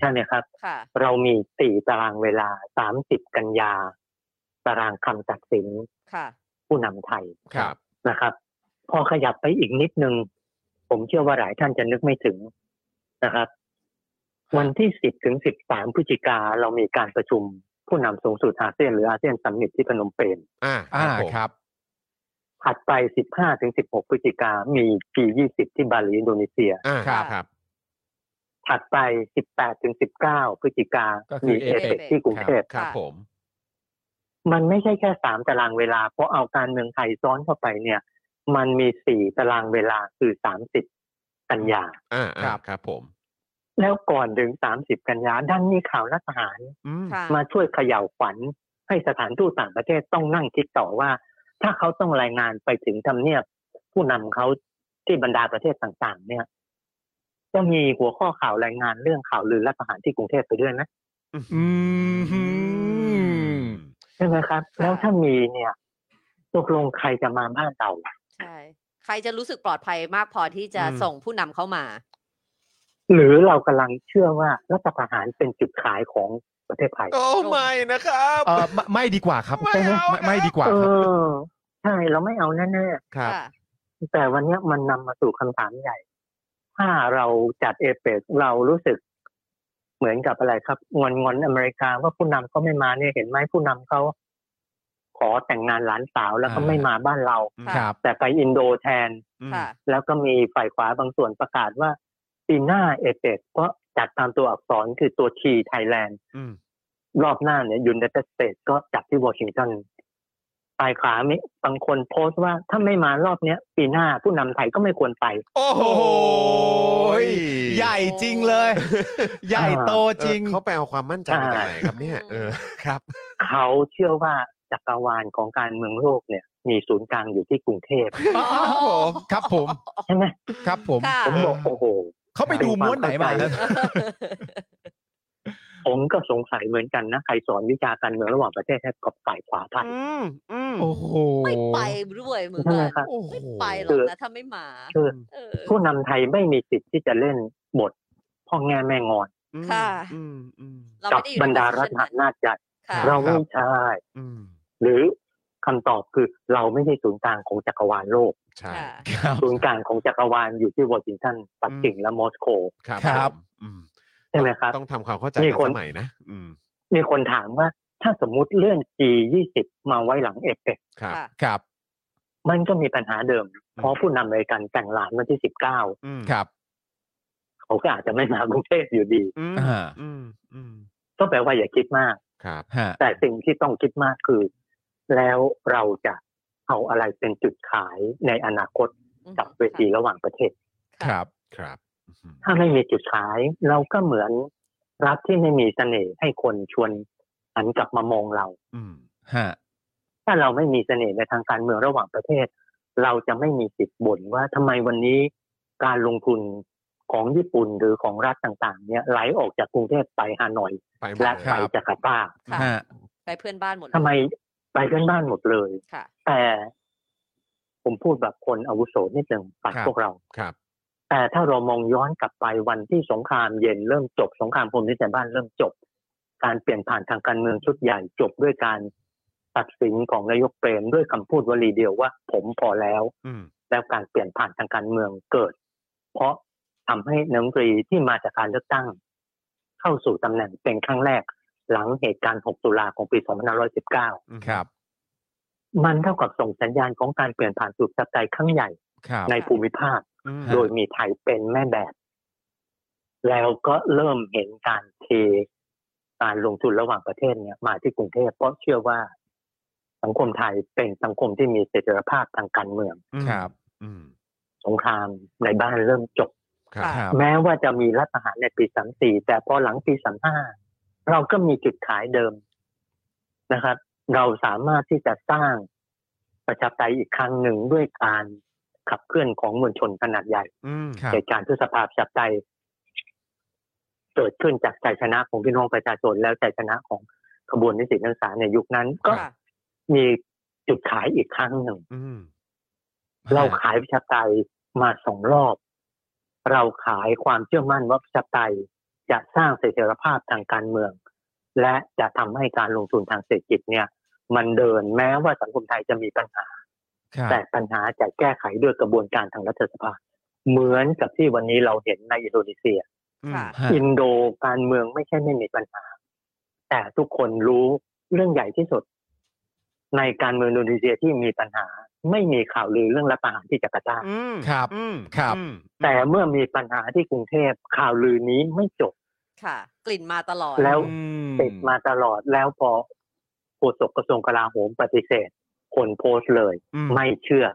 [SPEAKER 7] ใช่ไหมครับ
[SPEAKER 8] ค่ะ
[SPEAKER 7] เรามีสี่ตารางเวลาสามสิบกันยา ตารางคำตัดสิน
[SPEAKER 8] ค่ะ
[SPEAKER 7] ผู้นำไทย
[SPEAKER 3] ครับ
[SPEAKER 7] นะครับ พอขยับไปอีกนิดนึง ผมเชื่อว่าหลายท่านจะนึกไม่ถึงนะครับ วันที่สิบถึงสิบสามพฤศจิกาเรามีการประชุมผู้นำสูงสุดอาเซียนหรืออาเซียนซัมมิตที่พนมเปญ
[SPEAKER 3] อ่า
[SPEAKER 4] อ่า
[SPEAKER 3] ผม
[SPEAKER 4] ครับ
[SPEAKER 7] ถัดไปสิบห้าถึงสิบหกพฤศจิกามี G20 ที่บาหลีอินโดนีเซีย
[SPEAKER 3] อ่า
[SPEAKER 4] ครับ
[SPEAKER 3] ครับ
[SPEAKER 7] ถัดไปสิบแปดถึงสิบเก้าพฤศจิกา
[SPEAKER 4] ก็คือ
[SPEAKER 7] มี
[SPEAKER 4] APEC
[SPEAKER 7] เอเปกที่กรุงเทพ
[SPEAKER 3] ครับ
[SPEAKER 8] ค่ะ
[SPEAKER 3] ผม
[SPEAKER 7] มันไม่ใช่แค่สามตารางเวลา เพราะเอาการเมืองไทยซ้อนเข้าไปเนี่ย มันมีสี่ตารางเวลาคือสามสิบกันยา
[SPEAKER 3] อ่าอ่า
[SPEAKER 4] ครับ
[SPEAKER 3] ครับผม
[SPEAKER 7] แล้วก่อนถึงสามสิบกันยาดันมีข่าวรัฐประหาร
[SPEAKER 3] อืม
[SPEAKER 8] ค่ะ
[SPEAKER 7] มาช่วยเขย่าขวัญให้สถานทูตต่างประเทศต้องนั่งคิดต่อว่า ถ้าเขาต้องรายงานไปถึงทำเนียบผู้นำเขาที่บรรดาประเทศต่างๆ เนี่ยก็มีหัวข้อข่าวรายงานเรื่องข่าวลือรัฐประหารที่กรุงเทพไปด้วยนะ
[SPEAKER 4] อืมหืม
[SPEAKER 7] ใช่ไหมครับ แล้วถ้ามีเนี่ยตกลงใครจะมาบ้านเรา
[SPEAKER 8] ใช่ ใครจะรู้สึกปลอดภัยมากพอที่จะ
[SPEAKER 3] อืม
[SPEAKER 8] ส่งผู้นำเข้ามา
[SPEAKER 7] หรือเรากำลังเชื่อว่ารัฐประหารเป็นจุดขายของประเทศไทย
[SPEAKER 3] โอ้ไม่นะครับ
[SPEAKER 4] เอ่อไม่ไม่ดีกว่าครับ
[SPEAKER 3] ไม่เอา
[SPEAKER 4] ไม่ไม่ดีกว่า
[SPEAKER 7] เอ
[SPEAKER 4] ครับ
[SPEAKER 7] อ ใช่เราไม่เอาแน่
[SPEAKER 3] ครับ
[SPEAKER 8] ค่ะ
[SPEAKER 7] ๆแต่วันเนี้ยมันนำมาสู่คำถามใหญ่ ถ้าเราจัดเอเปกเรารู้สึกเหมือนกับอะไรครับงอนงอนๆอเมริกาว่าผู้นำเขาไม่มาเนี่ยเห็นไหมผู้นำเขาขอแต่งงานหลานสาวแล้วก็
[SPEAKER 4] อ่า
[SPEAKER 7] ไม่มาบ้านเรา
[SPEAKER 4] ค
[SPEAKER 8] ค่ะ
[SPEAKER 4] รับ
[SPEAKER 7] แต่ไปอินโดแทน
[SPEAKER 3] อืม
[SPEAKER 8] ค่ะ
[SPEAKER 7] แล้วก็มีฝ่ายขวาบางส่วนประกาศว่าปีหน้าเอเปกก็จัดตามตัวอักษรคือตัวทีไทยแลนด์
[SPEAKER 3] อืม
[SPEAKER 7] รอบหน้าเนี่ยยู i นเต็ดสเตทก็จัดที่วอชิงตันฝ่ายขวาไม่บางคนโพสต์ว่าถ้าไม่มารอบเนี้ย ปีหน้าผู้นำไทยก็ไม่ควรไป
[SPEAKER 3] โอ้โหย
[SPEAKER 4] ใหญ่จริงเลย ใหญ่โต
[SPEAKER 3] เออ
[SPEAKER 4] จริง
[SPEAKER 3] เขาไปเอาความมั่นใจมาจากไหนครับเนี่ยเออครับ
[SPEAKER 7] เขาเชื่อว่าจักรวาลของการเมืองโลกเนี่ย มีศูนย์กลางอยู่ที่กรุงเท พ
[SPEAKER 4] ครับผม ครับผม
[SPEAKER 7] ใช่ไหม
[SPEAKER 4] ครับผม
[SPEAKER 8] ค่ะ
[SPEAKER 7] ผมบอกโอ้โห
[SPEAKER 4] เขาไปดูม้วนไหนมาครับ
[SPEAKER 7] ผมก็สงสัยเหมือนกันนะใครสอนวิชาการเมืองระหว่างประเทศให้กับฝ่ายขวาพัน
[SPEAKER 3] อืมอืม
[SPEAKER 4] โอ้โห
[SPEAKER 8] ไม่ไปด้วยเหมือน
[SPEAKER 7] ใช่ไหม
[SPEAKER 8] กัน
[SPEAKER 7] ครับ
[SPEAKER 4] โอ้โห
[SPEAKER 8] ไม่ไปหรอกนะถ้าไม่มา
[SPEAKER 7] คือ
[SPEAKER 8] เออ
[SPEAKER 7] ผู้นำไทยไม่มีสิทธิ์ที่จะเล่นบทพ่อแง่แม่งอน
[SPEAKER 3] อืม
[SPEAKER 8] ค่ะ
[SPEAKER 3] อืมอืม
[SPEAKER 8] เไม่
[SPEAKER 7] กับ
[SPEAKER 8] ไอยู่ใน
[SPEAKER 7] บรรดารัฐ
[SPEAKER 8] position
[SPEAKER 7] อำนาจใหญ่
[SPEAKER 8] ค่ะ
[SPEAKER 7] เราไม่ใช่
[SPEAKER 3] อืม
[SPEAKER 7] หรือคำตอบคือเราไม่ใช่ศูนย์กลางของจักรวาลโลก
[SPEAKER 3] ใช่
[SPEAKER 8] ค่ะ
[SPEAKER 4] ครับ
[SPEAKER 7] ศูนย์กลางของจักรวาลอยู่ที่วอชิงตันปักกิ่งและมอสโก
[SPEAKER 3] ครับ
[SPEAKER 4] ครับ
[SPEAKER 3] ผมอืม
[SPEAKER 7] ใช่ไหมครับ
[SPEAKER 3] ต้องทำความเข้าใจ
[SPEAKER 7] มี
[SPEAKER 3] กับ
[SPEAKER 7] คน
[SPEAKER 3] สมัยนะอืม
[SPEAKER 7] มีคนถามว่าถ้าสมมุติเลื่อน G20 มาไว้หลังเอเปก
[SPEAKER 3] ครับ
[SPEAKER 8] ค่ะ
[SPEAKER 4] ครับ
[SPEAKER 7] มันก็มีปัญหาเดิม เพราะผู้นำอเมริกันแต่งหลานวันที่
[SPEAKER 3] อืม
[SPEAKER 4] ครับ
[SPEAKER 7] 19 เขาก็อาจจะไม่มากรุงเทพอยู่ดี
[SPEAKER 3] อืม
[SPEAKER 4] อ่า
[SPEAKER 3] อืมอืม
[SPEAKER 7] ก็แปลว่าอย่าคิดมาก
[SPEAKER 3] ครับ
[SPEAKER 4] ฮะ
[SPEAKER 7] แต่สิ่งที่ต้องคิดมากคือ แล้วเราจะเอาอะไรเป็นจุดขายในอนาคตกับเวทีระหว่างประเทศ
[SPEAKER 4] ครับ
[SPEAKER 3] ครับอืม
[SPEAKER 7] ถ้าไม่มีจุดขายเราก็เหมือนรัฐที่ไม่มีเสน่ห์ให้คนชวนหันกลับมามองเรา
[SPEAKER 3] อืม
[SPEAKER 4] ฮะ
[SPEAKER 7] ถ้าเราไม่มีเสน่ห์ในทางการเมืองระหว่างประเทศ เราจะไม่มีสิทธิ์บ่นว่าทำไมวันนี้การลงทุนของญี่ปุ่นหรือของรัฐต่างๆ เนี่ยไหลออกจากกรุงเทพไปฮานอย
[SPEAKER 3] ไปหมด
[SPEAKER 7] และ
[SPEAKER 3] เลย
[SPEAKER 4] ค
[SPEAKER 7] ไป
[SPEAKER 4] รับ
[SPEAKER 7] จาการ์ตา
[SPEAKER 8] ค่ะ
[SPEAKER 4] ฮะ
[SPEAKER 8] ไปเพื่อนบ้านหมดเลย
[SPEAKER 7] ทำไมไปเพื่อนบ้านหมดเลย
[SPEAKER 8] ค่ะ
[SPEAKER 7] แต่ผมพูดแบบคนอาวุโสนิดหนึ่งฝั่งพวกเรา
[SPEAKER 3] ครับ
[SPEAKER 7] แต่ถ้าเรามองย้อนกลับไปวันที่สงครามเย็นเริ่มจบสงครามพรมนิจัยบ้านเริ่มจบ การเปลี่ยนผ่านทางการเมืองชุดใหญ่จบด้วยการตัดสินของนายกเปรมด้วยคำพูดวลีเดียวว่า ผมพอแล้ว
[SPEAKER 3] อืม
[SPEAKER 7] แล้วการเปลี่ยนผ่านทางการเมืองเกิด เพราะทำให้นักรีที่มาจากการเลือกตั้ง เข้าสู่ตำแหน่งเป็นครั้งแรก หลังเหตุการณ์ 6 ตุลาของปี 2519
[SPEAKER 3] อืม
[SPEAKER 4] ครับ
[SPEAKER 7] มันเท่ากับส่งสัญญาณของการเปลี่ยนผ่านสู่สไตล์ครั้งใหญ่
[SPEAKER 4] ครับ
[SPEAKER 7] ในภูมิภาค
[SPEAKER 3] อืม
[SPEAKER 7] โดยมีไทยเป็นแม่แบบ แล้วก็เริ่มเห็นการเทการลงทุนระหว่างประเทศเนี่ยมาที่กรุงเทพเพราะเชื่อว่า สังคมไทยเป็นสังคมที่มีเสถียรภาพทางการเมือง
[SPEAKER 4] ครับ
[SPEAKER 3] อืม
[SPEAKER 7] สงครามในบ้านเริ่มจบ
[SPEAKER 3] ครับ
[SPEAKER 4] ครับ
[SPEAKER 7] แม้ว่าจะมีรัฐประหารในปี 34 แต่พอหลังปี 35 เราก็มีจุดขายเดิมนะครับ เราสามารถที่จะสร้างประชาธิปไตยอีกครั้งหนึ่งด้วยการขับเคลื่อนของมวลชนขนาดใหญ่
[SPEAKER 3] อืม
[SPEAKER 4] ครับ
[SPEAKER 7] เหตุการณ์พฤษภาประชาธิปไตยเกิดขึ้นจากใจชนะของพี่น้องประชาชน แล้วใจชนะของขบวนนิสิตนักศึกษาในยุคนั้น ก็
[SPEAKER 8] ค่ะ
[SPEAKER 7] มีจุดขายอีกครั้งหนึ่ง
[SPEAKER 3] อืม
[SPEAKER 7] เราขายประชาธิปไตยมาสองรอบ เราขายความเชื่อมั่นว่าประชาธิปไตยจะสร้างเสถียรภาพทางการเมือง และจะทำให้การลงทุนทางเศรษฐกิจเนี่ย มันเดินแม้ว่าสังคมไทยจะมีปัญหา
[SPEAKER 4] ครับ
[SPEAKER 7] แต่ปัญหาจะแก้ไขด้วยกระบวนการทางรัฐสภา เหมือนกับที่วันนี้เราเห็นในอินโดนีเซีย
[SPEAKER 3] อืม
[SPEAKER 8] ค่ะ
[SPEAKER 4] ฮะ
[SPEAKER 7] อินโดการเมืองไม่ใช่ไม่มีปัญหา แต่ทุกคนรู้เรื่องใหญ่ที่สุด ในการเมืองอินโดนีเซียที่มีปัญหา ไม่มีข่าวลือเรื่องรัฐประหารที่จาการ์ตา
[SPEAKER 3] อืม
[SPEAKER 4] ครับ
[SPEAKER 3] อืม
[SPEAKER 4] ครับ
[SPEAKER 3] อืม
[SPEAKER 7] แต่เมื่อมีปัญหาที่กรุงเทพข่าวลือนี้ไม่จบ
[SPEAKER 8] ค่ะ กลิ่นมาตลอด
[SPEAKER 7] แล้ว
[SPEAKER 4] อืม
[SPEAKER 7] ติดมาตลอดแล้วพอโฆษกกระทรวงกลาโหมปฏิเสธ คนโพสต์เลย
[SPEAKER 3] อืม
[SPEAKER 7] ไม่เชื่อ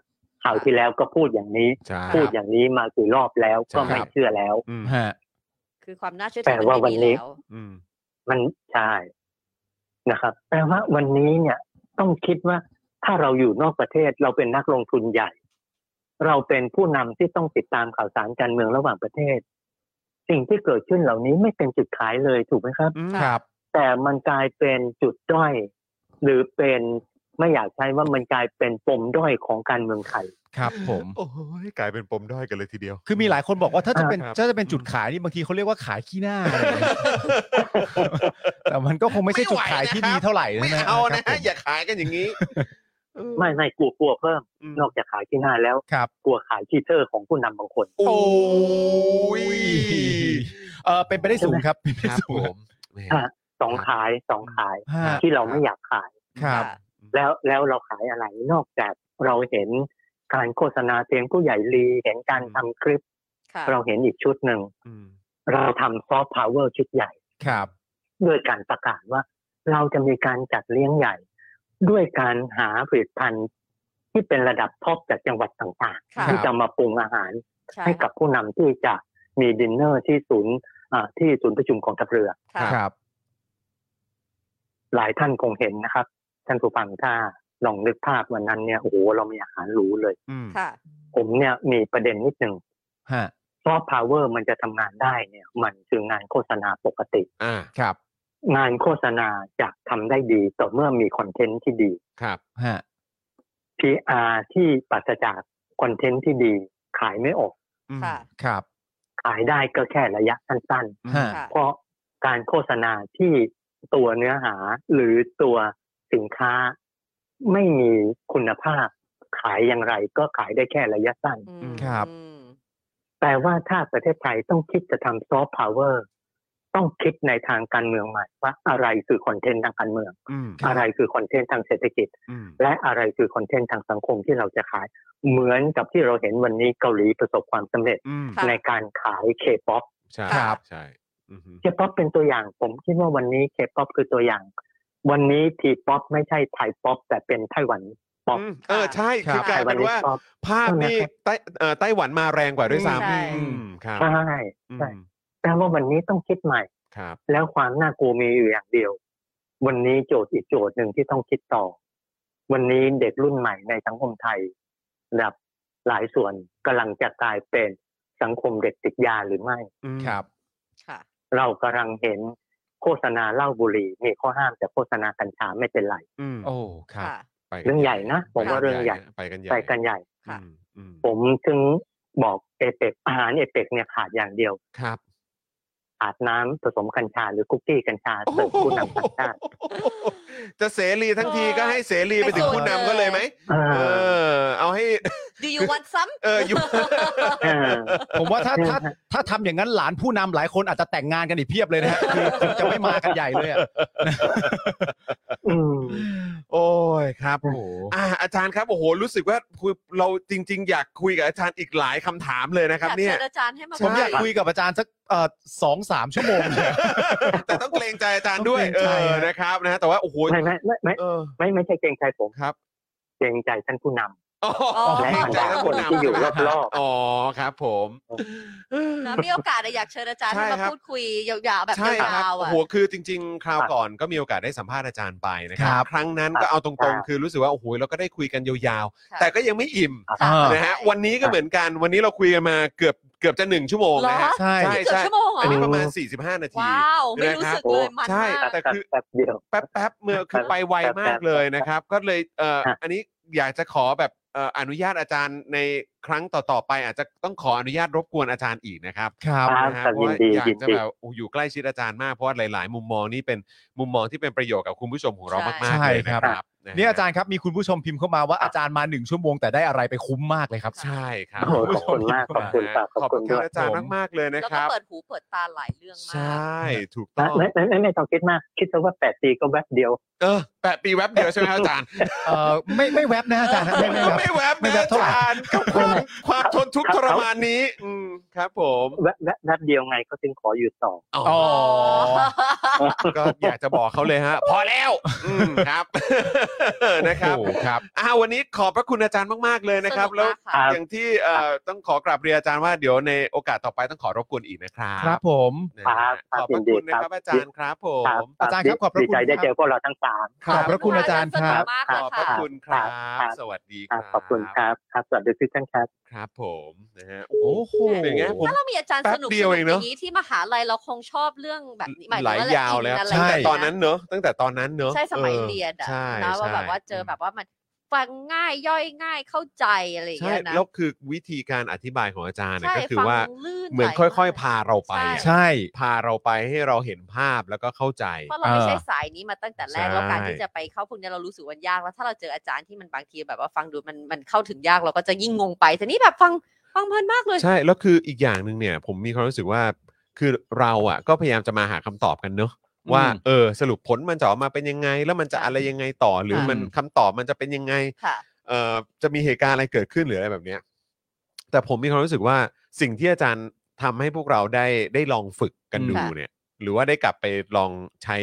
[SPEAKER 7] ข่าวที่แล้วก็พูดอย่างนี้
[SPEAKER 3] ใช่
[SPEAKER 7] พูดอย่างนี้มากี่รอบแล้วก็ไม่เชื่อแล้ว
[SPEAKER 3] อืม
[SPEAKER 4] ฮะ
[SPEAKER 8] คือความน่าเชื่อ
[SPEAKER 7] แป
[SPEAKER 8] ถื
[SPEAKER 7] ล
[SPEAKER 8] อมัน
[SPEAKER 7] ว่าวั
[SPEAKER 8] ไม่
[SPEAKER 7] น
[SPEAKER 8] มี
[SPEAKER 7] นี้
[SPEAKER 8] แล้ว
[SPEAKER 3] อืม
[SPEAKER 7] มันใช่นะครับแปลว่าวันนี้เนี่ยต้องคิดว่าถ้าเราอยู่นอกประเทศเราเป็นนักลงทุนใหญ่ เราเป็นผู้นำที่ต้องติดตามข่าวสารการเมืองระหว่างประเทศ สิ่งที่เกิดขึ้นเหล่านี้ไม่เป็นจุดขายเลยถูกไหมครับ
[SPEAKER 3] อืม
[SPEAKER 4] ครับ
[SPEAKER 7] แต่มันกลายเป็นจุดด้อย หรือเป็น ไม่อยากใช้ว่ามันกลายเป็นปมด้อยของการเมืองไทย
[SPEAKER 4] ครับผม
[SPEAKER 2] โอ้ยกลายเป็นปมด้อยกันเลยทีเดียว
[SPEAKER 4] คือมีหลายคนบอกว่าถ้าจะเป็น
[SPEAKER 2] อ่าครับ
[SPEAKER 4] ถ้าจะเป็นจุดขายนี่บางทีเขาเรียกว่าขายขี้หน้าอะไรอย่างเงี้ยแต่มันก็คงไม่ใช่จุดขายที่ดีเท่าไหร่
[SPEAKER 3] ไม่
[SPEAKER 4] นะฮะ
[SPEAKER 3] เอานะ
[SPEAKER 4] ครั
[SPEAKER 3] ฮะ
[SPEAKER 4] บผม
[SPEAKER 3] อย่าขายกันอย่างนี้เออ
[SPEAKER 7] ไม่ไม่กลัวกลัวเพิ่ม
[SPEAKER 3] อืม
[SPEAKER 7] นอกจากขายที่หน้าแล้ว
[SPEAKER 4] ครับ
[SPEAKER 7] กลัวขายที่เทอร์ของผู้นำบางคน
[SPEAKER 3] โอ้ย
[SPEAKER 4] เออเป็นไปได้สูงครับเป็นไป
[SPEAKER 3] ค
[SPEAKER 4] ได้
[SPEAKER 3] รับ
[SPEAKER 4] สู
[SPEAKER 3] ผ
[SPEAKER 4] ง
[SPEAKER 3] มแหม
[SPEAKER 7] อ่ะ สองขายสองขาย
[SPEAKER 4] ฮะ
[SPEAKER 7] ที่เราไม่อยากขาย
[SPEAKER 4] ครับ
[SPEAKER 7] แล้วแล้วเราขายอะไรนอกจากเราเห็นการโฆษณาเตียงผู้ใหญ่ลีเห็นการ
[SPEAKER 3] อืม
[SPEAKER 7] ทำคลิป
[SPEAKER 8] ค่ะ
[SPEAKER 7] เราเห็นอีกชุดหนึ่ง
[SPEAKER 3] อืม
[SPEAKER 7] เราทำซอฟต์พาวเวอร์ชุดใหญ่
[SPEAKER 4] ครับ
[SPEAKER 7] ด้วยการประกาศว่า เราจะมีการจัดเลี้ยงใหญ่ ด้วยการหาผลิตภัณฑ์ที่เป็นระดับท็อปจากจังหวัดต่าง
[SPEAKER 8] ค่ะ
[SPEAKER 7] ๆ ที่จะมาปรุงอาหาร
[SPEAKER 8] ใช่
[SPEAKER 7] ให้กับผู้นำที่จะมีดินเนอร์ที่ศูนย์อ่าที่ศูนย์ประชุมกองทัพเรือ
[SPEAKER 8] ค่ะ
[SPEAKER 4] ครับ
[SPEAKER 7] หลายท่านคงเห็นนะครับ ท่านผู้ฟังถ้าลองนึกภาพวันนั้นเนี่ยโอ้โหเรามีอาหารหรูเลย
[SPEAKER 2] อืม
[SPEAKER 8] ค่ะ
[SPEAKER 7] ผมเนี่ยมีประเด็นนิดหนึ่ง
[SPEAKER 4] ฮะ
[SPEAKER 7] ซอฟต์พาวเวอร์มันจะทำงานได้เนี่ย มันคืองานโฆษณาปกติ
[SPEAKER 3] อ่า
[SPEAKER 4] ครับ
[SPEAKER 7] งานโฆษณาจะทำได้ดีต่อเมื่อมีคอนเทนต์ที่ดี
[SPEAKER 3] ครับ
[SPEAKER 4] ฮะ
[SPEAKER 7] PR ที่ปราศจากคอนเทนต์ที่ดี ขายไม่ออก
[SPEAKER 2] อืม
[SPEAKER 8] ค่ะ
[SPEAKER 4] ครับ
[SPEAKER 7] ขายได้ก็แค่ระยะสั้นๆ
[SPEAKER 4] ฮะ
[SPEAKER 8] ค่ะ
[SPEAKER 7] เพราะการโฆษณาที่ตัวเนื้อหาหรือตัวสินค้าไม่มีคุณภาพ ขายอย่างไรก็ขายได้แค่ระยะสั้น
[SPEAKER 8] อืม
[SPEAKER 4] ครับ
[SPEAKER 8] อืม
[SPEAKER 7] แต่ว่าถ้าประเทศไทยต้องคิดจะทำซอฟต์พาวเวอร์ต้องคิดในทางการเมืองใหม่ว่าอะไรคือคอนเทนต์ทางการเมือง
[SPEAKER 2] อืม
[SPEAKER 7] อะไรคือคอนเทนต์ทางเศรษฐกิจ
[SPEAKER 2] อืม
[SPEAKER 7] และอะไรคือคอนเทนต์ทางสังคมที่เราจะขาย เหมือนกับที่เราเห็นวันนี้เกาหลีประสบความสำเร็จ
[SPEAKER 2] อืม
[SPEAKER 8] ะ
[SPEAKER 7] ในการขายเคป๊อป
[SPEAKER 3] ใช่
[SPEAKER 4] ครับ
[SPEAKER 3] ใช่อือฮึ
[SPEAKER 7] เคป๊อปเป็นตัวอย่างผมคิดว่าวันนี้เคป๊อปคือตัวอย่าง วันนี้ทีป๊อปไม่ใช่ไทยป๊อปแต่เป็นไต้หวัน ป๊อป
[SPEAKER 3] อืมเออ ใช่
[SPEAKER 4] ครับ
[SPEAKER 3] คือกลาย
[SPEAKER 7] วั
[SPEAKER 3] เป็นว่า
[SPEAKER 7] ป๊อป
[SPEAKER 3] ภาพนี่
[SPEAKER 7] ใช่ไหมครับ
[SPEAKER 3] ไต้เอ่อไต้หวันมาแรงกว่าด้วยซ้
[SPEAKER 8] ใช่
[SPEAKER 3] ำอืมครับ
[SPEAKER 7] ใช่
[SPEAKER 3] อืม
[SPEAKER 7] ใช่แปลว่าวันนี้ต้องคิดใหม่
[SPEAKER 3] ครับ
[SPEAKER 7] แล้วความน่ากลัวมีอยู่อย่างเดียว วันนี้โจทย์อีกโจทย์หนึ่งที่ต้องคิดต่อ วันนี้เด็กรุ่นใหม่ในสังคมไทยระดับหลายส่วนกำลังจะกลายเป็นสังคมเด็กติดยาหรือไม่
[SPEAKER 4] ครับ
[SPEAKER 8] ค่ะ
[SPEAKER 7] เรากำลังเห็นโฆษณาเหล้าบุหรี่มีข้อห้ามแต่โฆษณากัญชาไม่เป็นไร
[SPEAKER 3] อืม
[SPEAKER 4] โอ้ ครับ
[SPEAKER 8] ค่ะ
[SPEAKER 3] ไปกั
[SPEAKER 7] เรื่องใหญ่นะผมว่า
[SPEAKER 3] ไป
[SPEAKER 7] เรื่องใหญ่
[SPEAKER 3] ไปกันใหญ่
[SPEAKER 7] ไปกันใหญ่
[SPEAKER 8] ค่ะ
[SPEAKER 3] อืมอืม
[SPEAKER 7] ผมถึงบอกเอเปกอาหารเอเปกเนี่ยขาดอย่างเดียว
[SPEAKER 3] ครับ
[SPEAKER 7] ขาดน้ำผสมกัญชาหรือคุกกี้กัญชาเสิร์ฟผู้นำต่างชาติ
[SPEAKER 3] จะเสรีทั้งทีก็ให้เสรีไปถึงผู้นำก็เลยไหม
[SPEAKER 7] เอ
[SPEAKER 3] เอ
[SPEAKER 7] อ
[SPEAKER 3] อ เอาให้
[SPEAKER 8] Do you want some
[SPEAKER 3] เอออยู่
[SPEAKER 7] เออ
[SPEAKER 4] ผมว่าถ้าถ้า
[SPEAKER 7] ฮะ
[SPEAKER 4] ถ้าทำอย่างนั้นหลานผู้นำหลายคนอาจจะแต่งงานกันอีกเพียบเลย นะฮะคือคือจะไม่มากันใหญ่เลยอะ
[SPEAKER 7] อืม
[SPEAKER 3] โอ้ยครับ
[SPEAKER 4] โอ้โห
[SPEAKER 3] อ่าอาจารย์ครับโอ้โหรู้สึกว่าคุยเราจริง ๆ อยากคุยกับอาจารย์อีกหลายคำถามเลยนะครับ
[SPEAKER 8] อยาก
[SPEAKER 3] เนี่ย
[SPEAKER 8] เชิญอาจารย์ให้มา
[SPEAKER 4] ผมอยาก
[SPEAKER 8] คุ
[SPEAKER 4] คุยกับอาจารย์สักเอ่อสองสามชั่วโมงเลย
[SPEAKER 3] แต่ต้องเกรงใจอาจารย์ด้วย
[SPEAKER 4] ต้อ
[SPEAKER 3] เอ
[SPEAKER 4] งเกรงใจ
[SPEAKER 3] อ
[SPEAKER 4] นะ
[SPEAKER 3] นะครับนะแต่ว่าโอ้โห
[SPEAKER 7] ไม่ไม่ไม่ไม่
[SPEAKER 3] เออ
[SPEAKER 7] ไม่ไม่ใช่เกรงใจผม
[SPEAKER 3] ครับ
[SPEAKER 7] เกรงใจท่านผู้นำ
[SPEAKER 3] อ๋อ
[SPEAKER 7] และ
[SPEAKER 3] เกรงใจท่านผู้นำ
[SPEAKER 7] ที่อยู่รอบๆ
[SPEAKER 3] อ๋อครับผม
[SPEAKER 8] นะมีโอกาสอะอยากเชิญอาจารย์
[SPEAKER 3] ใช่
[SPEAKER 8] ให้มา
[SPEAKER 3] ครับ
[SPEAKER 8] พูดคุยยาวๆแบบ
[SPEAKER 3] ใช่ครั
[SPEAKER 8] ยาวๆ
[SPEAKER 3] โอ้
[SPEAKER 8] อ่ะ
[SPEAKER 3] โหคือจริง ๆ คราวก่อนก็มีโอกาสได้สัมภาษณ์อาจารย์ไปนะค
[SPEAKER 4] ครั
[SPEAKER 3] รับ
[SPEAKER 4] บ
[SPEAKER 3] ครั้งนั้นก็เอาตรงๆ คือรู้สึกว่าโอ้โหเราก็ได้คุยกันยาวๆ
[SPEAKER 8] ค่ะ
[SPEAKER 3] แต่ก็ยังไม่อิ่ม
[SPEAKER 4] อ่า
[SPEAKER 3] นะฮะวันนี้ก็เหมือนกันวันนี้เราคุยกันมาเกือบเกือบจะหนึ่งชั่วโมงนะฮะ
[SPEAKER 4] ใช่
[SPEAKER 3] ใช่
[SPEAKER 8] เกือบ
[SPEAKER 3] ใช่
[SPEAKER 8] ชั่วโมงเหร
[SPEAKER 3] อันนี้
[SPEAKER 8] อ
[SPEAKER 3] ประมาณ 45 นาที
[SPEAKER 8] ว้าวไม่รู้สึกเลยมัน
[SPEAKER 3] ใช่
[SPEAKER 8] มาก
[SPEAKER 3] แต่คือ
[SPEAKER 7] แป๊บเดียว
[SPEAKER 3] แป๊บๆเมื่อคือไปไวมากเลยนะครับ ก็เลยเอ่อ
[SPEAKER 7] ฮะ
[SPEAKER 3] อันนี้อยากจะขอแบบเอ่ออนุญาตอาจารย์ในครั้งต่อๆไปอาจจะต้องขออนุญาตรบกวนอาจารย์อีกนะครับ
[SPEAKER 4] ครับ
[SPEAKER 7] ครับ
[SPEAKER 3] นะฮะ
[SPEAKER 7] ครั
[SPEAKER 3] เพ
[SPEAKER 7] บ
[SPEAKER 3] ราะว่า
[SPEAKER 7] ยินดี
[SPEAKER 3] อยา
[SPEAKER 7] ยิ
[SPEAKER 3] ก
[SPEAKER 7] น
[SPEAKER 3] จะ
[SPEAKER 7] ดี
[SPEAKER 3] แบบโอ้อยู่ใกล้ชิดอาจารย์มากเพราะว่าหลาย ๆ มุมมองนี่เป็นมุมมองที่เป็นประโยชน์กับคุณผู้ชมของเรา
[SPEAKER 8] ใช่
[SPEAKER 3] มากๆเลยนะ
[SPEAKER 4] ใช่
[SPEAKER 3] ค
[SPEAKER 4] ครั
[SPEAKER 3] รับบ ะฮะ
[SPEAKER 4] นี่อาจารย์ครับมีคุณผู้ชมพิมพ์เข้ามาว่าอาจารย์มาหนึ่งชั่วโมงแต่ได้อะไรไปคุ้มมากเลยครับ
[SPEAKER 3] ใช่ครับ
[SPEAKER 7] โอ้โหขอบคุณมากขอบคุณครับ
[SPEAKER 3] ข
[SPEAKER 7] ข
[SPEAKER 3] อบ
[SPEAKER 7] อ
[SPEAKER 3] บ
[SPEAKER 7] คุ
[SPEAKER 3] คุณ
[SPEAKER 7] ณ
[SPEAKER 3] ค
[SPEAKER 7] ด้
[SPEAKER 3] รับ
[SPEAKER 7] วย
[SPEAKER 3] อาจารย์มากๆเลยนะ
[SPEAKER 8] แล้ว
[SPEAKER 3] ค
[SPEAKER 8] ก็
[SPEAKER 3] รับ
[SPEAKER 8] เปิดหูเปิดตาหลายเรื่อง
[SPEAKER 3] ใช
[SPEAKER 8] มาก่
[SPEAKER 3] ถูกต้อง
[SPEAKER 7] ไม่ไม่ไม่ไม่ต้องคิดมาก คิดซะว่าแปดปีก็แวบเดียว
[SPEAKER 3] เออแปะปีแว็บเดียวใช่ไหมครับอาจารย์
[SPEAKER 4] เออไม่ไม่แวบนะอาจารย์นะไม่ไม่แวบ
[SPEAKER 3] ไม่แวบ
[SPEAKER 4] ไม่
[SPEAKER 3] นะ
[SPEAKER 4] แวบ
[SPEAKER 3] อา
[SPEAKER 4] เท่าไหร่
[SPEAKER 3] จารย์กับความความทนทุกข์
[SPEAKER 7] ค
[SPEAKER 3] ท
[SPEAKER 7] รับ
[SPEAKER 3] รมานนี้ อืมครับผม
[SPEAKER 7] แวบแวบแวบเดียวไงก็จึงขออยู่ต่อ
[SPEAKER 3] อ๋อ
[SPEAKER 4] อ๋อ
[SPEAKER 3] ก็อยากจะบอกเขาเลยฮะ พอแล้ว อืมครับ นะครับ
[SPEAKER 4] โอ้โหครับ
[SPEAKER 3] อ่าวันนี้ขอบพระคุณอาจารย์มาก ๆ เลยนะครับ
[SPEAKER 8] ส
[SPEAKER 3] แล้ว
[SPEAKER 8] มากค่ะ
[SPEAKER 7] ครับ
[SPEAKER 3] อย่างที่เอ่อต้องขอกราบเรียนอาจารย์ว่าเดี๋ยวในโอกาสต่อไปต้องขอรบกวนอีกนะครับ
[SPEAKER 4] ครับผม
[SPEAKER 3] นะฮะ
[SPEAKER 7] ครับ
[SPEAKER 3] ขอบพระคุณนะครับอาจารย์ครับผ
[SPEAKER 7] ครับ
[SPEAKER 3] ม
[SPEAKER 4] อาจารย์ครับขอบพระ
[SPEAKER 7] ดี
[SPEAKER 4] คุณ
[SPEAKER 7] ใจได้
[SPEAKER 4] ครับ
[SPEAKER 7] เจอพวกเราทั้งสาม
[SPEAKER 3] ค
[SPEAKER 4] ขอบพระคุณอาจารย์ครับ
[SPEAKER 5] มาก
[SPEAKER 3] ข
[SPEAKER 5] เล
[SPEAKER 3] อย บพระ
[SPEAKER 5] ค่ะ
[SPEAKER 3] คุณครับ
[SPEAKER 7] ครับ
[SPEAKER 3] สวัสดีค
[SPEAKER 7] อ่า
[SPEAKER 3] รับ
[SPEAKER 7] ขอบคุณครับครับสวัสดีทุกท่านครับ
[SPEAKER 3] ครับผมนะฮะ
[SPEAKER 4] โอ้โห
[SPEAKER 3] เป็นไงผม
[SPEAKER 5] ถ้าเรามีอาจารย์
[SPEAKER 3] แป๊
[SPEAKER 5] ส
[SPEAKER 3] บ
[SPEAKER 5] นุก
[SPEAKER 3] เดี
[SPEAKER 5] ๆ
[SPEAKER 3] ยวเองเน
[SPEAKER 5] อ
[SPEAKER 3] อะ
[SPEAKER 5] ย่างนี้ที่มหาลัยเราคงชอบเรื่องแบบนี้มถึง
[SPEAKER 3] ไหลยาวแล้ว
[SPEAKER 5] อะไร
[SPEAKER 4] ใช่
[SPEAKER 3] ตั้งแต่
[SPEAKER 5] แบบ
[SPEAKER 3] ตอนนั้นเนอะตั้งแต่ตอนนั้นเนอะ
[SPEAKER 5] ใช่สมัย
[SPEAKER 3] ออ
[SPEAKER 5] เรียนอะ
[SPEAKER 3] ใช่
[SPEAKER 5] นะว่าแบบ
[SPEAKER 3] ใช่
[SPEAKER 5] ว่าเจอแบบว่ามันฟังง่ายย่อยง่ายเข้าใจอะไรอย่าง
[SPEAKER 3] ใช่
[SPEAKER 5] เงี้ยนะ
[SPEAKER 3] แล้วคือวิธีการอธิบายของอาจารย์น่ะ
[SPEAKER 5] ใช่
[SPEAKER 3] ก็คือ
[SPEAKER 5] ฟัง
[SPEAKER 3] ว่า
[SPEAKER 5] ลื่น
[SPEAKER 3] เหมือน
[SPEAKER 5] ไหล
[SPEAKER 3] ค่อย
[SPEAKER 5] มก
[SPEAKER 3] ๆ พาเราไปอะ
[SPEAKER 5] ใช่
[SPEAKER 4] ใช่
[SPEAKER 3] พาเราไปให้เราเห็นภาพแล้วก็เข้าใจ
[SPEAKER 5] เพราะเราไม่
[SPEAKER 4] อ่า
[SPEAKER 5] ใช่สายนี้มาตั้งแต่แรก
[SPEAKER 3] ใช่
[SPEAKER 5] แล้วการที่จะไปเข้าพวกเนี้ยเรารู้สึกวันยากแล้วถ้าเราเจออาจารย์ที่มันบางทีแบบว่าฟังดูมันมันเข้าถึงยากเราก็จะยิ่งงงไปแต่นี่แบบฟังฟังเพลินมากเลย
[SPEAKER 3] ใช่ แล้วคืออีกอย่างหนึ่งเนี่ย ผมมีความรู้สึกว่าคือเราอ่ะ ก็พยายามจะมาหาคำตอบกันเนอะว่าเออสรุปผลมันจะออกมาเป็นยังไง แล้วมันจะอะไรยังไงต่อหรือ
[SPEAKER 5] ค่ะ
[SPEAKER 3] มันคำตอบมันจะเป็นยังไง
[SPEAKER 5] ค่ะ
[SPEAKER 3] เอ่อจะมีเหตุการณ์อะไรเกิดขึ้นหรืออะไรแบบเนี้ยแต่ผมมีความรู้สึกว่าสิ่งที่อาจารย์ทำให้พวกเราได้ได้ลองฝึกกัน
[SPEAKER 4] อืม
[SPEAKER 3] ดูเนี่ย หรือว่าได้กลับไปลองใช้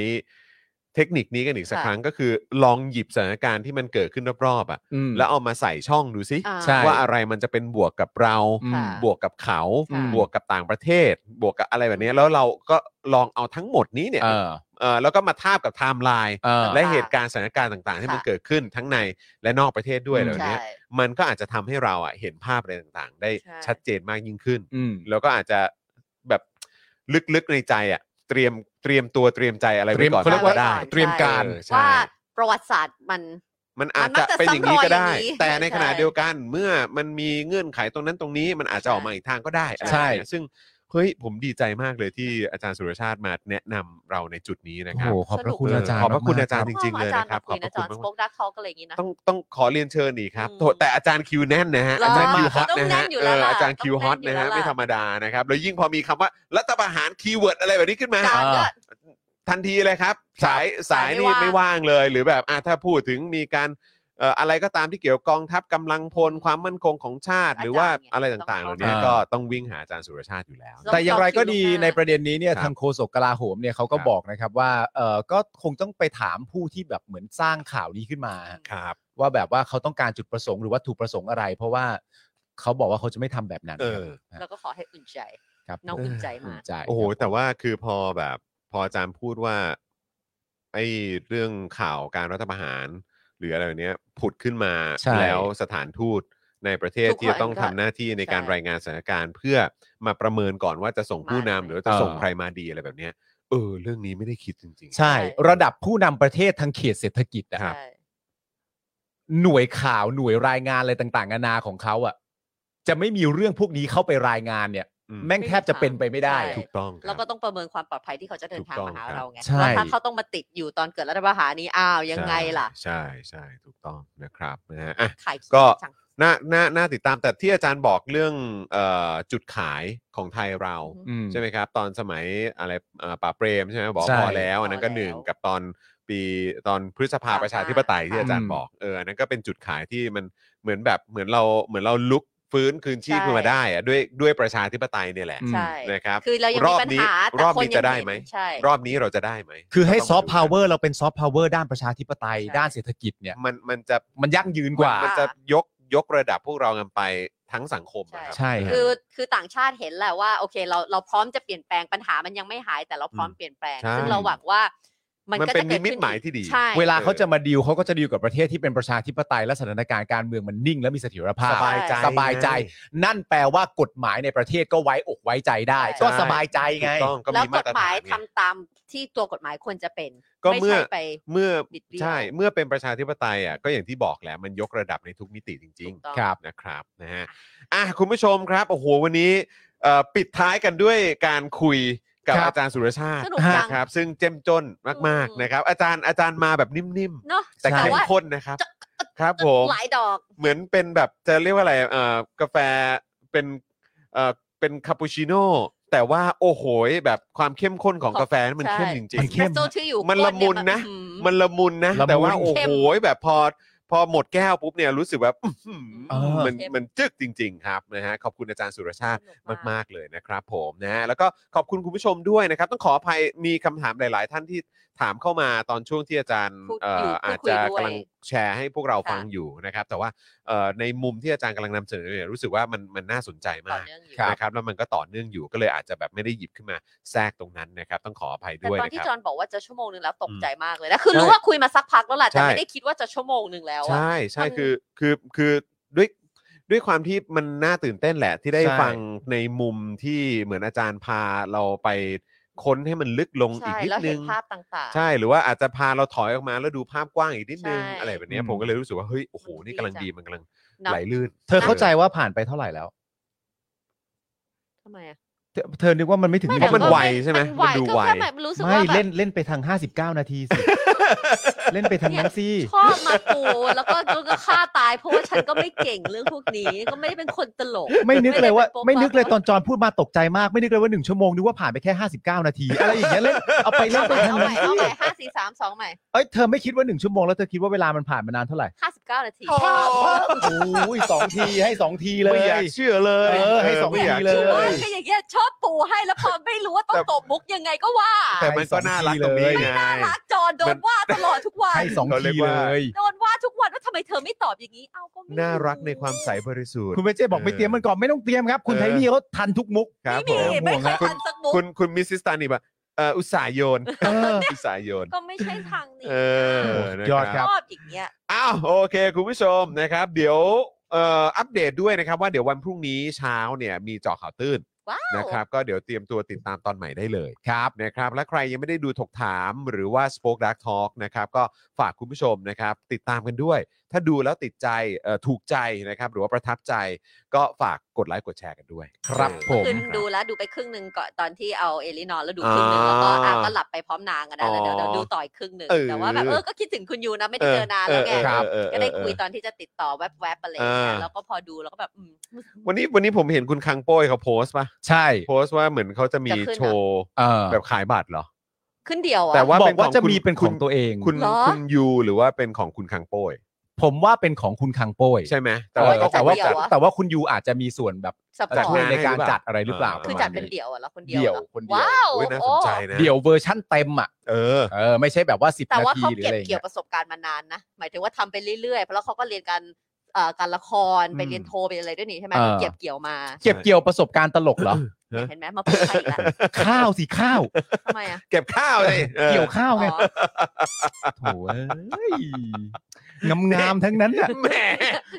[SPEAKER 3] เทคนิคนี้กันอีกสัก
[SPEAKER 5] ค่ะ
[SPEAKER 3] ครั้งก็คือ ลองหยิบสถานการณ์ที่มันเกิดขึ้นรอบๆอ่ะ
[SPEAKER 4] อืม
[SPEAKER 3] แล้วเอามาใส่ช่องดูซิ
[SPEAKER 5] อ่า
[SPEAKER 4] ใช่
[SPEAKER 3] ว่าอะไรมันจะเป็นบวกกับเรา
[SPEAKER 4] อืม
[SPEAKER 3] บวกกับเขา
[SPEAKER 5] ค่ะ
[SPEAKER 3] บวกกับต่างประเทศ บวกกับอะไรแบบเนี้ยแล้วเราก็ลองเอาทั้งหมดนี้เนี่ย
[SPEAKER 4] เออ
[SPEAKER 3] เอ่อแล้วก็มาทาบกับไทม์ไลน์
[SPEAKER 4] เออ
[SPEAKER 3] และเหตุการณ์สถานการณ์ต่างๆ ที่มัน
[SPEAKER 5] ค่ะ
[SPEAKER 3] เกิดขึ้นทั้งในและนอกประเทศด้วย
[SPEAKER 4] อืม
[SPEAKER 3] เหล่า
[SPEAKER 5] ใช่
[SPEAKER 3] นี้ยมันก็อาจจะทำให้เราอ่ะเห็นภาพอะไรต่างๆ ได้
[SPEAKER 5] ใช่
[SPEAKER 3] ชัดเจนมากยิ่งขึ้น
[SPEAKER 4] อืม
[SPEAKER 3] แล้วก็อาจจะแบบลึกๆในใจอ่ะเตรียมเตรียมตัวเตรียมใจอะไร
[SPEAKER 4] เตรี
[SPEAKER 3] ไว้ก่
[SPEAKER 4] ยม
[SPEAKER 3] อน
[SPEAKER 4] เขาเรียกว่า
[SPEAKER 3] ได้
[SPEAKER 4] เตรียมการ
[SPEAKER 3] เออใช่
[SPEAKER 5] ว่าประวัติศาสตร์มัน
[SPEAKER 3] มันอาจ
[SPEAKER 5] มันมั
[SPEAKER 3] จะ
[SPEAKER 5] กจะ
[SPEAKER 3] เป็นอย่างนี้ก็ได้
[SPEAKER 5] ซ้ำรอยอย่างนี้
[SPEAKER 3] แต่ในขณะ
[SPEAKER 5] ใช่
[SPEAKER 3] เดียวกันเมื่อมันมีเงื่อนไขตรงนั้นตรงนี้ มันอาจจะออกมาอีกทางก็ได้อะไร
[SPEAKER 4] ใช่
[SPEAKER 3] แบบเนี้ยซึ่งเฮ้ยผมดีใจมากเลยที่อาจารย์สุรชาติมาแนะนำเราในจุดนี้นะ
[SPEAKER 4] โอ้
[SPEAKER 3] ครับ
[SPEAKER 4] โหขอบพระคุณ
[SPEAKER 5] สนุก
[SPEAKER 4] อาจารย์
[SPEAKER 3] ขอบพระคุณ
[SPEAKER 4] มกๆ
[SPEAKER 3] อาจารย์
[SPEAKER 4] คบ
[SPEAKER 3] จงๆเลยนะครับ
[SPEAKER 5] ขอบคุณอาจารย์
[SPEAKER 3] ขอบคุณมาก
[SPEAKER 5] สปอคดักเขาก็เลยางงี้นะ
[SPEAKER 3] ต้องต้องขอเรียนเชิญอีกครับ
[SPEAKER 5] อืม
[SPEAKER 3] โถแต่อาจารย์คิวแน่นนะฮะ
[SPEAKER 5] เหรอ
[SPEAKER 3] อาจารย์คิวฮอต
[SPEAKER 5] ต้
[SPEAKER 3] นะฮะ
[SPEAKER 5] องแน่นอยู่
[SPEAKER 3] เอ
[SPEAKER 5] แล้ว
[SPEAKER 3] อ
[SPEAKER 5] ล่ะ
[SPEAKER 3] อาจารย์คิวฮอตนะฮะ
[SPEAKER 5] ต้องแน่นอยู่แล้วล่ะ
[SPEAKER 3] ไม่ธรรมดานะครับแล้วยิ่งพอมีคำว่ารัฐประหารคีย์เวิร์ดอะไรแบบนี้ขึ้นมา
[SPEAKER 5] อาจารย์ก็
[SPEAKER 3] ทันทีเลยครับ สายสา
[SPEAKER 5] สาย ย
[SPEAKER 3] นี่
[SPEAKER 5] ไม่ว่าง
[SPEAKER 3] ไม่ว่างเลยหรือแบบอ่ะถ้าพูดถึงมีการเอ่ออะไรก็ตามที่เกี่ยวกับกองทัพกำลังพลความมั่นคงของชาติ หรือว่า
[SPEAKER 5] อาจารย์เนี่ย
[SPEAKER 3] อะไรต่างๆเห
[SPEAKER 5] ต้
[SPEAKER 3] ล่า
[SPEAKER 5] อง
[SPEAKER 3] นี้
[SPEAKER 4] ใจ
[SPEAKER 5] เข้า
[SPEAKER 3] ก็ต้องวิ่งหาอาจารย์สุรชาติอยู่แล้ว
[SPEAKER 5] ต้อง
[SPEAKER 4] แต่อย่างไรก็ดี
[SPEAKER 5] ต่อคิวล่วงหน้า
[SPEAKER 4] ในประเด็นนี้เนี่ย
[SPEAKER 3] ครับ
[SPEAKER 4] ทางโฆษกกลาโหมเนี่ยเขาก็
[SPEAKER 3] ครับ
[SPEAKER 4] บอกนะครับว่าเออก็คงต้องไปถามผู้ที่แบบเหมือนสร้างข่าวนี้ขึ้นมา
[SPEAKER 3] ครับ
[SPEAKER 4] ว่าแบบว่าเขาต้องการจุดประสงค์หรือวัตถุประสงค์อะไร เพราะว่าเขาบอกว่าเขาจะไม่ทำแบบนั้น
[SPEAKER 3] เออ
[SPEAKER 5] แล้วก็ขอให้อุ่นใจ
[SPEAKER 4] ครับ
[SPEAKER 5] น้องอุ่นใจมาก
[SPEAKER 4] อุ่นใจ
[SPEAKER 3] โอ้โห
[SPEAKER 4] ครับ
[SPEAKER 3] แต่ว่าคือพอแบบพออาจารย์พูดว่าไอ้เรื่องข่าวการรัฐประหาร หรืออะไรแบบเนี้ยผุดขึ้นมา
[SPEAKER 4] ใช่
[SPEAKER 3] แล้วสถานทูตในประเทศ
[SPEAKER 5] ทุก
[SPEAKER 3] ที่จะต้อง
[SPEAKER 5] คนก็
[SPEAKER 3] ทำหน้าที่ในการ
[SPEAKER 5] ใช่
[SPEAKER 3] รายงานสถานการณ์ เพื่อมาประเมินก่อนว่าจะส่งผู้นำ
[SPEAKER 5] มา
[SPEAKER 3] หรือว่าจะส่ง
[SPEAKER 4] เออ
[SPEAKER 3] ใครมาดีอะไรแบบเนี้ยเออ เรื่องนี้ไม่ได้คิดจริง
[SPEAKER 4] ใช่ ระดับผู้นำประเทศทางเขตเศรษฐกิจอะ
[SPEAKER 3] ครับ
[SPEAKER 5] ใช่
[SPEAKER 4] หน่วยข่าวหน่วยรายงานอะไรต่างๆนานาของเขาอ่ะจะไม่มีเรื่องพวกนี้เข้าไปรายงานเนี่ย
[SPEAKER 3] อืม
[SPEAKER 4] แม่งแทบจะเป็นไปไม่ได้
[SPEAKER 5] ใช่
[SPEAKER 3] ถูกต้องค
[SPEAKER 5] แล้
[SPEAKER 3] รั
[SPEAKER 5] ว
[SPEAKER 3] บ
[SPEAKER 5] ก็ต้องประเมินความปลอดภัยที่เขาจะเดินทางมาหาเราไง
[SPEAKER 4] ถูกต้องครับ
[SPEAKER 5] ว่าถ้า
[SPEAKER 4] ใช่
[SPEAKER 5] เขาต้องมาติดอยู่ตอนเกิดรัฐประหารนี้อ้าวยังไงล่ะ
[SPEAKER 3] ใช่ใช่ถูกต้องนะครับนะฮะอ่ะ
[SPEAKER 5] ขายขี้
[SPEAKER 3] ก็
[SPEAKER 5] จัง
[SPEAKER 3] น่าน่าน่าติดตามแต่ที่อาจารย์บอกเรื่องเอ่อจุดขายของไทยเรา
[SPEAKER 5] อือฮึ
[SPEAKER 4] อืม
[SPEAKER 3] ใช่ไหมครับ ตอนสมัยอะไรเอ่อป่าเปรมใช่ไหมบอกว่า
[SPEAKER 4] ใช่
[SPEAKER 3] พอแล้ว อันนั้นก็
[SPEAKER 5] พอ
[SPEAKER 3] ห
[SPEAKER 5] แล้ว
[SPEAKER 3] นึ่งกับตอนปีตอนพฤษภา
[SPEAKER 5] สามห้า
[SPEAKER 3] ประชาธิปไตยที่อาจารย์
[SPEAKER 4] อืม
[SPEAKER 3] บอกเอออันนั้นก็เป็นจุดขายที่มันเหมือนแบบเหมือนเราเหมือนเราลุกฟื้นคืนชีพขึ้นมาได้อะด้วยด้วยประชาธิปไตยเนี่ยแหละ
[SPEAKER 4] อืม
[SPEAKER 5] ใช่
[SPEAKER 3] นะครับ
[SPEAKER 5] คือเรายังมีปัญหาแต่
[SPEAKER 3] รอบ
[SPEAKER 5] คน
[SPEAKER 3] นี้
[SPEAKER 5] ยั
[SPEAKER 3] จะ
[SPEAKER 5] ง
[SPEAKER 3] ได้ไหม
[SPEAKER 5] เห็นใช่
[SPEAKER 3] รอบนี้เราจะได้ไหม
[SPEAKER 4] คือให้
[SPEAKER 3] ก็ต้ง
[SPEAKER 4] ซอฟต์พาวเวอ
[SPEAKER 3] ดู
[SPEAKER 4] ร์เราเป็นซอฟต์พาวเวอร์ด้านประชาธิปไตย
[SPEAKER 5] ใช่
[SPEAKER 4] ด้านเศรษฐกิจเนี่ย
[SPEAKER 3] กันมันมันจะ
[SPEAKER 4] มันยั่งยืนกว่า
[SPEAKER 3] นจะยกยกระดับพวกเรากันไปทั้งสังคมอะครับ
[SPEAKER 4] ใช่ฮะ
[SPEAKER 5] คือคือต่างชาติเห็นแหละว่าโอเคเราเราพร้อมจะเปลี่ยนแปลงปัญหามันยังไม่หายแต่เราพร้อม
[SPEAKER 3] อืม
[SPEAKER 5] เปลี่ยนแปลง
[SPEAKER 3] ใช่
[SPEAKER 5] ซึ่งเราหวังว่ามัน
[SPEAKER 3] มัน
[SPEAKER 5] ก็
[SPEAKER 3] เป็
[SPEAKER 5] จะ
[SPEAKER 3] น
[SPEAKER 5] เกิด
[SPEAKER 3] นิมิต
[SPEAKER 5] ขึ้น
[SPEAKER 3] หมายที่ดี
[SPEAKER 5] ใช่
[SPEAKER 4] เวลาเขาจะมาดีลเขาก็จะดีลกับประเทศที่เป็นประชาธิปไตยและสถานการณ์การเมืองมันนิ่งและมีเสถียรภาพ
[SPEAKER 3] สบายใจ
[SPEAKER 4] สบายใจ
[SPEAKER 3] ไง
[SPEAKER 4] นั่นแปลว่ากฎหมายในประเทศก็ไว้อกไว้ใจได้
[SPEAKER 5] ใช่
[SPEAKER 4] ก็สบายใจไง
[SPEAKER 3] ถูกต้องก็
[SPEAKER 5] แล้ว
[SPEAKER 3] มี
[SPEAKER 5] ก
[SPEAKER 3] มา
[SPEAKER 5] ฎ
[SPEAKER 3] ตรฐาม
[SPEAKER 5] หาย
[SPEAKER 3] น
[SPEAKER 5] ทำ
[SPEAKER 3] ไง
[SPEAKER 5] ตามที่ตัวกฎหมายควรจะเป็น
[SPEAKER 3] ก็
[SPEAKER 5] ไม่
[SPEAKER 3] เมื่อ
[SPEAKER 5] ใช่ไป
[SPEAKER 3] เมื่อ
[SPEAKER 5] บิดเบี้ยว
[SPEAKER 3] ใช่เมื่อเป็นประชาธิปไตยอ่ะก็อย่างที่บอกแหละมันยกระดับในทุกมิติจริ
[SPEAKER 5] ถู
[SPEAKER 3] ง
[SPEAKER 5] กต้อง
[SPEAKER 4] ครับ
[SPEAKER 3] ๆนะครับนะฮะอ่ะคุณผู้ชมครับโอ้โหวันนี้เอ่อปิดท้ายกันด้วยการคุยกับ
[SPEAKER 4] ครับ
[SPEAKER 3] อาจารย์สุรชาติ
[SPEAKER 5] สนุกจัง
[SPEAKER 3] นะครับ ซึ่งเจ้มจนมาก
[SPEAKER 5] อื
[SPEAKER 3] ๆ
[SPEAKER 5] ม
[SPEAKER 3] นะครับ อาจารย์อาจารย์มาแบบนิ่ม
[SPEAKER 5] เนาะ
[SPEAKER 3] ๆ แต่
[SPEAKER 4] ใช่
[SPEAKER 3] เข้ม
[SPEAKER 5] ว่า
[SPEAKER 3] ข้นนะครับ
[SPEAKER 5] จะ
[SPEAKER 3] ครับผม
[SPEAKER 5] หลายดอก
[SPEAKER 3] เหมือนเป็นแบบจะเรียกว่าอะไรเอ่อกาแฟเป็นเอ่อเป็นคาปูชิโน่แต่ว่าโอ้โหยแบบความเข้มข้นของ
[SPEAKER 5] ของ
[SPEAKER 3] กาแฟนั้นมัน
[SPEAKER 5] ใช่
[SPEAKER 3] เข้มจริง
[SPEAKER 4] มั
[SPEAKER 3] ๆ
[SPEAKER 4] นเข้
[SPEAKER 5] เปโซที่อยู่
[SPEAKER 3] มันละมุนนะ
[SPEAKER 5] ก้เย
[SPEAKER 3] มันละมุนนะ
[SPEAKER 4] ละมุน
[SPEAKER 3] แต่ว่าโอ้
[SPEAKER 4] เข้
[SPEAKER 3] โห
[SPEAKER 4] ม
[SPEAKER 3] แบบพอพอหมดแก้วปุ๊บเนี่ยรู้สึกแบบอื้อหือ
[SPEAKER 4] เออ
[SPEAKER 3] มันมันจึกจริง ๆ ครับนะฮะขอบคุณอาจารย์สุรชาติ
[SPEAKER 5] สนุ
[SPEAKER 3] มากๆเลยนะครับผมนะแล้วก็ขอบคุณคุณผู้ชมด้วยนะครับ ต้องขออภัยมีคำถามหลาย ๆ ท่านที่ ถามเข้ามาตอนช่วงที่อาจารย์
[SPEAKER 5] พูด
[SPEAKER 3] เอ่
[SPEAKER 5] อยู่
[SPEAKER 3] อ
[SPEAKER 5] พูด
[SPEAKER 3] อาจ
[SPEAKER 5] คุย
[SPEAKER 3] จะ
[SPEAKER 5] ด้วย
[SPEAKER 3] กำลังแชร์ให้พวกเรา
[SPEAKER 5] ค่ะ
[SPEAKER 3] ฟังอยู่นะครับ แต่ว่าเอ่อในมุมที่อาจารย์กำลังนำเสนอเนี่ยรู้สึกว่ามันมันน่าสนใจ
[SPEAKER 5] ต่อ
[SPEAKER 3] มาก
[SPEAKER 5] เนื่องอยู่
[SPEAKER 4] ครับ
[SPEAKER 3] นะครับแล้วมันก็ต่อเนื่องอยู่ก็เลยอาจจะแบบไม่ได้หยิบขึ้นมาแทรกตรงนั้นนะครับต้องขออภัย
[SPEAKER 5] แต่
[SPEAKER 3] ด้วย
[SPEAKER 5] ตอน
[SPEAKER 3] นะ
[SPEAKER 5] ที่
[SPEAKER 3] ค
[SPEAKER 5] จ
[SPEAKER 3] รั
[SPEAKER 5] อบ ห์นบอกว่าจะชั่วโมงหนึ่งแล้วตก
[SPEAKER 3] อืม
[SPEAKER 5] ใจมากเลยนะคือรู้
[SPEAKER 3] ใช่
[SPEAKER 5] ว่าคุยมาสักพักแล้วแหละแต่
[SPEAKER 3] ใช่
[SPEAKER 5] ไม่ได้คิดว่าจะชั่วโมงหนึ่งแล้วอะ
[SPEAKER 3] ใช่ใช่
[SPEAKER 5] มัน
[SPEAKER 3] คือคือคือด้วยด้วยความที่มันน่าตื่นเต้นแหละ ที่ได้
[SPEAKER 4] ใช่
[SPEAKER 3] ฟังในมุมที่เหมือนอาจารย์พาเราไปค้นให้มันลึกลงอี
[SPEAKER 5] ใช่
[SPEAKER 3] กนิด
[SPEAKER 5] แล้ว
[SPEAKER 3] นึ
[SPEAKER 5] เห็น
[SPEAKER 3] ง
[SPEAKER 5] ภาพต่างๆ
[SPEAKER 3] ใช่หรือว่าอาจจะพาเราถอยออกมาแล้วดูภาพกว้างอีกนิดนึง
[SPEAKER 5] ใช่
[SPEAKER 3] อะไรแบบเนี้ย
[SPEAKER 4] อืม
[SPEAKER 3] ผมก็เลยรู้สึกว่าเฮ้ยโอ้โห
[SPEAKER 5] มัน
[SPEAKER 3] นี่
[SPEAKER 5] ดี
[SPEAKER 3] กำลัง
[SPEAKER 5] จัง
[SPEAKER 3] ดีมันกำลัง
[SPEAKER 5] นะ
[SPEAKER 3] ไหลลื่น
[SPEAKER 4] เธอเข้าใจว่าผ่านไปเท่าไหร่แล้ว
[SPEAKER 5] ทำไมอะ
[SPEAKER 4] เธอเธอนึกว่ามันไม่ถึง
[SPEAKER 3] เพราะมัน
[SPEAKER 4] ห
[SPEAKER 3] ไว
[SPEAKER 4] นึ่ง
[SPEAKER 3] ใช่ไหม
[SPEAKER 5] มั
[SPEAKER 3] มัน นดู
[SPEAKER 5] ก็
[SPEAKER 3] ไว
[SPEAKER 5] แค่แบบรู้สึก
[SPEAKER 4] ไม่
[SPEAKER 5] ว่าแบบ
[SPEAKER 4] เล่นเล่นไปทาง 59 นาทีสิ เล่นไปทางนั้นสิ
[SPEAKER 5] ชอบมาปูแล้วก็จนก็ฆ่าตายเพราะว่าฉันก็ไม่เก่งเรื่องพวกนี้ก็ไม่ได้เป็นคนตลก
[SPEAKER 4] ไม่นึกเลยว่า
[SPEAKER 5] ด้ป็
[SPEAKER 4] ไม่นึกเลยต
[SPEAKER 5] ป๊
[SPEAKER 4] อนจอนพูดมาตกใจมาก ไม่นึกเลยว่าหนึ่งชั่วโมงนึกว่าผ่านไปแค่ 59 นาที อะไรอย่างเงี้ยเล่นเอาไปเล่น
[SPEAKER 5] อป
[SPEAKER 4] ไป
[SPEAKER 5] เปอร์
[SPEAKER 4] ทาง
[SPEAKER 5] เอา
[SPEAKER 4] นั้
[SPEAKER 5] ใหม่
[SPEAKER 4] นสิ
[SPEAKER 5] เอาใหม่ห้าสี่สามสองใหม่
[SPEAKER 4] เอ้ยเธอไม่คิดว่าหนึ่งชั่วโมงแล้วเธอคิดว่าเวลามันผ่านมานานเท่าไหร่
[SPEAKER 5] ห้าสิบเก้านาที
[SPEAKER 4] โอ้ยสองทีให้สองทีเลย
[SPEAKER 3] ไม่อยากเชื่อเลย
[SPEAKER 4] เออให้สอง
[SPEAKER 3] ไม่อยาก
[SPEAKER 4] ที
[SPEAKER 3] เล
[SPEAKER 4] อ
[SPEAKER 3] ย
[SPEAKER 5] ว่าก็อย่างเงี้ยชอบปูให้แล้วพอไม่รู้ว่าต้องตบมุกยังไงก็ว่า
[SPEAKER 3] แต่มันก็น่ารักตรงนี้ไง
[SPEAKER 5] รักจอนโดนว่าตลอดทุกวัน
[SPEAKER 4] ให้สอง
[SPEAKER 3] เขาเรียก
[SPEAKER 4] ทีเล
[SPEAKER 3] ว่า
[SPEAKER 4] ย
[SPEAKER 5] โดนว่าทุกวันว่าทำไมเธอไม่ตอบอย่างนี้ เอาก็ไม่
[SPEAKER 3] น่ารักในความใสบริสุทธิ์
[SPEAKER 4] คุณเวเจบอกไม่เตรียมมันก่อนไม่ต้องเตรียมครับ คุณ
[SPEAKER 3] เออ
[SPEAKER 4] ไทนี่เขาทันทุกมุก
[SPEAKER 3] ครับ
[SPEAKER 5] ไม่
[SPEAKER 3] ผ
[SPEAKER 5] มี
[SPEAKER 3] ม
[SPEAKER 5] ไม่เคย
[SPEAKER 4] ผม
[SPEAKER 5] ทันสักมุก
[SPEAKER 3] คุณคุณมิสซิสตานีแบบเอ่ออุตส่าห์โยน
[SPEAKER 4] เออ
[SPEAKER 3] อุตส่าห์โยน
[SPEAKER 5] ก็ไม่ใช่ทางนี้
[SPEAKER 3] เออนะ
[SPEAKER 4] ยอดค
[SPEAKER 5] ช
[SPEAKER 4] รับ
[SPEAKER 5] อบอย่างเงี้ย
[SPEAKER 3] อ้าวโอเค คุณผู้ชมนะครับ เดี๋ยวเอ่ออัปเดตด้วยนะครับ ว่าเดี๋ยววันพรุ่งนี้เช้าเนี่ยมีเจาะข่าวตื้น
[SPEAKER 5] ว้าว
[SPEAKER 3] นะครับ ก็เดี๋ยวเตรียมตัวติดตามตอนใหม่ได้เลย
[SPEAKER 4] ครับ
[SPEAKER 3] นะครับ และใครยังไม่ได้ดูถกถามหรือว่า Spoke Dark Talk นะครับ ก็ฝากคุณผู้ชมนะครับ ติดตามกันด้วย ถ้าดูแล้วติดใจเอ่อถูกใจนะครับ หรือว่าประทับใจ ก็ฝากกดไลค์กดแชร์กันด้วย
[SPEAKER 4] ครับ
[SPEAKER 3] เออ
[SPEAKER 4] ผม
[SPEAKER 5] คืนดูแล้วดูไปครึ่งหนึ่งก่อนตอนที่เอาเอลินอนแล้วดูครึ่งหนึ่งแล้วก็อ่ะ
[SPEAKER 3] อ่า
[SPEAKER 5] ก็หลับไปพร้อมนางกันนะแล้วเดี๋ยว
[SPEAKER 3] อ๋อ
[SPEAKER 5] เดี๋ยวดูต่อยครึ่งหนึ่ง
[SPEAKER 3] เออ
[SPEAKER 5] แต่ว่าแบบเออก็คิดถึงคุณยูนะไม่ได้เจอนานแล้วไง
[SPEAKER 3] ครับเออ
[SPEAKER 5] ก็ได้
[SPEAKER 3] เออ
[SPEAKER 5] คุยตอนที่จะติดต่อแวบๆอะไรอย่างเงี้ย
[SPEAKER 3] อ่า
[SPEAKER 5] แล้วก็พอดูแล้วก็แบบอืม
[SPEAKER 3] วันนี้วันนี้ผมเห็นคุณคังโป้ยเขาโพสต์ป่ะ
[SPEAKER 4] ใช่
[SPEAKER 3] โพสต์ว่าเหมือนเขาจะมี
[SPEAKER 5] จะขึ้นเหรอ
[SPEAKER 3] โชว์
[SPEAKER 4] เออ
[SPEAKER 3] แบบขายบัตรเหรอ
[SPEAKER 5] ขึ้นเดียวอ่ะ
[SPEAKER 3] แต่ว่า
[SPEAKER 4] บอ
[SPEAKER 3] เป็
[SPEAKER 4] ก
[SPEAKER 3] น
[SPEAKER 4] ว่า
[SPEAKER 3] ของ
[SPEAKER 4] จะ
[SPEAKER 3] คุณ
[SPEAKER 4] มีเป็นของตัวเอง
[SPEAKER 3] คุณ
[SPEAKER 5] เหรอ
[SPEAKER 3] คุณยูหรือว่าเป็นของคุณคังโป้ย
[SPEAKER 4] ผมว่าเป็นของคุณคังโป้ย
[SPEAKER 3] ใช่ไหมแต่
[SPEAKER 4] แต่
[SPEAKER 3] ว่า
[SPEAKER 4] ว่า
[SPEAKER 5] เออ
[SPEAKER 3] แต่ว่า
[SPEAKER 4] แต่ว่า
[SPEAKER 5] จัดเดี่ยวอะ
[SPEAKER 4] แต่ว่าคุณยูอาจจะมีส่วนแบบ
[SPEAKER 5] สป
[SPEAKER 4] จัด
[SPEAKER 5] อร์
[SPEAKER 4] งา
[SPEAKER 5] ต
[SPEAKER 4] นในการจัดอะไรหรือเปล่า
[SPEAKER 5] คือจัดเป็นเดียวอ่ะแล้วคนเดียว
[SPEAKER 4] เดี่ยว
[SPEAKER 5] หรอ
[SPEAKER 4] คนเดียว
[SPEAKER 5] ว้าว
[SPEAKER 3] โอ้ยน่าส
[SPEAKER 5] โอ้
[SPEAKER 3] นใจนะ
[SPEAKER 4] เดี่ยวเวอร์ชั่นเต็มอ่ะ
[SPEAKER 3] เออ
[SPEAKER 4] เออไม่ใช่แบบว่าสิบ
[SPEAKER 5] แต่
[SPEAKER 4] นา
[SPEAKER 5] ว่า
[SPEAKER 4] ที
[SPEAKER 5] เขา
[SPEAKER 4] หรือ
[SPEAKER 5] เก็
[SPEAKER 4] อะ
[SPEAKER 5] บ
[SPEAKER 4] ไรอย่าง
[SPEAKER 5] เกี่ย
[SPEAKER 4] เงี้
[SPEAKER 5] วย ประสบการณ์มานานนะหมายถึงว่าทำไปเรื่อยๆเพราะแล้วเขาก็เรียนการเอ่อการละครไป
[SPEAKER 4] อืม
[SPEAKER 5] เรียนโทไปอะไรด้วยนี่ใช่ไหม
[SPEAKER 4] เออ
[SPEAKER 5] เก็บเกี่ยวมา
[SPEAKER 4] เก็บเกี่ยวประสบการณ์ตลกเหรอ
[SPEAKER 3] เออ
[SPEAKER 5] เห็นไหมมาพูดใครอีกแล้ว
[SPEAKER 4] ข้าวสิข้าว
[SPEAKER 5] ทำไมอ่ะ
[SPEAKER 3] เก็บข้าวเลยออ
[SPEAKER 4] เกี่ยวข้าวไง
[SPEAKER 5] อ๋อ
[SPEAKER 4] โถ่เอ้ยงามงามๆทั้งนั้นอ่ะ
[SPEAKER 3] แหม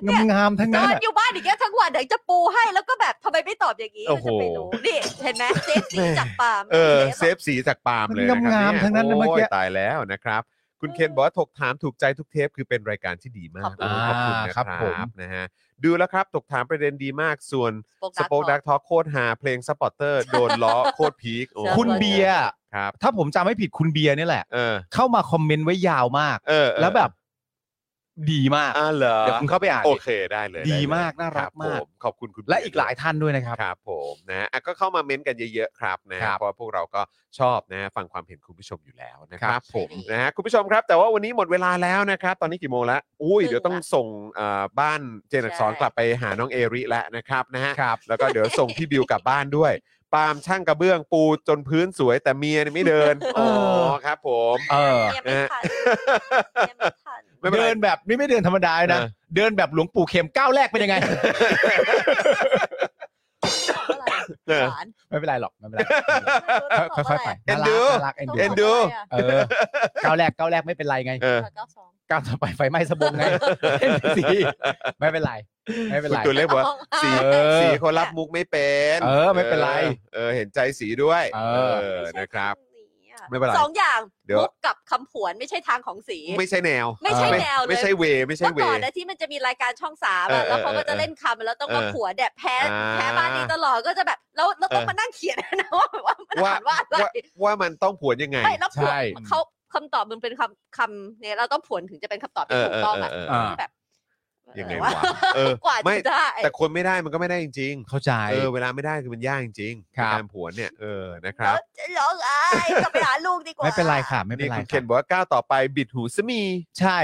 [SPEAKER 4] งามงามๆทั้ง
[SPEAKER 5] น
[SPEAKER 4] นั้น
[SPEAKER 5] อน
[SPEAKER 4] อะ
[SPEAKER 5] อยู่บ้านอย่างเงี้ยทั้งวันเดี๋ยวจะปูให้แล้วก็แบบทำไมไม่ตอบอย่างนี้
[SPEAKER 3] โอ้
[SPEAKER 5] เรา
[SPEAKER 3] โห
[SPEAKER 5] จะไปรู้นี่เห็นไหมเซฟสีจากปาล์ม
[SPEAKER 3] เออ
[SPEAKER 5] ฟ
[SPEAKER 3] เซฟสีจากปาล์มเลย
[SPEAKER 4] มัน
[SPEAKER 3] นะครับ
[SPEAKER 4] งามๆ
[SPEAKER 3] เย
[SPEAKER 4] ทั้งนั้นนะเมื่อกี้
[SPEAKER 3] โยตายแล้วนะครับ คุณเคนบอกว่าถกถามถูกใจทุกเทปคือเป็นรายการที่ดีมาก
[SPEAKER 4] อ่า
[SPEAKER 3] ขอบคุณนะ
[SPEAKER 4] ค
[SPEAKER 3] ค
[SPEAKER 4] รั
[SPEAKER 3] รั
[SPEAKER 4] บบ ผม
[SPEAKER 3] นะฮะดูแล้วครับ ถกถามประเด็นดีมากส่วน
[SPEAKER 5] อะ
[SPEAKER 3] สปอคดัก
[SPEAKER 5] เ
[SPEAKER 3] ทอโคตรหาเพลงสปอร์เตอร์โดนล้อโคตรพีคโอ้
[SPEAKER 4] คุณเบียร์
[SPEAKER 3] ครับ
[SPEAKER 4] ถ้าผมจำไม่ผิดคุณเบียร์เนี่ยแหละ
[SPEAKER 3] เออ
[SPEAKER 4] เข้ามาคอมเมนต์ไว้ยาวมาก
[SPEAKER 3] เออเออ
[SPEAKER 4] แล้วแบบดีมาก
[SPEAKER 3] อ่าเหรอ
[SPEAKER 4] เดี๋ยวผมเข้าไปอ่าน
[SPEAKER 3] โอเคได้เลย
[SPEAKER 4] ดี
[SPEAKER 3] ไเลย
[SPEAKER 4] มากน่ารัก
[SPEAKER 3] คบผม
[SPEAKER 4] าก
[SPEAKER 3] ขอบคุณคุณ
[SPEAKER 4] และอีกหลาย
[SPEAKER 3] เบีร์
[SPEAKER 4] ท่านด้วยนะครับ
[SPEAKER 3] ครับผมนะอ่ะก็เข้ามาเม้นต์กันเยอะๆครับนะฮะ
[SPEAKER 4] ครับ
[SPEAKER 3] เพราะว่าพวกเราก็ชอบนะฮะฟังความเห็นคุณผู้ชมอยู่แล้วนะค
[SPEAKER 4] ครั
[SPEAKER 3] รับบ ผมนะฮะคุณผู้ชมครับ แต่ว่าวันนี้หมดเวลาแล้วนะครับ ตอนนี้กี่โมงแล้วอุ้ยเดี๋ยวต้องส่งอ่าบ้านเจนอักษร
[SPEAKER 5] ใช่
[SPEAKER 3] กลับไปหาน้องเอริแล้วนะครับนะฮะ
[SPEAKER 4] ครับ
[SPEAKER 3] แล้วก็เดี๋ยวส่งพี่บิวกลับบ้านด้วย ปาล์มช่างกระเบื้องปูจนพื้นสวยแต่เมียเนี่ยไม่เดิน
[SPEAKER 4] เอ
[SPEAKER 3] อ๋อ
[SPEAKER 4] อ
[SPEAKER 3] ครับผม
[SPEAKER 4] เออ
[SPEAKER 5] นี่ยไม่ทันเนี่ยไม่ทัน
[SPEAKER 3] ไม่เป็นไร
[SPEAKER 4] เดินแบบนี่ไม่เดินธรรมดานะ
[SPEAKER 3] เออ
[SPEAKER 4] เดินแบบหลวงปู่เข็มก้าวแรก เป็นยังไง
[SPEAKER 3] เออ
[SPEAKER 5] สาร
[SPEAKER 4] ไม่เป็นไรหรอกไม่เป็นไร
[SPEAKER 5] ไม่รู้
[SPEAKER 4] ค่อยๆ
[SPEAKER 5] จะบ
[SPEAKER 4] ไป
[SPEAKER 5] กะไระ
[SPEAKER 4] น่ารั
[SPEAKER 3] เอ็นดู
[SPEAKER 4] กน่ารักเอ็น
[SPEAKER 5] ต้ง
[SPEAKER 4] ดู
[SPEAKER 5] บกะไร
[SPEAKER 3] เอ็นดู
[SPEAKER 5] อะ
[SPEAKER 4] เออก้าวแรกก้าวแรกไม่เป็นไรไง
[SPEAKER 3] เออ
[SPEAKER 5] เก้าสอง
[SPEAKER 4] ก้าวต่อไปไฟไหม้สบงไงเอ็นดูสิไม่เป็นไร ไม่เป็นไร
[SPEAKER 3] คุณตัวเล็กบอกว่าสี
[SPEAKER 4] เออ
[SPEAKER 3] สีเขารับมุกไม่เป็น
[SPEAKER 4] เออไม่เป็นไร
[SPEAKER 3] เออเห็นใจสีด้วย
[SPEAKER 4] เออ
[SPEAKER 3] อนะครับ
[SPEAKER 5] ไม่ใช่
[SPEAKER 3] ไม่เป็นไร
[SPEAKER 5] ทางสองอย่าง
[SPEAKER 3] เดี๋ยว
[SPEAKER 5] มุกกับคำผวนไม่ใช่ทางของสี
[SPEAKER 3] ไม่ใช่แนว
[SPEAKER 5] ไม่ใช่แนวเลย
[SPEAKER 3] ไม่ใช่เวไม่ใช่
[SPEAKER 5] เมื่
[SPEAKER 3] เว
[SPEAKER 5] อก่อนนะที่มันจะมีรายการช่องสามอะ
[SPEAKER 3] เออเออ
[SPEAKER 5] แล้วเขาก็จะเล่นคำแล้วต้องมา
[SPEAKER 3] เออ
[SPEAKER 5] ผัวแดดแพ้
[SPEAKER 3] อ่า
[SPEAKER 5] แพ้บ้านนี้ตลอดก็จะแบบแล้วเราต้อง
[SPEAKER 3] เออ
[SPEAKER 5] มานั่งเขียนนะว่าแบบว่ามัน
[SPEAKER 3] ว่า
[SPEAKER 5] อ่านว่าอะไร
[SPEAKER 3] ว่าว่ามันต้องผวนยังไง
[SPEAKER 5] ไม่แล้วผัว
[SPEAKER 4] ใช่
[SPEAKER 5] เขาคำตอบมันเป็นคำคำเนี่ยเราต้องผวนถึงจะเป็นคำตอบที่
[SPEAKER 3] เออ
[SPEAKER 5] ถูกต้องอะ
[SPEAKER 3] เออ
[SPEAKER 4] เออ
[SPEAKER 5] ที่แบบ
[SPEAKER 3] ยังไง
[SPEAKER 5] เออ
[SPEAKER 3] วะเออก
[SPEAKER 5] ว่า
[SPEAKER 3] ไม่
[SPEAKER 5] จะได้
[SPEAKER 3] แต่คนไม่ได้มันก็ไม่ได้จริง
[SPEAKER 4] เข้าใจ
[SPEAKER 3] ๆเออเวลาไม่ได้คือมันยากจริงๆ
[SPEAKER 4] ครับ
[SPEAKER 3] การผวนเนี่ยเออนะค
[SPEAKER 5] แล้
[SPEAKER 3] รั
[SPEAKER 5] ว
[SPEAKER 3] บ
[SPEAKER 5] จะร้องไห้กลับไปหาลูกดีกว่า
[SPEAKER 4] ไม่เป็นไรค่ะ ไม่เป็น
[SPEAKER 3] นี่
[SPEAKER 4] ไร
[SPEAKER 3] คุณ
[SPEAKER 4] ค
[SPEAKER 3] เครับ นบอกว่าก้าวต่อไปบิดหูสมี
[SPEAKER 4] ใช่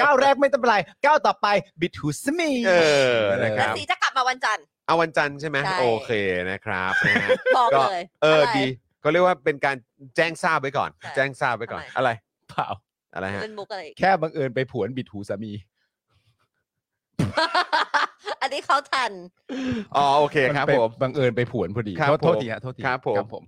[SPEAKER 4] ก้าวแรกไม่เป็นไรก้าวต่อไปบิดหูสมี
[SPEAKER 3] เออนะค
[SPEAKER 5] แต่
[SPEAKER 3] รับ
[SPEAKER 5] สีจะกลับมาวันจันทร์
[SPEAKER 3] เอาวันจันทร์ใช่ไหม
[SPEAKER 5] ใช่
[SPEAKER 3] โอเคนะครับนะฮะ
[SPEAKER 5] บอก
[SPEAKER 3] ก็
[SPEAKER 5] เลย
[SPEAKER 3] เออ
[SPEAKER 5] ไร
[SPEAKER 3] ดี เขาเรียกว่าเป็นการแจ้งทราบไว้ก่อน
[SPEAKER 8] ค่ะ
[SPEAKER 3] แจ้งทราบไว้ก่อน
[SPEAKER 8] ทำไม
[SPEAKER 3] อะไร
[SPEAKER 4] เปล่า
[SPEAKER 3] อะไรฮะ
[SPEAKER 8] เป็นมุก อะไรอีก
[SPEAKER 4] แค่บังเอิญไปผวนบิดหูสามี
[SPEAKER 8] อันนี้เขาทัน
[SPEAKER 3] อ๋อโอเคครับ
[SPEAKER 4] นไป
[SPEAKER 3] ผม
[SPEAKER 4] บังเอิญไปผวนพอดี
[SPEAKER 3] ครับ
[SPEAKER 4] โทษโทษ
[SPEAKER 3] ผม
[SPEAKER 4] ทีฮะโทษที
[SPEAKER 3] ครับผม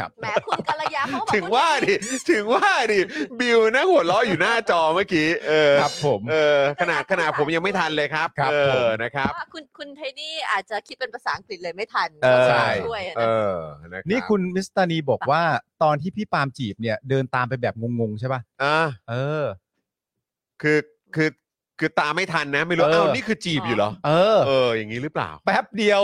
[SPEAKER 4] ครับ
[SPEAKER 8] แหมคุณกัลยาเขาก็บอก
[SPEAKER 3] ถึงว่าดิถึงว่าดิบิวนะหัวล้ออยู่หน้าจอเมื่อกี้เออ
[SPEAKER 4] ครับผม
[SPEAKER 3] เออขนาดขนาดผมยังไม่ทันเลยครับ
[SPEAKER 4] ครับ
[SPEAKER 3] เอ
[SPEAKER 4] ผม
[SPEAKER 3] อนะครับ
[SPEAKER 8] ว่าคุณคุณเทนี่อาจจะคิดเป็นภาษาอังกฤษเลยไม่ทัน
[SPEAKER 3] เออ
[SPEAKER 8] ก็
[SPEAKER 4] ใช่
[SPEAKER 8] ช่วยอะ
[SPEAKER 3] เอ
[SPEAKER 8] นะ
[SPEAKER 3] อนะครับ
[SPEAKER 4] นี่คุณมิสตานีบอกว่าตอนที่พี่ปาล์มจีบเนี่ย เดินตามไปแบบงงๆใช่ป่ะ
[SPEAKER 3] อ่า
[SPEAKER 4] เออ
[SPEAKER 3] คือคือคือตามไม่ทันนะ ไม่รู้
[SPEAKER 4] เออ
[SPEAKER 3] เอ้านี่คือจีบอยู่เหรอ
[SPEAKER 4] เออ
[SPEAKER 3] เอออย่างนี้หรือเปล่า
[SPEAKER 4] แป๊บเดียว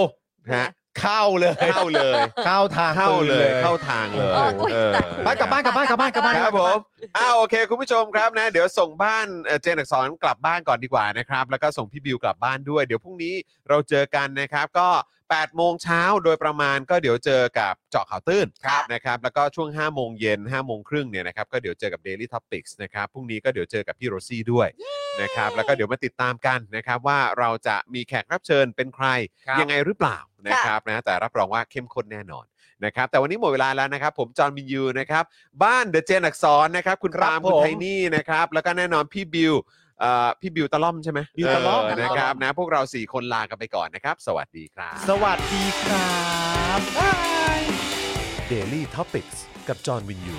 [SPEAKER 3] ฮะ
[SPEAKER 4] เข้าเลย
[SPEAKER 3] เข้าเลย
[SPEAKER 4] เข้าทาง
[SPEAKER 3] เข้า
[SPEAKER 4] ปืน
[SPEAKER 3] เลยเข้าทางเลย
[SPEAKER 8] เอออุ๊ย
[SPEAKER 3] เออ
[SPEAKER 8] แต่
[SPEAKER 4] ไปกลับบ้านกลับบ้านกลับบ้านกลับบ้าน
[SPEAKER 3] ครับผม อ้าวโอเค คุณผู้ชมครับนะ เดี๋ยวส่งบ้านเอ่อเจนอักษรกลับบ้านก่อนดีกว่านะครับ แล้วก็ส่งพี่บิวกลับบ้านด้วย เดี๋ยวพรุ่งนี้เราเจอกันนะครับ ก็8โมงเช้าโดยประมาณก็เดี๋ยวเจอกับเจาะข่าวตื้นครับนะครับ แล้วก็ช่วง 5 โมงเย็น5โมงครึ่งเนี่ยนะครับ ก็เดี๋ยวเจอกับ Daily Topics นะครับ พรุ่งนี้ก็เดี๋ยวเจอกับพี่โรซี่ด้วยนะครับ แล้วก็เดี๋ยวมาติดตามกันนะครับว่าเราจะมีแขกรับเชิญเป็นใคร
[SPEAKER 4] ครับ
[SPEAKER 3] ยังไงหรือเปล่านะครับนะ แต่รับรองว่าเข้มข้นแน่นอน นะครับแต่วันนี้หมดเวลาแล้วนะครับ ผมจอห์นวินยูนะครับ บ้านเดอะเจนอักษรนะครับ คุณ
[SPEAKER 4] ครับ
[SPEAKER 3] ปาล์มคุณ
[SPEAKER 4] ผม
[SPEAKER 3] ไทนี่นะครับ แล้วก็แน่นอนพี่บิวเอ่อพี่บิวตะล่อมใช่ไหม
[SPEAKER 4] บิวตะล่อม
[SPEAKER 3] เนะครับนะพวกเราสี่คนลากันไปก่อนนะครับ สวัสดีครับ
[SPEAKER 4] สวัสดีครับ
[SPEAKER 3] Daily Topics กับจอห์นวินยู